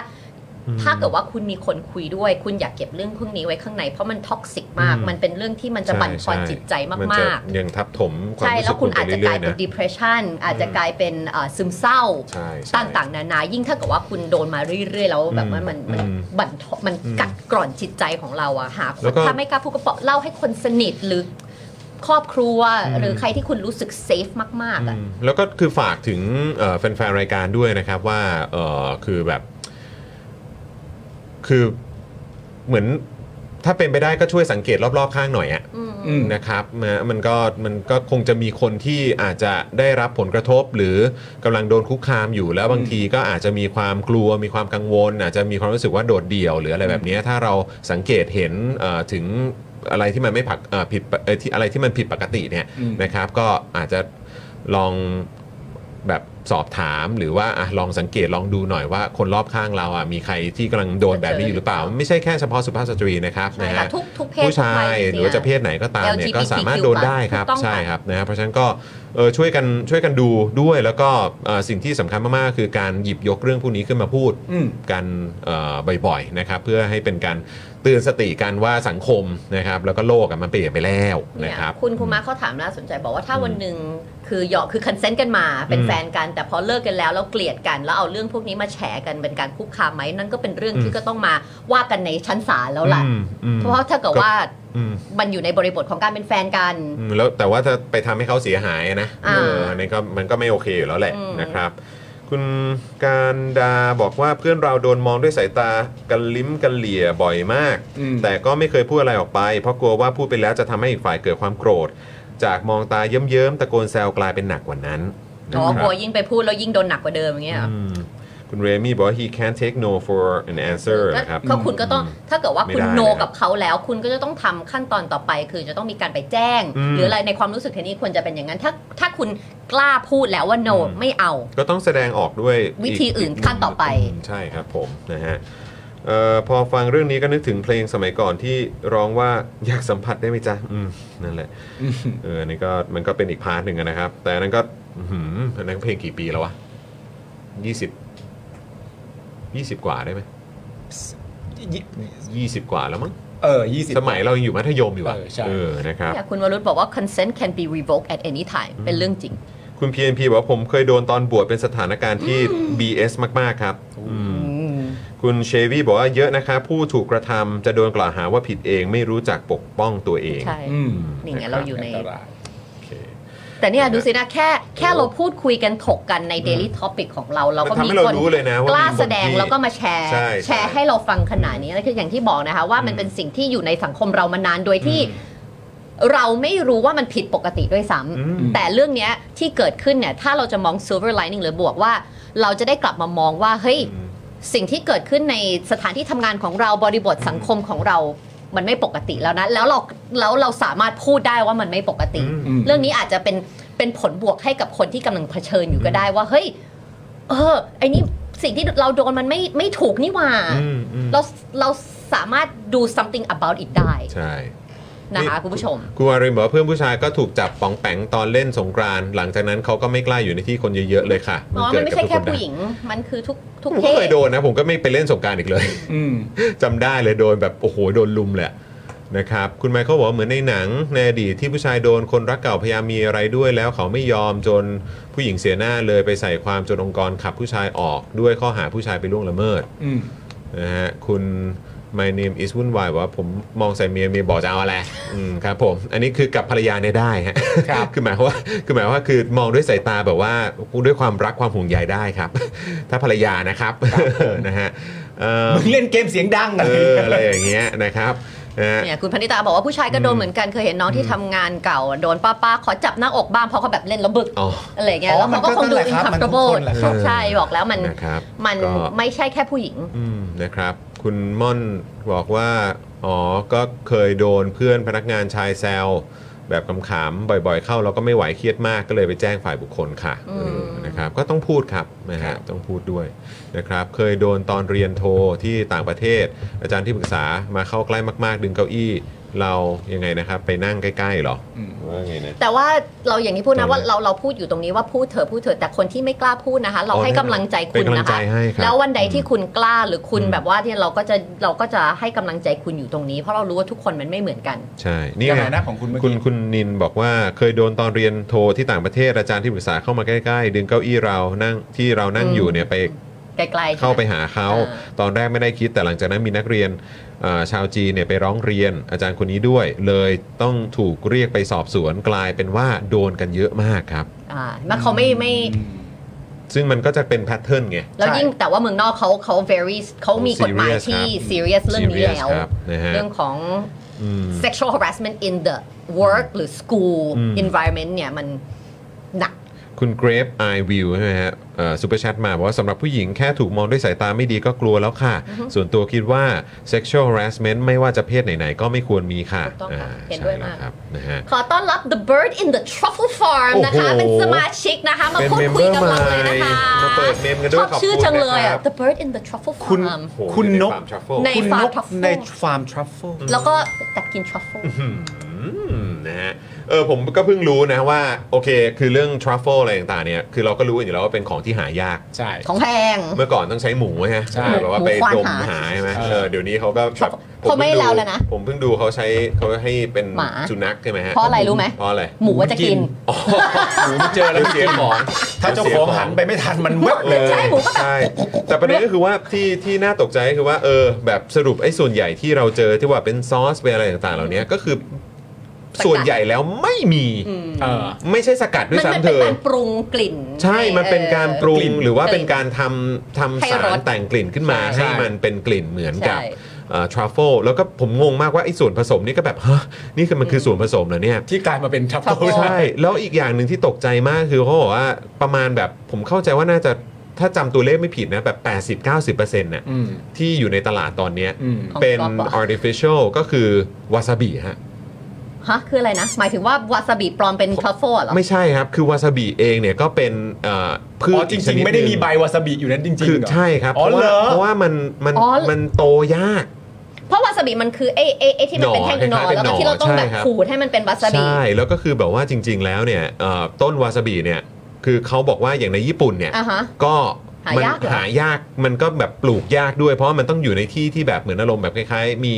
[SPEAKER 1] อืม
[SPEAKER 3] ถ้าเกิดว่าคุณมีคนคุยด้วย คุณอยากเก็บเรื่องพวกนี้ไว้ข้างใน เพราะมันท็อกซิกมาก
[SPEAKER 1] อืม
[SPEAKER 3] มันเป็นเรื่องที่มันจะบั่นทอนจิตใจ
[SPEAKER 1] น
[SPEAKER 3] มา
[SPEAKER 1] จะ
[SPEAKER 3] ก
[SPEAKER 1] ยังทับถม
[SPEAKER 3] ๆ
[SPEAKER 1] ความ
[SPEAKER 3] ใช่
[SPEAKER 1] รู้
[SPEAKER 3] แล้
[SPEAKER 1] สึ
[SPEAKER 3] ว
[SPEAKER 1] ก
[SPEAKER 3] คุ
[SPEAKER 1] คุณ ณ
[SPEAKER 3] อา
[SPEAKER 1] อา
[SPEAKER 3] จ
[SPEAKER 1] จ
[SPEAKER 3] จะ
[SPEAKER 1] จะ
[SPEAKER 3] ก
[SPEAKER 1] ก
[SPEAKER 3] ลา
[SPEAKER 1] ลาย ย
[SPEAKER 3] เป็
[SPEAKER 1] เป็น น
[SPEAKER 3] depression อาจจะกลายเป็นเอ่อซึมเศร้า
[SPEAKER 1] ใช่ใช่
[SPEAKER 3] ต่างๆ นานา ยิ่งถ้าเกิดว่าคุณโดนมาเรื่อยๆ แล้วแบบว่ามัน
[SPEAKER 1] อืม
[SPEAKER 3] มัน
[SPEAKER 1] อืม
[SPEAKER 3] บั่นทอนมันกัดกร่อนจิตใจของเราอะหาคน
[SPEAKER 1] แล้วก็
[SPEAKER 3] ถ้าไม่กล้าพูดก็เปาะเล่าให้คนสนิทหรือครอบครัวหรือใครที่คุณรู้สึกเซฟมากๆอะ
[SPEAKER 1] อืมแล้วก็คือฝากถึงเอ่อแฟนๆรายการด้วยนะครับว่าเอ่อคือแบบ คือเหมือนถ้าเป็นไปได้ก็ช่วยสังเกตรอบๆข้างหน่อยอะ
[SPEAKER 4] อืม
[SPEAKER 1] นะครับนะมันก็มันก็คงจะมีคนที่อาจจะได้รับผลกระทบ หรือกำลังโดนคุกคามอยู่แล้วบางทีก็อาจจะมีความกลัวมีความกังวล อาจจะมีความรู้สึกว่าโดดเดี่ยว หรืออะไรแบบเนี้ยถ้าเราสังเกตเห็นเอ่อถึงอะไรที่มันไม่ผักเอ่อผิดปกเอ่อที่อะไรที่มันผิดปกติเนี่ย
[SPEAKER 4] อืม
[SPEAKER 1] นะครับ ก็อาจจะลองแบบสอบถามหรือว่าอะลองสังเกตลองดูหน่อยว่าคนรอบข้างเราอ่ะมีใครที่กำลังโดนแบบนี้อยู่หรือเปล่า ไม่ใช่แค่เฉพาะสุภาพสตรีนะครับ
[SPEAKER 3] ใช่
[SPEAKER 1] นะ
[SPEAKER 3] ค่ะ
[SPEAKER 1] ฮะ
[SPEAKER 3] ทุกทุกเพศ
[SPEAKER 1] ผู้ชา
[SPEAKER 3] วั
[SPEAKER 1] ย
[SPEAKER 3] จง
[SPEAKER 1] ห
[SPEAKER 3] ๆ
[SPEAKER 1] รือว่าจะเพศไหนก็ตามเนี่ยก็สามารถโดนได้ครับ
[SPEAKER 3] ถูกต้อง
[SPEAKER 1] ใช่ครับนะฮะเพราะฉะนั้นก็เออช่วยกันช่วยกันดูด้วยแล้วก็เอ่อสิ่งที่สำคัญมากๆ คือการหยิบยกเรื่องพวกนี้ขึ้นมาพูด
[SPEAKER 4] อืม
[SPEAKER 1] กันเอ่อบ่อยๆนะครับเพื่อให้เป็นการเตือนสติกันว่าสังคมนะครับ แล้วก็โลกอะมันเปลี่ยนไปแล้ว
[SPEAKER 3] เนี่
[SPEAKER 1] นะ
[SPEAKER 3] ย
[SPEAKER 1] ครับ
[SPEAKER 3] คุณคุมาเขาถามน่าสนใจบอกว่าถ้าวันหนึ่งคือยอมคือคันเซนต์กันมาเป็น
[SPEAKER 1] อืม
[SPEAKER 3] แฟนกัน แต่พอเลิกกันแล้วแล้วเกลียดกัน แล้วเอาเรื่องพวกนี้มาแฉกันเป็นการคุกคามไหมนั่นก็เป็นเรื่อง
[SPEAKER 1] อืม
[SPEAKER 3] ที่ก็ต้องมาว่ากันในชั้นศาลแล้วล่ะ
[SPEAKER 1] อืมอืม
[SPEAKER 3] เพราะถ้าเกิดว่า
[SPEAKER 1] อืม
[SPEAKER 3] มันอยู่ในบริบทของการเป็นแฟนกัน
[SPEAKER 1] อืมแล้วแต่ว่าจะไปทำให้เขาเสียหายนะ
[SPEAKER 3] อ่า
[SPEAKER 1] เอออันนี่ก็มันก็ไม่โอเคอยู่แล้วแหละ
[SPEAKER 3] อืม
[SPEAKER 1] นะครับ คุณการดาบอกว่าเพื่อนเราโดนมองด้วยสายตากันลิ้มกันเหลี่ยบ่อยมาก
[SPEAKER 4] อืม
[SPEAKER 1] แต่ก็ไม่เคยพูดอะไรออกไป เพราะกลัวว่าพูดไปแล้วจะทำให้อีกฝ่ายเกิดความโกรธ จากมองตาเยิ้มๆตะโกนแซวกลายเป็นหนักกว่านั้น
[SPEAKER 3] อ๋อ
[SPEAKER 1] นะครับ
[SPEAKER 3] กลัวยิ่งไปพูดแล้วยิ่งโดนหนักกว่าเดิมอย่างเงี้ยเหรอ
[SPEAKER 1] อืมคุณเรมี่บอกว่า he can't take no for an answer
[SPEAKER 3] ก็
[SPEAKER 1] นะครับ
[SPEAKER 3] ก็คุณก็ต้องถ้าเกิดว่าคุณ
[SPEAKER 1] ไม่ได้
[SPEAKER 3] โน
[SPEAKER 1] นะครับ
[SPEAKER 3] กับเขาแล้ว คุณก็จะต้องทำขั้นตอนต่อไป คือจะต้องมีการไปแจ้ง
[SPEAKER 1] อืม
[SPEAKER 3] หรืออะไรในความรู้สึกเทนี่ควรจะเป็นอย่างนั้น ถ้าถ้าคุณกล้าพูดแล้วว่าโน
[SPEAKER 1] อืม
[SPEAKER 3] ไม่เอา
[SPEAKER 1] ก็ต้องแสดงออกด้วย
[SPEAKER 3] วิธีอื่นขั้นต่อไป
[SPEAKER 1] มใช่ครับผมนะฮะเอ่อพอฟังเรื่องนี้ก็นึกถึงเพลงสมัยก่อนที่ร้องว่าอยากสัมผัสได้ไหมจ๊ะอืมนั่นแหละเอออันนี่ก็มันก็เป็นอีกพาร์ทหนึ่งอะนะครับ แต่อันนั้นก็อื้อหืออันนั้นเพลงกี่ปีแล้ววะยี่สิบยี่สิบกว่าได้ไหมยี่สิบกว่าแล้วมั้ง
[SPEAKER 4] เออยี่สิบ
[SPEAKER 1] สมัยเรายังอยู่มัธยมอยู่อะ
[SPEAKER 4] เออใช่
[SPEAKER 1] เออนะครับ
[SPEAKER 3] แต่คุณวรุษบอกว่า consent can be revoked at any time เป็นเรื่องจริง
[SPEAKER 1] คุณ PNP บอกว่าผมเคยโดนตอนบวชเป็นสถานการณ์ที่ BS มาก ๆ ครับอืมคุณเชวี่บอกว่าเยอะนะคะ ผู้ถูกกระทำจะโดนกล่าวหาว่าผิดเองไม่รู้จักปกป้องตัวเอง
[SPEAKER 3] ใช่
[SPEAKER 4] อืม
[SPEAKER 3] นี่ไงเราอยู่ใน
[SPEAKER 4] อัตราย
[SPEAKER 1] โอเค
[SPEAKER 3] แต่เนี่ยดูสินะแค่แค่
[SPEAKER 1] โอ้
[SPEAKER 3] เราพูดคุยกันถกกันใน Daily Topic ของเรา เราก็
[SPEAKER 1] มันทำ
[SPEAKER 3] มี
[SPEAKER 1] ให้เรา
[SPEAKER 3] คน
[SPEAKER 1] รู้เลยนะว่าก
[SPEAKER 3] ล้าแสดง
[SPEAKER 1] มีคนที่
[SPEAKER 3] แล้วก็มาแชร์
[SPEAKER 1] ใช่
[SPEAKER 3] แชร์ให้เราฟังขนาดนี้แล้วคืออย่างที่บอกนะคะ ว่ามันเป็นสิ่งที่อยู่ในสังคมเรามานานโดยที่ เราไม่รู้ว่ามันผิดปกติด้วย
[SPEAKER 1] อ
[SPEAKER 3] ซ้
[SPEAKER 1] ืม
[SPEAKER 3] ำแต่เรื่องเนี้ยที่เกิดขึ้นเนี่ยถ้าเราจะมอง silver lining หรือบวกว่า เราจะได้กลับมามองว่าเฮ้ย
[SPEAKER 1] อืม
[SPEAKER 3] สิ่งที่เกิดขึ้นในสถานที่ทำงานของเราบริบทสังคมของเรา มันไม่ปกติแล้วนะ แล้วเราแล้วเราสามารถพูดได้ว่ามันไม่ปกติ
[SPEAKER 4] อืม
[SPEAKER 3] เรื่องนี้อาจจะเป็นเป็นผลบวกให้กับคนที่กำลังเผชิญอยู่ก็ได้ว่าเฮ้ยเออไอ้นี่สิ่งที่เราโดนมันไม่ไม่ถูกนี่หว่า
[SPEAKER 1] อืมอืม
[SPEAKER 3] เราเราสามารถดู something about it ได้
[SPEAKER 1] ใช่
[SPEAKER 3] นะคะคุณผู้ชม
[SPEAKER 1] คุณวารินบอกว่าเพื่อนผู้ชายก็ถูกจับป๋องแปงตอนเล่นสงกรานต์หลังจากนั้นเขาก็ไม่กล้าอยู่ในที่คนเยอะ ๆ เลยค่ะ
[SPEAKER 3] อ๋อ มันไม่
[SPEAKER 1] เกิด
[SPEAKER 3] ใช่
[SPEAKER 1] กั
[SPEAKER 3] แค่
[SPEAKER 1] บทุก
[SPEAKER 3] ผู้
[SPEAKER 1] น
[SPEAKER 3] หญิง มันคือทุกทุก
[SPEAKER 1] ผม
[SPEAKER 3] เพ
[SPEAKER 1] ก็เค
[SPEAKER 3] ศ
[SPEAKER 1] ยโดนนะ ผมก็ไม่ไปเล่นสงกรารอีกเลย
[SPEAKER 4] อืม
[SPEAKER 1] จำได้เลยโดนแบบโอ้โหโดนลุมแหลยอะนะครับคุณไมเคิลบอกว่าเหมือนในหนังในอดีตที่ผู้ชายโดนคนรักเก่าพยายามมีอะไรด้วยแล้วเขาไม่ยอมจนผู้หญิงเสียหน้าเลยไปใส่ความจนองค์กรขับผู้ชายออกด้วยข้อหาผู้ชายไปล่วงละเมิด
[SPEAKER 4] อืม
[SPEAKER 1] นะฮะคุณ my name is วุ่นวายบอกว่าผมมองใส่เมียเมียบอกจะเอาอะไรอืมครับผมอันนี้คือกับภรรยาเนี่ยได้ฮะ
[SPEAKER 4] ครับ
[SPEAKER 1] คือหมายความว่าคือหมายความว่าคือมองด้วยสายตาแบบว่าด้วยความรักความห่วงใยได้ครับ ถ้าภรรยานะครับ นะฮะเอ่อ
[SPEAKER 4] มึงเล่นเกมเสียงดัง
[SPEAKER 1] เอออะไรอย่างเงี้ยนะครับนะฮะ
[SPEAKER 3] เนี่ยคุณพันิตาบอกว่าผู้ชายก็โดนเหมือนกันเคยเห็นน้องที่ทำงานเก่า โดนป้าป้าๆขอจับหน้าอกบ้างเพราะเขาแบบเล่นแล้วบึก
[SPEAKER 1] อ๋อ
[SPEAKER 3] อะไรเงี้ยแล้วเขาก็คงดูอินคับกระโบดใช่บอกแล้วมัน
[SPEAKER 1] นะครับ
[SPEAKER 3] มัน
[SPEAKER 1] ก็
[SPEAKER 3] ไม่ใช่แค่ผู้หญิง
[SPEAKER 1] อืมนะครับ คุณม่อนบอกว่า อ๋อ ก็เคยโดนเพื่อนพนักงานชายแซว แบบคำขำบ่อยๆ เข้าเราก็ไม่ไหวเครียดมากก็เลยไปแจ้งฝ่ายบุคคลค่ะ
[SPEAKER 3] อืม
[SPEAKER 1] เออนะครับ ก็ต้องพูดครับนะฮะต้องพูดด้วยนะครับ เคยโดนตอนเรียนโทที่ต่างประเทศ อาจารย์ที่ปรึกษามาเข้าใกล้มาก ๆ ดึงเก้าอี้เรายังไงนะครับ ไปนั่งใกล้ๆเหรอว่าไงนะ
[SPEAKER 3] แต่ว่าเราอย่างที่พูดนะ
[SPEAKER 1] ใช่
[SPEAKER 3] ว่าเราเราพูดอยู่ตรงนี้ว่าพูดเถอะพูดเถอะแต่คนที่ไม่กล้าพูดนะคะ เรา
[SPEAKER 1] อ๋อ
[SPEAKER 3] ให้กำลังใจคุณ
[SPEAKER 1] เป็นกำลั
[SPEAKER 3] นะ
[SPEAKER 1] งใจ
[SPEAKER 3] คะ
[SPEAKER 1] ให้ครับ
[SPEAKER 3] แล้ววันใดที่คุณกล้าหรือคุณ
[SPEAKER 1] อืม
[SPEAKER 3] แบบว่าเนี่ยเราก็จะเราก็จะให้กำลังใจคุณอยู่ตรงนี้ เพราะเรารู้ว่าทุกคนมันไม่เหมือนกัน
[SPEAKER 1] ใช่ นี่
[SPEAKER 4] ยัง
[SPEAKER 1] ไง
[SPEAKER 4] ไงนะของคุณเมื่อ
[SPEAKER 1] คุณ
[SPEAKER 4] กี้
[SPEAKER 1] คุณนินบอกว่าเคยโดนตอนเรียนโทที่ต่างประเทศอาจารย์ที่ปรึกษาเข้ามาใกล้ๆ ดึงเก้าอี้เรานั่งที่เรานั่ง
[SPEAKER 3] อืม
[SPEAKER 1] อยู่เนี่ยไป
[SPEAKER 3] ไกลๆใช่หม
[SPEAKER 1] เข้าไปหาเขา
[SPEAKER 3] อ่า
[SPEAKER 1] ตอนแรกไม่ได้คิดแต่หลังจากนั้นมีนักเรียนเอ่อชาวจีนเนี่ยไปร้องเรียนอาจารย์คนนี้ด้วย เลยต้องถูกเรียกไปสอบสวนกลายเป็นว่าโดนกันเยอะมากครับ
[SPEAKER 3] อ่ามันเขาไม่ไม่
[SPEAKER 1] ซึ่งมันก็จะเป็นแพทเทิร์นไง
[SPEAKER 3] แล้ว
[SPEAKER 4] ใช่
[SPEAKER 3] ยิ่งแต่ว่าเมืองนอกเขาเขา very เขามีกฎหมาย
[SPEAKER 1] serious ครับ
[SPEAKER 3] ที่ serious เรื่องนี้
[SPEAKER 1] serious
[SPEAKER 3] แล้ว
[SPEAKER 1] ครับนะฮะ
[SPEAKER 3] เรื่องของ
[SPEAKER 1] อืม
[SPEAKER 3] sexual harassment in the work หรือ school
[SPEAKER 1] อืม
[SPEAKER 3] environment เนี่ยมันหนัก
[SPEAKER 1] คุณเกรฟไอวิวใช่ไหมฮะซูเปอร์แชทมาบอกว่าสำหรับผู้หญิงแค่ถูกมองด้วยสายตาไม่ดีก็กลัวแล้วค่ะ ส่วนตัวคิดว่า sexual harassment ไม่ว่าจะเพศไหน ๆ ก็ไม่ควรมีค่ะ
[SPEAKER 3] ถูกต้องค่ะ
[SPEAKER 1] า
[SPEAKER 3] เห็นด้วย
[SPEAKER 1] ใช่แล้
[SPEAKER 3] มาก
[SPEAKER 1] ครับนะฮะ
[SPEAKER 3] ขอต้อนรับ the bird in the truffle farm นะคะ
[SPEAKER 1] โอ้โห
[SPEAKER 3] เป็นสมาชิกนะคะ มา
[SPEAKER 1] เป็น
[SPEAKER 3] พูด
[SPEAKER 1] เมม
[SPEAKER 3] คุ
[SPEAKER 1] เบอร์
[SPEAKER 3] ยกับ
[SPEAKER 1] ใหม่
[SPEAKER 3] เราเลยนะคะ
[SPEAKER 1] มาเปิดเมมกัน
[SPEAKER 3] ช
[SPEAKER 1] ด้วย
[SPEAKER 3] อบชื่อจังเลย
[SPEAKER 1] ข
[SPEAKER 3] อ่ะ
[SPEAKER 1] บคุณ
[SPEAKER 3] the bird in the truffle
[SPEAKER 4] คุณ
[SPEAKER 3] farm
[SPEAKER 1] โอ้โห
[SPEAKER 4] คุณนก
[SPEAKER 1] อยู่ใฟาร์ม Truffle
[SPEAKER 3] ใน
[SPEAKER 4] คุณ
[SPEAKER 3] ฟาร์
[SPEAKER 4] น
[SPEAKER 3] ม
[SPEAKER 4] ก
[SPEAKER 3] ทรัฟเฟิล
[SPEAKER 4] ในฟาร์มทรัฟเฟิล
[SPEAKER 3] แล้วก็กัดกิน truffle
[SPEAKER 1] อืมนะฮะ เออผมก็เพิ่งรู้นะว่าโอเค คือเรื่องทรัฟเฟิลอะไรต่างๆเนี่ยคือเราก็รู้กันอยู่แล้วว่าเป็นของที่หายาก
[SPEAKER 4] ใช่
[SPEAKER 3] ของแพง
[SPEAKER 1] เมื่อก่อนต้องใช้หมูฮะ
[SPEAKER 4] ใช่
[SPEAKER 1] แบบว่าไปดมหาใช่ไหมเออเดี๋ยวนี้เขาก็แบบ
[SPEAKER 3] เขาไม่
[SPEAKER 1] พิ่งดู
[SPEAKER 3] เราแล้วนะ
[SPEAKER 1] ผมเพิ่งดูเขาใช้เขาให้เป็น
[SPEAKER 3] หมา
[SPEAKER 1] สุนัขใช่ไหมฮะ
[SPEAKER 3] เพราะอะไรรู้ไหม
[SPEAKER 1] เพราะอะไร
[SPEAKER 3] หมูว่าจะกิน
[SPEAKER 1] อ๋อ
[SPEAKER 4] หมูมันเจอแล้ว
[SPEAKER 1] เดี๋ยวเสียของ
[SPEAKER 4] ถ้าเจ้าของหันไปไม่ทันมันเว็บเลย
[SPEAKER 3] ใช่หมูก็แบบ
[SPEAKER 1] ใช่แต่ประเด็นก็คือว่าที่ที่น่าตกใจก็คือว่าเออแบบสรุปไอ้ส่วนใหญ่ที่เราเจอที่ว่าเป็นซอสเป็นอะไรต่างๆ เหล่านี้ก็คือส่วนใหญ่แล้วไม่มี
[SPEAKER 4] เออ
[SPEAKER 1] ไม่ใช่สกัดด้วย
[SPEAKER 3] มันมั
[SPEAKER 1] ซ้ำ
[SPEAKER 3] น
[SPEAKER 1] เธ
[SPEAKER 3] เป็น
[SPEAKER 1] อ
[SPEAKER 3] การปรุงกลิ่น
[SPEAKER 1] ใช่มันเป็นการปรุง
[SPEAKER 3] เออ
[SPEAKER 1] หรือว่าเป็นการทำทำ
[SPEAKER 3] ให้
[SPEAKER 1] สาร
[SPEAKER 3] ส
[SPEAKER 1] รแต่งกลิ่นขึ้นมา
[SPEAKER 4] ใช่
[SPEAKER 1] ให้มันเป็นกลิ่นเหมือนกับ
[SPEAKER 3] ใช่
[SPEAKER 1] ทรัฟเฟิลแล้วก็ผมงงมากว่าไอ้ส่วนผสมนี่ก็แบบฮะนี่คือมันคือส่วนผสมเหรอเนี่ย
[SPEAKER 4] ที่กลายมาเป็นทับ
[SPEAKER 3] ทับโต๊ะ
[SPEAKER 4] โต๊ะ
[SPEAKER 1] ใช่แล้วอีกอย่างหนึ่งที่ตกใจมากคือเขาบอกว่าประมาณแบบผมเข้าใจว่าน่าจะถ้าจำตัวเลขไม่ผิดนะแบบ 80-90%เน่ะ
[SPEAKER 4] อืม
[SPEAKER 1] ที่อยู่ในตลาดตอนเนี้ย
[SPEAKER 4] อืม
[SPEAKER 1] เป็น
[SPEAKER 3] ของก๊อฟเหรอ
[SPEAKER 1] artificial ก็คือวาซาบิฮะ
[SPEAKER 3] ฮะ คืออะไรนะ หมายถึงว่าวาซาบิปลอมเป็นทรัฟเฟิลเหรอ
[SPEAKER 1] ไม่ใช่ครับ คือวาซาบิเองเนี่ยก็เป็นเอ่อพื
[SPEAKER 4] อ๋อ
[SPEAKER 1] ช
[SPEAKER 4] จ
[SPEAKER 1] อีกช
[SPEAKER 4] ริง
[SPEAKER 1] นิดหนึ่
[SPEAKER 4] ๆ ไม่ได้มีใบวาซาบิอยู่นั้นจริงๆ
[SPEAKER 1] คือ
[SPEAKER 4] เหร
[SPEAKER 1] ใช่ครับ
[SPEAKER 4] อ๋อ
[SPEAKER 1] เพราะว่า
[SPEAKER 4] เหรอ
[SPEAKER 1] เพราะว่ามันมัน
[SPEAKER 3] อ๋อ
[SPEAKER 1] มันโตยาก
[SPEAKER 3] เพราะวาซาบิมันคือไอ้ไอ้ไอ้ที่มันเป็น
[SPEAKER 1] หน่อ
[SPEAKER 3] แท่งหนอ
[SPEAKER 1] คล้ายๆเป็น
[SPEAKER 3] แล้วก็ที่
[SPEAKER 1] หน่
[SPEAKER 3] เรา
[SPEAKER 1] อ
[SPEAKER 3] ต้อง
[SPEAKER 1] ใช่
[SPEAKER 3] แบบ
[SPEAKER 1] ครับ
[SPEAKER 3] ขูดให้มันเป็นวาซาบิ
[SPEAKER 1] ใช่แล้วก็คือแบบว่าจริง ๆ แล้วเนี่ยเอ่อต้นวาซาบิเนี่ยคือเขาบอกว่าอย่างในญี่ปุ่นเนี่ย
[SPEAKER 3] อ่ะฮะ
[SPEAKER 1] ก็
[SPEAKER 3] หา
[SPEAKER 1] มัน
[SPEAKER 3] ยากเหรอ
[SPEAKER 1] หายากมันก็แบบปลูกยากด้วย เพราะว่ามันต้องอยู่ในที่ที่แบบเหมือนอารมณ์แบบคล้ายๆ มี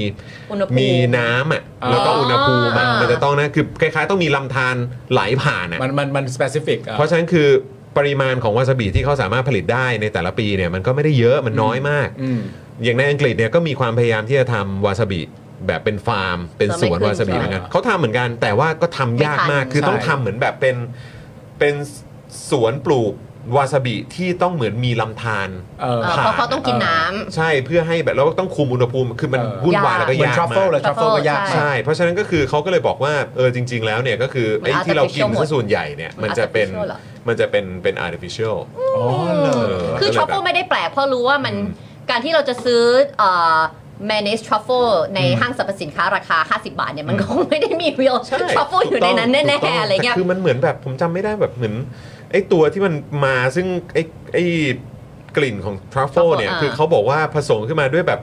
[SPEAKER 3] อุณหภูมิ
[SPEAKER 1] มีน้ำอ่ะแล้วก็
[SPEAKER 3] อ๋ออุ
[SPEAKER 1] อุณหภูมิอะ
[SPEAKER 3] อ่ามั
[SPEAKER 1] มันจะต้องนะคือคล้ายๆ ต้องมีลำธารไหลผ่านอ่ะ
[SPEAKER 4] มันมันมัน specific อ่ะ
[SPEAKER 1] เพราะฉะนั้นคือปริมาณของวาซาบิที่เขาสามารถผลิตได้ในแต่ละปีเนี่ยมันก็ไม่ได้เยอะมันน้อยมาก
[SPEAKER 4] อืม
[SPEAKER 1] อย่างในอังกฤษเนี่ยก็มีความพยายามที่จะทำวาซาบิแบบเป็นฟาร์ม เป็นสวนวาซาบิเหมือนกัน
[SPEAKER 4] อ่า
[SPEAKER 1] เขาทำเหมือนกันแต่ว่าก็ทำยากมาก
[SPEAKER 3] ไม่ทัน
[SPEAKER 1] คือต้อง
[SPEAKER 4] ใช่
[SPEAKER 1] ทำเหมือนแบบเป็นเป็นสวนปลูกวาซาบิที่ต้องเหมือนมีลำธาร
[SPEAKER 4] เออ
[SPEAKER 3] เออเพราะเขาต้องกินน้ำ
[SPEAKER 1] ใช่เพื่อให้แบบเราต้องคุมอุณหภูมิคือมัน
[SPEAKER 4] เออ
[SPEAKER 1] วุ่นวาย
[SPEAKER 3] ยาก
[SPEAKER 1] แล้วก็
[SPEAKER 4] เหมือน
[SPEAKER 1] ยาก
[SPEAKER 4] ทรัฟเฟิ
[SPEAKER 1] มา
[SPEAKER 4] ล
[SPEAKER 1] ก
[SPEAKER 4] เลยทรัฟเฟิลก็ยาก
[SPEAKER 3] ใช่
[SPEAKER 1] ใช่ เพราะฉะนั้นก็คือเขาก็เลยบอกว่าเออจริง ๆ แล้วเนี่ยก็คือไอ้
[SPEAKER 3] มัน
[SPEAKER 1] ที่เรากิน
[SPEAKER 3] artificial หมด
[SPEAKER 1] ซะส่วนใหญ่เนี่ยมันจะเป็น
[SPEAKER 3] artificial เหรอ
[SPEAKER 1] มันจะเป็นเป็น artificial
[SPEAKER 4] อ๋อเหรอ
[SPEAKER 3] คือทรัฟเฟิลไม่ได้แปลกเพราะรู้ว่ามันการที่เราจะซื้อเอ่อ manage truffle ในห้างสรรพสินค้าราคา 50 บาทเนี่ยมันก็คงไม่ได้มี real
[SPEAKER 1] ใช่
[SPEAKER 3] truffle อยู่ในนั้น
[SPEAKER 1] ถูกต้
[SPEAKER 3] แน่
[SPEAKER 1] งถูกต้
[SPEAKER 3] ๆอะไรเงี้ย
[SPEAKER 1] แต่คือมันเหมือนแบบผมจำไม่ได้แบบเหมือนไอ้ตัวที่มันมาซึ่งไอ้ไอ้กลิ่นของทรัฟเฟิล
[SPEAKER 3] truffle
[SPEAKER 1] เนี่ย
[SPEAKER 3] อ่า
[SPEAKER 1] คือเขาบอกว่าผสมขึ้นมาด้วยแบบ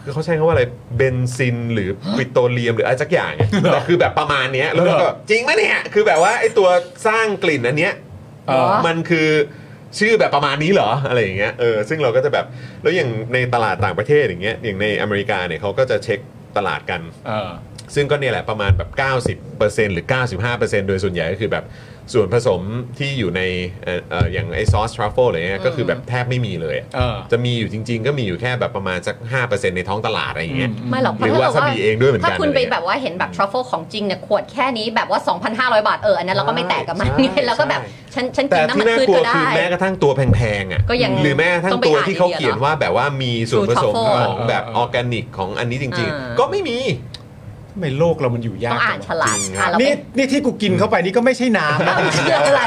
[SPEAKER 1] คือเขาใช้คำว่าอะไรเบนซิน หรือปิโตรเลียมหรืออะไรสักอย่างเนี่ยแต่คือแบบประมาณเนี้ยแล้วเราก็แบบจริงไหมเนี่ยคือแบบว่าไอ้ตัวสร้างกลิ่นอั นเนี้ย
[SPEAKER 4] เออ
[SPEAKER 1] มันคือชื่อแบบประมาณนี้เหรออะไรอย่างเงี้ยเออซึ่งเราก็จะแบบแล้วอย่างในตลาดต่างประเทศอย่างเงี้ยอย่างในอเมริกาเนี่ยเขาก็จะเช็คตลาดกัน
[SPEAKER 4] เออ
[SPEAKER 1] ซึ่งก็เนี่ยแหละประมาณแบบ 90%หรือ 95%โดยส่วนใหญ่ก็คือแบบส่วนผสมที่อยู่ในเอ่อเอ่ออย่างไอซอสทรัฟเฟิลอะไรเงี้ยก็คือแบบแทบไม่มีเลยอะ
[SPEAKER 4] เออ
[SPEAKER 1] จะมีอยู่จริง ๆ ก็มีอยู่แค่แบบประมาณสัก 5%ในท้องตลาดอะไรอย่างเงี้ย
[SPEAKER 3] ไม่หรอกเพราะ
[SPEAKER 1] หรือ
[SPEAKER 3] ถ้าเกิด
[SPEAKER 1] วาซาบิเองด้วยเหมือนกัน
[SPEAKER 3] ถ้าคุณ
[SPEAKER 1] อะไร
[SPEAKER 3] ไป
[SPEAKER 1] เงี้ย
[SPEAKER 3] แบบว่าเห็นแบบทรัฟเฟิลของจริงเนี่ยขวดแค่นี้แบบว่า 2,500 บาทเอออันนั้นเราก็ไม่แตกกับมัน
[SPEAKER 1] ใช่
[SPEAKER 3] ไงแล้วก็
[SPEAKER 1] ใช่
[SPEAKER 3] แบบฉันฉันกิ
[SPEAKER 1] แต่
[SPEAKER 3] นน้ำมั
[SPEAKER 1] ที่
[SPEAKER 3] น
[SPEAKER 1] น่า
[SPEAKER 3] พืช
[SPEAKER 1] กลัว
[SPEAKER 3] ก็
[SPEAKER 1] คื
[SPEAKER 3] ได้
[SPEAKER 1] อแม้กระทั่งตัวแพงๆอ่ะ
[SPEAKER 3] ก็ยัง
[SPEAKER 1] หรือแม้กระทั่
[SPEAKER 3] ต้
[SPEAKER 1] ง
[SPEAKER 3] องไป
[SPEAKER 1] ตัว
[SPEAKER 3] อ่าน
[SPEAKER 1] ที่เขาเขียน
[SPEAKER 3] ดีๆอะเนอะ
[SPEAKER 1] ว่าแบบว่ามีส่วนผสม
[SPEAKER 3] สูตร truffle
[SPEAKER 1] ของแบบ
[SPEAKER 4] อะ
[SPEAKER 1] ออร์แกนิกของอันนี้จริง
[SPEAKER 3] อ่า
[SPEAKER 1] ๆ ก็ไม่มี
[SPEAKER 4] ทำไมโลกเรามันอยู่ยาก
[SPEAKER 3] ต้องอ่านฉ
[SPEAKER 4] จังวะ
[SPEAKER 3] ลาก
[SPEAKER 1] จริงครับ
[SPEAKER 3] อ่านแล้ว
[SPEAKER 4] นี่
[SPEAKER 3] เป็น
[SPEAKER 4] นี่ที่กูกินเข้าไปนี่ก็ไม่ใช่น้ำนะ
[SPEAKER 3] เรื่องอะไร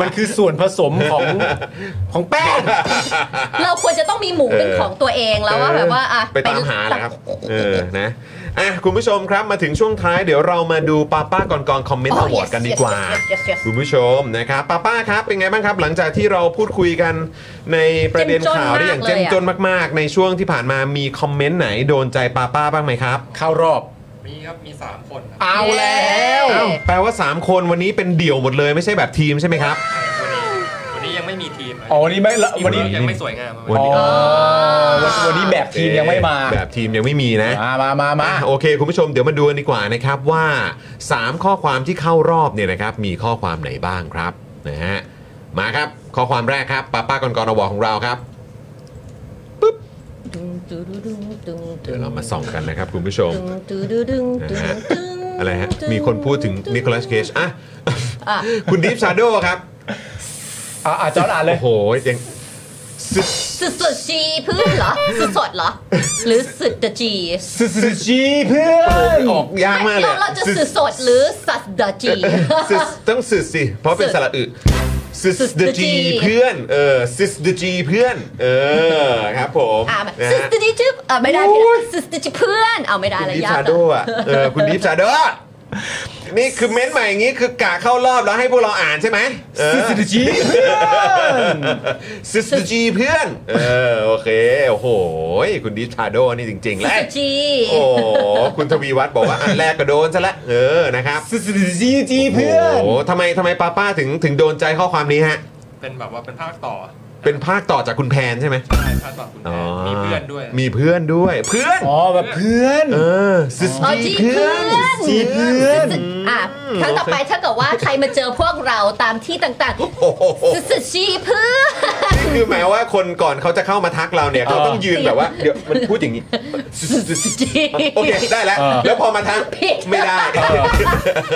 [SPEAKER 4] มันคือส่วนผสมของ ของแป้ง
[SPEAKER 3] เราควรจะต้องมีหมูเป็น
[SPEAKER 1] เออ
[SPEAKER 3] ของตัวเองแล้วว่าแบบว่าอ่ะ
[SPEAKER 1] ไปตามหาแหละครับ เออ นะ อ่ะ คุณผู้ชมครับ มาถึงช่วงท้าย เดี๋ยวเรามาดูป้าป้าก่อนกองคอมเมนต์
[SPEAKER 3] Oh,
[SPEAKER 1] อวอร์ด
[SPEAKER 3] yes,
[SPEAKER 1] กันดีกว่า
[SPEAKER 3] yes, yes, yes, yes.
[SPEAKER 1] คุณผู้ชมนะครับป้าป้าครับ เป็นไงบ้างครับ หลังจากที่เราพูดคุยกันในประเด็นข่าวได้อย่าง
[SPEAKER 3] เจ้
[SPEAKER 1] เจ้ม
[SPEAKER 3] ม
[SPEAKER 1] จ
[SPEAKER 3] จ
[SPEAKER 1] น
[SPEAKER 3] นมากเลยอะ
[SPEAKER 1] มากๆ ในช่วงที่ผ่านมามีคอมเมนต์ไหนโดนใจป้าป้าบ้างไหมครับ
[SPEAKER 4] เข้ารอบ
[SPEAKER 5] มีครับ มี 3 คนครับ
[SPEAKER 4] เอาแล้ว
[SPEAKER 1] อ้าว แปลว่า 3 คนวันนี้เป็นเดี่ยวหมดเลยไม่ใช่แบบทีมใช่ไหมครับ
[SPEAKER 5] วันนี้วันนี้ยังไม่มีทีมะ
[SPEAKER 4] อ๋อวันนี้ไม่ละ
[SPEAKER 5] ทีม
[SPEAKER 4] วันนี้
[SPEAKER 5] ยังไม่สวยงามอะ
[SPEAKER 1] วันนี้
[SPEAKER 4] อ๋อวันวันนี้แบบทีมยังไม่มา
[SPEAKER 1] แบบทีมยังไม่มีนะ
[SPEAKER 4] มามามามา
[SPEAKER 1] อ่ะโอเค คุณผู้ชมเดี๋ยวมาดูกันดีกว่านะครับว่า 3 ข้อความที่เข้ารอบเนี่ยนะครับมีข้อความไหนบ้างครับนะฮะมาครับข้อความแรกครับป้าป้ากรกรอวอของเราครับเดี๋ยวเรามาส่องกันนะครับคุณผู้ชม นะฮะ อะไรฮะมีคนพูดถึงนิโคลัสเคชอ่ะ
[SPEAKER 3] อ่ะ
[SPEAKER 1] คุณดิฟชาโดครับ
[SPEAKER 4] อ่าจอร์ดอ่านเลย
[SPEAKER 1] โอ้โหยังสุด
[SPEAKER 3] สุดสุดจีพื้นเหรอ สุดสด เหรอ หรือสุดเดอะจี
[SPEAKER 4] สุสุจีเพื่อ
[SPEAKER 1] โอ้ยอ
[SPEAKER 4] น
[SPEAKER 1] อกยากมากเลย
[SPEAKER 3] เราเราจะสุดสดหรือสัดเดอะจี
[SPEAKER 1] สุดต้องสุดสิเพราะเป็นสระอึสุดเดจีเพื่อนเออสุดเดจีเพื่อนเออครับผม
[SPEAKER 3] อ่ะ
[SPEAKER 1] นะ
[SPEAKER 3] สุด
[SPEAKER 1] ฮะ
[SPEAKER 3] เดอะจีจึ๊บอ่ะไม่ได้
[SPEAKER 1] โอ้
[SPEAKER 3] พี่
[SPEAKER 1] ย
[SPEAKER 3] สุดเดอะจีเพื่อนเอาไม่ได้
[SPEAKER 1] คุณ
[SPEAKER 3] ละ
[SPEAKER 1] ดิฟ
[SPEAKER 3] ยาก
[SPEAKER 1] ชา
[SPEAKER 3] อะ
[SPEAKER 1] โดอ่ะเออคุณดิฟชาโด นี่คือเม้นต์ใหม่อย่างนี้คือกะเข้ารอบแล้วให้พวกเราอ่านใช่ไหมเออ
[SPEAKER 4] ซิสติจี
[SPEAKER 1] ซิสจีเพื่อน เออ โอเค โอ้โห คุณดิชาโดนี่จริง ๆ แหล้ว
[SPEAKER 3] จี
[SPEAKER 1] โอ้โห คุณทวีวัฒน์บอกว่าอันแรกก็โดนซะละเออ นะครับ
[SPEAKER 4] ซิสติจีจีเพื่อน
[SPEAKER 1] โอ้โหทำไมทำไมป้าป้าถึงถึงโดนใจข้อความนี้ฮะ
[SPEAKER 5] เป็นแบบว่าเป็นภาคต่อ
[SPEAKER 1] เป็นภาคต่อจากคุณแพนใช่ไหม
[SPEAKER 5] ใช่ภาคต่อคุณแท
[SPEAKER 1] อ๋อน
[SPEAKER 5] มีเพื่อนด้วย
[SPEAKER 1] มีเพื่อนด้วย เพื่อน
[SPEAKER 4] อ๋อแบบเพื่อน
[SPEAKER 1] เออซิส
[SPEAKER 3] อ๋อ
[SPEAKER 1] จี
[SPEAKER 3] จี
[SPEAKER 1] เพื่
[SPEAKER 3] เพื่
[SPEAKER 1] อ
[SPEAKER 3] อน น
[SPEAKER 4] จีเพื่อน
[SPEAKER 3] อ่ะครั้งต่อไปถ้าเกิดว่าใครมาเจอพวกเราตามที่ต่าง
[SPEAKER 1] โอ้โห
[SPEAKER 3] ๆสุดจีเพื่อน
[SPEAKER 1] นี่คือหมายว่าคนก่อนเขาจะเข้ามาทักเราเนี่ยเขาต้องยืนแบบว่า เดี๋ยวมันพูดอย่างนี้
[SPEAKER 3] จี
[SPEAKER 1] โอเค ได้แล้ว แล้วพอมาทัก
[SPEAKER 3] ผิด
[SPEAKER 1] ไม่ได้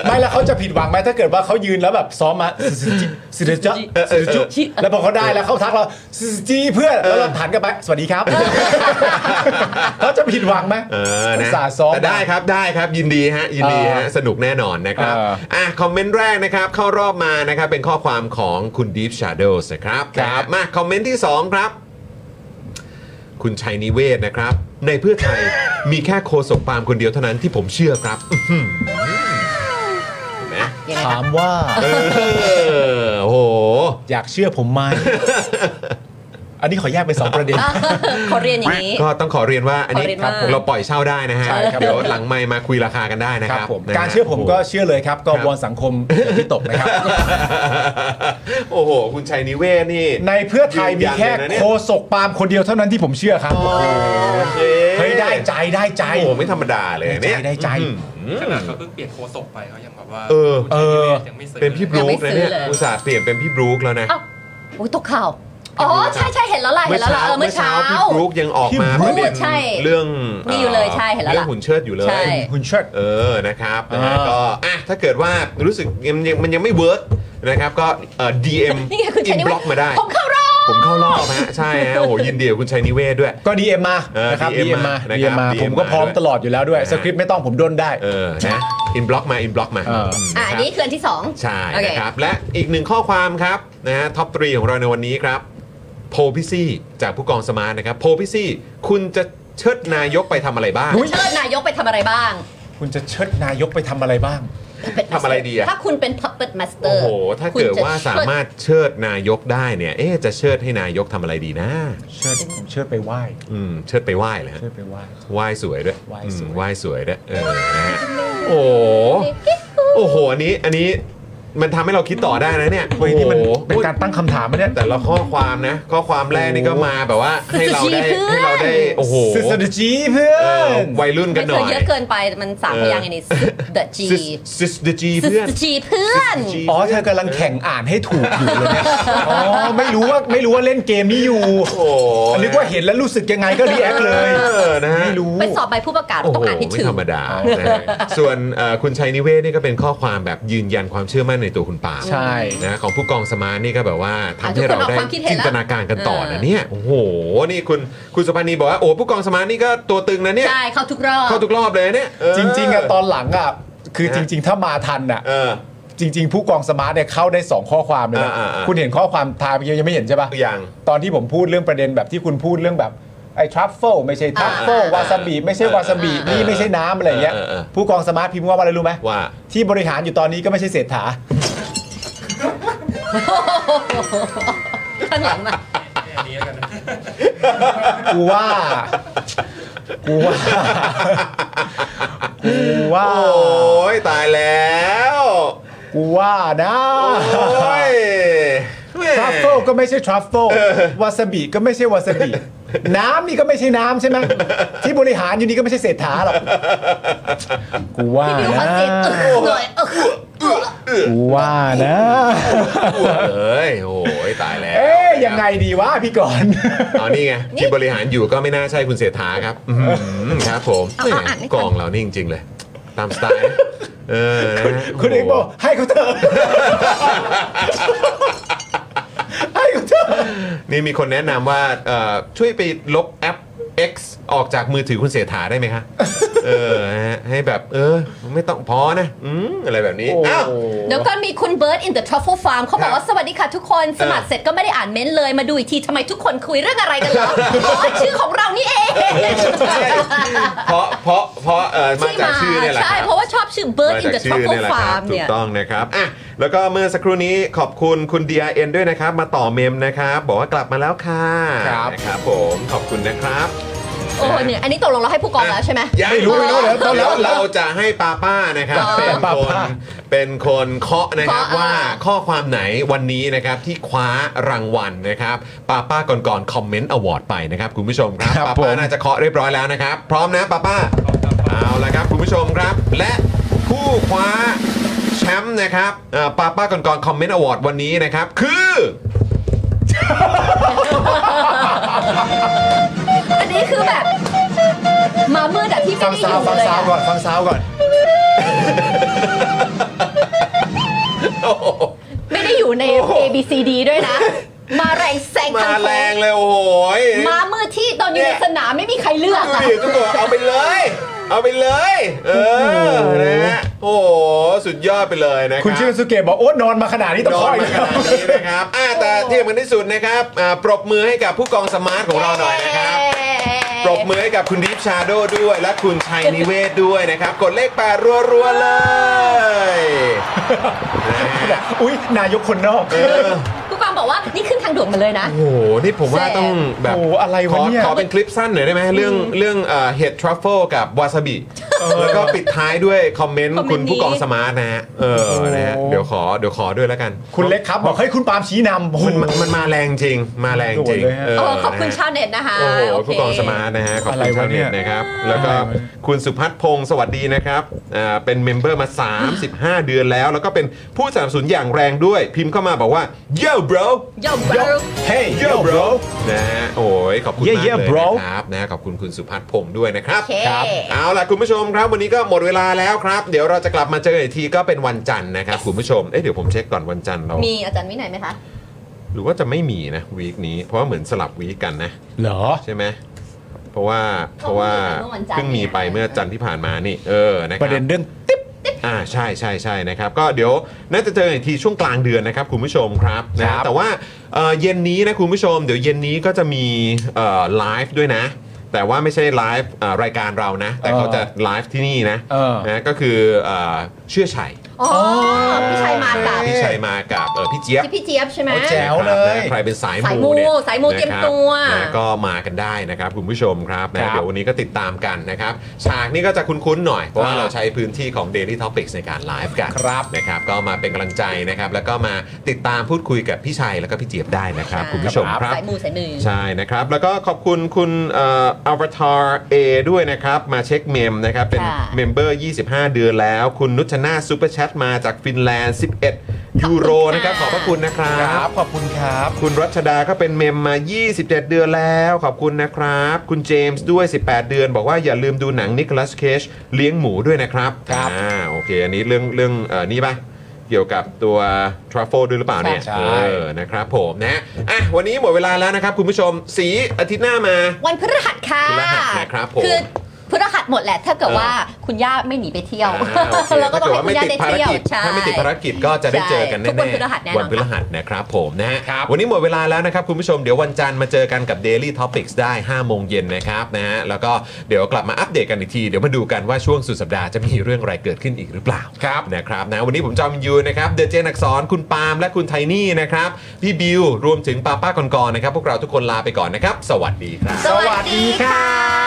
[SPEAKER 4] ไม่แล้วเขาจะผิดหวังไหมถ้าเกิดว่าเขายืนแล้วแบบซ้อม มาซิสติจิซิสติจซิสติจิแล้วพอเขาได้แล้วเขาทักเราซิสติจีเพื่อนแล้วเราหันกลันไปสวัสดีครับ เขาจะผิดหวังไหม
[SPEAKER 1] เออนะ
[SPEAKER 4] ตส่าห์ซ้อม
[SPEAKER 1] แต่ได้ครับได้ครับยินดีฮะยินดีฮะ
[SPEAKER 4] เออ
[SPEAKER 1] สนุกแน่นอนนะครับ
[SPEAKER 4] เออ
[SPEAKER 1] อ่ะคอมเมนต์แรกนะครับเข้ารอบมานะครับเป็นข้อความของคุณ Deep Shadows นะครับ
[SPEAKER 4] ครับ
[SPEAKER 1] มาคอมเมนต์ที่ 2 ครับ คุณชัยนิเวศนะครับ ในเพื่อไท ย มีแค่โคศกปาล์มคนเดียวเท่านั้นที่ผมเชื่อครับ
[SPEAKER 4] ถามว่า
[SPEAKER 1] เออโอ้โห
[SPEAKER 4] อยากเชื่อผมไหม อันนี้ขอแยกเป็นสองประเด็น
[SPEAKER 3] ข อเรียนอย่างนี้
[SPEAKER 1] ก็ต้องขอเรียนว่าอันนี้
[SPEAKER 3] ขอเรียนว่า
[SPEAKER 1] ครับผมเราปล่อยเช่าได้นะฮะ
[SPEAKER 4] ใช่ครับ
[SPEAKER 1] เดี๋ยวหลังไมค์มาคุยราคากันได้นะ
[SPEAKER 4] ค
[SPEAKER 1] ค
[SPEAKER 4] รั
[SPEAKER 1] รั
[SPEAKER 4] บบ ผม
[SPEAKER 1] นะฮะ
[SPEAKER 4] การเชื่อผมก็เชื่อเลยครับก็
[SPEAKER 1] ครับ
[SPEAKER 4] วอนสังคมอย่าพี่ตกนะครับ
[SPEAKER 1] โอ้โห คุณชัยนิเวศนี่
[SPEAKER 4] ในเพื่อไทยมีแค่
[SPEAKER 1] ยืนยันเลยนะเนี่ย
[SPEAKER 4] โคศกปาล์มคนเดียวเท่านั้นที่ผมเชื่อครับ
[SPEAKER 1] โอเค
[SPEAKER 4] เฮ้ยได้ใจได้ใจ
[SPEAKER 1] โอ้โหไม่ธรรมดาเลย
[SPEAKER 4] ได้ใจ
[SPEAKER 1] เนี่ย
[SPEAKER 4] ได้ใจ
[SPEAKER 1] อืม
[SPEAKER 5] ขนาดเขาเพิ่งเปลี่ยนโคศกไปเขายังแบบว่า
[SPEAKER 1] เออ
[SPEAKER 5] คุณชัยนิเวศยังไม่ซื้อ
[SPEAKER 1] เป็นพี่บ
[SPEAKER 5] ลย
[SPEAKER 1] รูคนะเนี่ย
[SPEAKER 3] ยังไม่ซื้อเลย
[SPEAKER 1] อุตส่าห์เปลี่ยนเป็นพี่บรูคแล้วนะ
[SPEAKER 3] อ้าวโอ้ยตกข่าว อ๋อ ใช่ใช่เห็นแล้วล่ะเห็นแล้วล่ะเออเมื่อเช้า
[SPEAKER 1] พี่บรูคยังออกมา
[SPEAKER 4] พี่บรู
[SPEAKER 1] ประ
[SPEAKER 4] ค
[SPEAKER 1] เด็น
[SPEAKER 3] ใช่
[SPEAKER 1] เรื่อง
[SPEAKER 3] มีอยู่เลยใช่เห็นแล้วล่ะ
[SPEAKER 1] รื่องหุ่นเชิดอยู่เลย
[SPEAKER 3] ใช่
[SPEAKER 4] คุณเชิด
[SPEAKER 1] เออ นะครับนะฮะ
[SPEAKER 4] อ่า
[SPEAKER 1] ก็อ่ะถ้าเกิดว่ารู้สึกยังยังมันยังไม่เวิร์กนะครับ ก็เอ่อ DM
[SPEAKER 3] นี่ไงคุณชัยนิ
[SPEAKER 1] บ
[SPEAKER 3] เว
[SPEAKER 1] ล็อ
[SPEAKER 3] ศ
[SPEAKER 1] กมาได้
[SPEAKER 3] ผมเข้ารอบ
[SPEAKER 1] ผมเข้ารอบฮะ ใช่ฮะ โอ้โห ยินดีกับคุณชัยนิเวศด้วย
[SPEAKER 4] ก็ดีเอ็มมา
[SPEAKER 1] เออ
[SPEAKER 4] นะครับ
[SPEAKER 1] DM
[SPEAKER 4] ดีเอ็มมา
[SPEAKER 1] นะครับ
[SPEAKER 4] ดีเอ็
[SPEAKER 1] DM
[SPEAKER 4] มมาผมก็พร้อม
[SPEAKER 1] ด้วย
[SPEAKER 4] ตลอดอยู่แล้วด้วย
[SPEAKER 1] นะฮะ
[SPEAKER 4] สคริปต์ไม่ต้องผมด้นได้
[SPEAKER 1] เออ นะ อินบล็อกมา อินบล็อกมา
[SPEAKER 4] เอออื
[SPEAKER 1] ม
[SPEAKER 3] อ่ะอัน
[SPEAKER 1] ครับ
[SPEAKER 3] นี้คืออันที่สอง
[SPEAKER 1] ใช่
[SPEAKER 3] โอเค
[SPEAKER 1] นะครับ และอีกหนึ่งข้อความครับนะฮะท็อปทรีของเราในวันนี้ครับโพลพิซี่จากผู้กองสมาร์ทนะครับโพลพิซี่คุณจะเชิดนายกไปทำอะไรบ้าง
[SPEAKER 3] เชิญนายกไปทำอะไรบ้าง
[SPEAKER 4] คุณจะเชิดนายกไปทำอะไรบ้าง
[SPEAKER 3] เป็น
[SPEAKER 1] ทำอะไรดีอะ
[SPEAKER 3] ถ้าคุณเป็น puppet master
[SPEAKER 1] โอ้โห ถ้า
[SPEAKER 3] คุณ
[SPEAKER 1] เกิด
[SPEAKER 3] จะ
[SPEAKER 1] ว่าสามารถเชิดนายกได้เนี่ย เอ๊ะจะเชิดให้นายกทำอะไรดีนะ
[SPEAKER 4] เชิดผมเชิดไปไหว้
[SPEAKER 1] อืม เชิดไปไหว้เลยฮะ
[SPEAKER 4] เชิดไปไหว้
[SPEAKER 1] ไหว้สวยด้วย
[SPEAKER 4] ไหว้
[SPEAKER 1] อืม
[SPEAKER 4] สวย
[SPEAKER 1] ไหว้สวยด้วยเออนะฮะโอ้โหโอ้โหอันนี้อันนี้มันทำให้เราคิดต่อได้นะเนี่ย
[SPEAKER 4] เฮ้ยนี่มัน
[SPEAKER 1] โอ้โห
[SPEAKER 4] เป็นการตั้งคำถามไหมเนี่ย
[SPEAKER 1] แต่ละข้อความนะ ข้อความแรกนี่ก็มาแบบว่า ให้เราได้ให้เราได้ โอ้โห
[SPEAKER 4] ซิสเตอร์จีเพื่อ
[SPEAKER 1] เออน วัยรุ่นกั
[SPEAKER 3] ไม่
[SPEAKER 1] นห
[SPEAKER 3] เค
[SPEAKER 1] น่อ
[SPEAKER 3] ย
[SPEAKER 1] ย
[SPEAKER 3] เยอะเกินไปมันสามพยางค์อันนี้ the G
[SPEAKER 1] ซิสเดจีเพื่อน
[SPEAKER 3] G เพื่อน
[SPEAKER 1] G
[SPEAKER 4] อ๋อเธอกำลังแข่งอ่านให้ถูกอยู่เลยเนี่ยอ๋อไม่รู้ว่าไม่รู้ว่าเล่นเกมนี้อยู่
[SPEAKER 1] โอ้โห
[SPEAKER 4] นึกว่าเห็นแล้วรู้สึกยังไงก็รีแอคเลย
[SPEAKER 1] เออนะฮะ
[SPEAKER 4] ไม่รู้
[SPEAKER 3] ไปสอบใบผู้ประกาศ
[SPEAKER 1] โอ้
[SPEAKER 3] ต้อง
[SPEAKER 1] โห
[SPEAKER 3] อ่านให้
[SPEAKER 1] ไม่
[SPEAKER 3] ถึง
[SPEAKER 1] ธรรมดานะฮะส่วนเอ่อคุณชัยนิเวศนี่ก็เป็นข้อความแบบยืนยันความเชื่อมั่นในตัวคุณปาล์ม
[SPEAKER 4] ใช่
[SPEAKER 1] นะของผู้กองสมานนี่ก็แบบว่าทำ
[SPEAKER 3] อ่ะ
[SPEAKER 1] ให้เรา
[SPEAKER 3] ทุกคนออก
[SPEAKER 1] ได้
[SPEAKER 3] ความคิดเห็น
[SPEAKER 1] จิน
[SPEAKER 3] ละ
[SPEAKER 1] ตนาการกันต่อนะเนี่ยโอ้โหนี่คุณคุณสุพันธ์นีบอกว่าโอ้ผู้กองสมานนี่ก็ตัวตึงนะเนี่ย
[SPEAKER 3] ใช่เข้าทุกรอบ
[SPEAKER 1] เข้าทุกรอบเลยเนี่ยเ
[SPEAKER 4] จริง ๆอะตอนหลังอะคือจริง ๆ ถ้ามาทันอะ
[SPEAKER 1] เออ
[SPEAKER 4] จริง ๆ ผู้กองสมาร์ทเนี่ยเข้าได้ 2 ข้อความเลยนะ
[SPEAKER 1] อ่าๆๆ
[SPEAKER 4] คุณเห็นข้อความทายเมื่อกี้ยังไม่เห็นใช่ปะ
[SPEAKER 1] อย่าง
[SPEAKER 4] ตอนที่ผมพูดเรื่องประเด็นแบบที่คุณพูดเรื่องแบบไอ้ทรัฟเฟิลไม่ใช่ทรัฟเฟิล
[SPEAKER 1] อ่าๆๆ
[SPEAKER 4] วาซาบิไม่ใช่วาซาบินี่ไม่ใช่น้ำอะไรอย่างเงี้ย
[SPEAKER 1] เออๆ
[SPEAKER 4] ผู้กองสมาร์ทพิมพ์ว่าอะไรรู้ไหม
[SPEAKER 1] ว่า
[SPEAKER 4] ที่บริหารอยู่ตอนนี้ก็ไม่ใช่เศรษฐา
[SPEAKER 3] ข้างหลังมา
[SPEAKER 5] อันนี้แล้วกันนะ
[SPEAKER 4] กูว่า กูว่า กูว่า
[SPEAKER 1] โอ้ยตายแล้ว
[SPEAKER 4] กูว่านะ
[SPEAKER 1] โอ้ย
[SPEAKER 4] ทรัฟเฟิลก็ไม่ใช่ทรัฟเฟิลวาซาบิก็ไม่ใช่วาซา บิน้ำนี่ก็ไม่ใช่น้ำใช่ไหมที่บริหารอยู่นี่ก็ไม่ใช่เศรษฐาหรอกกูว่า
[SPEAKER 3] พี่บิวเขาเสียง
[SPEAKER 4] นะ
[SPEAKER 3] อึกเลยเออ
[SPEAKER 4] กูว่านะ
[SPEAKER 1] เอ้ยโอ้ยตายแล้ว
[SPEAKER 4] เอ๊ยยังไงดีวะพี่ก่อน
[SPEAKER 1] เอานี่ไงที่บริหารอยู่ก็ไม่น่าใช่คุณเสถาครับอื้อหือครับผมแหม่กองเรานี่จริง ๆ เลย ตามสไตล์นะเออนะฮะ
[SPEAKER 4] คุณเอกบอกให้เขาเถอะให้เขาเถอะ
[SPEAKER 1] นี่มีคนแนะนำว่าเอ่อช่วยไปลบแอป X ออกจากมือถือคุณเสถาได้ไหม คะเออนะฮะให้แบบ เออ ไม่ต้องพอนะอืมอะไรแบบนี้อ้าว
[SPEAKER 3] เดี๋ยวก่อนมีคุณเบิร์ดอินเดอะทรัฟเฟิลฟาร์มเขาบอกว่าสวัสดีค่ะทุกคนสมัครเสร็จก็ไม่ได้อ่านเม้นต์เลยมาดูอีกทีทำไมทุกคนคุยเรื่องอะไรกันเหรออ๋อชื่อของเรานี่เอง
[SPEAKER 1] ใช่เพราะเพราะเพราะเอ่อมาจากชื่อเนี่ยแหละค
[SPEAKER 3] ใช่
[SPEAKER 1] รับ
[SPEAKER 3] เพราะว่าชอบชื่อ Bird
[SPEAKER 1] มา
[SPEAKER 3] in
[SPEAKER 1] จาก
[SPEAKER 3] the
[SPEAKER 1] ชื่อ
[SPEAKER 3] Truffle
[SPEAKER 1] เนี่ยแหละครับ
[SPEAKER 3] Farm
[SPEAKER 1] ถู
[SPEAKER 3] เนี่
[SPEAKER 1] ก
[SPEAKER 3] ย
[SPEAKER 1] ต้องนะครับอ่ะแล้วก็เมื่อสักครู่นี้ขอบคุณคุณ DRN ด้วยนะครับ มาต่อเมมนะครับ บอกว่ากลับมาแล้วค่ะ
[SPEAKER 4] ครับ
[SPEAKER 1] นะครับผมขอบคุณนะครับ
[SPEAKER 3] โอ้โหเนี่ยอันนี้ตกลงเราให้ผู้กองแล้วใช่ไหม
[SPEAKER 1] ยัง
[SPEAKER 4] ไม่รู้ไม่รู้เดี๋ยวต้อง
[SPEAKER 1] เดี๋ยว
[SPEAKER 4] แล้ว
[SPEAKER 1] เราจะให้ป้าป้านะครับ
[SPEAKER 3] อ๋อ
[SPEAKER 1] เป็น
[SPEAKER 4] ป้า
[SPEAKER 1] คน
[SPEAKER 4] ป้า
[SPEAKER 1] เป็นคนเคาะนะครับ
[SPEAKER 3] เคาะ
[SPEAKER 1] ว่า
[SPEAKER 3] อ่า
[SPEAKER 1] ข้อความไหนวันนี้นะครับที่คว้ารางวัลนะครับป้าป้าก่อนก่อนคอมเมนต์อวอร์ดไปนะครับคุณผู้ชมครับ
[SPEAKER 4] ครับ
[SPEAKER 1] ป้า
[SPEAKER 4] ผ
[SPEAKER 1] ป้าม น่าจะเคาะเรียบร้อยแล้วนะครับ พร้อมนะป้าป้าเอาละครับคุณผู้ชมครับ และผู้คว้าแชมป์นะครับเอ่อป้าป้าก่อนก่อนคอมเมนต์อวอร์ดวันนี้นะครับคือ
[SPEAKER 3] อันนี้คือแบบ มามืดอะที่
[SPEAKER 2] ฟั
[SPEAKER 3] ไม่
[SPEAKER 2] ง
[SPEAKER 3] ได้อ
[SPEAKER 2] ซาวฟังซา
[SPEAKER 3] ยู่เลย
[SPEAKER 2] ว
[SPEAKER 3] อะ
[SPEAKER 2] ก่อนฟังซาวก่อน
[SPEAKER 3] ไม่ได้อยู่ใน A B C D ด้วยนะ มาแรงแซง
[SPEAKER 1] มา
[SPEAKER 3] ทาง
[SPEAKER 1] แรง
[SPEAKER 3] โค้ง
[SPEAKER 1] เลยโอ้โห
[SPEAKER 3] มามืดที่ตอนอยู่ในสนามไม่มีใครเลือก
[SPEAKER 1] ดู
[SPEAKER 3] อะ
[SPEAKER 1] ดิทุกคนเอาไปเลย เอาไปเลย เออนะฮะโอ้โห สุดยอดไปเลยนะครับ
[SPEAKER 4] คุณชื่อสุเกะบอกโอ้นอนมาขนาดนี้ต้อง
[SPEAKER 1] นอ
[SPEAKER 4] คน อย
[SPEAKER 1] มาขนาดนี้นะครับอ่าแต่ที่สำคัญที่สุดนะครับอ่าปรบมือให้กับผู้กองสมาร์ทของเราหน่อยนะครับ ปรบมือให้กับคุณดิฟชาโดด้วย และคุณชัยนิเวศด้วยนะครับ กดเลขแปดรัวๆเลยนะฮะ
[SPEAKER 4] อุ้ยนายกคนนอก
[SPEAKER 1] เออ
[SPEAKER 3] ผู้กองบอกว่านี่ขึ้นทางด่วนมาเลยนะ
[SPEAKER 1] โอ้โห นี่ผมว่าต้องแบบ
[SPEAKER 4] โอ้โหอะไร
[SPEAKER 1] ข
[SPEAKER 4] วะ
[SPEAKER 1] อ
[SPEAKER 4] เนี่ย
[SPEAKER 1] ขอเป็นคลิปสั้นหน่อยได้ไหมเรื่องเรื่องเอ่อเห็ดทรัฟเฟิลกับวาซาบิ แล้วก็ปิดท้ายด้วยคอมเมนต์
[SPEAKER 3] คอมเมนต์
[SPEAKER 1] คุณผู้กอง
[SPEAKER 3] นี้
[SPEAKER 1] สมาร์ทนะฮะ เออ นะฮะ
[SPEAKER 4] โอ้โห
[SPEAKER 1] เดี๋ยวขอ เดี๋ยวขอด้วยแล้วกัน
[SPEAKER 4] คุณเล็กครับบอกเฮ้ยคุณปาล์มชี้นำโอ้โห
[SPEAKER 1] มันมันมันมาแรงจริง มาแรงจริง
[SPEAKER 4] โดนเลยฮะ
[SPEAKER 3] โอ้ขอบคุณชาวเน็ตนะคะ
[SPEAKER 1] โอ้โห ผู้กองสมาร์ทนะฮะ ขอบ
[SPEAKER 4] อะ
[SPEAKER 1] คุ
[SPEAKER 4] ไร
[SPEAKER 1] ณ
[SPEAKER 4] วะ
[SPEAKER 1] ชาวเน็ต
[SPEAKER 4] เนี่ย
[SPEAKER 1] นะครับ แล้วก็
[SPEAKER 4] อะไรวะเนี่ย
[SPEAKER 1] คุณสุพัฒน์พงศ์สวัสดีนะครับอ่าเป็นเมมเบอร์มา 35 เดือนแล้ว แล้วก็เป็นผู้สนับสนุนอย่างแรงด้วย พิมพ์เข้ามาบอกว่า yo bro
[SPEAKER 3] ยอมรับ
[SPEAKER 4] เฮ้ย
[SPEAKER 1] yo bro นะฮะ โอ้ย ขอบคุณมาก
[SPEAKER 4] Yeah,
[SPEAKER 1] เล
[SPEAKER 4] yeah,
[SPEAKER 1] ย
[SPEAKER 4] bro
[SPEAKER 1] นะครับ นะฮะขอบคุณคุณสุพัฒน์พงศ์ด้วยนะครับ
[SPEAKER 3] โอเค
[SPEAKER 1] ครับ เอาล่ะคุณผู้ชมครับ วันนี้ก็หมดเวลาแล้วครับ เดี๋ยวเราจะกลับมาเจออีกทีก็เป็นวันจันทร์นะครับ คุณผู้ชม เอ๊ะเดี๋ยวผมเช็คก่อนวันจันทร์เรา
[SPEAKER 3] มีอาจารย์วินัยไหมคะ
[SPEAKER 1] หรือว่าจะไม่มีนะวีคนี้ เพราะว่าเหมือนสลับวีคกันนะ
[SPEAKER 4] เหรอ
[SPEAKER 1] ใช่ไหม เพราะว่า เพราะว่า
[SPEAKER 3] เพิ่
[SPEAKER 1] เพิ่ง
[SPEAKER 3] งมี
[SPEAKER 1] มีไป
[SPEAKER 3] ไปเมื่
[SPEAKER 1] เมื่
[SPEAKER 3] อ
[SPEAKER 1] อ
[SPEAKER 3] วันจั
[SPEAKER 1] จัน
[SPEAKER 3] น
[SPEAKER 1] ทร์
[SPEAKER 3] ทร์
[SPEAKER 1] ที่ผ่านมานี่ เออ นะค
[SPEAKER 4] ป
[SPEAKER 1] รับ
[SPEAKER 4] ระเด็นเรื่อง
[SPEAKER 1] อ่าใช่ใช่ใช่นะครับ ก็เดี๋ยวน่าจะเจออีกทีช่วงกลางเดือนนะครับ คุณผู้ชมครับ
[SPEAKER 4] ค
[SPEAKER 1] นะ
[SPEAKER 4] รับ
[SPEAKER 1] แต่ว่าเอ่อเย็นนี้นะคุณผู้ชม เดี๋ยวเย็นนี้ก็จะมีเอ่อไลฟ์ด้วยนะ แต่ว่าไม่ใช่ไลฟ์เอ่อรายการเรานะ แต่
[SPEAKER 4] เออ
[SPEAKER 1] เขาจะไลฟ์ที่นี่นะ
[SPEAKER 4] เออ
[SPEAKER 1] นะก็คือเอ่อเชื่อชัย
[SPEAKER 3] อ๋อพี่ชัยมากับ
[SPEAKER 1] พี่ชัยมากับเอ่อพี่เจี๊ยบ
[SPEAKER 3] ที่พี่เจี๊ยบใช่ไหม
[SPEAKER 4] โอ้แจ๋ว เลย
[SPEAKER 1] นะครับใครเป็นสาย
[SPEAKER 3] สายมู
[SPEAKER 1] มูเนี่ย
[SPEAKER 3] สายมูเตรียม
[SPEAKER 1] นะครับ
[SPEAKER 3] ตัว
[SPEAKER 1] นะก็มากันได้นะครับคุณผู้ชมครับ
[SPEAKER 4] ครั
[SPEAKER 1] นะ
[SPEAKER 4] บ
[SPEAKER 1] เดี๋ยววันนี้ก็ติดตามกันนะครับ ฉากนี้ก็จะคุ้นๆหน่อย เพราะว่าเราใช้พื้นที่ของ Daily Topics ในการไลฟ์กัน
[SPEAKER 4] ครับ
[SPEAKER 1] นะครับ ก็มาเป็นกำลังใจนะครับ แล้วก็มาติดตามพูดคุยกับพี่ชัยแล้วก็พี่เจี๊ยบได้นะครับ
[SPEAKER 3] ะ
[SPEAKER 1] คุณผู้ชมครับ
[SPEAKER 3] สายมูสายมือ
[SPEAKER 1] ใช่นะครับ แล้วก็ขอบคุณคุณเอัลวตารเอ Avatar A ด้วยนะครับ มาเช็คเมมนะครับ เป็น
[SPEAKER 3] ค่ะ
[SPEAKER 1] เมมเบอร์ 25 เดือนแล้ว คุณนุชนาซูเปอร์แชทมาจากฟินแลนด์ 11 ยูโร
[SPEAKER 3] ขอบคุณค่ะ
[SPEAKER 1] นะครับ ขอบพระคุณนะครั
[SPEAKER 4] ครับ บขอบคุณครับ
[SPEAKER 1] คุณรัชดาก็เป็นเมมมา 27 เดือนแล้ว ขอบคุณนะครับ คุณเจมส์ด้วย 18 เดือน บอกว่าอย่าลืมดูหนังนิ o ลัสเคชเลี้ยงหมูด้วยนะครับ
[SPEAKER 4] ครับ
[SPEAKER 1] อ่าโอเค อันนี้เรื่องเรื่องเอ่อนี่ปะเกี่ยวกับตัวทรัฟเฟิลด้วยหรือเปล่าเนี่ย
[SPEAKER 4] ใช่
[SPEAKER 1] เออนะครับผมนะอ่ะวันนี้หมดเวลาแล้วนะครับ คุณผู้ชม สีอาทิตย์หน้ามา
[SPEAKER 3] วันพฤหัสค่ะ
[SPEAKER 1] พฤหัสนะครับผม
[SPEAKER 3] อพฤหัสหมดแหละถ้าเกิดว่าคุณย่าไม่หนีไป เที่ยว
[SPEAKER 1] อ่าโอค
[SPEAKER 3] แล้วก็ต้องให้คุณย่าได้เที่ยวใช่
[SPEAKER 1] ถ้าไม่ติดภารกิจก็จะได้เจอกัน
[SPEAKER 3] ใช่ทุ
[SPEAKER 1] แน่ๆ
[SPEAKER 3] กวันพฤหัสแน่นอน
[SPEAKER 1] วันพฤหัสนะครับผมนะฮะวันนี้หมดเวลาแล้วนะครับ คุณผู้ชมเดี๋ยววันจันทร์มาเจอกันกับ Daily Topics ได้ 5 โมงเย็นนะครับนะฮะแล้วก็เดี๋ยวกลับมาอัปเดตกันอีกที เดี๋ยวมาดูกันว่าช่วงสุดสัปดาห์จะมีเรื่องอะไรเกิดขึ้นอีกหรือเปล่าครับนะครับนะวันนี้ผมจอมยูนะครับเดเจนักสอนคุณปาล์มและคุณไทนี่นะครับพี่บิวรวมถึงป้าป้ากอนๆนะครับพวกเราทุกคนลาไปก่อนนะครับสวัสดีครับ
[SPEAKER 3] สวัสดีค่ะ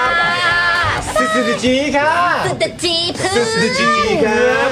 [SPEAKER 4] ซิซิซิจีค่ะ
[SPEAKER 3] สุดจะจีเพื่อน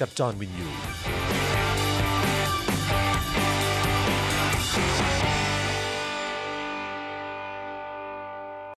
[SPEAKER 6] กับจอห์นวินยู